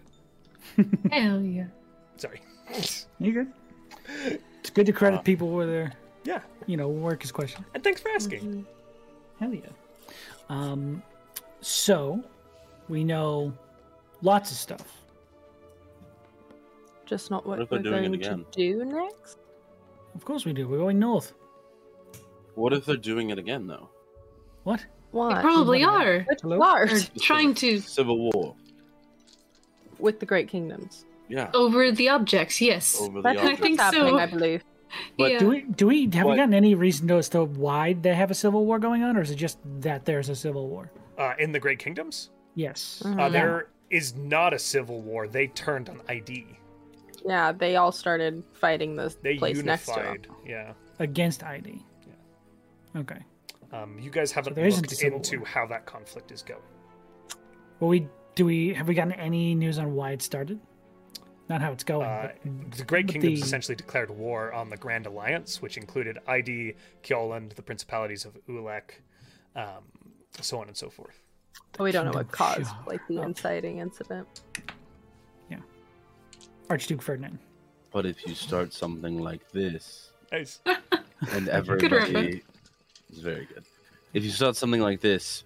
Speaker 5: Hell yeah.
Speaker 4: Sorry.
Speaker 6: You good? It's good to
Speaker 4: Uh,
Speaker 6: credit people where their,
Speaker 4: yeah,
Speaker 6: you know, work is questioned.
Speaker 4: and thanks for asking.
Speaker 2: Mm-hmm.
Speaker 6: Hell yeah. Um, so we know lots of stuff.
Speaker 2: Just not what,
Speaker 3: What if
Speaker 2: we're
Speaker 3: they're doing it
Speaker 2: going
Speaker 3: again?
Speaker 2: to do next.
Speaker 6: Of course we do. We're going north.
Speaker 3: What if they're doing it again though?
Speaker 6: What?
Speaker 5: They
Speaker 2: Why?
Speaker 5: probably
Speaker 6: Hello?
Speaker 5: are.
Speaker 2: Which
Speaker 6: Hello?
Speaker 5: They're
Speaker 2: part?
Speaker 5: trying to
Speaker 3: Civil War.
Speaker 2: with the Great Kingdoms.
Speaker 3: Yeah.
Speaker 5: over the objects, yes.
Speaker 3: Over the
Speaker 2: That's
Speaker 5: I
Speaker 3: object.
Speaker 2: what's
Speaker 5: think so.
Speaker 2: happening, I believe.
Speaker 6: Oh, But
Speaker 5: yeah.
Speaker 6: do we do we have we
Speaker 3: What?
Speaker 6: gotten any reason as to why they have a civil war going on, or is it just that there's a civil war? Mm.
Speaker 4: Uh, in the Great Kingdoms,
Speaker 6: Yes.
Speaker 4: uh,
Speaker 2: Mm-hmm.
Speaker 4: there is not a civil war. They turned on ID.
Speaker 2: Yeah, they all started fighting the
Speaker 4: They
Speaker 2: place next to them.
Speaker 4: unified. Yeah.
Speaker 6: Against ID. Okay.
Speaker 4: Um, you guys haven't
Speaker 6: there isn't a
Speaker 4: looked
Speaker 6: civil
Speaker 4: into
Speaker 6: war.
Speaker 4: how that conflict is going.
Speaker 6: Well, we do we have we gotten any news on why it started? Not how it's going.
Speaker 4: Uh,
Speaker 6: Oh, but-
Speaker 4: the Great
Speaker 6: but
Speaker 4: Kingdoms
Speaker 6: the-
Speaker 4: essentially declared war on the Grand Alliance, which included ID, Kioland, the principalities of Ulek, um, so on and so forth.
Speaker 2: But we don't know what
Speaker 6: Kingdom of
Speaker 2: caused
Speaker 6: Shah.
Speaker 2: like the inciting incident.
Speaker 6: Archduke Ferdinand.
Speaker 3: But if you start something like this,
Speaker 4: Nice.
Speaker 3: and
Speaker 5: reference.
Speaker 3: everybody is very good. If you start something like this,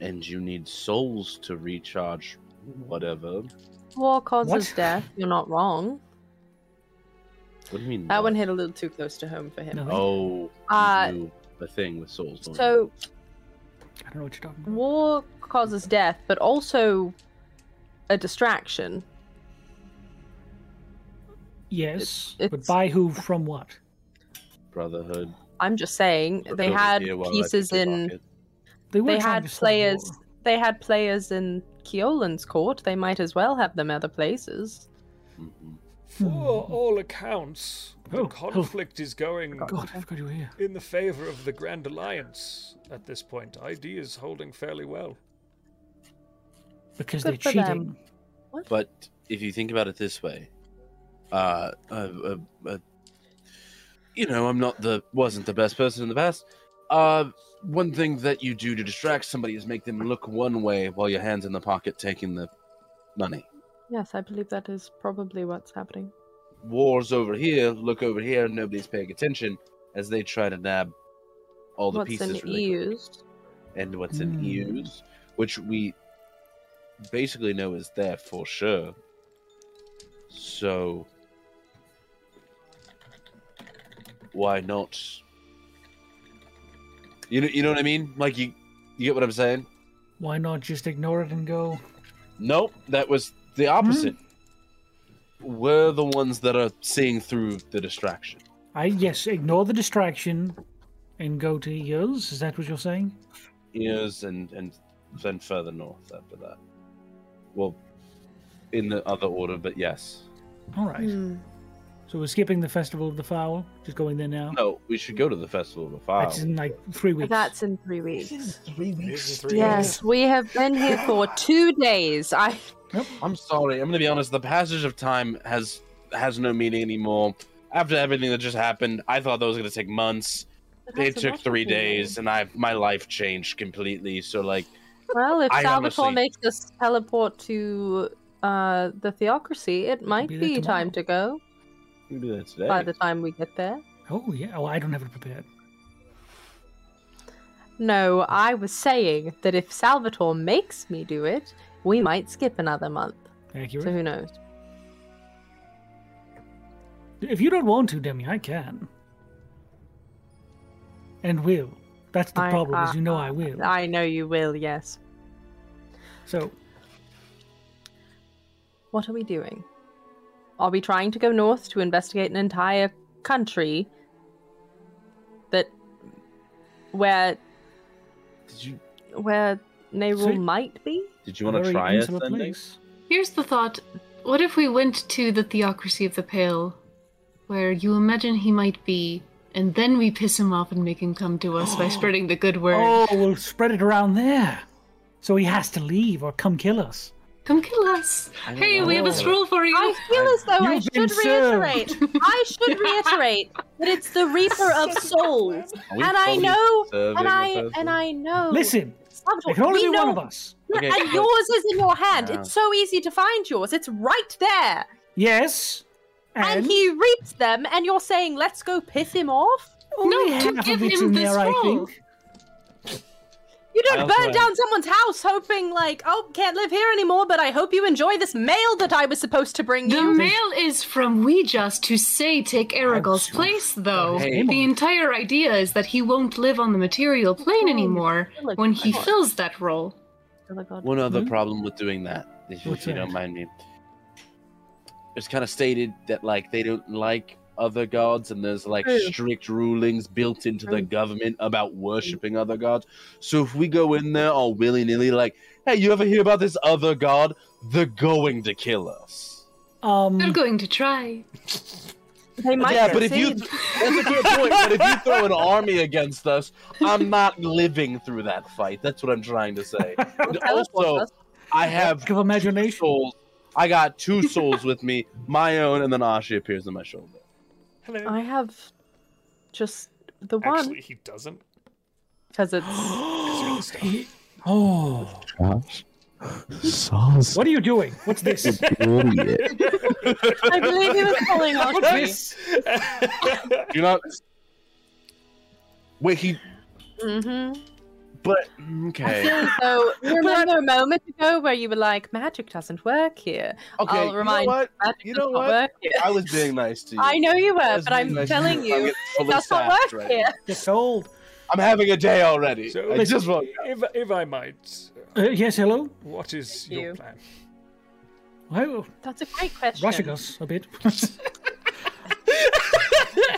Speaker 3: and you need souls to recharge, whatever.
Speaker 2: War causes
Speaker 6: What?
Speaker 2: death. You're not wrong.
Speaker 3: What do you mean?
Speaker 2: That one
Speaker 3: no?
Speaker 2: hit a little too close to home for him.
Speaker 6: No,
Speaker 3: Oh,
Speaker 2: Uh,
Speaker 3: you do the thing with souls. don't you?
Speaker 2: So
Speaker 6: I don't know what you're talking about.
Speaker 2: war causes death, but also a distraction.
Speaker 6: Yes, but
Speaker 2: it's-
Speaker 6: by who? From what?
Speaker 3: brotherhood.
Speaker 2: I'm just saying they
Speaker 3: Over
Speaker 2: had
Speaker 3: here while I
Speaker 2: pieces
Speaker 3: pick your
Speaker 2: in
Speaker 3: pocket.
Speaker 6: They, were
Speaker 2: they
Speaker 6: trying
Speaker 2: had
Speaker 6: to start a war.
Speaker 2: players they had players in Keolan's court. They might as well have them other places.
Speaker 3: Mhm.
Speaker 4: For all accounts,
Speaker 6: the Hmm. Oh, oh. conflict
Speaker 4: is going
Speaker 6: God, I forgot you were here.
Speaker 4: in the favor of the Grand Alliance at this point. ID is holding fairly well.
Speaker 6: Because
Speaker 2: Good for
Speaker 6: they're
Speaker 2: them.
Speaker 6: cheating.
Speaker 3: But if you think about it this way, uh, uh, uh, uh, you know, I'm not the wasn't the best person in the past. Uh, one thing that you do to distract somebody is make them look one way while your hands in the pocket taking the money.
Speaker 2: Yes, I believe that is probably what's happening.
Speaker 3: Wars over here, look over here, nobody's paying attention as they try to nab all the
Speaker 2: what's
Speaker 3: pieces
Speaker 2: in
Speaker 3: really quick.
Speaker 2: used?
Speaker 3: and what's in
Speaker 6: Mm.
Speaker 3: EUs, which we basically know is there for sure. So why not? You know, you know what I mean? Like you, you get what I'm saying?
Speaker 6: Why not just ignore it and go?
Speaker 3: Nope, that was the opposite. We're the ones that are seeing through the distraction.
Speaker 6: I yes, ignore the distraction, and go to yours. Is that what you're saying?
Speaker 3: ears and and then further north after that. Well, in the other order, but yes.
Speaker 6: All right.
Speaker 2: Hmm.
Speaker 6: So we're skipping the festival of the fowl. Just going there now.
Speaker 3: No, we should go to the festival of fire.
Speaker 6: That's in like three weeks.
Speaker 2: That's in three weeks.
Speaker 6: three weeks.
Speaker 4: three
Speaker 2: Yes, we have been here for two days. I
Speaker 3: I'm sorry. I'm gonna be honest. The passage of time has has no meaning anymore. After everything that just happened, I thought that was gonna take months. It took three days, and I my life changed completely. So like,
Speaker 2: Well, if
Speaker 3: I
Speaker 2: Salvatore
Speaker 3: honestly-
Speaker 2: makes us teleport to uh, the theocracy, it might
Speaker 6: Be
Speaker 2: be,
Speaker 6: there
Speaker 2: time to go
Speaker 3: we do that today.
Speaker 2: by the time we get there.
Speaker 6: Oh yeah. Oh, I don't have it prepared.
Speaker 2: No, I was saying that if Salvatore makes me do it, we might skip another month. So
Speaker 6: Accurate.
Speaker 2: who knows?
Speaker 6: If you don't want to, Demi, I can. And will. That's the
Speaker 2: I-
Speaker 6: problem.
Speaker 2: uh,
Speaker 6: is you know I will.
Speaker 2: I know you will, yes.
Speaker 6: so
Speaker 2: What are we doing? Are we trying to go north to investigate an entire country that where
Speaker 3: Did you
Speaker 2: where Nerul
Speaker 6: So-
Speaker 2: might be?
Speaker 3: did you want to
Speaker 6: very
Speaker 3: try
Speaker 6: intimate
Speaker 3: ascending?
Speaker 6: place.
Speaker 5: Here's the thought what if we went to the theocracy of the Pale, where you imagine he might be, and then we piss him off and make him come to us by spreading the good word?
Speaker 6: Oh, we'll spread it around there. So he has to leave or come kill us.
Speaker 5: Come kill us.
Speaker 3: I don't
Speaker 5: Hey, we have
Speaker 6: Oh.
Speaker 5: a
Speaker 3: know.
Speaker 5: scroll for you.
Speaker 2: I feel as though I
Speaker 6: You've been
Speaker 2: should reiterate. I should reiterate that it's the Reaper of Souls,
Speaker 3: Are we
Speaker 2: and I
Speaker 3: fully
Speaker 2: know,
Speaker 3: serving
Speaker 2: and
Speaker 3: the
Speaker 2: I
Speaker 3: person?
Speaker 2: and I know.
Speaker 6: Listen,
Speaker 2: Salvador,
Speaker 6: it can only
Speaker 2: we
Speaker 6: be
Speaker 2: know,
Speaker 6: one of us.
Speaker 3: Okay,
Speaker 2: and
Speaker 3: but-
Speaker 2: yours is in your hand.
Speaker 3: Yeah.
Speaker 2: It's so easy to find yours. It's right there,
Speaker 6: Yes.
Speaker 2: and,
Speaker 6: And,
Speaker 2: he reaps them. And you're saying, "Let's go piss him off."
Speaker 6: only
Speaker 5: No, to
Speaker 6: half
Speaker 5: give
Speaker 6: of it's
Speaker 5: him
Speaker 6: in
Speaker 5: the
Speaker 6: there, I
Speaker 5: scroll.
Speaker 6: think.
Speaker 2: You
Speaker 3: I
Speaker 2: don't
Speaker 3: also
Speaker 2: burn
Speaker 3: have-
Speaker 2: down someone's house hoping, like, "Oh, can't live here anymore," but I hope you enjoy this mail that I was supposed to bring
Speaker 5: The
Speaker 2: you.
Speaker 5: mail is from Weejas to say take Aragol's place, though.
Speaker 3: Oh, Hey.
Speaker 5: The entire idea is that he won't live on the material plane
Speaker 6: Oh.
Speaker 5: anymore when he fills that role.
Speaker 3: One other
Speaker 2: Mm-hmm.
Speaker 3: problem with doing that, if,
Speaker 6: What's
Speaker 3: if you
Speaker 6: that?
Speaker 3: don't mind me, it's kind of stated that like they don't like other gods, and there's like
Speaker 2: True.
Speaker 3: strict rulings built into the
Speaker 2: True.
Speaker 3: government about worshiping other gods. So if we go in there all willy nilly, like, hey, you ever hear about this other god? They're going to kill us.
Speaker 5: They're
Speaker 6: Um,
Speaker 5: going to try.
Speaker 2: They might
Speaker 3: yeah, but if you
Speaker 2: succeed.
Speaker 3: that's a good point. But if you throw an army against us, I'm not living through that fight. That's what I'm trying to say. And also, I have
Speaker 6: lack of imagination.
Speaker 3: souls. I got two souls with me, my own, and then Ashi appears on my shoulder.
Speaker 4: Hello.
Speaker 2: I have just the
Speaker 4: Actually,
Speaker 2: one
Speaker 4: he doesn't.
Speaker 2: because it's
Speaker 6: Oh,
Speaker 3: Uh-huh. Sauce.
Speaker 6: what are you doing? What's this?
Speaker 2: I believe he was calling out
Speaker 6: this?
Speaker 3: You're not. Wait, he.
Speaker 2: Mm-hmm.
Speaker 3: But mm,
Speaker 2: I
Speaker 3: okay,
Speaker 2: feel as though you remember a moment ago where you were like, "Magic doesn't work here.
Speaker 3: okay.
Speaker 2: I'll
Speaker 3: you
Speaker 2: remind-
Speaker 3: know what?
Speaker 2: Magic
Speaker 3: You
Speaker 2: does
Speaker 3: know
Speaker 2: not
Speaker 3: what?
Speaker 2: work here."
Speaker 3: I was being nice to you.
Speaker 2: I know you
Speaker 3: I
Speaker 2: were,
Speaker 3: was
Speaker 2: but
Speaker 3: being
Speaker 2: I'm
Speaker 3: nice to
Speaker 2: telling
Speaker 3: I'm
Speaker 2: you,
Speaker 3: getting
Speaker 2: it
Speaker 3: fully
Speaker 2: does not
Speaker 3: sapped
Speaker 2: work
Speaker 3: right
Speaker 2: here.
Speaker 3: now.
Speaker 6: You're sold.
Speaker 3: I'm having a day already.
Speaker 4: So,
Speaker 3: I just want.
Speaker 4: if, if I might,
Speaker 6: Uh, yes, hello.
Speaker 4: what is
Speaker 2: Thank
Speaker 4: your
Speaker 2: you.
Speaker 4: plan?
Speaker 6: Well,
Speaker 2: That's a great question.
Speaker 6: rushing us a bit.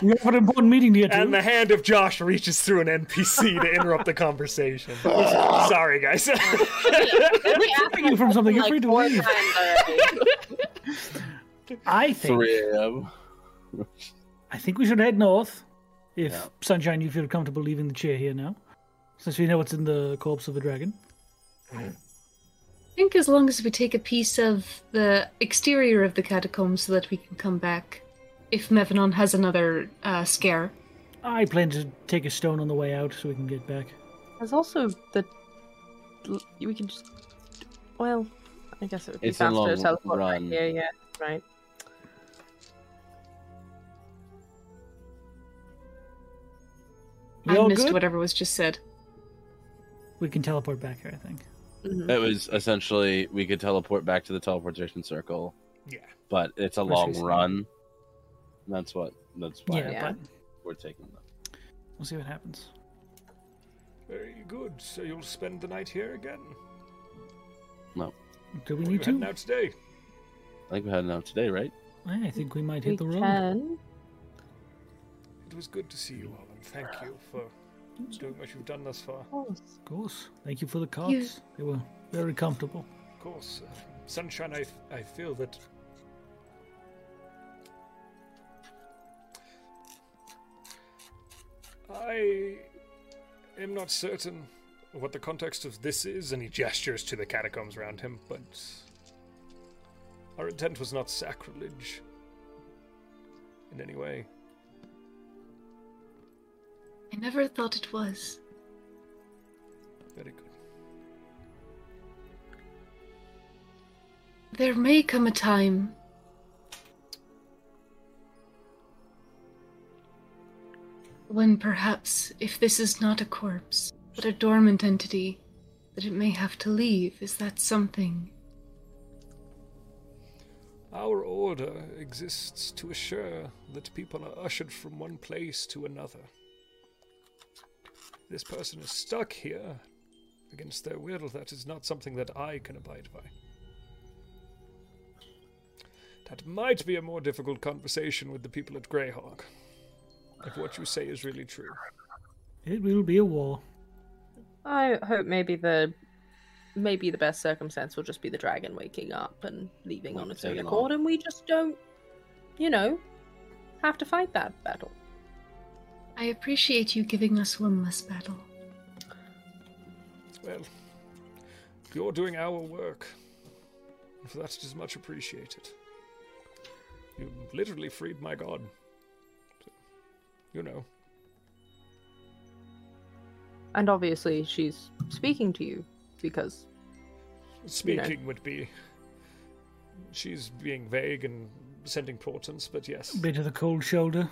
Speaker 6: we have an important meeting to
Speaker 4: And the
Speaker 6: attend.
Speaker 4: hand of Josh reaches through an NPC to interrupt the conversation. Sorry, guys.
Speaker 2: We asked
Speaker 6: you from something. You're
Speaker 2: like
Speaker 6: free to
Speaker 2: four
Speaker 6: leave.
Speaker 2: times already.
Speaker 6: I think.
Speaker 3: Three a.m.
Speaker 6: I think we should head north. If
Speaker 3: Yeah.
Speaker 6: Sunshine, you feel comfortable leaving the chair here now, since we know what's in the corpse of a dragon.
Speaker 5: I think as long as we take a piece of the exterior of the catacombs so that we can come back if Mevanon has another uh, scare.
Speaker 6: I plan to take a stone on the way out so we can get back.
Speaker 2: There's also the l- we can just well, I guess it would be
Speaker 3: It's a
Speaker 2: faster
Speaker 3: long
Speaker 2: to teleport right
Speaker 3: run.
Speaker 2: here. Yeah, right.
Speaker 6: We
Speaker 5: I
Speaker 6: all
Speaker 5: missed
Speaker 6: good?
Speaker 5: whatever was just said.
Speaker 6: We can teleport back here, I think.
Speaker 2: Mhm.
Speaker 3: It was essentially we could teleport back to the teleportation circle,
Speaker 4: yeah.
Speaker 3: but it's a
Speaker 6: That's
Speaker 3: long
Speaker 6: reasonable.
Speaker 3: run. That's what. That's why
Speaker 6: yeah,
Speaker 2: Yeah.
Speaker 6: but
Speaker 3: we're taking them.
Speaker 6: we'll see what happens.
Speaker 4: Very good. So you'll spend the night here again.
Speaker 6: Do we
Speaker 4: Where are you
Speaker 6: need
Speaker 4: heading
Speaker 6: to?
Speaker 4: out today?
Speaker 3: I think we had enough today, right?
Speaker 6: I think we might
Speaker 2: We
Speaker 6: hit the road.
Speaker 2: can.
Speaker 4: It was good to see you all, and thank you for doing what you've done thus far.
Speaker 2: Of course.
Speaker 6: Of course. Thank you for the cards. They were very comfortable.
Speaker 4: Of course, uh, sunshine. I, f- I feel that. I am not certain what the context of this is, and he gestures to the catacombs around him, but our intent was not sacrilege in any way.
Speaker 5: I never thought it was.
Speaker 4: Very good.
Speaker 5: There may come a time. When perhaps, if this is not a corpse, but a dormant entity, that it may have to leave, is that something?
Speaker 4: Our order exists to assure that people are ushered from one place to another. This person is stuck here against their will. That is not something that I can abide by. That might be a more difficult conversation with the people at Greyhawk. If what you say is really true.
Speaker 6: It will be a war.
Speaker 2: I hope maybe the maybe the best circumstance will just be the dragon waking up and leaving
Speaker 3: Like
Speaker 2: on its own
Speaker 3: taking
Speaker 2: accord, and we just don't, you know, have to fight that battle.
Speaker 5: I appreciate you giving us one less battle.
Speaker 4: Well, you're doing our work. That is much appreciated. You literally freed my god. You know.
Speaker 2: And obviously, she's speaking to you because
Speaker 4: Speaking would be. She's being vague and sending portents, but yes.
Speaker 6: Bit of the cold shoulder.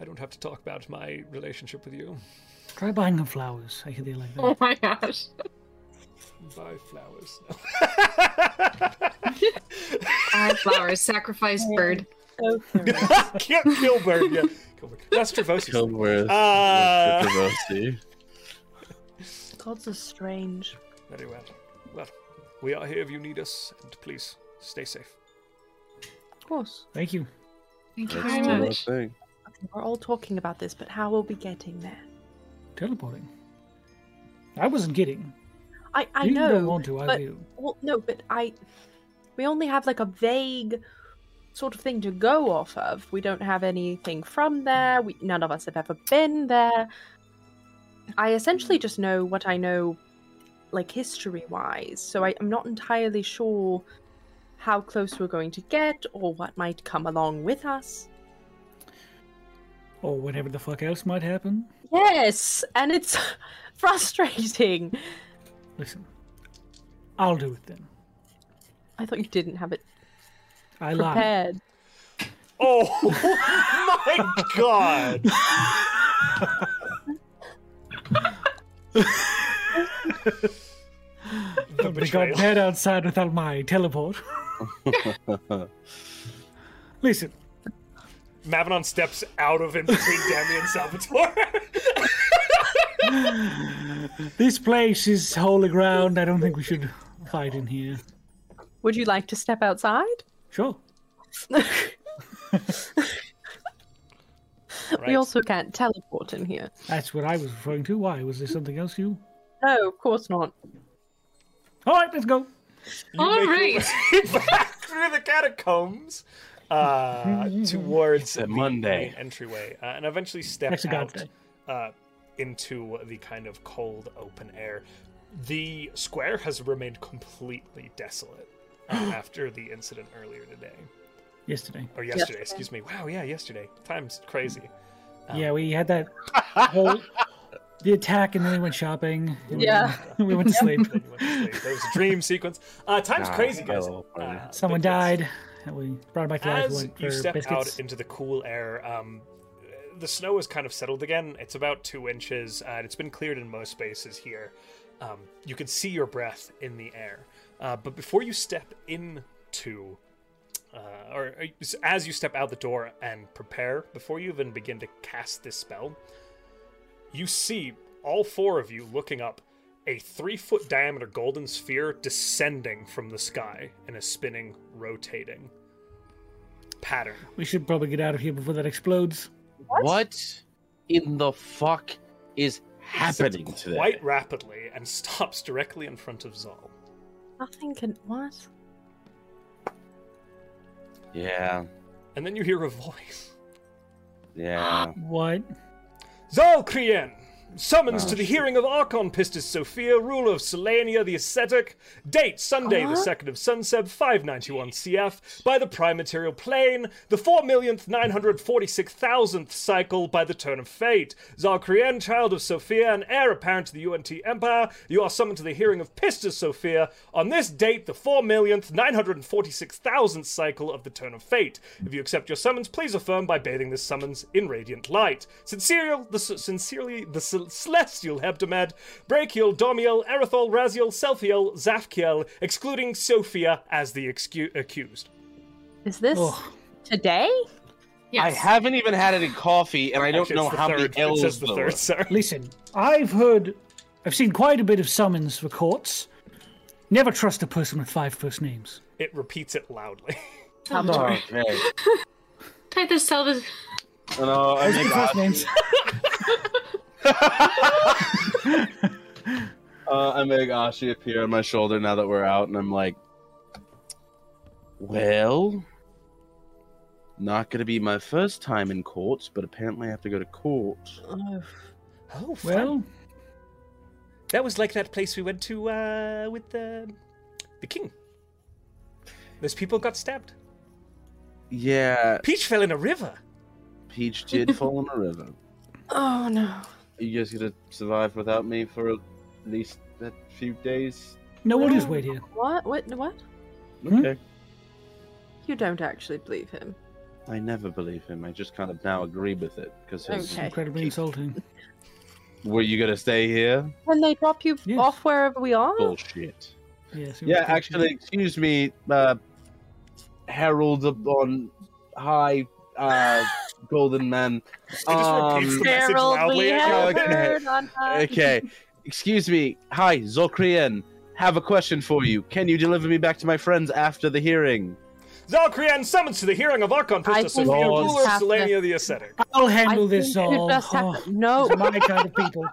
Speaker 4: I don't have to talk about my relationship with you.
Speaker 6: Try buying them flowers. I hear they like
Speaker 5: Oh
Speaker 6: that.
Speaker 5: my gosh.
Speaker 4: Buy flowers.
Speaker 5: Five flowers, sacrifice bird.
Speaker 2: so
Speaker 4: Can't kill bird yet. Kill bird. That's Travosis.
Speaker 1: Kilworth.
Speaker 4: Uh,
Speaker 2: gods are strange.
Speaker 4: Very well. Well, we are here if you need us, and please stay safe.
Speaker 2: Of course,
Speaker 6: Thank you.
Speaker 5: Thank you
Speaker 1: That's
Speaker 5: very
Speaker 1: still a
Speaker 5: much.
Speaker 1: thing.
Speaker 2: we're all talking about this, but how are we getting there?
Speaker 6: Teleporting. I wasn't kidding.
Speaker 2: I I
Speaker 6: you
Speaker 2: know.
Speaker 6: don't want to, I
Speaker 2: but-
Speaker 6: will.
Speaker 2: Well, no, but I. We only have like a vague sort of thing to go off of. We don't have anything from there. We, none of us have ever been there. I essentially just know what I know, like history wise, so I, I'm not entirely sure how close we're going to get or what might come along with us.
Speaker 6: Or whatever the fuck else might happen.
Speaker 2: Yes, and it's frustrating.
Speaker 6: Listen, I'll do it then.
Speaker 2: I thought you didn't have it
Speaker 6: I lied.
Speaker 2: prepared.
Speaker 4: Oh my god! the
Speaker 6: But it got
Speaker 4: betrayal.
Speaker 6: dead outside without my teleport. Listen,
Speaker 4: Mavanon steps out of in between Demi and Salvatore.
Speaker 6: this place is holy ground. I don't think we should fight in here.
Speaker 2: Would you like to step outside?
Speaker 6: Sure.
Speaker 4: Right.
Speaker 2: We also can't teleport in here.
Speaker 6: That's what I was referring to. Why? Was there something else you?
Speaker 2: No, of course not.
Speaker 6: All right, let's go.
Speaker 5: All
Speaker 4: make your
Speaker 5: right.
Speaker 4: back through the catacombs uh, towards the
Speaker 1: Monday.
Speaker 4: main entryway, uh, and eventually step
Speaker 6: Next to God
Speaker 4: out
Speaker 6: Day.
Speaker 4: uh, into the kind of cold open air. The square has remained completely desolate uh, after the incident earlier today
Speaker 6: Yesterday.
Speaker 4: or yesterday, Excuse me. Wow, yeah, yesterday. Time's crazy. Oh.
Speaker 6: Yeah, we had that whole the attack, and then we went shopping. and we-
Speaker 2: Yeah.
Speaker 6: we went to sleep.
Speaker 4: Then you went to sleep. There was a dream sequence. Uh, time's
Speaker 1: Ah,
Speaker 4: crazy, guys.
Speaker 1: hello, buddy.
Speaker 4: Uh,
Speaker 6: Someone
Speaker 4: but yes.
Speaker 6: died, and we brought it back to life.
Speaker 4: As
Speaker 6: went
Speaker 4: you
Speaker 6: for
Speaker 4: step
Speaker 6: biscuits.
Speaker 4: out into the cool air, um, the snow has kind of settled again. It's about two inches, uh, and it's been cleared in most spaces here. Um, you can see your breath in the air. Uh, but before you step into, uh, or uh, as you step out the door and prepare, before you even begin to cast this spell, you see all four of you looking up a three foot diameter golden sphere descending from the sky in a spinning, rotating pattern.
Speaker 6: we should probably get out of here before that explodes.
Speaker 1: What? in the fuck is
Speaker 4: descends
Speaker 1: happening today?
Speaker 4: quite rapidly and stops directly in front of Zal.
Speaker 2: Nothing can. What?
Speaker 1: Yeah,
Speaker 4: And then you hear a voice.
Speaker 1: yeah.
Speaker 6: What?
Speaker 4: Zal Krien!
Speaker 1: Oh,
Speaker 4: Summons to the hearing of Archon Pistis Sophia, ruler of Selenia the Ascetic. Date Sunday,
Speaker 1: Uh-huh.
Speaker 4: the 2nd of Sunseb, 591 CF, by the Prime Material Plane, the 4,946,000th cycle by the turn of fate. Zal Krien, child of Sophia and heir apparent to the UNT Empire, you are summoned to the hearing of Pistis Sophia on this date, the 4,946,000th cycle of the turn of fate. If you accept your summons, please affirm by bathing this summons in radiant light. Sincerely, the, sincerely, the Cel- celestial Hebdomad, Brachial, Domiel, Erethol, Raziel, Selfiel, Zafkiel, excluding Sophia as the excu- accused.
Speaker 2: Is this
Speaker 6: Oh.
Speaker 2: today?
Speaker 5: Yes.
Speaker 1: I haven't even had any coffee, and I don't
Speaker 4: Actually,
Speaker 1: know
Speaker 4: it's the
Speaker 1: how many
Speaker 4: third. It
Speaker 1: L's
Speaker 4: says the
Speaker 1: there
Speaker 4: third,
Speaker 1: were.
Speaker 4: sorry.
Speaker 6: Listen, I've heard, I've seen quite a bit of summons for courts. Never trust a person with five first names.
Speaker 4: It repeats it loudly.
Speaker 1: Oh,
Speaker 5: Salvatore.
Speaker 1: Okay.
Speaker 5: Titus Salvatore.
Speaker 1: No, I think
Speaker 6: First names.
Speaker 1: Uh, I make Ashi appear on my shoulder now that we're out, and I'm like, well, not going to be my first time in courts, but apparently I have to go to court.
Speaker 2: Oh,
Speaker 4: Oh,
Speaker 6: Well,
Speaker 4: That was like that place we went to uh, with the the king. Those people got stabbed.
Speaker 3: Yeah,
Speaker 4: Peach fell in a river.
Speaker 3: Peach did fall in a river.
Speaker 2: Oh no.
Speaker 3: You guys gonna survive without me for at least a few days?
Speaker 6: No, we'll just wait here.
Speaker 2: What? What? What?
Speaker 6: Hmm?
Speaker 3: Okay.
Speaker 2: You don't actually believe him.
Speaker 3: I never believe him. I just kind of now agree with it because
Speaker 6: It's
Speaker 2: Okay.
Speaker 6: incredibly insulting.
Speaker 3: were you gonna stay here?
Speaker 2: When they drop you
Speaker 6: Yes.
Speaker 2: off wherever we are?
Speaker 3: Bullshit.
Speaker 6: Yes. it
Speaker 3: Yeah,
Speaker 6: was good.
Speaker 3: actually, excuse me, uh, Herald upon high, uh, golden man.
Speaker 4: It just repeats
Speaker 3: Um,
Speaker 4: the message
Speaker 2: Harold,
Speaker 4: loudly.
Speaker 2: we have
Speaker 3: Okay.
Speaker 2: heard on high.
Speaker 3: Okay, excuse me. Hi, Zolkrian. Have a question for you. Can you deliver me back to my friends after the hearing?
Speaker 4: Zalcrian summons to the hearing of Archon
Speaker 2: I
Speaker 4: Pista
Speaker 2: think
Speaker 4: Sophia,
Speaker 3: you
Speaker 4: ruler of
Speaker 2: have to-
Speaker 4: Selenia the Ascetic.
Speaker 6: I'll
Speaker 2: I
Speaker 6: handle
Speaker 2: think
Speaker 6: this
Speaker 2: you
Speaker 6: all.
Speaker 2: just have
Speaker 6: Oh,
Speaker 2: to- No,
Speaker 6: it's my kind of people.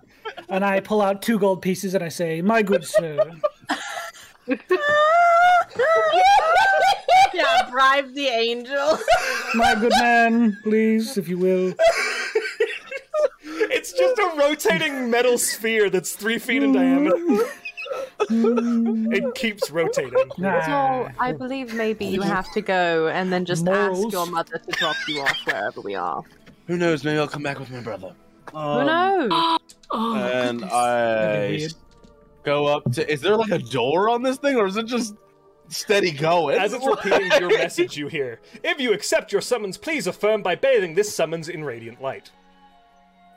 Speaker 6: And I pull out two gold pieces and I say, "My good sir."
Speaker 7: yeah, bribe the angel.
Speaker 6: My good man, please, if you will.
Speaker 4: It's just a rotating metal sphere that's three feet in diameter. It keeps rotating.
Speaker 6: Nah.
Speaker 2: So I believe maybe you have to go and then just ask
Speaker 6: Morals.
Speaker 2: your mother to drop you off wherever we are.
Speaker 3: Who knows? Maybe I'll come back with my brother.
Speaker 6: Um,
Speaker 2: Who knows?
Speaker 5: Oh,
Speaker 3: Um, And
Speaker 5: goodness.
Speaker 6: That'd be
Speaker 3: I
Speaker 6: weird.
Speaker 3: go up to. Is there like a door on this thing, or is it just steady going?
Speaker 4: As it's repeating your message, you hear, If you accept your summons, please affirm by bathing this summons in radiant light.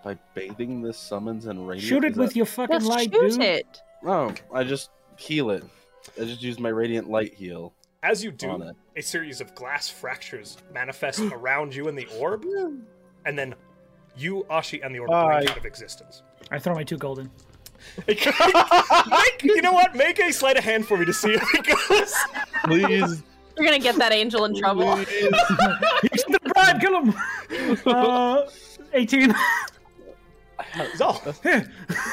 Speaker 3: By bathing this summons and radiant.
Speaker 6: Shoot it
Speaker 3: is
Speaker 6: with your fucking
Speaker 2: Just
Speaker 6: light,
Speaker 2: shoot
Speaker 6: dude.
Speaker 2: it.
Speaker 3: that- Oh, I just heal it. I just use my radiant light heal.
Speaker 4: As you do,
Speaker 3: On it.
Speaker 4: a series of glass fractures manifest around you in the orb, and then you, Ashi, and the orb
Speaker 3: Bye.
Speaker 4: break out of existence.
Speaker 6: I throw my two golden.
Speaker 4: Make, you know what? Make a sleight of hand for me to see how it goes.
Speaker 3: Please,
Speaker 2: You're gonna get that angel in trouble.
Speaker 3: please.
Speaker 6: Brian, kill him. Uh, Eighteen.
Speaker 4: Zal,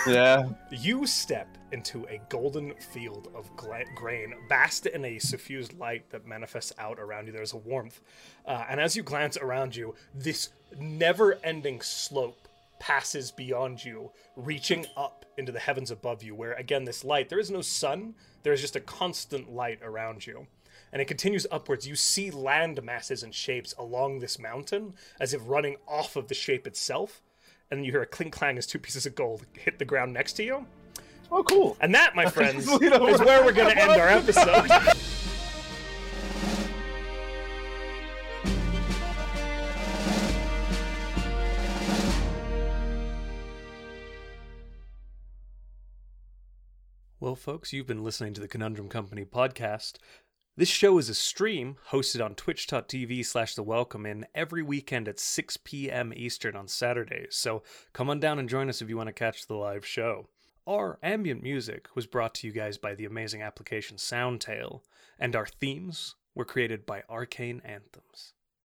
Speaker 3: yeah.
Speaker 4: you step into a golden field of gla- grain, vast in a suffused light that manifests out around you. There's a warmth. Uh, and as you glance around you, this never ending slope passes beyond you, reaching up into the heavens above you, where again, this light, there is no sun, there is just a constant light around you. and it continues upwards. You see land masses and shapes along this mountain as if running off of the shape itself. And you hear a clink clang as two pieces of gold hit the ground next to you.
Speaker 3: Oh, cool.
Speaker 4: And that, my friends, is
Speaker 3: You know what?
Speaker 4: where we're going to end our episode. Well, folks, you've been listening to the Conundrum Company podcast. This show is a stream hosted on twitch.tv slash the welcome in every weekend at 6 p.m. Eastern on Saturdays, so come on down and join us if you want to catch the live show. Our ambient music was brought to you guys by the amazing application Soundtail, and our themes were created by Arcane Anthems.